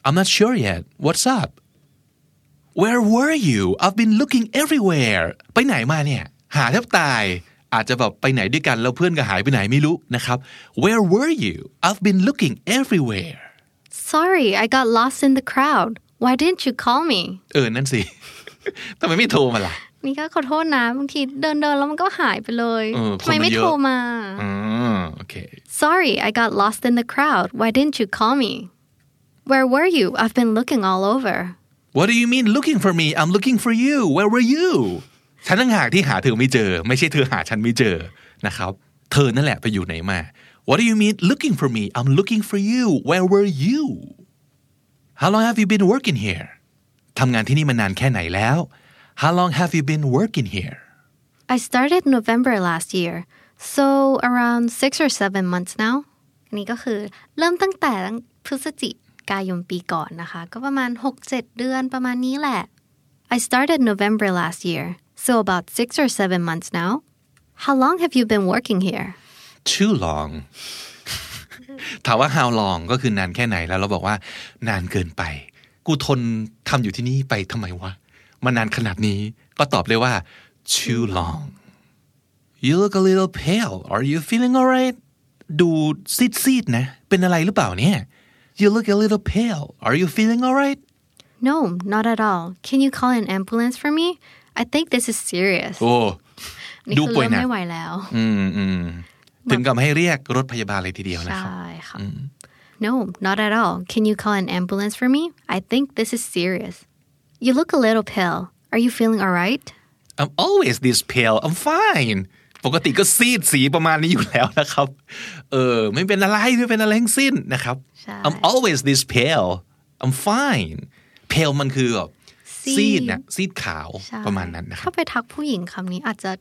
[SPEAKER 3] I'm not sure yet What's up Where were you I've been looking everywhere ไปไหนมาเนี่ย หาแทบตาย อาจจะแบบไปไหนด้วยกัน แล้วเพื่อนก็หายไปไหนไม่รู้นะครับ Where were you I've been looking everywhere
[SPEAKER 4] sorry I got lost in the crowd why didn't you call me
[SPEAKER 3] เออ นั่นสิ ทำไมไม่โทรมาล่ะ
[SPEAKER 4] นี่ก็ขอโทษนะบางทีเดินเดินๆแล้วมันก็หายไปเลย
[SPEAKER 3] เออ
[SPEAKER 4] ทำไม
[SPEAKER 3] คนมัน
[SPEAKER 4] ไม่
[SPEAKER 3] เยอะ
[SPEAKER 4] โทรมา
[SPEAKER 3] อืมโอเค
[SPEAKER 4] Sorry, I got lost in the crowd. Why didn't you call me? Where were you? I've been looking all over.
[SPEAKER 3] What do you mean looking for me? I'm looking for you. Where were you? ฉันต่างหากที่หาเธอไม่เจอ ไม่ใช่เธอหาฉันไม่เจอนะครับ เธอนั่นแหละไปอยู่ไหนมา What do you mean looking for me? I'm looking for you. Where were you? How long have you been working here? ทำงานที่นี่มานานแค่ไหนแล้ว How long have you been working here?
[SPEAKER 4] I started November last year, so around six or seven months now. อันนี่ก็คือเริ่มตั้งแต่พฤศจิกายนปีก่อนนะคะ ก็ประมาณ 6-7 เดือนประมาณนี้แหละ I started November last year, so about six or seven months now. How long have you been working here?
[SPEAKER 3] too long ถามว่า how long ก็คือนานแค่ไหนแล้วเราบอกว่า นานเกินไป กูทนทำอยู่ที่นี่ไปทำไมวะ มันนานขนาดนี้ก็ตอบได้ว่า too long you look a little pale are you feeling alright ดูซีดๆนะ เป็นอะไรหรือเปล่าเนี่ย you look a little pale are you feeling alright
[SPEAKER 4] No, not at all. Can you call an ambulance for me? I think this is serious.
[SPEAKER 3] โอ้
[SPEAKER 4] นี่
[SPEAKER 3] Oh, ดู
[SPEAKER 4] คือ
[SPEAKER 3] ป่วย
[SPEAKER 4] เริ่ม
[SPEAKER 3] หนัก
[SPEAKER 4] ไม่ไหวแล้ว
[SPEAKER 3] อืมอืมถึงกับให้เรียกรถพยาบาลเลยทีเดียวนะครับ
[SPEAKER 4] ใช่ค่ะ No not at all Can you call an ambulance for me I think this is serious You look a little pale Are you feeling alright
[SPEAKER 3] I'm always this pale I'm fine ปกติก็ซีดสีประมาณนี้อยู่แล้วนะครับ เออ ไม่เป็นอะไร ไม่เป็นอะไรทั้งสิ้นนะครับ
[SPEAKER 4] ใช่
[SPEAKER 3] I'm always this pale I'm fine pale มันคือแบบ
[SPEAKER 4] ซีด
[SPEAKER 3] ซีดเนี่ยซีดขาว
[SPEAKER 4] ใช่
[SPEAKER 3] ประมาณนั้นนะครับ
[SPEAKER 4] ถ้าไปทักผู้หญิงคำนี้อาจจะ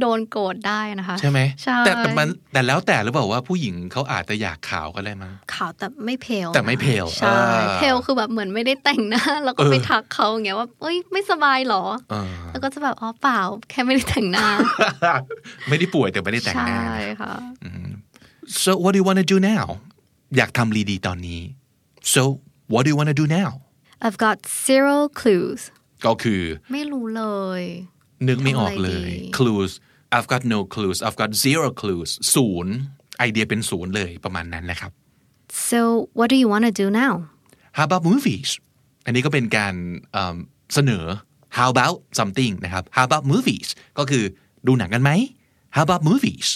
[SPEAKER 4] โดนโกรธได้นะคะ
[SPEAKER 3] ใช่ไหม
[SPEAKER 4] ใช่
[SPEAKER 3] แต่แต่มันแต่แล้วแต่หรือเปล่าว่าผู้หญิงเขาอาจจะอยากขาวก็ได้มั้ง
[SPEAKER 4] ขาวแต่ไม่เพล
[SPEAKER 3] แต่ไม่ pale
[SPEAKER 4] ใช่
[SPEAKER 3] อ่า
[SPEAKER 4] เพลคือแบบเหมือนไม่ได้แต่งหน้า แล้วก็ไป
[SPEAKER 3] เออ
[SPEAKER 4] ทักเขาอย่างเงี้ยว่าเอ้ยไม่สบายเหรอ
[SPEAKER 3] เออ
[SPEAKER 4] แล้วก็จะแบบอ๋อเปล่า แค่ไม่ได้แต่งหน้า
[SPEAKER 3] ไม่ได้ป่วยแต่ไม่ได้แต่ง
[SPEAKER 4] ใช่
[SPEAKER 3] หน้า
[SPEAKER 4] ค่ะ
[SPEAKER 3] so what do you want to do now อยากทำรีดีตอนนี้ so what do you want to do now
[SPEAKER 4] I've got zero clues
[SPEAKER 3] ก็คือ
[SPEAKER 4] ไม่รู้เลย
[SPEAKER 3] นึกไม่ออกเลย
[SPEAKER 4] ทำอะไรดี
[SPEAKER 3] clues I've got no clues I've got zero clues ศูนย์ไอเดียเป็นศูนย์เลยประมาณนั้นนะครับ
[SPEAKER 4] so what do you want to do now
[SPEAKER 3] How about movies อันนี้ก็เป็นการเอิ่มเสนอ How about something นะครับ How about movies ก็คือดูหนังกันไหม How about movies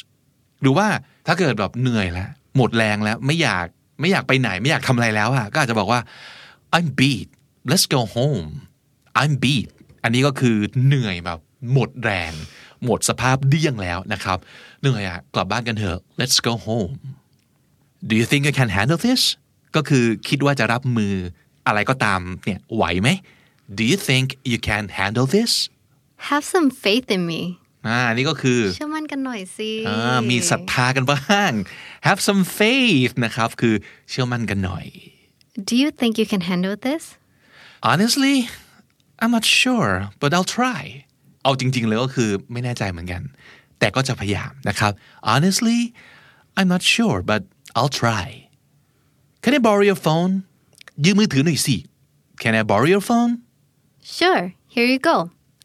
[SPEAKER 3] หรือว่าถ้าเกิดแบบเหนื่อยแล้ว หมดแรงแล้วไม่อยากไม่อยากไปไหนไม่อยากทำอะไรแล้วอะก็อาจจะบอกว่า I'm beat let's go home I'm beat อันนี้ก็คือเหนื่อยแบบหมดแรง หมดสภาพเดี้ยงแล้วนะครับ เหนื่อยอะกลับบ้านกันเถอะ let's go home Do you think you can handle this ก็คือคิดว่าจะรับมืออะไรก็ตามเนี่ยไหวไหม Do you think you can handle this
[SPEAKER 4] have some faith in me
[SPEAKER 3] อ่านี่ก็คือ
[SPEAKER 4] เชื่อมั่นกันหน่อยสิ
[SPEAKER 3] อ่ามีศรัทธากันบ้าง Have some faith นะครับ คือเชื่อมั่นกันหน่อย
[SPEAKER 4] do you think you can handle this
[SPEAKER 3] Honestly I'm not sure but I'll try เอาจริง ๆ เลยก็คือไม่แน่ใจเหมือนกัน แต่ก็จะพยายามนะครับ Honestly I'm not sure but I'll try Can I borrow your phone ยืมมือถือหน่อยสิ Can I borrow your phone
[SPEAKER 4] sure here you go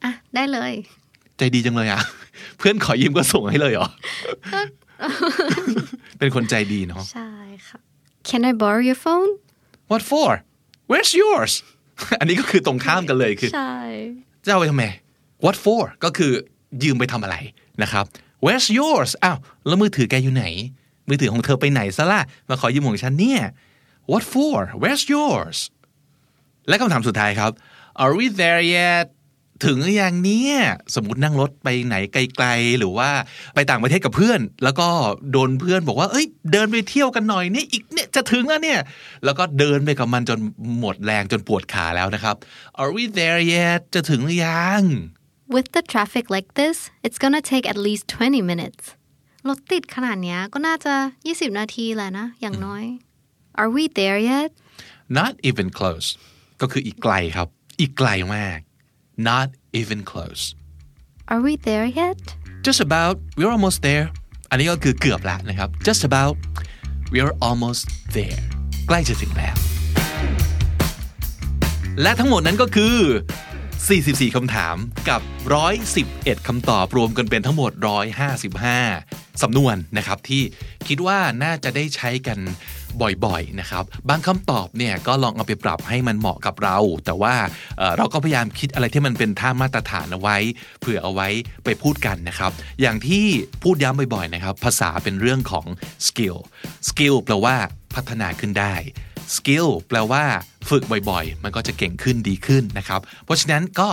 [SPEAKER 4] Ah, อ่ะ ได้เลย
[SPEAKER 3] ใจดีจังเลยอ่ะ เพื่อนขอยืมก็ส่งให้เลยเหรอ เป็นคนใจดีเนาะ
[SPEAKER 4] ใช่ค่ะ can I borrow your phone
[SPEAKER 3] What for Where's yours อันนี้ก็คือตรงข้ามกันเลยคือ
[SPEAKER 4] ใช่
[SPEAKER 3] จะเอาไปทำไม What for ก็คือยืมไปทำอะไรนะครับ Where's yours อ้าวแล้วมือถือแกอยู่ไหน มือถือของเธอไปไหนซะล่ะ มาขอยืมของฉันเนี่ย What for Where's yours และคำถามสุดท้ายครับ Are we there yet ถึงหรือยังเนี่ย สมมตินั่งรถไปไหนไกลๆ หรือว่าไปต่างประเทศกับเพื่อน แล้วก็โดนเพื่อนบอกว่า เอ้ย เดินไปเที่ยวกันหน่อยเนี่ยอีกเนี่ยจะถึงแล้วเนี่ย แล้วก็เดินไปกับมันจนหมดแรงจนปวดขาแล้วนะครับ Are we there yet จะถึงหรือยัง
[SPEAKER 4] with the traffic like this it's gonna take at least 20 minutes รถติดขนาดเนี้ยก็น่าจะ 20 นาทีแหละนะ
[SPEAKER 3] Hmm.
[SPEAKER 4] อย่างน้อย are we there yet
[SPEAKER 3] not even close ก็คืออีกไกลครับ อีกไกลมาก not even close
[SPEAKER 4] are we there yet
[SPEAKER 3] just about we're almost there อันนี้ก็คือเกือบแล้วนะครับ just about we're almost there ใกล้จะถึงแล้ว และทั้งหมดนั้นก็คือ 44 คำถามกับ 111 คำตอบรวมกันเป็นทั้งหมด 155 สำนวนนะครับ ที่คิดว่าน่าจะได้ใช้กันบ่อยๆนะครับ บางคำตอบเนี่ยก็ลองเอาไปปรับให้มันเหมาะกับเรา แต่ว่าเอ่อเราก็พยายามคิดอะไรที่มันเป็นท่ามาตรฐานเอาไว้ เผื่อเอาไว้ไปพูดกันนะครับ อย่างที่พูดย้ำบ่อยๆนะครับ ภาษาเป็นเรื่องของสกิลสกิลแปลว่าพัฒนาขึ้นได้ สกิลแปลว่าฝึกบ่อยๆ มันก็จะเก่งขึ้นดีขึ้นนะครับ เพราะฉะนั้นก็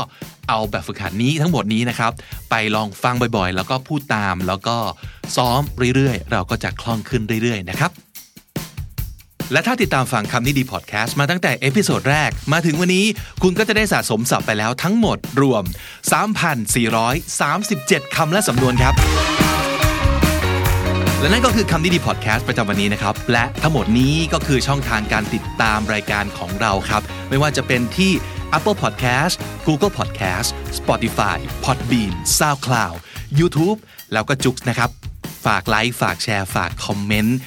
[SPEAKER 3] เอาแบบฝึกหัดนี้ทั้งหมดนี้นะครับ ไปลองฟังบ่อยๆ แล้วก็พูดตามแล้วก็ซ้อมเรื่อยๆ เราก็จะคล่องขึ้นเรื่อยๆ นะครับ และถ้าติดตามฟังคำนี้ดีพอดแคสต์มาตั้งแต่เอพิโซดแรกมาถึงวันนี้คุณก็จะได้สะสมศัพท์ไปแล้วทั้งหมดรวม 3,437 คำและสำนวนครับ และนั่นก็คือคำนี้ดีพอดแคสต์ประจำวันนี้นะครับ และทั้งหมดนี้ก็คือช่องทางการติดตามรายการของเราครับ ไม่ว่าจะเป็นที่ Apple Podcast Google Podcast Spotify Podbean SoundCloud YouTube แล้วก็จุกนะครับ ฝากไลค์ฝากแชร์ ฝากคอมเมนต์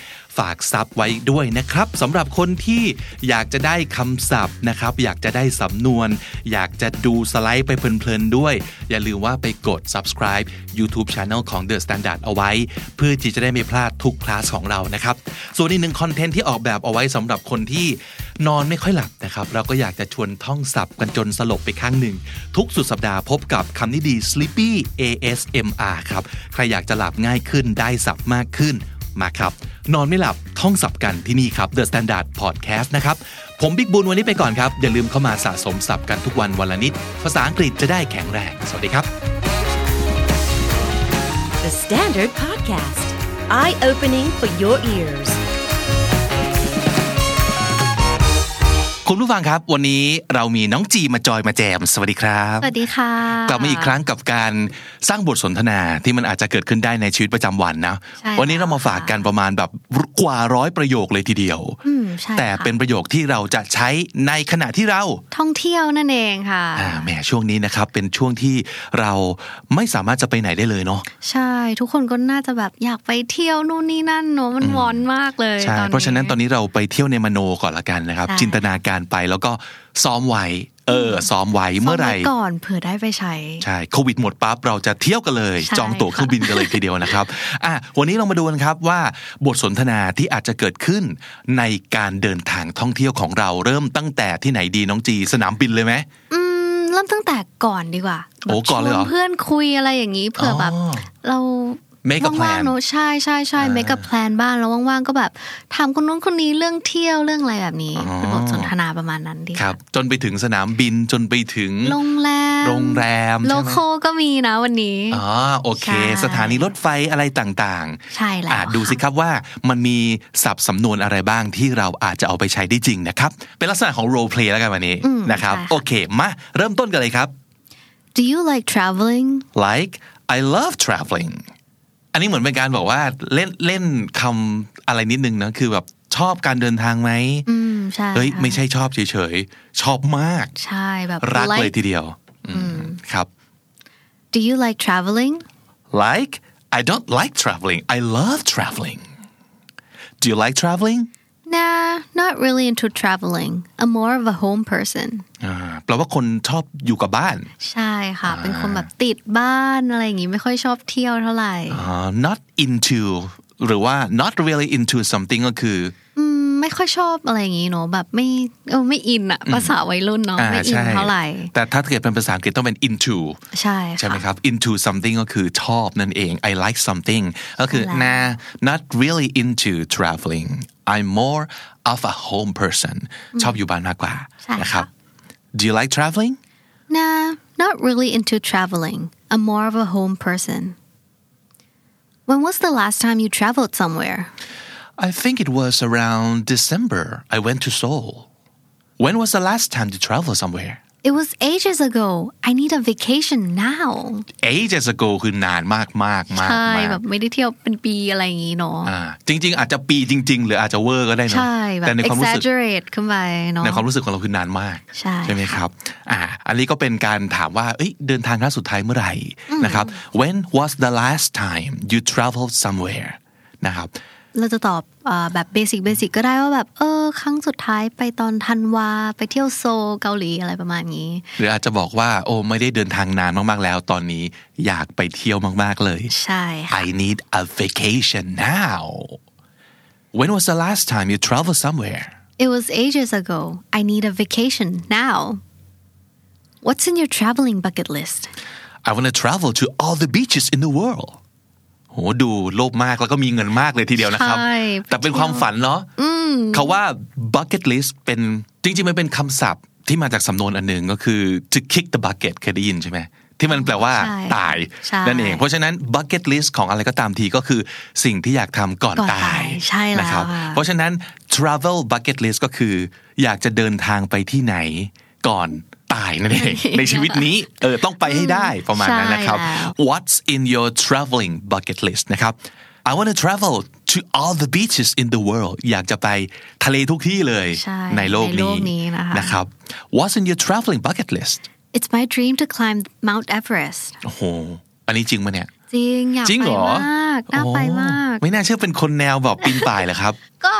[SPEAKER 3] ฝากซับไว้ด้วยนะครับสำหรับคนที่อยากจะได้คำศัพท์นะครับ อยากจะได้สำนวน อยากจะดูสไลด์ไปเพลินๆด้วย อย่าลืมว่าไปกด subscribe YouTube Channel ของ The Standard เอาไว้ เพื่อที่จะได้ไม่พลาดทุกคลาสของเรานะครับ ส่วนอีกหนึ่งคอนเทนต์ที่ออกแบบเอาไว้สำหรับคนที่นอนไม่ค่อยหลับนะครับ เราก็อยากจะชวนท่องศัพท์กันจนสลบไปข้างหนึ่ง ทุกสุดสัปดาห์พบกับคำนิดี Sleepy ASMR ครับใครอยากจะหลับง่ายขึ้นได้ศัพท์มากขึ้น มาครับ นอนไม่หลับท่องสับกันที่นี่ครับ The Standard Podcast นะครับ ผมบิ๊กบุญวันนี้ไปก่อนครับ อย่าลืมเข้ามาสะสมสับกันทุกวันวันละนิด ภาษาอังกฤษจะได้แข็งแรง สวัสดีครับ
[SPEAKER 2] The Standard Podcast, eye opening for your ears.
[SPEAKER 3] คุณผู้ฟังครับ วันนี้เรามีน้องจีมาจอยมาแจม สวัสดีครับ
[SPEAKER 4] สวัสดีค่ะ
[SPEAKER 3] กลับมาอีกครั้งกับการสร้างบทสนทนาที่มันอาจจะเกิดขึ้นได้ในชีวิตประจำวันนะ
[SPEAKER 4] ใช่ค่ะ
[SPEAKER 3] วันนี้เรามาฝากกันประมาณแบบกว่าร้อยประโยคเลยทีเดียว
[SPEAKER 4] อืมใช่
[SPEAKER 3] แต่
[SPEAKER 4] ค่ะ
[SPEAKER 3] เป็นประโยคที่เราจะใช้ในขณะที่เรา
[SPEAKER 4] ท่องเที่ยวนั่นเองค่ะ
[SPEAKER 3] อ่าแหมช่วงนี้นะครับ เป็นช่วงที่เราไม่สามารถจะไปไหนได้เลยเนาะ
[SPEAKER 4] ใช่ ทุกคนก็น่าจะแบบอยากไปเที่ยวนู่นนี่นั่นเนอะมันวอนมากเลย
[SPEAKER 3] ใช่
[SPEAKER 4] ตอนนี้
[SPEAKER 3] เพราะฉะนั้นตอนนี้เราไปเที่ยวในมโนก่อนละกันนะครับ
[SPEAKER 4] ใช่
[SPEAKER 3] จินตนาการไปแล้วก็ซ้อมไว้เออซ้อมไว้เมื่อไหร่
[SPEAKER 4] ซ้ว้ก่อนเผื่อได้ไปใช้
[SPEAKER 3] ใช่โควิดหมดปั๊บเราจะเที่ยวกันเลย
[SPEAKER 4] ใช่
[SPEAKER 3] จองตั๋วเครื่องบินกันเลยทีเดียวนะครับอ่ะวันนี้เรามาดูกันครับว่าบทสนทนาที่อาจจะเกิดขึ้น ในการเดินทางท่องเที่ยวของเราเริ่มตั้งแต่ที่ไหนดีน้องจีสนามบินเลยไหม
[SPEAKER 4] ืมเริ่มตั้งแต่ก่อนดีกว่า
[SPEAKER 3] โอ้ก่อนเลยเหรอ
[SPEAKER 4] ชวเพื่อนคุยอะไรอย่างนี้เผื่อแบบ
[SPEAKER 3] อ๋อ
[SPEAKER 4] เรา
[SPEAKER 3] Make a plan
[SPEAKER 4] ว่างๆเนอะใช่ใช่ใช่ make a plan บ้างแล้วว่างๆก็แบบถามคนนู้นคนนี้เรื่องเที่ยวเรื่องอะไรแบบนี้
[SPEAKER 3] อ๋อ
[SPEAKER 4] เป็นบทสนทนาประมาณนั้นดี
[SPEAKER 3] ครับ จนไปถึงสนามบินจนไปถึง
[SPEAKER 4] โรงแรม
[SPEAKER 3] โรงแรม
[SPEAKER 4] โล
[SPEAKER 3] ใช่ไหม
[SPEAKER 4] โคก็มีนะวันนี้
[SPEAKER 3] อ๋อโอเค
[SPEAKER 4] ใช่
[SPEAKER 3] สถานีรถไฟอะไรต่าง
[SPEAKER 4] ใช่
[SPEAKER 3] ๆ
[SPEAKER 4] แล้ว
[SPEAKER 3] อ่ะดูสิครับว่ามันมีศัพท์สำนวนอะไรบ้างที่เราอาจจะเอาไปใช้ได้จริงนะครับ เป็นลักษณะของ role play แล้วกันวันนี้นะครับโอเคมาเริ่มต้นกันเลยครับ
[SPEAKER 4] Do you like traveling
[SPEAKER 3] like I love traveling อันนี้เหมือนเป็นการบอกว่าเล่นเล่นคำอะไรนิดนึงนะคือแบบชอบการเดินทางไหม
[SPEAKER 4] อืมใช่
[SPEAKER 3] เฮ้ย
[SPEAKER 4] ค่ะ
[SPEAKER 3] ไม่ใช่ชอบเฉยๆ ชอบมาก
[SPEAKER 4] ใช่แบบ
[SPEAKER 3] รักเลย
[SPEAKER 4] like-
[SPEAKER 3] ทีเดียวอืมครับ
[SPEAKER 4] Do you like traveling
[SPEAKER 3] like I don't like traveling I love traveling do you like traveling
[SPEAKER 4] Nah not really into traveling I'm more of a home person
[SPEAKER 3] อ่าแปลว่าคนชอบอยู่กับบ้าน
[SPEAKER 4] ใช่ค่ะ เป็นคน
[SPEAKER 3] Ah.
[SPEAKER 4] แบบติดบ้านอะไรอย่างงี้ไม่ค่อยชอบเที่ยวเท่าไหร่
[SPEAKER 3] อ่า not into หรือว่า not really into something ก็คือ
[SPEAKER 4] อืมไม่ค่อยชอบอะไรอย่างงี้เนอะแบบไม่เออไม่อินอะภาษาวัยรุ่นเนาะ
[SPEAKER 3] อ่า
[SPEAKER 4] ไม่อิ
[SPEAKER 3] Ah,
[SPEAKER 4] น
[SPEAKER 3] ใช่
[SPEAKER 4] เท่าไหร่
[SPEAKER 3] แต่ถ้าเกิดเป็นภาษาอังกฤษต้องเป็น into
[SPEAKER 4] ใช่
[SPEAKER 3] ใช่ไหม
[SPEAKER 4] ค่ะ
[SPEAKER 3] ครับ into something ก็คือชอบนั่นเอง I like something ก็คือ
[SPEAKER 4] ใช่แล้ว
[SPEAKER 3] nah not really into traveling I'm more of a home person ชอบอยู่บ้านมากกว่า
[SPEAKER 4] ใช่
[SPEAKER 3] นะครับ
[SPEAKER 4] ค่ะ
[SPEAKER 3] Do you like traveling
[SPEAKER 4] Nah not really into traveling I'm more of a home person When was the last time you traveled somewhere
[SPEAKER 3] I think it was around December I went to Seoul When was the last time you traveled somewhere
[SPEAKER 4] It was ages ago I need a vacation now
[SPEAKER 3] Ages ago คือนานมากมากมาก
[SPEAKER 4] ใช่
[SPEAKER 3] มาก
[SPEAKER 4] แบบไม่ได้เที่ยวเป็นปีอะไรอย่างงี้เนาะ
[SPEAKER 3] อ่าจริง ๆ อาจจะปีจริง ๆ หรืออาจจะเวอร์ก็ได้เนอะ
[SPEAKER 4] ใช่แบบ
[SPEAKER 3] แต่ในความรู้สึก
[SPEAKER 4] exaggerate ขึ้นไปเนาะ
[SPEAKER 3] ในความรู้สึกของเราคือนานมาก
[SPEAKER 4] ใช่
[SPEAKER 3] ไหมครับอ่าอันนี้ก็เป็นการถามว่าเอ้ยเดินทางครั้งสุดท้ายเมื่อไหร่นะครับ When was the last time you traveled somewhere นะครับ
[SPEAKER 4] เราจะตอบเอ่อแบบเบสิกเบสิกก็ได้ว่าแบบ เออ ครั้งสุดท้ายไปตอนธันวา ไปเที่ยวโซลเกาหลีอะไรประมาณนี้
[SPEAKER 3] หรืออาจจะบอกว่า โอ้ไม่ได้เดินทางนานมากๆแล้ว ตอนนี้อยากไปเที่ยวมากๆเลย
[SPEAKER 4] ใช่ค่ะ
[SPEAKER 3] I need a vacation now When was the last time you traveled somewhere
[SPEAKER 4] It was ages ago I need a vacation now What's in your traveling bucket list
[SPEAKER 3] I want to travel to all the beaches in the world โหดูโลภมากแล้วก็มีเงินมากเลยทีเดียวนะครับ
[SPEAKER 4] ใช่
[SPEAKER 3] แต่เป็นความฝันเนาะเขาว่า bucket list เป็นจริงๆ มันเป็นคำศัพท์ที่มาจากสำนวนอันหนึ่งก็คือ to kick the bucket เคยได้ยินใช่ไหม ที่มันแปลว่า
[SPEAKER 4] ใช่
[SPEAKER 3] ตาย
[SPEAKER 4] ใช่
[SPEAKER 3] นั่นเอง เพราะฉะนั้น bucket list ของอะไรก็ตามทีก็คือสิ่งที่อยากทำก่อน
[SPEAKER 4] ก่อน
[SPEAKER 3] ตา
[SPEAKER 4] ตาย ยใช่แล้ว
[SPEAKER 3] นะครับ
[SPEAKER 4] ค่ะ
[SPEAKER 3] เพราะฉะนั้น travel bucket list ก็คือ อยากจะเดินทางไปที่ไหนก่อนตายนั่นเอง ในชีวิตนี้เออต้องไปให้ได้ประมาณนั้นนะครับ
[SPEAKER 4] ใช่แล้ว
[SPEAKER 3] What's in your traveling bucket list นะครับ I want to travel to all the beaches in the world อยากจะไปทะเลทุกที่เลย
[SPEAKER 4] ใช่
[SPEAKER 3] ในโลก
[SPEAKER 4] ในโล
[SPEAKER 3] นี้
[SPEAKER 4] กนี้นะคะ
[SPEAKER 3] นะครับ What's in your traveling bucket list
[SPEAKER 4] It's my dream to climb Mount Everest
[SPEAKER 3] โอ้โห อันนี้จริงปะเนี่ย
[SPEAKER 4] จริง อยาก
[SPEAKER 3] จริง
[SPEAKER 4] ไป
[SPEAKER 3] เหรอ
[SPEAKER 4] มากน่าไปมาก
[SPEAKER 3] โอ้ไม่น่าเชื่อเป็นคนแนวแบบปีนป่ายเหรอครับ
[SPEAKER 4] ก็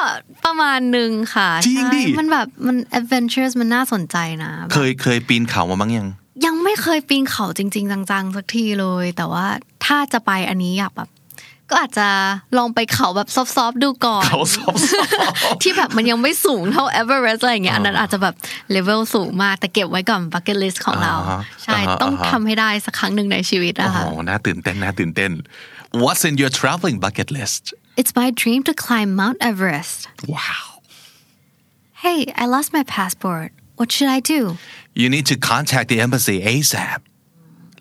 [SPEAKER 4] ประมาณหนึ่งค่ะ
[SPEAKER 3] จริงดิ
[SPEAKER 4] ใช่มันแบบมัน adventurous มันน่าสนใจนะแบบ
[SPEAKER 3] เคยเคยปีนเขามาบ้างยัง
[SPEAKER 4] ยังไม่เคยปีนเขาจริง ๆ จังๆ สักทีเลย แต่ว่าถ้าจะไปอันนี้อยากแบบ ก็อาจจะลองไปเขาแบบซอฟๆดูก่อน
[SPEAKER 3] เขาซอฟๆ
[SPEAKER 4] ที่แบบมันยังไม่สูงเท่าเอเวอเรสต์อะไรอย่างเงี้ยอันนั้นอาจจะแบบเลเวลสูงมาก แต่เก็บไว้ก่อนบักเก็ตลิสต์ของเรา
[SPEAKER 3] อ่าฮะ
[SPEAKER 4] ใช่
[SPEAKER 3] อ่าฮะ
[SPEAKER 4] ต้องทำให้ได้สักครั้งหนึ่งในชีวิต
[SPEAKER 3] โอ้
[SPEAKER 4] อะ
[SPEAKER 3] โห
[SPEAKER 4] ค่ะ
[SPEAKER 3] น่าตื่นเต้นน่าตื่นเต้น What's in your traveling bucket list
[SPEAKER 4] It's my dream to climb Mount Everest
[SPEAKER 3] Wow
[SPEAKER 4] Hey I lost my passport What should I do
[SPEAKER 3] you need to contact the embassy ASAP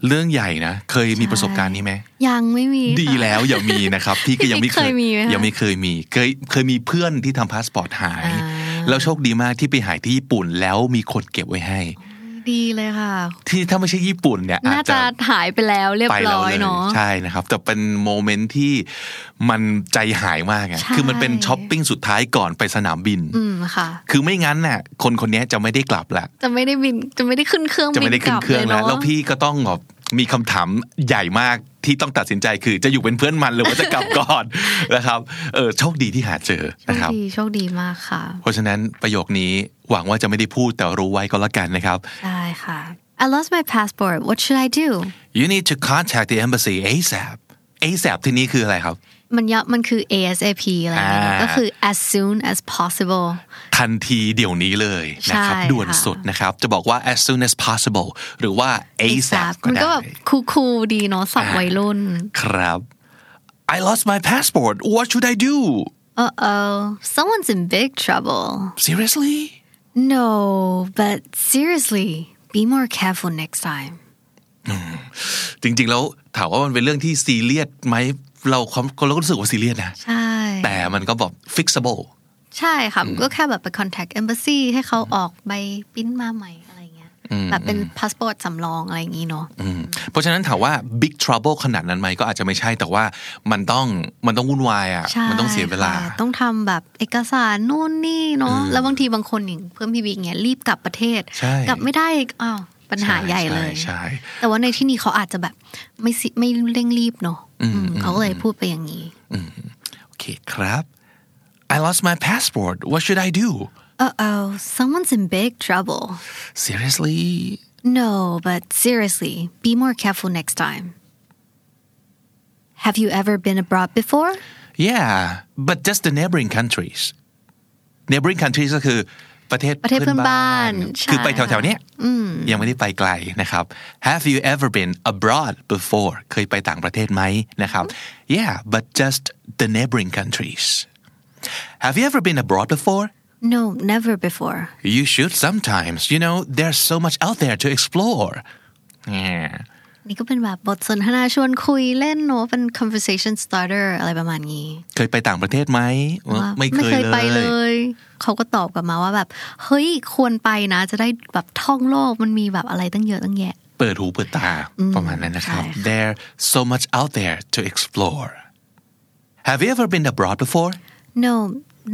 [SPEAKER 3] เรื่องใหญ่นะ เคยมีประสบการณ์นี้ไหม
[SPEAKER 4] ยังไม่มีค่ะ
[SPEAKER 3] ดีแล้วอย่ามี นะครับ พี่ก็ยังไม่เคย
[SPEAKER 4] เคยมีไหมคะ
[SPEAKER 3] ยังไม่เคยมีเคยเคยมีเพื่อนที่ทำพาสปอร์ตหาย
[SPEAKER 4] อ่า
[SPEAKER 3] แล้วโชคดีมากที่ไปหายที่ญี่ปุ่นแล้วมีคนเก็บไว้ให้
[SPEAKER 4] ดีเลยค่ะ
[SPEAKER 3] ที่ถ้าไม่ใช่ญี่ปุ่นเนี่ยอา
[SPEAKER 4] น่า
[SPEAKER 3] จ
[SPEAKER 4] จะ
[SPEAKER 3] จะ
[SPEAKER 4] หายไปแล้วเรียบ
[SPEAKER 3] ไปแล้ว
[SPEAKER 4] ร้อย
[SPEAKER 3] เลย
[SPEAKER 4] เนาะ
[SPEAKER 3] ใช่นะครับแต่เป็นโมเมนต์ที่มันใจหายมากอะ
[SPEAKER 4] ใช่
[SPEAKER 3] คือมันเป็นช้อปปิ้งสุดท้ายก่อนไปสนามบิน
[SPEAKER 4] อืมค่ะ
[SPEAKER 3] คือไม่งั้นน่ะคนคนนี้จะไม่ได้กลับละ
[SPEAKER 4] จะไม่ได้บินจะไม่ได้ขึ้นเครื่อง
[SPEAKER 3] จะ
[SPEAKER 4] บิ
[SPEAKER 3] ไม่
[SPEAKER 4] น
[SPEAKER 3] ได้
[SPEAKER 4] ก
[SPEAKER 3] ขึ้น
[SPEAKER 4] ลับ
[SPEAKER 3] เครื่อง
[SPEAKER 4] เน
[SPEAKER 3] แล้ว
[SPEAKER 4] อะ
[SPEAKER 3] แล้วพี่ก็ต้องแบบมีคำถามใหญ่มากที่ต้องตัดสินใจคือจะอยู่เป็นเพื่อนมันหรือว่าจะกลับก่อน นะครับเออโชคดีที่หาเจอ
[SPEAKER 4] โช
[SPEAKER 3] นะ
[SPEAKER 4] ค
[SPEAKER 3] ครับ
[SPEAKER 4] ดีโชคดีมากค่ะ
[SPEAKER 3] เพราะฉะนั้นประโยคนี้หวังว่าจะไม่ได้พูดแต่รู้ไว้ก็แล้วกันนะครับ
[SPEAKER 4] ได้ค่ะ I lost my passport what should I do
[SPEAKER 3] you need to contact the embassy ASAP ASAP ที่นี้คืออะไรครับ
[SPEAKER 4] มันยะมันคือ ASAP อะไรอย่างเงี้ยเนอะ
[SPEAKER 3] อ่า
[SPEAKER 4] ก็คือ as soon as possible
[SPEAKER 3] ทันทีเดี๋ยวนี้เลยนะครับ
[SPEAKER 4] ใช่
[SPEAKER 3] ด่วน
[SPEAKER 4] ค่ะ
[SPEAKER 3] สุดนะครับ จะบอกว่า as soon as possible หรือว่า ASAP ก็
[SPEAKER 4] มัน
[SPEAKER 3] ได้
[SPEAKER 4] ก็แบบคูลๆดีเนาะสับวัยรุ่น
[SPEAKER 3] ครับ I lost my passport what should I do
[SPEAKER 4] Uh oh, someone's in big trouble.
[SPEAKER 3] seriously
[SPEAKER 4] No, but seriously, be more careful next time.
[SPEAKER 3] จริงๆ แล้วถามว่ามันเป็นเรื่องที่ซีเรียสไหมเราความเราก็รู้สึกว่าซีเรียสนะ
[SPEAKER 4] ใช่
[SPEAKER 3] แต่มันก็แบบ fixable
[SPEAKER 4] ใช่ค่ะก็แค่แบบไป contact embassy ให้เขาออกใบปริ้นมาใหม่อะไรเงี้ยแบบเป็นพาสปอร์ตสำรองอะไรอย่างงี้เนาะ
[SPEAKER 3] อืมเพราะฉะนั้นถามว่า big trouble ขนาดนั้นไหมก็อาจจะไม่ใช่แต่ว่ามันต้องมันต้องวุ่นวายอ่ะ
[SPEAKER 4] ใช่
[SPEAKER 3] มันต้องเสียเวลา
[SPEAKER 4] ค่ะต้องทำแบบเอกสารนู่นนี่เนาะแล้วบางทีบางคนอย่างเพื่อนพี่บิ๊กเนี่ยรีบกลับประเทศ
[SPEAKER 3] ใช่
[SPEAKER 4] กลับไม่ได้อีกอ้าวปัญหาใหญ่เลย
[SPEAKER 3] ใช่ใช่
[SPEAKER 4] แต่ว่าในที่นี้เขาอาจจะแบบไม่ซิไม่เร่งรีบเนาะอืมเขาก็เลยพูดไปอย่างนี้
[SPEAKER 3] โอเคครับ I lost my passport what should I do
[SPEAKER 4] Uh oh, someone's in big trouble.
[SPEAKER 3] seriously
[SPEAKER 4] No, but seriously, be more careful next time. Have you ever been abroad before?
[SPEAKER 3] yeah but just the neighboring countries neighboring countries ก็คือประเทศ
[SPEAKER 4] ประเทศเพื่อนบ้านใช่
[SPEAKER 3] คือไปแถวๆเนี้ยยังไม่ได้ไปไกลนะครับ Have you ever been abroad before เคยไปต่างประเทศไหมนะครับ Yeah but just the neighboring countries Have you ever been abroad before
[SPEAKER 4] No, never before.
[SPEAKER 3] You should sometimes. You know, there's so much out there to explore. Yeah.
[SPEAKER 4] นี่ก็เป็นแบบบทสนทนาชวนคุยเล่นเนอะเป็น conversation starter อะไรประมาณนี้
[SPEAKER 3] เคยไปต่างประเทศไหม
[SPEAKER 4] ว่า
[SPEAKER 3] ไม่เคย
[SPEAKER 4] ไป
[SPEAKER 3] เล
[SPEAKER 4] เลย ย เขาก็ตอบกลับมาว่าแบบเฮ้ยควรไปนะ จะได้แบบท่องโลกมันมีแบบอะไรตั้งเยอะตั้งแยะ
[SPEAKER 3] เปิดหูเปิดตาประมาณนั้นนะครับ
[SPEAKER 4] ใช่ค่ะ
[SPEAKER 3] There's so much out there to explore. Have you ever been abroad before?
[SPEAKER 4] No,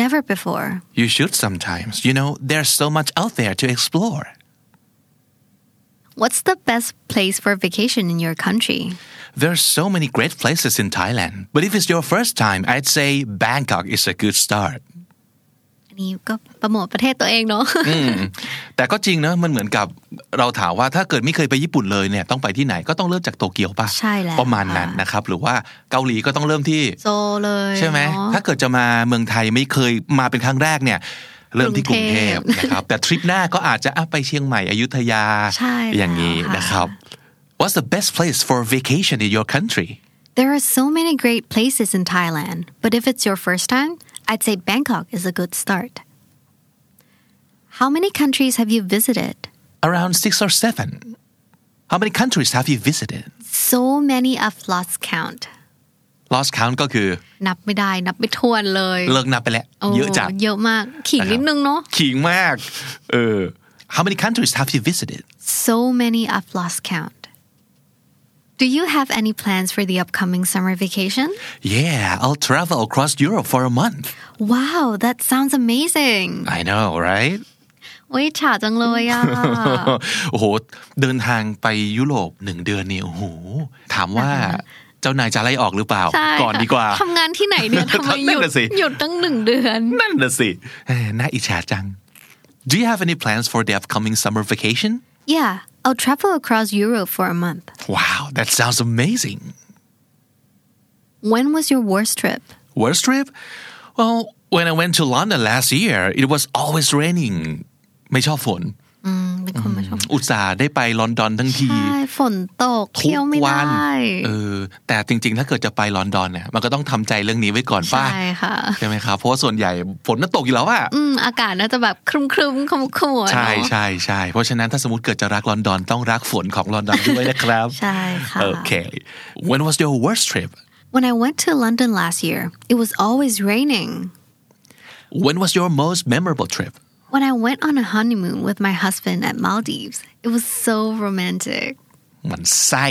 [SPEAKER 4] never before.
[SPEAKER 3] You should sometimes. You know, there's so much out there to explore.
[SPEAKER 4] What's the best place for vacation in your country?
[SPEAKER 3] There's so many great places in Thailand, but if it's your first time, I'd say Bangkok is a good start.
[SPEAKER 4] อันนี้ก็โปรโมทประเทศ ตัวเอง เนาะ
[SPEAKER 3] แต่ก็จริงนะมันเหมือนกับเราถามว่าถ้าเกิดไม่เคยไปญี่ปุ่นเลยเนี่ยต้องไปที่ไหนก็ต้องเริ่มจากโตเกียวป่ะ
[SPEAKER 4] ใช่แล้ว
[SPEAKER 3] ประมาณนั้น
[SPEAKER 4] ค่ะ
[SPEAKER 3] นะครับ หรือว่าเกาหลีก็ต้องเริ่มที่
[SPEAKER 4] โซเลย
[SPEAKER 3] ใช่ไหม
[SPEAKER 4] เนอะ
[SPEAKER 3] ถ้าเกิดจะมาเมืองไทยไม่เคยมาเป็นครั้งแรกเนี่ย เริ่มที่กรุงเทพ
[SPEAKER 4] กรุงเทพ
[SPEAKER 3] นะครับ แต่ทริปหน้าก็อาจจะอ่ะไปเชียงใหม่อยุธยา
[SPEAKER 4] ใช่แล้ว
[SPEAKER 3] อย่างนี้
[SPEAKER 4] ค่ะ
[SPEAKER 3] นะครับ What's the best place for vacation in your country
[SPEAKER 4] There are so many great places in Thailand, but if it's your first time, I'd say Bangkok is a good start. How many countries have you visited?
[SPEAKER 3] around six or seven How many countries have you visited
[SPEAKER 4] So many I've lost count.
[SPEAKER 3] Lost count ก็คือ
[SPEAKER 4] นับไม่ได้ นับไม่ทวนเลย
[SPEAKER 3] เลิกนับไปแล้ว
[SPEAKER 4] โ
[SPEAKER 3] เยอะจัด
[SPEAKER 4] เยอะมาก ขิงนิดนึงเนาะ
[SPEAKER 3] ขิงมาก เออ How many countries have you visited?
[SPEAKER 4] So many I've lost count. Do you have any plans for the upcoming summer vacation?
[SPEAKER 3] Yeah, I'll travel across Europe for a month.
[SPEAKER 4] Wow, that sounds amazing.
[SPEAKER 3] I know, right?
[SPEAKER 4] โอ้ยฉาจังเลยอ่ะ
[SPEAKER 3] โอ้โห เดินทางไปยุโรปหนึ่งเดือนนี่ โอ้โห ถามว่าเจ้านายจะไล่ออกหรือเปล่า
[SPEAKER 4] ใช่
[SPEAKER 3] ก่อนดีกว่า
[SPEAKER 4] ทำงานที่ไหน เนี่ยทำไมหยุ
[SPEAKER 3] นั่
[SPEAKER 4] ด
[SPEAKER 3] นน่ะสิ
[SPEAKER 4] หยุดตั้งหนึ่งเดือน
[SPEAKER 3] นั่นน่ะสิเอ้ยน่าอิจฉาจัง Do you have any plans for the upcoming summer vacation?
[SPEAKER 4] Yeah I'll travel across Europe for a month
[SPEAKER 3] Wow, that sounds amazing.
[SPEAKER 4] When was your worst trip
[SPEAKER 3] Worst trip? Well, when I went to London last year, it was always raining. ไม่ชอบฝน
[SPEAKER 4] อืมเป็นคนไม่ชอบ
[SPEAKER 3] อุตส่าห์ได้ไปลอนดอนทั้งที
[SPEAKER 4] ใช่ฝนตกเที่ยวไม่
[SPEAKER 3] ทุก
[SPEAKER 4] ได
[SPEAKER 3] วัน้ เออ แต่จริง ๆ ถ้าเกิดจะไปลอนดอนเนี่ย มันก็ต้องทำใจเรื่องนี้ไว้ก่อนป้า
[SPEAKER 4] ใช่ค่ะ
[SPEAKER 3] ใช่ไหมครับ เพราะว่าส่วนใหญ่ฝนน่ะตกอยู่แล้วอะ
[SPEAKER 4] อืมอากาศน่าจะแบบครึมครึมขมุกขมัวเนอะ
[SPEAKER 3] ใช่ใช่ใช่เพราะฉะนั้นถ้าสมมติเกิดจะรักลอนดอนต้องรักฝนของลอนดอนด้วยนะครับ
[SPEAKER 4] ใช่ค่ะ
[SPEAKER 3] Okay when was your worst trip
[SPEAKER 4] When I went to London last year it was always raining
[SPEAKER 3] when was your most memorable trip
[SPEAKER 4] When I went on a honeymoon with my husband at Maldives it was so romantic
[SPEAKER 3] หมันไส้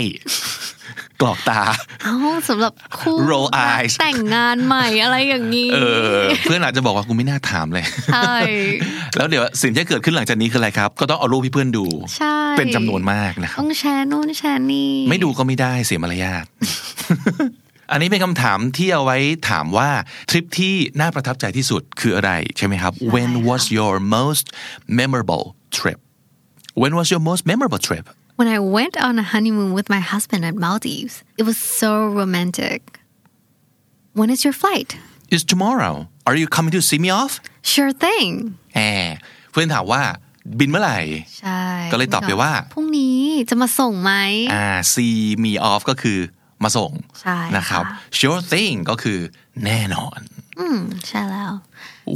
[SPEAKER 3] กรอกตา
[SPEAKER 4] เอ้าสำหรับคู่
[SPEAKER 3] Roll
[SPEAKER 4] รัก
[SPEAKER 3] eyes
[SPEAKER 4] แต่งงานใหม่อะไรอย่างนี้
[SPEAKER 3] เออ เพื่อนอาจจะบอกว่ากูไม่น่าถามเลย
[SPEAKER 4] ใช่
[SPEAKER 3] แล้วเดี๋ยวสิ่งที่เกิดขึ้นหลังจากนี้คืออะไรครับ ก็ต้องเอารูปให้เพื่อนดู
[SPEAKER 4] ใช่
[SPEAKER 3] เป็นจำนวนมากนะครับ
[SPEAKER 4] ต้องแชร์นู่นแชร์นี่
[SPEAKER 3] ไม่ดูก็ไม่ได้เสียมารยาท อันนี้เป็นคำถามที่เอาไว้ถามว่า ทริปที่น่าประทับใจที่สุดคืออะไรใช่ไหมครับ When was your most memorable trip When was your most memorable trip
[SPEAKER 4] When I went on a honeymoon with my husband at Maldives it was so romantic When is your flight
[SPEAKER 3] Is tomorrow Are you coming to see me off
[SPEAKER 4] Sure thing
[SPEAKER 3] แหมเพื่อนถามว่าบินเมื่อไหร่
[SPEAKER 4] ใช่
[SPEAKER 3] ก็เลยตอบไปว่า
[SPEAKER 4] พรุ่งนี้จะมาส่งไหม
[SPEAKER 3] อ่า see me off ก็คือมาส่ง
[SPEAKER 4] ใช่
[SPEAKER 3] นะครับ
[SPEAKER 4] ค่ะ
[SPEAKER 3] sure thing ก็คือแน่นอน
[SPEAKER 4] อืมใช่แล้ว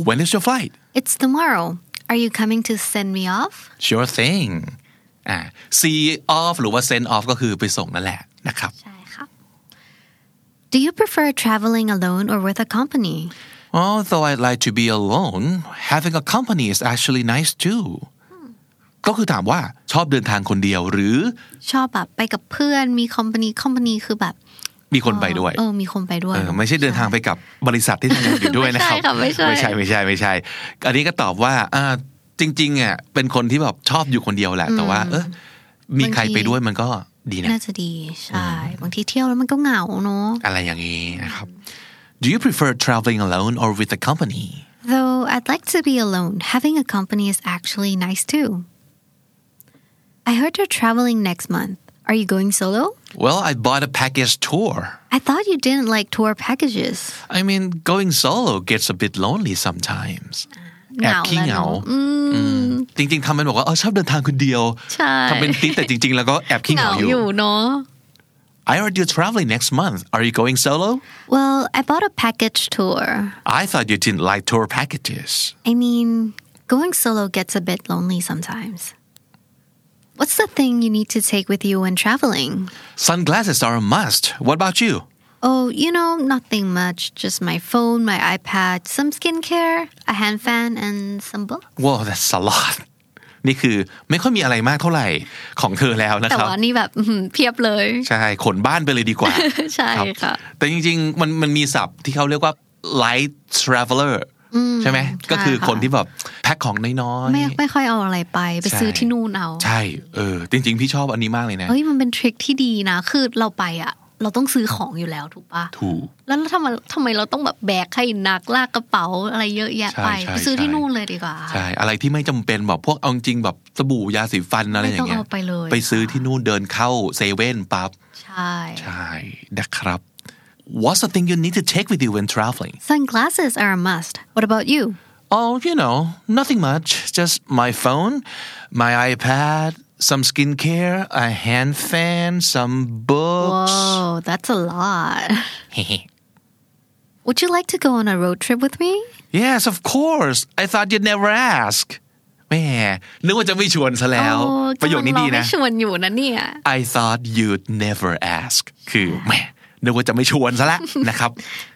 [SPEAKER 3] when is your flight
[SPEAKER 4] It's tomorrow Are you coming to send me off
[SPEAKER 3] sure thing อ่า see off หรือว่า send off ก็คือไปส่งนั่นแหละนะครับ
[SPEAKER 4] ใช่ค่ะ Do you prefer traveling alone or with a company
[SPEAKER 3] although I'd like to be alone having a company is actually nice too ก็คือถามว่าชอบเดินทางคนเดียวหรือ
[SPEAKER 4] ชอบแบบไปกับเพื่อนมี company company คือแบบ
[SPEAKER 3] มีคนไปด้วย
[SPEAKER 4] เออมีคนไปด้วย
[SPEAKER 3] เออไม่ใช่เดินทางไปกับบริษัทที่ทำงานอยู่ด้วยนะครับ
[SPEAKER 4] ไม่ใช่
[SPEAKER 3] ไม่
[SPEAKER 4] ค่ะไม่ใช่
[SPEAKER 3] ใช่ไม่ใช่ไม่ใช่ อันนี้ก็ตอบว่าอ่าจริงๆอ่ะเป็นคนที่แบบชอบอยู่คนเดียวแหละ แต่ว่า เออมีใครไปด้วยมันก็ดีนะ
[SPEAKER 4] น่าจะดีใช่ บางทีเที่ยวแล้วมันก็เหงาเนาะ
[SPEAKER 3] อะไรอย่างนี้นะครับ Do you prefer traveling alone or with a company
[SPEAKER 4] Though I'd like to be alone having a company is actually nice too I heard you're traveling next month Are you going solo
[SPEAKER 3] Well I bought a package tour
[SPEAKER 4] I thought you didn't like tour packages
[SPEAKER 3] I mean going solo gets a bit lonely sometimes Mm. แอบขี้เหงา
[SPEAKER 4] แล้วนอะอืม
[SPEAKER 3] จริงๆทำเป็นบอกว่าเออชอบเดินทางคนเดียว
[SPEAKER 4] ใช่
[SPEAKER 3] ทำเป็นติ๊ดแต่จริงๆ แล้วก็แอบขี้
[SPEAKER 4] เหงาง
[SPEAKER 3] เหาอ
[SPEAKER 4] อยู่
[SPEAKER 3] ยู่
[SPEAKER 4] เนาะ
[SPEAKER 3] I heard you're traveling next month Are you going solo
[SPEAKER 4] Well I bought a package tour
[SPEAKER 3] I thought you didn't like tour packages.
[SPEAKER 4] I mean going solo gets a bit lonely sometimes What's the thing you need to take with you when traveling
[SPEAKER 3] Sunglasses are a must. What about you?
[SPEAKER 4] Oh, you know, nothing much. Just my phone, my iPad, some skincare, a hand fan, and some book.
[SPEAKER 3] Whoa, that's a lot. นี่คือไม่ค่อยมีอะไรมากเท่าไหร่ของเธอแล้วนะ
[SPEAKER 4] แต่
[SPEAKER 3] ครับ
[SPEAKER 4] ว่านี่แบบ อื้อหือเพียบเลย
[SPEAKER 3] ใช่ ขนบ้านไปเลยดีกว่า
[SPEAKER 4] ใช่
[SPEAKER 3] รับ
[SPEAKER 4] ค่ะ
[SPEAKER 3] แต่จริงๆ มันมันมีศัพท์ที่เขาเรียกว่า light traveler ใช่ไหม ก็คือคนที่แบบแพ็คของน้อยๆ
[SPEAKER 4] ไม่ไม่ค่อยเอาอะไรไป ไป
[SPEAKER 3] ใช่
[SPEAKER 4] ซื้อที่นู่นเอา
[SPEAKER 3] ใช่ เออ จริง ๆ พี่ชอบอันนี้มากเลยนะ
[SPEAKER 4] เฮ้ยมันเป็นทริคที่ดีนะ คือเราไปอะเราต้องซื้อของอยู่แล้วถูกปะ
[SPEAKER 3] ถูก
[SPEAKER 4] แล้วทำไมทำไมเราต้องแบบแบกให้หนักลากกระเป๋าอะไรเยอะแยะไป
[SPEAKER 3] ใช่ใช่
[SPEAKER 4] ไปซื้อที่นู่นเลยดีกว่า
[SPEAKER 3] ใช่ อะไรที่ไม่จำเป็นแบบพวกเอาจริงๆแบบสบู่ยาสีฟันอะไรอย่างเงี้ย
[SPEAKER 4] ไม่ต้องเอาไปเลย
[SPEAKER 3] ไปซื้อที่นู่นเดินเข้าเซเว่นปั๊บ
[SPEAKER 4] ใช่
[SPEAKER 3] ใช่นะครับ What's the thing you need to take with you when traveling?
[SPEAKER 4] Sunglasses are a must. What about you?
[SPEAKER 3] Oh, you know, nothing much. Just my phone, my iPad, some skincare, a hand fan, some books.
[SPEAKER 4] Whoa, that's a lot. Would you like to go on a road trip with me?
[SPEAKER 3] yes, of course. I thought you'd never ask. แหม่นึกว่าจะไม่ชวนซะแล้ว
[SPEAKER 4] โอ้
[SPEAKER 3] ประโยคนี้ดี
[SPEAKER 4] กำลังรอ
[SPEAKER 3] นะ
[SPEAKER 4] ให้ชวนอยู่นะเนี่ย
[SPEAKER 3] I thought you'd never ask คือแหม่นึกว่าจะไม่ชวนซะ ละนะครับ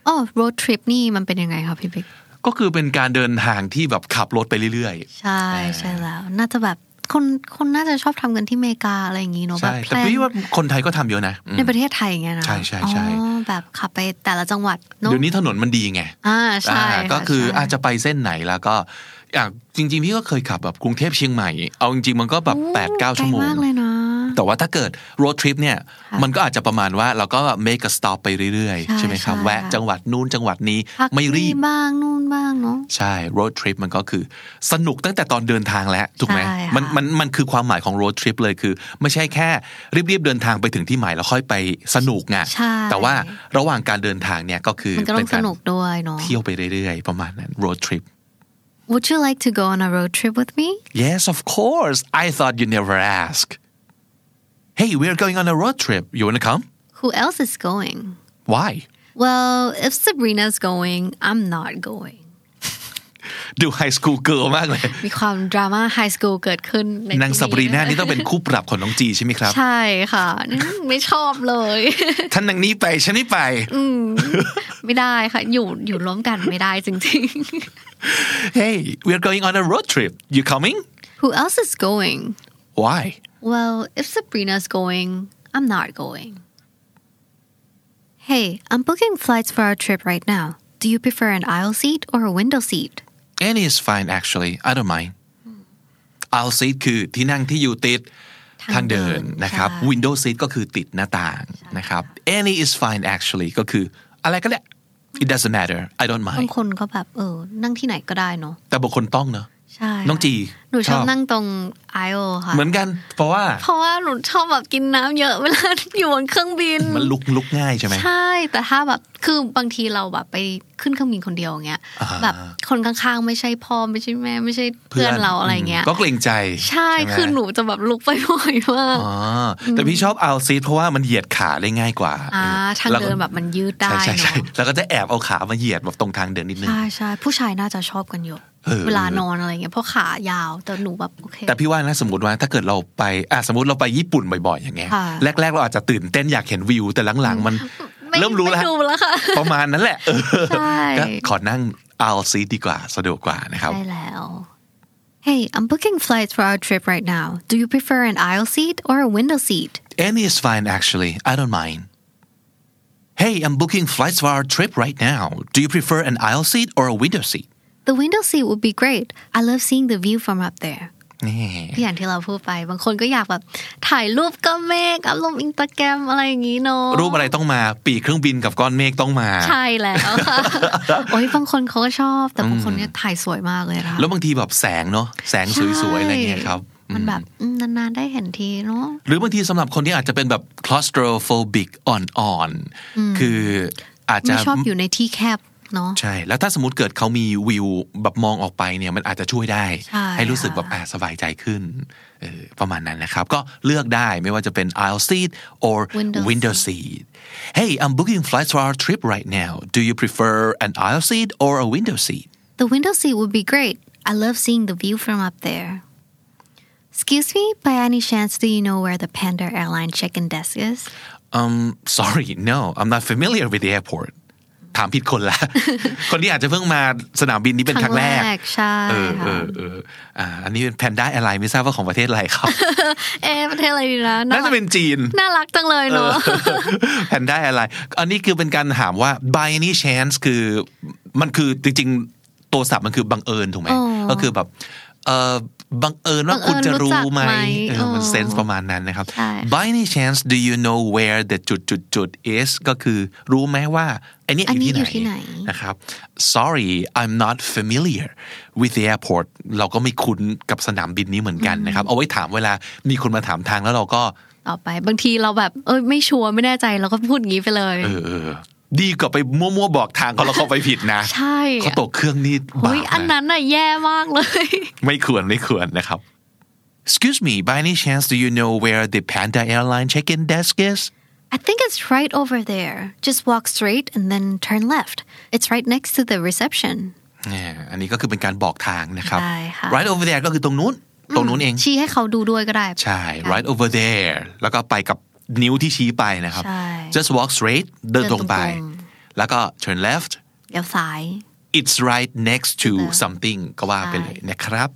[SPEAKER 4] อ๋อ road trip นี่มันเป็นยังไงครับพี่บิ๊ก
[SPEAKER 3] ก็คือเป็นการเดินทางที่แบบขับรถไปเรื่อย ๆ
[SPEAKER 4] ใช่ใช่แล้ว น่าจะแบบคนคนน่าจะชอบทำกันที่อเมริกาอะไรอย่างนี้เนอะแบบ
[SPEAKER 3] ใช่
[SPEAKER 4] แพ
[SPEAKER 3] แต่
[SPEAKER 4] ลน
[SPEAKER 3] พี่ว่าคนไทยก็ทำเยอะนะอืม
[SPEAKER 4] ในประเทศไทยไงนะ
[SPEAKER 3] ใช่ใช่ใช่
[SPEAKER 4] อ๋อแบบขับไปแต่ละจังหวัดเนอะ
[SPEAKER 3] เดี๋ยวนี้ถนนมันดีไง
[SPEAKER 4] อ่าใช่
[SPEAKER 3] อ่า
[SPEAKER 4] ะ
[SPEAKER 3] ก็คือ
[SPEAKER 4] ใช่
[SPEAKER 3] อาจจะไปเส้นไหนแล้วก็อ่ะจริง ๆ พี่ก็เคยขับแบบกรุงเทพเชียงใหม่ เอาจริง ๆ มันก็แบบ
[SPEAKER 4] โอ้
[SPEAKER 3] 8ปดเก้า
[SPEAKER 4] ไกล
[SPEAKER 3] ชั่วโมง
[SPEAKER 4] มากเลยนะ
[SPEAKER 3] แต่ว่าถ้าเกิด road trip เนี่ย มันก็อาจจะประมาณว่าเราก็ make a stop ไปเรื่อยๆ
[SPEAKER 4] ใช่
[SPEAKER 3] ใช่ไหมครับ
[SPEAKER 4] ใช่
[SPEAKER 3] แวะจังหวัดนู้นจังหวัดนี้
[SPEAKER 4] พัก
[SPEAKER 3] ไม่รี
[SPEAKER 4] นี่
[SPEAKER 3] บ
[SPEAKER 4] บ้างนู่นบ้างเนาะ
[SPEAKER 3] ใช่ road trip มันก็คือสนุกตั้งแต่ตอนเดินทางแล้วถูกไหม
[SPEAKER 4] ใช่ค่ะ
[SPEAKER 3] มันมันมันคือความหมายของ road trip เลยคือ ไม่ใช่แค่รีบๆเดินทางไปถึงที่หมายแล้วค่อยไปสนุกไง
[SPEAKER 4] ใช่
[SPEAKER 3] แต่ว่าระหว่างการเดินทางเนี่ยก็คือ
[SPEAKER 4] มันก็ต้
[SPEAKER 3] เป็
[SPEAKER 4] อน งส
[SPEAKER 3] การ
[SPEAKER 4] นุกด้วยเนาะ
[SPEAKER 3] เที่ยวไปเรื่อยๆ ประมาณนั้น road trip
[SPEAKER 4] Would you like to go on a road trip with me?
[SPEAKER 3] Yes, of course. I thought you never ask. Hey, we're going on a road trip. You wanna come?
[SPEAKER 4] Who else is going?
[SPEAKER 3] Why?
[SPEAKER 4] Well, if Sabrina's going, I'm not going.
[SPEAKER 3] ดูไฮสคูลเกิร์ลมากเลย
[SPEAKER 4] มีความดราม่าไฮสคูลเกิดขึ้นใน
[SPEAKER 3] นางสับรีน่านี่
[SPEAKER 4] ที่
[SPEAKER 3] ต้องเป็นคู่ปรับของน้องจีใช่ไหมครับ
[SPEAKER 4] ใช่ค่ะนี่ไม่ชอบเลย
[SPEAKER 3] ท่านนางนี้ไปฉันไม่ไป
[SPEAKER 4] ไม่ได้ค่ะ อยู่อยู่ร่วมกันไม่ได้จริง
[SPEAKER 3] Hey we're going on a road trip you coming
[SPEAKER 4] ๆ Who else is going?
[SPEAKER 3] why
[SPEAKER 4] Well, if Sabrina's going, I'm not going. Hey, I'm booking flights for our trip right now. Do you prefer an aisle seat or a window seat?
[SPEAKER 3] any is fine actually I don't mind aisle seat คือที่นั่งที่อยู่ติดทา
[SPEAKER 4] ทาง งเดิ
[SPEAKER 3] เดิน
[SPEAKER 4] น
[SPEAKER 3] นะครับ
[SPEAKER 4] ใช่
[SPEAKER 3] window seat ก็คือติดหน้าต่างนะครับ any is fine actually ก็คืออะไรก็ได้ it doesn't matter I don't
[SPEAKER 4] บาง
[SPEAKER 3] mind
[SPEAKER 4] คนก็แบบเออ นั่งที่ไหนก็ได้เนาะ
[SPEAKER 3] แต่บางคนต้องเนอะ
[SPEAKER 4] ใช่
[SPEAKER 3] น้องจี
[SPEAKER 4] หนูช
[SPEAKER 3] ช
[SPEAKER 4] อ
[SPEAKER 3] อ
[SPEAKER 4] บบ นั่งตรง aisle ค่ะ
[SPEAKER 3] เหมือนกัน เพราะว่า
[SPEAKER 4] เพราะว่าหนูชอบแบบกินน้ำเยอะเวลาอยู่บนเครื่องบิน
[SPEAKER 3] มันลุกลุกง่ายใช่ไหม
[SPEAKER 4] ใช่ แต่ถ้าแบบ คือบางทีเราแบบไปขึ้นเครื่องบินคนเดียวอย่างเงี้ย
[SPEAKER 3] อ่า
[SPEAKER 4] แบบคนข้างๆ ไม่ใช่พ่อไม่ใช่แม่ ไม่ใช่เพื่อนเราอะไรเงี้ย
[SPEAKER 3] มก็เกรงใจ
[SPEAKER 4] ใช่
[SPEAKER 3] ไม
[SPEAKER 4] คือหนูจะแบบลุกไปบ่อยมาก
[SPEAKER 3] อ๋อแต่พี่ชอบเอาซีทเพราะว่ามันเหยียดขาได้ง่ายกว่า
[SPEAKER 4] อ่า ทาง
[SPEAKER 3] แล้วก็
[SPEAKER 4] เดินแบบมันยืดได้
[SPEAKER 3] ใช่ใช่
[SPEAKER 4] เน
[SPEAKER 3] ใช่
[SPEAKER 4] อะ
[SPEAKER 3] แล้วก็จะแอบเอาขามาเหยียดแบบตรงทางเดินนิดนึง
[SPEAKER 4] ใช่ใช่ผู้ชายน่าจะชอบกันเยอะ
[SPEAKER 3] เออ
[SPEAKER 4] เวลานอนอะไรเงี้ย เพราะขายาว แต่หนูแบบโอเค
[SPEAKER 3] แต่พี่ว่านะสมมติว่าถ้าเกิดเราไปอ่ะสมมติเราไปญี่ปุ่นบ่อยๆอย่างเงี้ย
[SPEAKER 4] ค่ะ
[SPEAKER 3] แรกๆเราอาจจะตื่นเต้นอยากเห็นวิว แต่หลังๆมัน
[SPEAKER 4] ไม่
[SPEAKER 3] เริ่มรู้แล้ว
[SPEAKER 4] ไดูแล้วค่ะ
[SPEAKER 3] ประมาณนั้นแหละเออ
[SPEAKER 4] ใช่
[SPEAKER 3] ก็ขอนั่งเอาซีทดีกว่าสะดวกกว่านะครับ
[SPEAKER 4] ได้แล้ว Hey, I'm booking flights for our trip right now. Do you prefer an aisle seat or a window seat?
[SPEAKER 3] Any is fine actually I don't mind Hey I'm booking flights for our trip right now Do you prefer an aisle seat or a window seat
[SPEAKER 4] The window seat would be great. I love seeing the view from up there.
[SPEAKER 3] นี่
[SPEAKER 4] ก็อย่างที่เราพูดไป บางคนก็อยากแบบ ถ่ายรูปก็เมกอัพลงอินสตาแกรมอะไรอย่างนี้เนาะ
[SPEAKER 3] รูปอะไรต้องมาปีกเครื่องบินกับก้อนเมฆต้องมา
[SPEAKER 4] ใช่ แล้วค่ะ โอ้ยบางคนเขาก็ชอบ แต่บางคนเนี่ยถ่ายสวยมากเลยนะคะ
[SPEAKER 3] แล้วบางทีแบบแสงเนาะแสงสวยๆ อะไรเงี้ยครับอื
[SPEAKER 4] มันแบบอืมนานๆได้เห็นทีเนาะ
[SPEAKER 3] หรือบางทีสำหรับคนที่อาจจะเป็นแบบ claustrophobic อ่อนๆ คืออาจจะ
[SPEAKER 4] ไม่ชอบอยู่ในที่แคบเนาะ
[SPEAKER 3] ใช่ แล้วถ้าสมมติเกิดเขามีวิวแบบมองออกไปเนี่ยมันอาจจะช่วยได้
[SPEAKER 4] ใช่
[SPEAKER 3] ให้รู้สึกแบบ
[SPEAKER 4] ค่ะ
[SPEAKER 3] อ่ะสบายใจขึ้นเออประมาณนั้นนะครับ ก็เลือกได้ไม่ว่าจะเป็น aisle seat or
[SPEAKER 4] Window
[SPEAKER 3] window seat Hey I'm booking flights for our trip right now Do you prefer an aisle seat or a window seat
[SPEAKER 4] The window seat would be great. I love seeing the view from up there. Excuse me, by any chance, do you know where the Panda Airline check-in desk is?
[SPEAKER 3] Um, sorry, no, I'm not familiar with the airport. ถามผิดคน ละ คนที่อาจจะเพิ่งมาสนามบินนี้เป็นครั้งแรก
[SPEAKER 4] ใช่
[SPEAKER 3] เออเอ
[SPEAKER 4] ค่ะ
[SPEAKER 3] อเอออ่าอันนี้เป็นแพนด้าแอร์ไลน์ไม่ทราบว่าของประเทศอะไรครับ
[SPEAKER 4] เอ๊ะประเทศอะไรดีนะ
[SPEAKER 3] น่าจะเป็นจีน
[SPEAKER 4] น่ารักจังเลยเนาะ
[SPEAKER 3] แพนด้าแอร์ไลน์อันนี้คือเป็นการถามว่า by any chance คือมันคือจริงๆ ตัวศัพท์มันคือบังเอิญถูกไหม
[SPEAKER 4] อ๋อ
[SPEAKER 3] ก็คือแบบเออบังเอิญว่าคุณจะรู้ไหม
[SPEAKER 4] บังเอิญรู้จักไห
[SPEAKER 3] เอ
[SPEAKER 4] ม
[SPEAKER 3] อมัน
[SPEAKER 4] อ๋อ
[SPEAKER 3] เซนส์ประมาณนั้นนะครับ
[SPEAKER 4] ใช่
[SPEAKER 3] by any chance do you know where the จุดจุดจุด is ก็คือรู้ไหมว่าไอเนี้ยอยู่ที่ไห
[SPEAKER 4] อันนี้อยู่
[SPEAKER 3] น
[SPEAKER 4] ที่ไหน
[SPEAKER 3] นะครับ sorry I'm not familiar with the airport เราก็ไม่คุ้นกับสนามบินนี้เหมือนกันนะครับ เอาไว้ถามเวลามีคนมาถามทางแล้วเราก็
[SPEAKER 4] ต่อไปบางทีเราแบบเอ้ยไม่ชัวร์ไม่แน่ใจเราก็พูดอย่างนี้ไปเลย
[SPEAKER 3] เออเออดีกว่าไปมั่วๆบอกทางเขาแล้วเขาไปผิดนะ
[SPEAKER 4] ใช่
[SPEAKER 3] เขาตกเครื่องนี่บา
[SPEAKER 4] เฮ้ยอั
[SPEAKER 3] ป
[SPEAKER 4] น
[SPEAKER 3] นะ
[SPEAKER 4] นั้นน่ะแย่มากเลย
[SPEAKER 3] ไม่ควรไม่ควรนะครับ Excuse me by any chance do you know where the Panda Airline check-in desk is
[SPEAKER 4] I think it's right over there just walk straight and then turn left it's right next to the reception
[SPEAKER 3] เนี่ยอันนี้ก็คือเป็นการบอกทางนะครับ
[SPEAKER 4] ได้ค่ะ
[SPEAKER 3] Right over there ก็คือตรงนู้น ตรงนู้นเอง
[SPEAKER 4] ชี้ให้เขาดูด้วยก็ได้
[SPEAKER 3] ใช่ right over there แล้วก็ไปกับนิ้วที่ชี้ไปนะครับ
[SPEAKER 4] ใช่
[SPEAKER 3] just walk straight เดินตรงไป
[SPEAKER 4] เดินตรง
[SPEAKER 3] แล้วก็ turn left
[SPEAKER 4] เดี๋ยวสาย
[SPEAKER 3] it's right next to something ก็ว่าไปเลยนะครับ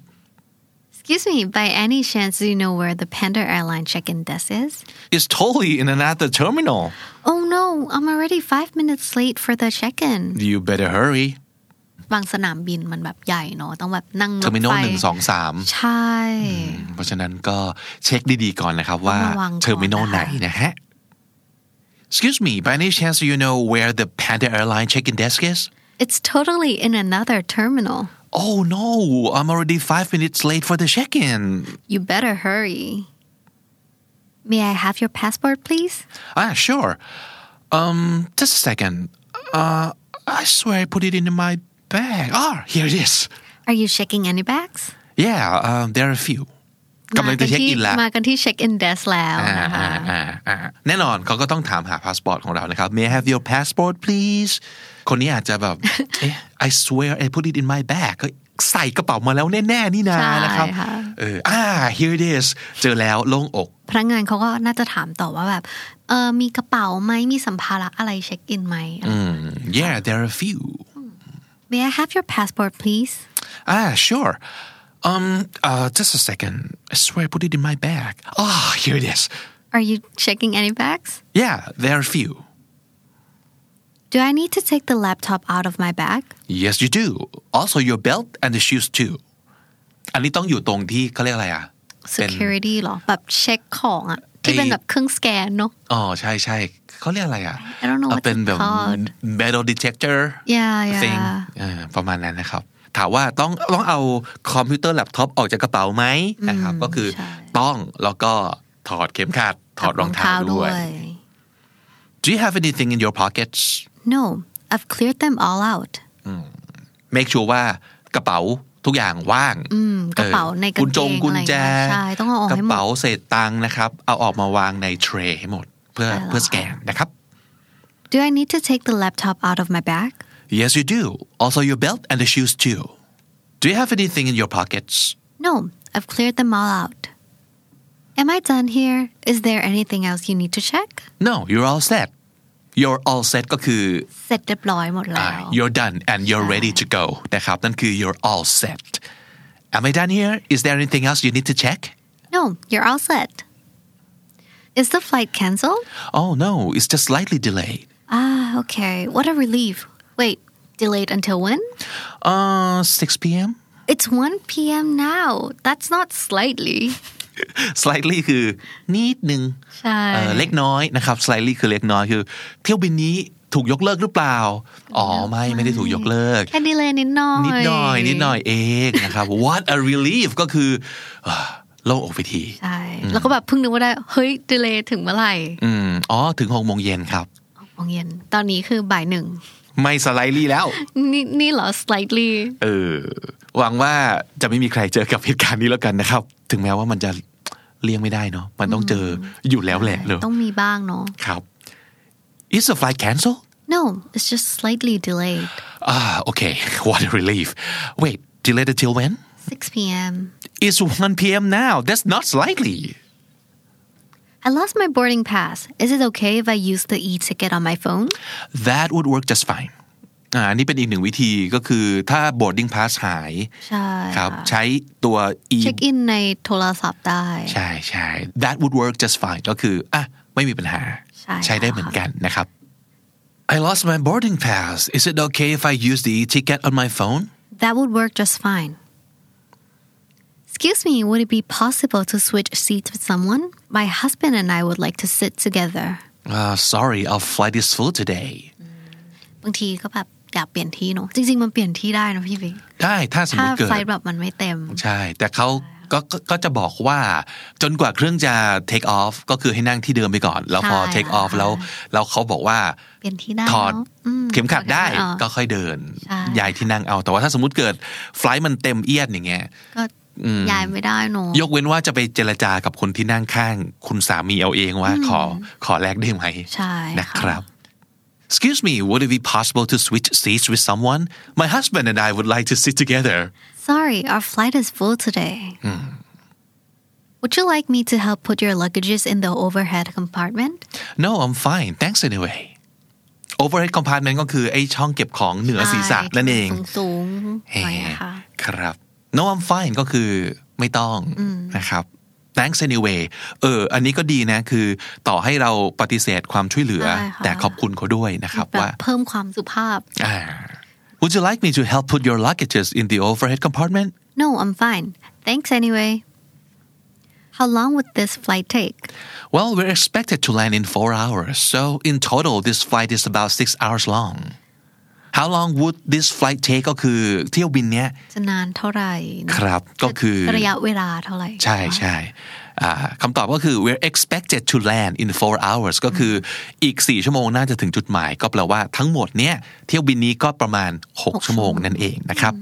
[SPEAKER 4] Excuse me, by any chance, do you know where the Panda Airline check-in desk is?
[SPEAKER 3] It's totally in another terminal.
[SPEAKER 4] Oh no, I'm already five minutes late for the check-in.
[SPEAKER 3] You better hurry.
[SPEAKER 4] บางสนามบินมันแบบใหญ่เนอะต้องแบบนั่งรถไฟ
[SPEAKER 3] Terminal หนึ่งสองสาม
[SPEAKER 4] ใช่
[SPEAKER 3] เพราะฉะนั้นก็เช็คดีๆก่อนนะครับว่า
[SPEAKER 4] ะวังก่อนนะคะ
[SPEAKER 3] Terminal ไหนนะฮะ Excuse me, by any chance do you know where the Panda Airline check-in desk is?
[SPEAKER 4] It's totally in another terminal.
[SPEAKER 3] Oh no, I'm already five minutes late for the check-in.
[SPEAKER 4] You better hurry. May I have your passport, please?
[SPEAKER 3] Ah, sure. Um, just a second. Uh, I swear I put it in my bag. Ah, here it is.
[SPEAKER 4] Are you checking any bags
[SPEAKER 3] yeah um, there are a few กำลังจะเช็คอินแล้ว
[SPEAKER 4] มากันที่ check in desk แล้ว
[SPEAKER 3] อ่า
[SPEAKER 4] นะคะ
[SPEAKER 3] อ่าอ่าอ่าแน่นอนเขาก็ต้องถามหาพาสปอร์ตของเรานะครับ May I have your passport please คนนี้อาจจะ แบบ เอ๊ะ I swear I put it in my bag ก็ใส่กระเป๋ามาแล้วแน่ๆนี่นา
[SPEAKER 4] ใช่
[SPEAKER 3] นะครับ
[SPEAKER 4] ค่ะ
[SPEAKER 3] เอออ่า here it is เจอแล้วโล่งอก
[SPEAKER 4] พนักงานเขาก็น่าจะถามต่อว่าแบบเออมีกระเป๋าไหมมีสัมภาระอะไรเช็คอินไหม
[SPEAKER 3] อืม yeah there are a few
[SPEAKER 4] May I have your passport please
[SPEAKER 3] ah sure um uh just a second I swear I put it in my bag ah here it is
[SPEAKER 4] Are you checking any bags
[SPEAKER 3] yeah there are a few
[SPEAKER 4] Do I need to take the laptop out of my bag
[SPEAKER 3] yes you do also your belt and the shoes too อันนี้ต้องอยู่ตรงที่เขาเรียกอะไรอ่ะเป็น
[SPEAKER 4] Security เหรอ แบบเช็คของอะที่เป็นแบบเครื่องสแกนเนาะ
[SPEAKER 3] อ๋อใช่ใช่เขาเรียกอะไรอ่ะ
[SPEAKER 4] I don't know what
[SPEAKER 3] เอาเป็นแบบ
[SPEAKER 4] it's called
[SPEAKER 3] metal detector
[SPEAKER 4] Yeah, yeah.
[SPEAKER 3] thing เออประมาณนั้นนะครับ ถามว่าต้องต้องเอาคอมพิวเตอร์แล็ปท็อปออกจากกระเป๋าไหมนะครับ ก็คือ
[SPEAKER 4] ใช่
[SPEAKER 3] ต้องแล้วก็ถอดเข็มขัดถอดรองเท้าด้วย Do you have anything in your pockets
[SPEAKER 4] No I've cleared them all out
[SPEAKER 3] make sure ว่ากระเป๋าทุกอย่างว่าง
[SPEAKER 4] อืมกระเป๋า
[SPEAKER 3] ออ
[SPEAKER 4] ในกางเกง
[SPEAKER 3] กุญจงกุญแจ
[SPEAKER 4] อะไรอย่างเงี้ยใช่ต้องเอาออก
[SPEAKER 3] ก
[SPEAKER 4] ให้
[SPEAKER 3] ระ
[SPEAKER 4] หมด
[SPEAKER 3] เป๋าเศษตังค์นะครับ เอาออกมาวางในเทรย์ให้หมดเพื่อ
[SPEAKER 4] ได้แล้ว
[SPEAKER 3] เพื่อสแกนนะครับ
[SPEAKER 4] Do I need to take the laptop out of my bag
[SPEAKER 3] Yes, you do. Also, your belt and the shoes, too. Do you have anything in your pockets?
[SPEAKER 4] No I've cleared them all out Am I done here Is there anything else you need to check
[SPEAKER 3] No, you're all set. You're all set ก็คือ
[SPEAKER 4] เสร็จเรียบร้อยหมด
[SPEAKER 3] อ่า
[SPEAKER 4] แล้ว
[SPEAKER 3] you're done and you're ready to go นะครับนั่นคือ you're all set Am I done here? Is there anything else you need to check?
[SPEAKER 4] No you're all set Is the flight cancelled
[SPEAKER 3] Oh no, it's just slightly delayed.
[SPEAKER 4] Ah okay What a relief Wait delayed until when
[SPEAKER 3] Uh, 6 p.m.
[SPEAKER 4] It's 1 p.m. now That's not slightly
[SPEAKER 3] Slightly คือนิดนึง
[SPEAKER 4] ใช่
[SPEAKER 3] เอ่อเล็กน้อยนะครับ slightly คือเล็กน้อยคือ เที่ยวบินนี้ถูกยกเลิกหรือเปล่า อ๋อไม่ไม่ได้ถูกยกเลิก
[SPEAKER 4] แค่ดีเลยนิดหน่อย
[SPEAKER 3] นิดหน่อยนิดหน่อยเองนะครับ what a relief ก็คือเอ่อโล่งอกไปที
[SPEAKER 4] ใช่แล้วก็แบบเพิ่งนึกว่าได้ เฮ้ยดีเลย์ถึงเมื่อไหร่
[SPEAKER 3] อืมอ๋อ ถึงหกโมงเย็นครับ
[SPEAKER 4] มองเย็น ตอนนี้คือบ่ายหนึ่ง
[SPEAKER 3] ไม่สไลด์ลี่แล้ว
[SPEAKER 4] นี่นี่เหรอ slightly
[SPEAKER 3] เออ หวังว่าจะไม่มีใครเจอกับเหตุการณ์นี้แล้วกันนะครับ ถึงแม้ว่ามันจะเลี่ยงไม่ได้เนาะมันต้องเจออยู่แล้วแหละเลย
[SPEAKER 4] ต้องมีบ้างเนาะ
[SPEAKER 3] ครับ is the flight cancelled
[SPEAKER 4] no it's just slightly delayed
[SPEAKER 3] ah okay what a relief wait delayed until when
[SPEAKER 4] 6 p.m.
[SPEAKER 3] it's 1 p.m. now that's not slightly
[SPEAKER 4] I lost my boarding pass is it okay if I use the e-ticket on my phone
[SPEAKER 3] that would work just fine อ่าอันนี้เป็นอีกหนึ่งวิธีก็คือถ้า boarding pass หาย
[SPEAKER 4] ใช่
[SPEAKER 3] ครับใช้ตัว e
[SPEAKER 4] เช็คอินในโทรศัพท์ได้
[SPEAKER 3] ใช่ใช่ that would work just fine ก็คืออ่ะไม่มีปัญหา
[SPEAKER 4] ใช่
[SPEAKER 3] ได้เหมือนกันนะครับ I lost my boarding pass is it okay if I use the ticket on my phone
[SPEAKER 4] That would work just fine. Excuse me, would it be possible to switch seats with someone? My husband and I would like to sit together.
[SPEAKER 3] uh, sorry our flight is full today
[SPEAKER 4] บางทีก็แบบอยากเปลี่ยนที่เนอะจริงๆ มันเปลี่ยนที่ได้นะพี่วิก
[SPEAKER 3] ได้ถ้าสมม
[SPEAKER 4] ถ้า
[SPEAKER 3] ติเกิด
[SPEAKER 4] ไฟล์แบบมันไม่เต็ม
[SPEAKER 3] ใช่ แต่เขาก็ก็ก็จะบอกว่าจนกว่าเครื่องจะ take off ก็คือให้นั่งที่เดิมไปก่อน แล้วพอ
[SPEAKER 4] ใช่
[SPEAKER 3] take off แล้วแล้วเขาบอกว่า
[SPEAKER 4] เปลี่ยนที่ได้
[SPEAKER 3] ถอด
[SPEAKER 4] เนอะอืม
[SPEAKER 3] เข็มขัดได้
[SPEAKER 4] อ่า
[SPEAKER 3] ก็ค่อยเดิน
[SPEAKER 4] ใช่
[SPEAKER 3] ย้ายที่นั่งเอา แต่ว่าถ้าสมมติเกิดไฟล์มันเต็มเอียดอย่างเงี้ย
[SPEAKER 4] ก็ย้ายไม่ได้เนอะ
[SPEAKER 3] ยกเว้นว่าจะไปเจรจากับคนที่นั่งข้าง คุณสามีเอาเองว่าขอขอแลกได้ไหม
[SPEAKER 4] ใช่
[SPEAKER 3] นะครับ Excuse me, would it be possible to switch seats with someone? My husband and I would like to sit together.
[SPEAKER 4] Sorry, our flight is full today. Would you like me to help put your luggages in the overhead compartment?
[SPEAKER 3] No, I'm fine. Thanks anyway. Overhead compartment ก็คือไอ้ช่องเก็บของเหนือศีรษะนั่นเอง
[SPEAKER 4] สูงๆหน่อยนะคะ
[SPEAKER 3] ครับ no I'm fine ก็คือไม่ต้องนะครับ thanks anyway เออ อันนี้ก็ดีนะ คือต่อให้เราปฏิเสธความช่วยเหลือ
[SPEAKER 4] ใช่ค่ะ
[SPEAKER 3] แต่ขอบคุณเขาด้วยนะครับ
[SPEAKER 4] แบบ
[SPEAKER 3] ว่า
[SPEAKER 4] เพิ่มความสุภาพ
[SPEAKER 3] อ่า Would you like me to help put your luggages in the overhead compartment?
[SPEAKER 4] No I'm fine thanks anyway How long would this flight take
[SPEAKER 3] Well, we're expected to land in four hours, so in total, this flight is about six hours long. How long would this flight take? ก็คือเที่ยวบินเนี้ย
[SPEAKER 4] จะนานเท่าไหร่นะครับ
[SPEAKER 3] ก็คือ
[SPEAKER 4] ระยะเวลาเท่าไหร่
[SPEAKER 3] ใช่ใช่อ่าคำตอบก็คือ we're expected to land in four hours ก็คืออีก 4 ชั่วโมงน่าจะถึงจุดหมาย ก็แปลว่าทั้งหมดเนี้ยเที่ยวบินนี้ก็ประมาณ 6 ชั่วโมงนั่นเองนะครับ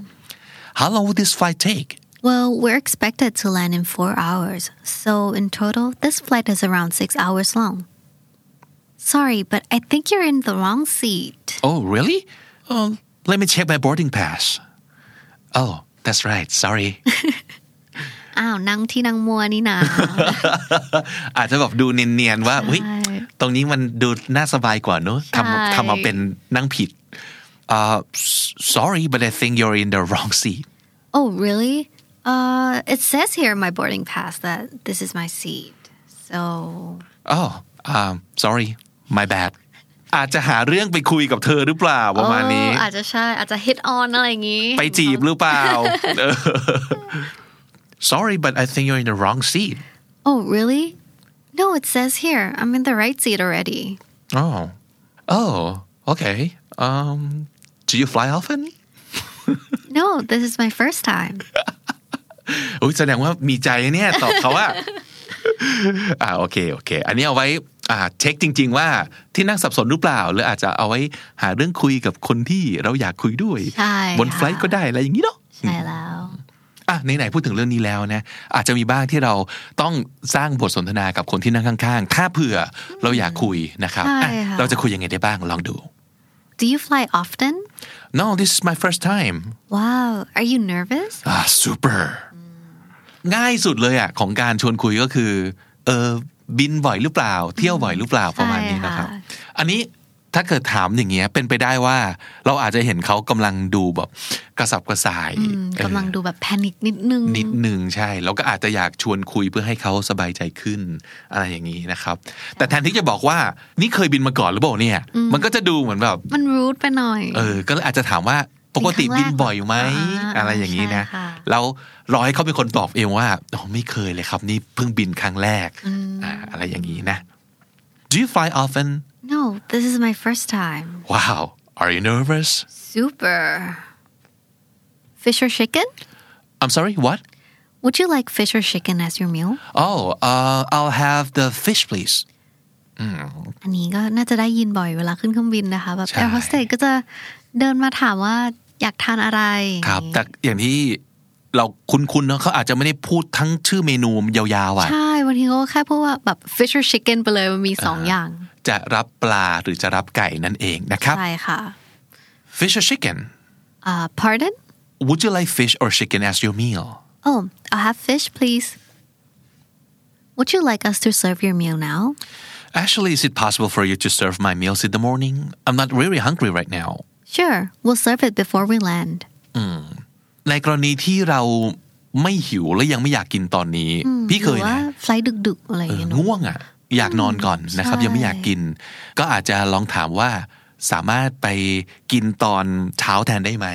[SPEAKER 3] how long would this flight take
[SPEAKER 4] Well, we're expected to land in four hours, so in total, this flight is around six hours long. Sorry, but I think you're in the wrong seat.
[SPEAKER 3] oh really oh let me check my boarding pass oh that's right sorry
[SPEAKER 4] อ้าวนั่งที่นั่งมัวนี่นะ
[SPEAKER 6] อาจจะแบบดูเนียนๆว่าเฮ้ยตรงนี้มันดูน่าสบายกว่าเนอะ
[SPEAKER 4] ใช่
[SPEAKER 6] ทำทำมาเป็นนั่งผิด
[SPEAKER 3] uh s- sorry but I think you're in the wrong seat
[SPEAKER 4] Oh, really? Uh, it says here in my boarding pass that this is my seat. So,
[SPEAKER 3] oh um sorry my bad อาจจะหาเรื่องไปคุยกับเธอหรือเปล่าประมาณนี้
[SPEAKER 4] อ๋ออาจจะใช่อาจจะ hit on อะไรอย่างงี้
[SPEAKER 3] ไปจีบหรือเปล่าเออ sorry but I think you're in the wrong seat
[SPEAKER 4] Oh, really? No, it says here I'm in the right seat already.
[SPEAKER 3] oh oh okay um do you fly often
[SPEAKER 4] No, this is my first time.
[SPEAKER 3] อุ้ยแสดงว่ามีใจเนี่ยตอบเขา ว่า อ่าโอเคโอเค อันนี้เอาไว้อ่าเช็คจริง ๆ ว่าที่นั่งสับสนหรือเปล่า หรืออาจจะเอาไว้หาเรื่องคุยกับคนที่เราอยากคุยด้วย
[SPEAKER 4] ใช่
[SPEAKER 3] บน
[SPEAKER 4] ค่ะ
[SPEAKER 3] ไฟลท์ก็ได้อะไรอย่างนี้เนาะ
[SPEAKER 4] ใช่แล้ว
[SPEAKER 3] อ่ะไหนๆพูดถึงเรื่องนี้แล้วนะอาจจะมีบ้างที่เราต้องสร้างบทสนทนากับคนที่นั่งข้างๆ ถ้าเผื่อเราอยากคุยนะครับ
[SPEAKER 4] ใช่
[SPEAKER 3] อ่ะ
[SPEAKER 4] ค่ะ
[SPEAKER 3] เราจะคุยยังไงได้บ้างลองดู
[SPEAKER 4] Do you fly often?
[SPEAKER 3] No this is my first time
[SPEAKER 4] Wow, are you nervous?
[SPEAKER 3] อ่า super ง่ายสุดเลยอ่ะของการชวนคุยก็คือเออบินบ่อยหรือเปล่า เที่ยวบ่อยหรือเปล่าประมาณนี้นะครับ
[SPEAKER 4] ใช่ค่ะ
[SPEAKER 3] อันนี้ถ้าเกิดถามอย่างเงี้ยเป็นไปได้ว่า เราอาจจะเห็นเขากำลังดูแบบกระสับกระส่าย
[SPEAKER 4] อืม
[SPEAKER 3] เออ
[SPEAKER 4] กำลังดูแบบแพนิคนิดนึง
[SPEAKER 3] นิดหนึ่งใช่แล้วก็อาจจะอยากชวนคุยเพื่อให้เขาสบายใจขึ้น อะไรอย่างนี้นะครับ แต่แทนที่จะบอกว่านี่เคยบินมาก่อนหรือเปล่าเนี่ย มันก็จะดูเหมือนแบบ
[SPEAKER 4] มันรูทไปหน่อย
[SPEAKER 3] เออ ก็เลยอาจจะถามว่าปกติบินบ่อยไหม
[SPEAKER 4] อ่า
[SPEAKER 3] อะไรอย่างนี้นะ
[SPEAKER 4] ใช่ค่ะ
[SPEAKER 3] แล้วรอให้เขาเป็นคนตอบเองว่าอ๋อไม่เคยเลยครับ นี่เพิ่งบินครั้งแรกอ่าอะไรอย่างนี้นะ Do you fly often
[SPEAKER 4] No, this is my first time.
[SPEAKER 3] Wow Are you nervous
[SPEAKER 4] Super. Fish or chicken?
[SPEAKER 3] I'm sorry what
[SPEAKER 4] Would you like fish or chicken as your meal?
[SPEAKER 3] Oh uh, I'll have the fish please
[SPEAKER 4] อันนี้ก็น่าจะได้ยินบ่อยเวลาขึ้นเครื่องบินนะคะแบบ
[SPEAKER 3] ใช่
[SPEAKER 4] แอร์โฮสเตสก็จะเดินมาถามว่าอยากทานอะไร
[SPEAKER 3] ครับแต่อย่างที่เราคุ้นๆเนาะเขาอาจจะไม่ได้พูดทั้งชื่อเมนูยาวๆอ่ะ
[SPEAKER 4] ใช่บางทีก็แค่พูดว่าแบบ fish or chicken ไปเลยมันมีสองอย่าง
[SPEAKER 3] จะรับปลาหรือจะรับไก่นั่นเองนะครับ
[SPEAKER 4] ใช่ค่ะ
[SPEAKER 3] fish or chicken
[SPEAKER 4] อ่า pardon
[SPEAKER 3] would you like fish or chicken as your meal
[SPEAKER 4] oh I'll have fish please Would you like us to serve your meal now
[SPEAKER 3] actually is it possible for you to serve my meals in the morning I'm not really hungry right now
[SPEAKER 4] Sure we'll serve it before we land
[SPEAKER 3] ในกรณีที่เราไม่หิวและยังไม่อยากกินตอนนี้ พี่เคย
[SPEAKER 4] หรือว่า
[SPEAKER 3] นะ
[SPEAKER 4] ไฟล์ดึกๆอะไรอย่างเงี้ยเนอะ
[SPEAKER 3] ง่วงอ่ะอยากนอนก่อนนะครับ
[SPEAKER 4] ใช่
[SPEAKER 3] ยังไม่อยากกิน ก็อาจจะลองถามว่าสามารถไปกินตอนเช้าแทนได้ไหม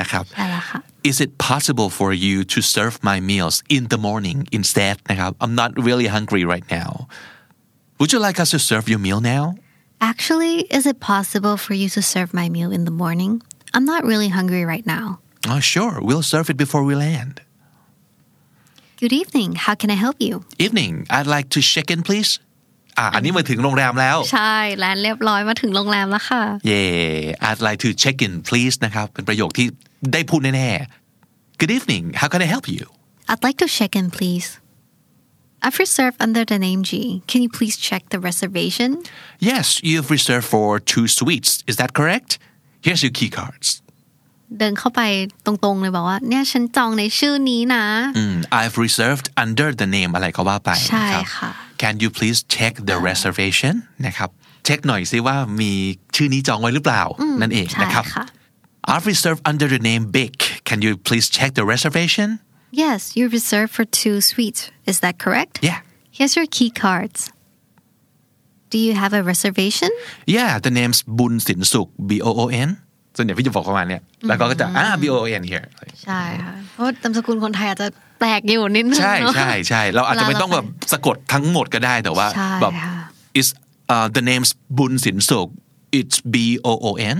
[SPEAKER 3] นะครับ
[SPEAKER 4] ใช่ละค่ะ
[SPEAKER 3] Is it possible for you to serve my meals in the morning instead นะครับ I'm not really hungry right now Would you like us to serve your meal now
[SPEAKER 4] Actually is it possible for you to serve my meal in the morning I'm not really hungry right now
[SPEAKER 3] Oh sure we'll serve it before we land
[SPEAKER 4] Good evening how can I help you
[SPEAKER 3] Evening I'd like to check in please อ่ะอันนี้มาถึงโรงแรมแล้ว
[SPEAKER 4] ใช่ร้านเรียบร้อยมาถึงโรงแรมแล้วค่ะ
[SPEAKER 3] เย่ I'd like to check in please นะครับ เป็นประโยคที่ได้พูดแน่ๆ Good evening how can I help you
[SPEAKER 4] I'd like to check in please I've reserved under the name G Can you please check the reservation
[SPEAKER 3] Yes you've reserved for two suites is that correct Here's your key cards
[SPEAKER 4] เดินเข้าไปตรงๆเลยบอกว่า เนี่ยฉันจองในชื่อนี้นะ
[SPEAKER 3] อืม I've reserved under the name อะไรก็ว่าไป
[SPEAKER 4] ใช่
[SPEAKER 3] นะครับ
[SPEAKER 4] ค่ะ
[SPEAKER 3] Can you please check the reservation นะครับ เช็คหน่อยซิว่ามีชื่อนี้จองไว้หรือเปล่า นั่นเอง
[SPEAKER 4] ใช่
[SPEAKER 3] นะครับ
[SPEAKER 4] ค่ะ
[SPEAKER 3] I've reserved under the name Big Can you please check the reservation
[SPEAKER 4] Yes you reserved for two suites Is that correct
[SPEAKER 3] Yeah
[SPEAKER 4] Here's your key cards Do you have a reservation
[SPEAKER 3] Yeah the name's บุญสินสุข B O O N ส่วนใหญ่พี่จะบอกประมาณเนี้ยแล้วก็จะอ่า B O O N here
[SPEAKER 4] ใช่ค่ะ เพราะตามสกุลคนไทยอาจจะแปลกอยู่นิดนึง
[SPEAKER 3] ใช่
[SPEAKER 4] เนอะ
[SPEAKER 3] ใช่ใช่เราอาจจะไม่ต้องแบบสะกดทั้งหมดก็ได้แต่ว่า
[SPEAKER 4] ใช่
[SPEAKER 3] แบบ
[SPEAKER 4] ค่ะ
[SPEAKER 3] is uh, the name's บุญสินสุข it's B O O N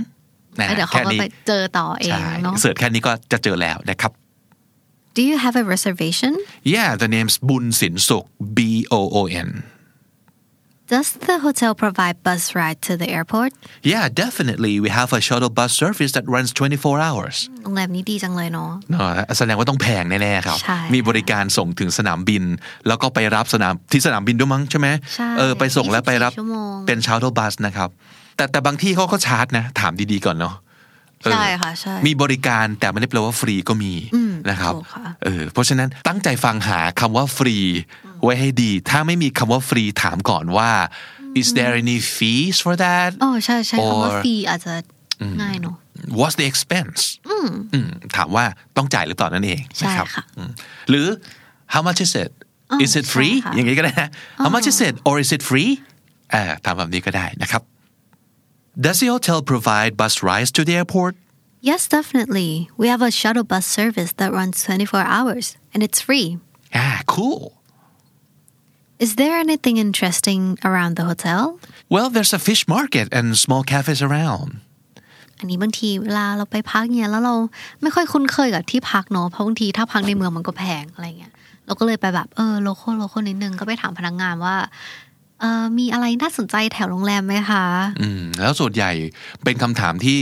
[SPEAKER 3] นะ
[SPEAKER 4] แล้วเดี๋ยวเขา
[SPEAKER 3] แค่
[SPEAKER 4] ก็
[SPEAKER 3] นี้
[SPEAKER 4] ไปเจอต่อเอง
[SPEAKER 3] ใช่
[SPEAKER 4] เนาะ
[SPEAKER 3] เสิร์ชแค่นี้ก็จะเจอแล้วนะครับ
[SPEAKER 4] Do you have a reservation
[SPEAKER 3] yeah the name's บุญสินสุข B O O N
[SPEAKER 4] Does the hotel provide bus ride to the airport?
[SPEAKER 3] Yeah, definitely. We have a shuttle bus service that runs 24 hours.
[SPEAKER 4] โรงแรมนี้ดีจังเลยเนาะ
[SPEAKER 3] เนอะแสดงว่าต้องแพงแน่ๆครับ
[SPEAKER 4] ใช่
[SPEAKER 3] มีบริการส่งถึงสนามบิน แล้วก็ไปรับสนามที่สนามบินด้วยมั้งใช่ไหม
[SPEAKER 4] ใช่
[SPEAKER 3] เออไปส่งแล้วไปรับ
[SPEAKER 4] 24ชั่วโมง
[SPEAKER 3] เป็นเช้าโทบัสนะครับ แต่แต่บางที่เขาก็ชาร์จนะ ถามดีๆก่อนเนาะ เออ
[SPEAKER 4] ใช่ค่ะใช่
[SPEAKER 3] มีบริการแต่ไม่ได้แปลว่าฟรีก็มี
[SPEAKER 4] อืม
[SPEAKER 3] นะครับ
[SPEAKER 4] ถูกค่ะ
[SPEAKER 3] เออเพราะฉะนั้นตั้งใจฟังหาคำว่าฟรี ไว้ให้ดี ถ้าไม่มีคำว่าฟรีถามก่อนว่า is there any fees for that
[SPEAKER 4] อ๋อใช่ใช่คำว่า
[SPEAKER 3] Or-
[SPEAKER 4] ฟรีอาจจะง่ายเนาะ
[SPEAKER 3] what's the expense อืมถามว่าต้องจ่ายหรือเปล่านั่นเอง
[SPEAKER 4] ใช่
[SPEAKER 3] นรับ
[SPEAKER 4] ค่ะ
[SPEAKER 3] อืมหรือ how much is it
[SPEAKER 4] อ๋อ
[SPEAKER 3] is it free
[SPEAKER 4] ใช่ค่ะ
[SPEAKER 3] อย่างนี้ก็ได้นะ how much is it or is it free อ่าถามแบบนี้ก็ได้นะครับ does the hotel provide bus rides to the airport
[SPEAKER 4] Yes definitely we have a shuttle bus service that runs 24 hours and it's free
[SPEAKER 3] ah cool
[SPEAKER 4] Is there anything interesting around the hotel
[SPEAKER 3] well there's a fish market and small cafes around
[SPEAKER 4] อันนี้บางทีเวลาเราไปพักเนี่ยแล้วเราไม่ค่อยคุ้นเคยกับที่พักเนาะเพราะบางทีถ้าพักในเมืองมันก็แพงอะไรเงี้ยเราก็เลยไปแบบเออโลโก้โลโก้นิดนึงก็ไปถามพนักงานว่าเออมีอะไรน่าสนใจแถวโรงแรมไหมคะ
[SPEAKER 3] อืมแล้วส่วนใหญ่เป็นคำถามที่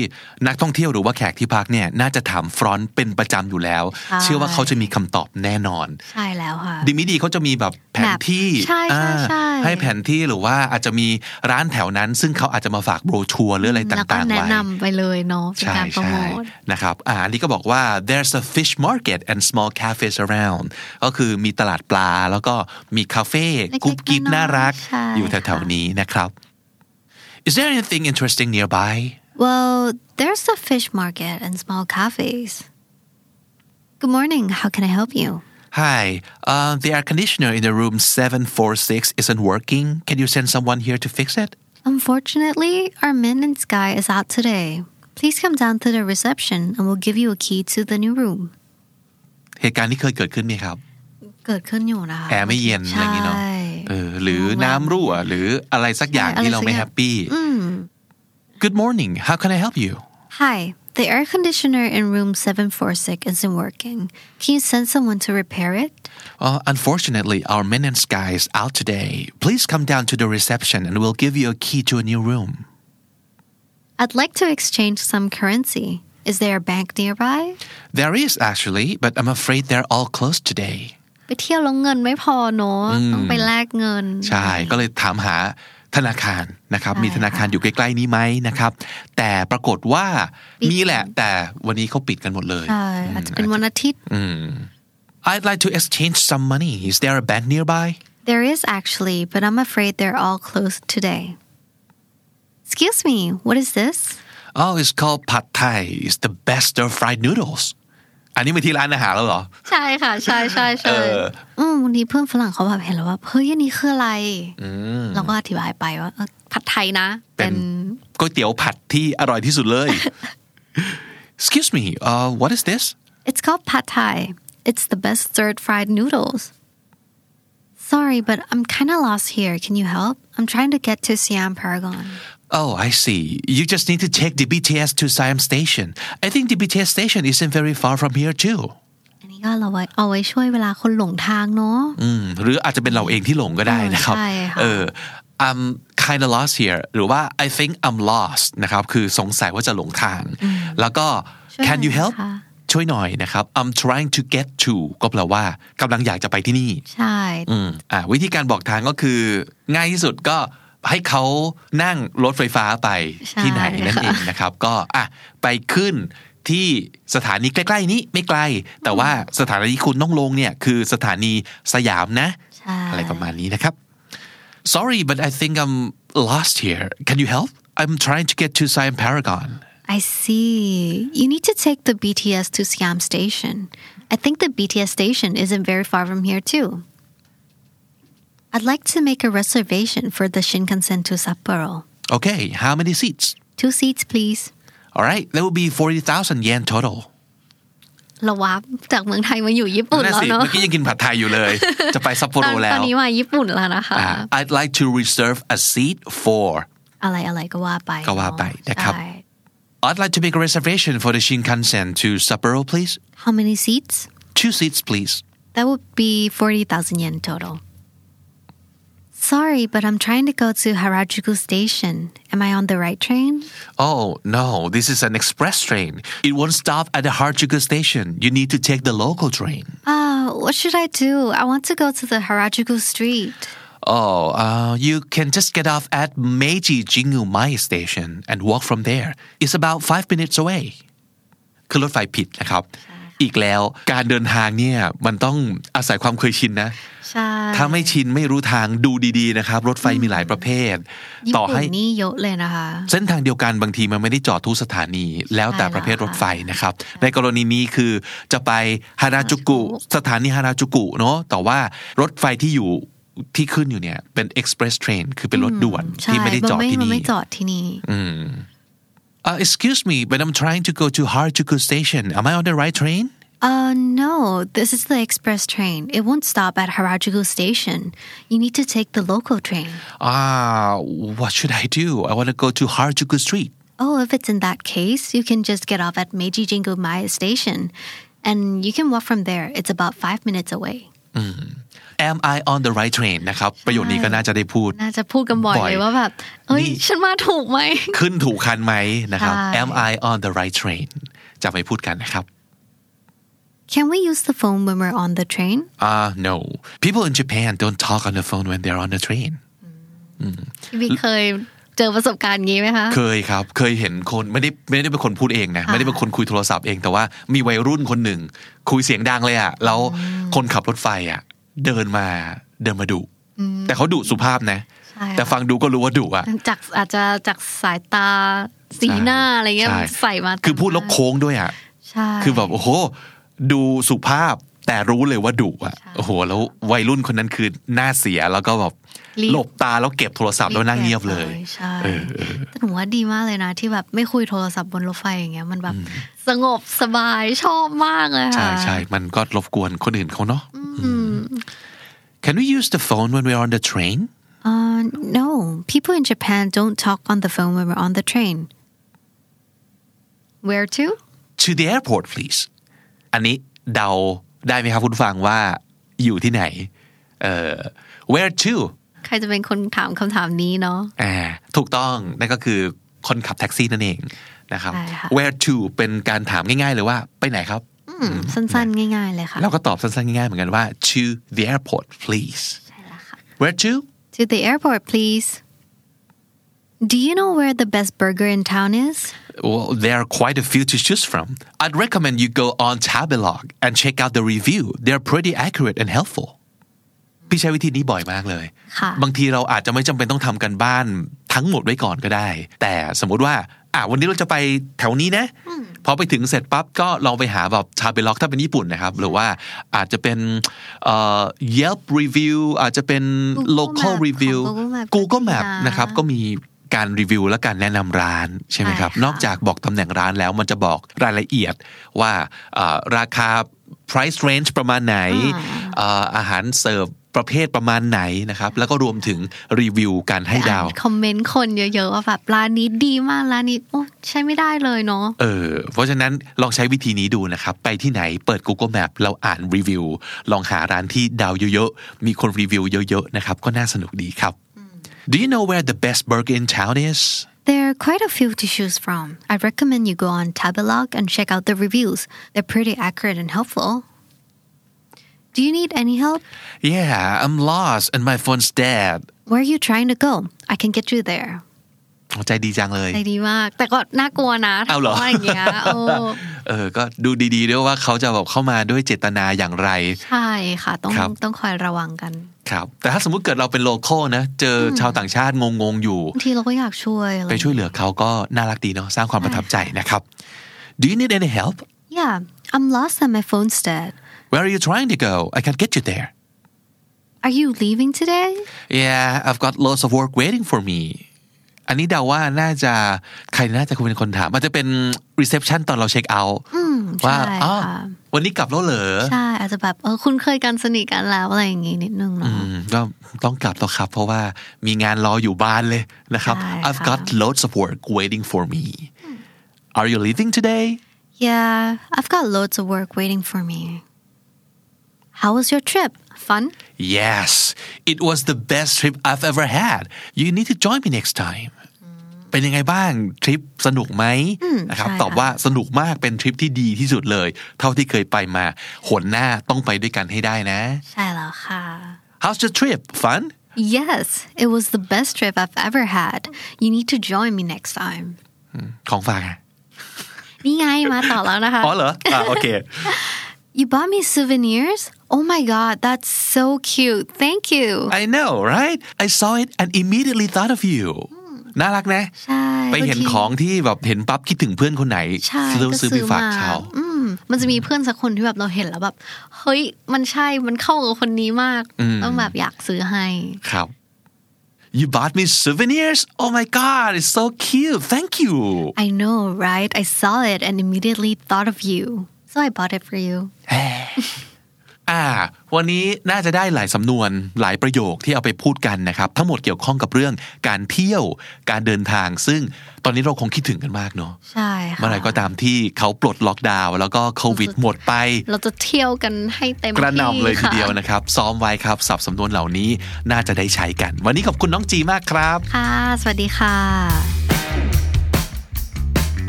[SPEAKER 3] นักท่องเที่ยวหรือว่าแขกที่พักเนี่ยน่าจะถามฟรอนต์เป็นประจำอยู่แล้ว
[SPEAKER 4] ใช่
[SPEAKER 3] เชื่อว่าเขาจะมีคำตอบแน่นอน
[SPEAKER 4] ใช่แล้วค่ะ
[SPEAKER 3] ดีไม่ดีเขาจะมีแบบแผนที่
[SPEAKER 4] แบบใช่ใช่
[SPEAKER 3] อ่า
[SPEAKER 4] ใช่
[SPEAKER 3] แผนที่หรือว่าอาจจะมีร้านแถวนั้น ซึ่งเขาอาจจะมาฝากโบรชัวร์หรืออะไร
[SPEAKER 4] แล้วก็
[SPEAKER 3] ต่างๆ
[SPEAKER 4] แนะ
[SPEAKER 3] ไว้
[SPEAKER 4] นำไปเลยเนาะเป็น
[SPEAKER 3] ใช่
[SPEAKER 4] การโปรโม
[SPEAKER 3] ใช่
[SPEAKER 4] ท
[SPEAKER 3] นะครับอ่าอันนี้ก็บอกว่า there's a fish market and small cafes around ก็คือมีตลาดปลาแล้วก็มีคาเฟ่
[SPEAKER 4] เล็กๆ
[SPEAKER 3] กุ๊บกิ๊บ
[SPEAKER 4] น้อยๆ
[SPEAKER 3] น่ารัก
[SPEAKER 4] ใช่
[SPEAKER 3] อยู่แถว
[SPEAKER 4] ค่ะ
[SPEAKER 3] ๆนี้นะครับ is there anything interesting nearby
[SPEAKER 4] Well there's a fish market and small cafes Good morning how can I help you
[SPEAKER 3] hi uh, the air conditioner in the room 746 isn't working can you send someone here to fix it
[SPEAKER 4] Unfortunately, our Min and Sky is out today. Please come down to the reception and we'll give you a key to the new room.
[SPEAKER 3] เหตุการณ์นี้เคยเกิดขึ้นไหมครับ
[SPEAKER 4] เกิดขึ้นอยู่นะคะ
[SPEAKER 3] แอร์ไม่เย็นอะไรอย่างนี้เนาะ
[SPEAKER 4] ใช่
[SPEAKER 3] เออหรือน้ำรั่ว หรืออะไรสักอย่าง
[SPEAKER 4] ใช่อะไร
[SPEAKER 3] ที่เราไม่
[SPEAKER 4] สัก
[SPEAKER 3] แฮ
[SPEAKER 4] อย่าง
[SPEAKER 3] ปปี้ Good morning how can I help you
[SPEAKER 4] Hi, the air conditioner in room 746 isn't working. Can you send someone to repair it?
[SPEAKER 3] Uh, unfortunately our maintenance guy is out today please come down to the reception and we'll give you a key to a new room
[SPEAKER 4] I'd like to exchange some currency. Is there a bank nearby?
[SPEAKER 3] there is actually but I'm afraid they're all closed today
[SPEAKER 4] ไปเที่ยวแลงเงินไม่พอเนอะต้องไปแลกเงิน
[SPEAKER 3] ใช่ก็เลยถามหาธนาคารนะครับ มีธนาคาร Mm. อยู่ใกล้ๆนี้ไหมนะครับ แต่ปรากฏว่า
[SPEAKER 4] ปิด
[SPEAKER 3] มีแหละ แต่วันนี้เขาปิดกันหมดเลย
[SPEAKER 4] ใช่อาจจะเป็นวันอาทิตย์
[SPEAKER 3] อืม I'd like to exchange some money is there a bank nearby
[SPEAKER 4] There is actually, but I'm afraid they're all closed today. Excuse me, what is this?
[SPEAKER 3] Oh, it's called pad thai. It's the best stir fried noodles. อันนี้ไปที่ร้านอาหารแล้วเหรอ
[SPEAKER 4] ใช่ค่ะใช่ใช่ใช่
[SPEAKER 3] เออ
[SPEAKER 4] อืมวันนี้เพื่อนฝรั่งเขาแบบเห็นแล้วว่าเฮ้ยอันนี้คืออะไรเราก็อธิบายไปว่าเออผัดไทยนะ เป็น
[SPEAKER 3] ก๋วยเตี๋ยวผัดที่อร่อยที่สุดเลย Excuse me, uh, what is this?
[SPEAKER 4] เป็น it's called pad Thai it's the best stir fried noodles sorry but I'm kind of lost here can you help I'm trying to get to Siam Paragon
[SPEAKER 3] Oh, I see. You just need to take the BTS to Siam Station. I think the BTS station isn't very far from here too.
[SPEAKER 4] อันนี้ก็เราไว้เอาไว้ช่วยเวลาคนหลงทางเนาะ
[SPEAKER 3] อืมหรืออาจจะเป็นเราเองที่หลงก็ได้นะครับ
[SPEAKER 4] เออใช่ค่ะ
[SPEAKER 3] เออ I'm kind of lost here หรือว่า I think I'm lost นะครับ คือสงสัยว่าจะหลงทาง แล้วก็
[SPEAKER 4] ช่วย
[SPEAKER 3] Can you
[SPEAKER 4] หน่อย
[SPEAKER 3] help
[SPEAKER 4] ค่ะ
[SPEAKER 3] ช่วยหน่อยนะครับ I'm trying to get to ก็แปลว่ากำลังอยากจะไปที่นี่
[SPEAKER 4] ใช่
[SPEAKER 3] อืมอ่าวิธีการบอกทางก็คือ ง่ายที่สุดก็ให้เขานั่งรถไฟฟ้าไปที่ไหนนั่นเองนะครับ ก็อ่ะไปขึ้นที่สถานีใกล้ๆนี้ไม่ไกล แต่ว่าสถานีที่คุณต้องลงเนี่ยคือสถานีสยามนะ
[SPEAKER 4] ใช่
[SPEAKER 3] อะไรประมาณนี้นะครับ Sorry but I think I'm lost here Can you help I'm trying to get to Siam Paragon
[SPEAKER 4] I see. You need to take the BTS to Siam Station. I think the BTS station isn't very far from here, too. I'd like to make a reservation for the Shinkansen to Sapporo.
[SPEAKER 3] Okay how many seats
[SPEAKER 4] Two seats, please.
[SPEAKER 3] All right, that would be 40,000 yen total.
[SPEAKER 4] เราวับจากเมืองไทยมาอยู่ญี่ปุ่น
[SPEAKER 3] นั่น
[SPEAKER 4] แล้ว
[SPEAKER 3] สิ
[SPEAKER 4] เนาะ
[SPEAKER 3] เมื่อกี้ยังกินผัดไทยอยู่เลย จะไปซัปโป
[SPEAKER 4] ต
[SPEAKER 3] โร
[SPEAKER 4] อน
[SPEAKER 3] แล้ว
[SPEAKER 4] ตอนนี้มาญี่ปุ่นแล้วนะคะ
[SPEAKER 3] อ่า Uh, I'd like to reserve a seat for
[SPEAKER 4] อะไรอะไรก็ว่าไป
[SPEAKER 3] ก็ว่าไปนะครับ
[SPEAKER 4] ใช่
[SPEAKER 3] I'd like to make a reservation for the Shinkansen to Sapporo please
[SPEAKER 4] How many seats?
[SPEAKER 3] two seats please
[SPEAKER 4] That would be 40,000 yen total. Sorry, but I'm trying to go to Harajuku Station. Am I on the right train?
[SPEAKER 3] Oh no, this is an express train. It won't stop at the Harajuku station. You need to take the local train.
[SPEAKER 4] Ah, what should I do? I want to go to the Harajuku street.
[SPEAKER 3] Oh, uh, you can just get off at Meiji Jingumai station and walk from there. It's about five minutes away. คือรถไฟผิดนะครับ อีกแล้วการเดินทางเนี่ยมันต้องอาศัยความเคยชินนะ
[SPEAKER 4] ใช่
[SPEAKER 3] ถ้าไม่ชินไม่รู้ทางดูดีๆนะครับ รถไฟมีหลายประเภท ต่อให้
[SPEAKER 4] ญี่ปุ่นนี่เยอะเลยนะคะ
[SPEAKER 3] เส้นทางเดียวกันบางทีมันไม่ได้จอดทุกสถานี แล้วแต่ประเภทรถไฟนะครับ ในกรณีนี้คือจะไปฮาราจูกุ สถานีฮาราจูกุเนาะแต่ว่ารถไฟที่อยู่ที่ขึ้นอยู่เนี่ยเป็น express train คือเป็นรถด่วน
[SPEAKER 4] ใช่
[SPEAKER 3] ที่ไม่ได้จอดที่
[SPEAKER 4] มัน
[SPEAKER 3] นี่
[SPEAKER 4] ไม่จอดที่นี่
[SPEAKER 3] Uh, excuse me but I'm trying to go to Harajuku station am I on the right train
[SPEAKER 4] Uh, no, this is the express train. It won't stop at Harajuku Station. You need to take the local train.
[SPEAKER 3] ah what should I do I want to go to Harajuku street
[SPEAKER 4] Oh, if it's in that case, you can just get off at Meiji Jingu-Maya Station. And you can walk from there. It's about five minutes away.
[SPEAKER 3] am I on the right train นะครับประโยคนี้ก็น่าจะได้พูด
[SPEAKER 4] น่าจะพูดกันบ่อย
[SPEAKER 3] บ่อย
[SPEAKER 4] เลยว่าแบบเฮ้ย
[SPEAKER 3] นี่
[SPEAKER 4] ฉันมาถูกไหม
[SPEAKER 3] ขึ้นถูกคันไหมนะครับ
[SPEAKER 4] ใช่
[SPEAKER 3] Am I on the right train จะไปพูดกันนะครับ
[SPEAKER 4] Can we use the phone when we're on the train?
[SPEAKER 3] Ah, no. People in Japan don't talk on the phone when they're on the train.
[SPEAKER 4] พี่บิ๊กเคยเจอประสบการณ์อย่างงี้ไหมคะ
[SPEAKER 3] เคยครับ เคยเห็นคนไม่ได้ไม่ได้เป็นคนพูดเองนะ ไม่ได้เป็นคนคุยโทรศัพท์เอง แต่ว่ามีวัยรุ่นคนหนึ่ง คุยเสียงดังเลยอะแล้วคนขับรถไฟอะเดินมาเดินมาดุ แต่เขาดุสุภาพนะ
[SPEAKER 4] ใช่ค่ะ
[SPEAKER 3] แต่ฟังดูก็รู้ว่าดุอะ
[SPEAKER 4] จากอาจจะจากสายตาสีหน้าอะไรเงี้ย
[SPEAKER 3] ใช่
[SPEAKER 4] ใส่มา
[SPEAKER 3] คือพูดแล้วโค้งด้วยอะ
[SPEAKER 4] ใช่
[SPEAKER 3] คือแบบโอ้โห ดูสุภาพแต่รู้เลยว่าดุอ่ะโอ้โห แล้ววัยรุ่นคนนั้นคือหน้าเสียแล้วก็แบบหลบตาแล้วเก็บโทรศัพท์แล้วนั่งเงียบเลย
[SPEAKER 4] ใช่แต่หนูว่าดีมากเลยนะ ที่แบบไม่คุยโทรศัพท์บนรถไฟอย่างเงี้ยมันแบบสงบสบายชอบมากเลยค่ะ
[SPEAKER 3] ใช่ใช่มันก็รบกวนคนอื่นเขาเนาะอืม Can we use the phone when we're on the train
[SPEAKER 4] Uh, no, people in Japan don't talk on the phone when we're on the train. Where to?
[SPEAKER 3] to the airport please อันนี้เดาได้ไหมครับคุณผู้ฟังว่าอยู่ที่ไหนเอ่อ where to
[SPEAKER 4] ใครจะเป็นคนถามคำถามนี้เนาะ
[SPEAKER 3] อ่าถูกต้องนั่นก็คือคนขับแท็กซี่นั่นเองนะครับ
[SPEAKER 4] ใช่ค่ะ
[SPEAKER 3] where to เป็นการถามง่ายๆเลยว่าไปไหนครับ
[SPEAKER 4] อืมสั้นๆ ง่ายๆ เลยค่ะ
[SPEAKER 3] เราก็ตอบสั้นๆง่ายๆเหมือนกันว่า to the airport please
[SPEAKER 4] ใช่แล้วค่ะ
[SPEAKER 3] where to
[SPEAKER 4] To the airport please Do you know where the best burger in town is?
[SPEAKER 3] well there are quite a few to choose from I'd recommend you go on Tabelog and check out the review they're pretty accurate and helpful พี่ใช้วิธีนี้บ่อยมากเลย
[SPEAKER 4] ค่ะ
[SPEAKER 3] บางทีเราอาจจะไม่จำเป็นต้องทำกันบ้านทั้งหมดไว้ก่อนก็ได้ แต่สมมุติว่า อ่ะวันนี้เราจะไปแถวนี้นะ พอไปถึงเสร็จปั๊บก็ลองไปหาแบบชาเบล็อกถ้าเป็นญี่ปุ่นนะครับ หรือว่าอาจจะเป็นเอ่อ Yelp review อาจจะเป็น
[SPEAKER 4] Google
[SPEAKER 3] local
[SPEAKER 4] Map
[SPEAKER 3] review
[SPEAKER 4] ของ Google Map ก็ดีนะ
[SPEAKER 3] นะครับ ก็มีการรีวิวและการแนะนำร้านใช่ไหมครับ
[SPEAKER 4] ใช่ค่ะ
[SPEAKER 3] นอกจากบอกตำแหน่งร้านแล้วมันจะบอกรายละเอียดว่าเอ่อราคา price range ประมาณไหนเอ่ออาหารเสิร์ฟประเภทประมาณไหนนะครับ แล้วก็รวมถึงรีวิวการให้ดาว
[SPEAKER 4] คอมเมนต์คนเยอะๆ ว่าแบบร้านนี้ดีมากร้านนี้โอ้ใช้ไม่ได้เลยเนาะ
[SPEAKER 3] เออ เพราะฉะนั้นลองใช้วิธีนี้ดูนะครับ ไปที่ไหนเปิด Google Map เราอ่านรีวิว ลองหาร้านที่ดาวเยอะๆ มีคนรีวิวเยอะๆ นะครับ ก็น่าสนุกดีครับ Do you know where the best burger in town is?
[SPEAKER 4] There are quite a few to choose from. I recommend you go on Tabelog and check out the reviews. They're pretty accurate and helpful. Do you need any help?
[SPEAKER 3] Yeah, I'm lost and my phone's dead.
[SPEAKER 4] Where are you trying to go? I can get you there.
[SPEAKER 3] ใจดีจังเลย
[SPEAKER 4] ใจดีมาก แต่ก็น่ากลัวนะถ้า
[SPEAKER 3] เอาเหรอ
[SPEAKER 4] ว่าอย่างเงี้ยโอ้
[SPEAKER 3] เออ ก็ดูดีๆ ด้วยว่าเขาจะแบบเข้ามาด้วยเจตนาอย่างไร
[SPEAKER 4] ใช่ค่ะ ต้อง
[SPEAKER 3] ครับ
[SPEAKER 4] ต้องคอยระวังกัน
[SPEAKER 3] ครับ แต่ถ้าสมมุติเกิดเราเป็นโลโ a l นะ เจอชาวต่างชาติงงๆ อยู่
[SPEAKER 4] บางทีเราก็อยากช่วยอะไร
[SPEAKER 3] ไปช่วยเหลือเขาก็น่ารักดีเนาะ สร้างความประทับใจนะครับ Do you need any help?
[SPEAKER 4] Yeah, I'm lost and my phone's dead.
[SPEAKER 3] Where are you trying to go? I can get you there.
[SPEAKER 4] Are you leaving today?
[SPEAKER 3] Yeah, I've got lots of work waiting for me. อันนี้เดาว่าน่าจะใครน่าจะคุณเป็นคนถามอาจจะเป็น reception ตอนเราเช็คเอาท์ว่า
[SPEAKER 4] ใช่
[SPEAKER 3] อ๋อ
[SPEAKER 4] ค่ะ
[SPEAKER 3] วันนี้กลับแล้วเหรอ
[SPEAKER 4] ใช่อาจจะแบบเออคุ้นเคยกันสนิทกันแล้วอะไรอย่างงี้นิดนึงเนาะ
[SPEAKER 3] อืมก็ต้องกลับแล้วครับ เพราะว่ามีงานรออยู่บ้านเลยนะครับ
[SPEAKER 4] ใช่
[SPEAKER 3] I've
[SPEAKER 4] ค่ะ
[SPEAKER 3] got lots of work waiting for me Are you leaving today
[SPEAKER 4] Yeah, I've got loads of work waiting for me. How was your trip? Fun?
[SPEAKER 3] Yes it was the best trip I've ever had you need to join me next time เป็นยังไงบ้างทริปสนุกไหมนะครับ
[SPEAKER 4] ใช่
[SPEAKER 3] ตอบ
[SPEAKER 4] ค่ะ
[SPEAKER 3] ว่าสนุกมากเป็นทริปที่ดีที่สุดเลย เท่าที่เคยไปมาหนหน้าต้องไปด้วยกันให้ได้นะ
[SPEAKER 4] ใช่แล้วค่ะ
[SPEAKER 3] how's the trip fun
[SPEAKER 4] yes it was the best trip I've ever had you need to join me next time
[SPEAKER 3] ของฝากอะ
[SPEAKER 4] นี่ไงมาต่อแล้วนะคะ
[SPEAKER 3] อ๋อเหรออ่าโอเค
[SPEAKER 4] you bought me souvenirs oh my god that's so cute thank you
[SPEAKER 3] I know right I saw it and immediately thought of you น่ารักนะ
[SPEAKER 4] ใช่
[SPEAKER 3] ไปเห็น
[SPEAKER 4] บาที
[SPEAKER 3] ของที่แบบเห็นปั๊บคิดถึงเพื่อนคนไหน
[SPEAKER 4] ใช่
[SPEAKER 3] ซื้อ
[SPEAKER 4] ก็
[SPEAKER 3] ซื้อไปฝากเขา
[SPEAKER 4] อืมมันจะมีเพื่อนสักคนที่แบบเราเห็นแล้วแบบ เฮ้ย มันใช่มันเข้ากับคนนี้มาก
[SPEAKER 3] อืม
[SPEAKER 4] ต้องแบบอยากซื้อให้
[SPEAKER 3] ครับ You bought me souvenirs Oh my god it's so cute Thank you
[SPEAKER 4] I know right I saw it and immediately thought of you so I bought it for you
[SPEAKER 3] อ่า วันนี้น่าจะได้หลายสำนวนหลายประโยคที่เอาไปพูดกันนะครับ ทั้งหมดเกี่ยวข้องกับเรื่องการเที่ยวการเดินทาง ซึ่งตอนนี้เราคงคิดถึงกันมากเนาะ
[SPEAKER 4] ใช่ค่ะ
[SPEAKER 3] เมื่อไหร่ก็ตามที่เขาปลดล็อกดาวน์แล้วก็โควิดหมดไป
[SPEAKER 4] เราจะเที่ยวกันให้เต็ม
[SPEAKER 3] กระหน่ำเลยทีเดียว
[SPEAKER 4] ค่ะ
[SPEAKER 3] นะครับ ซ้อมไว้ครับสับสำนวนเหล่านี้น่าจะได้ใช้กัน วันนี้ขอบคุณน้องจีมากครับ
[SPEAKER 4] ค่ะ สวัสดีค่ะ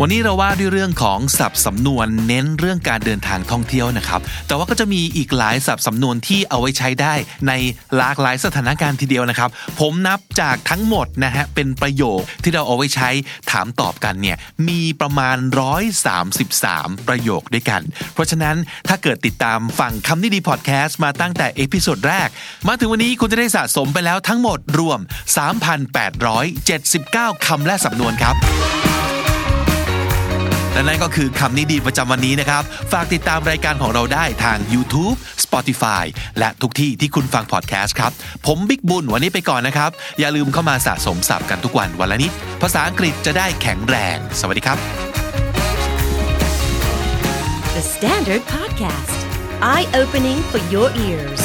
[SPEAKER 3] วันนี้เราว่าด้วยเรื่องของสับสำนวนเน้นเรื่องการเดินทางท่องเที่ยวนะครับ แต่ว่าก็จะมีอีกหลายสับสำนวนที่เอาไว้ใช้ได้ในหลากหลายสถานการณ์ทีเดียวนะครับ ผมนับจากทั้งหมดนะฮะเป็นประโยคที่เราเอาไว้ใช้ถามตอบกันเนี่ยมีประมาณ 133 ประโยคด้วยกัน เพราะฉะนั้นถ้าเกิดติดตามฟังคำนี้ดีพอดแคสต์มาตั้งแต่เอพิโซดแรก มาถึงวันนี้คุณจะได้สะสมไปแล้วทั้งหมดรวม 3,879คำและสำนวนครับ และนั่นก็คือคำนี้ดีประจำวันนี้นะครับ ฝากติดตามรายการของเราได้ทาง YouTube Spotify และทุกที่ที่คุณฟังพอดแคสต์ครับ ผมบิ๊กบุญวันนี้ไปก่อนนะครับ อย่าลืมเข้ามาสะสมศัพท์กันทุกวันวันละนิด ภาษาอังกฤษจะได้แข็งแรง สวัสดีครับ
[SPEAKER 2] The Standard Podcast, eye opening for your ears.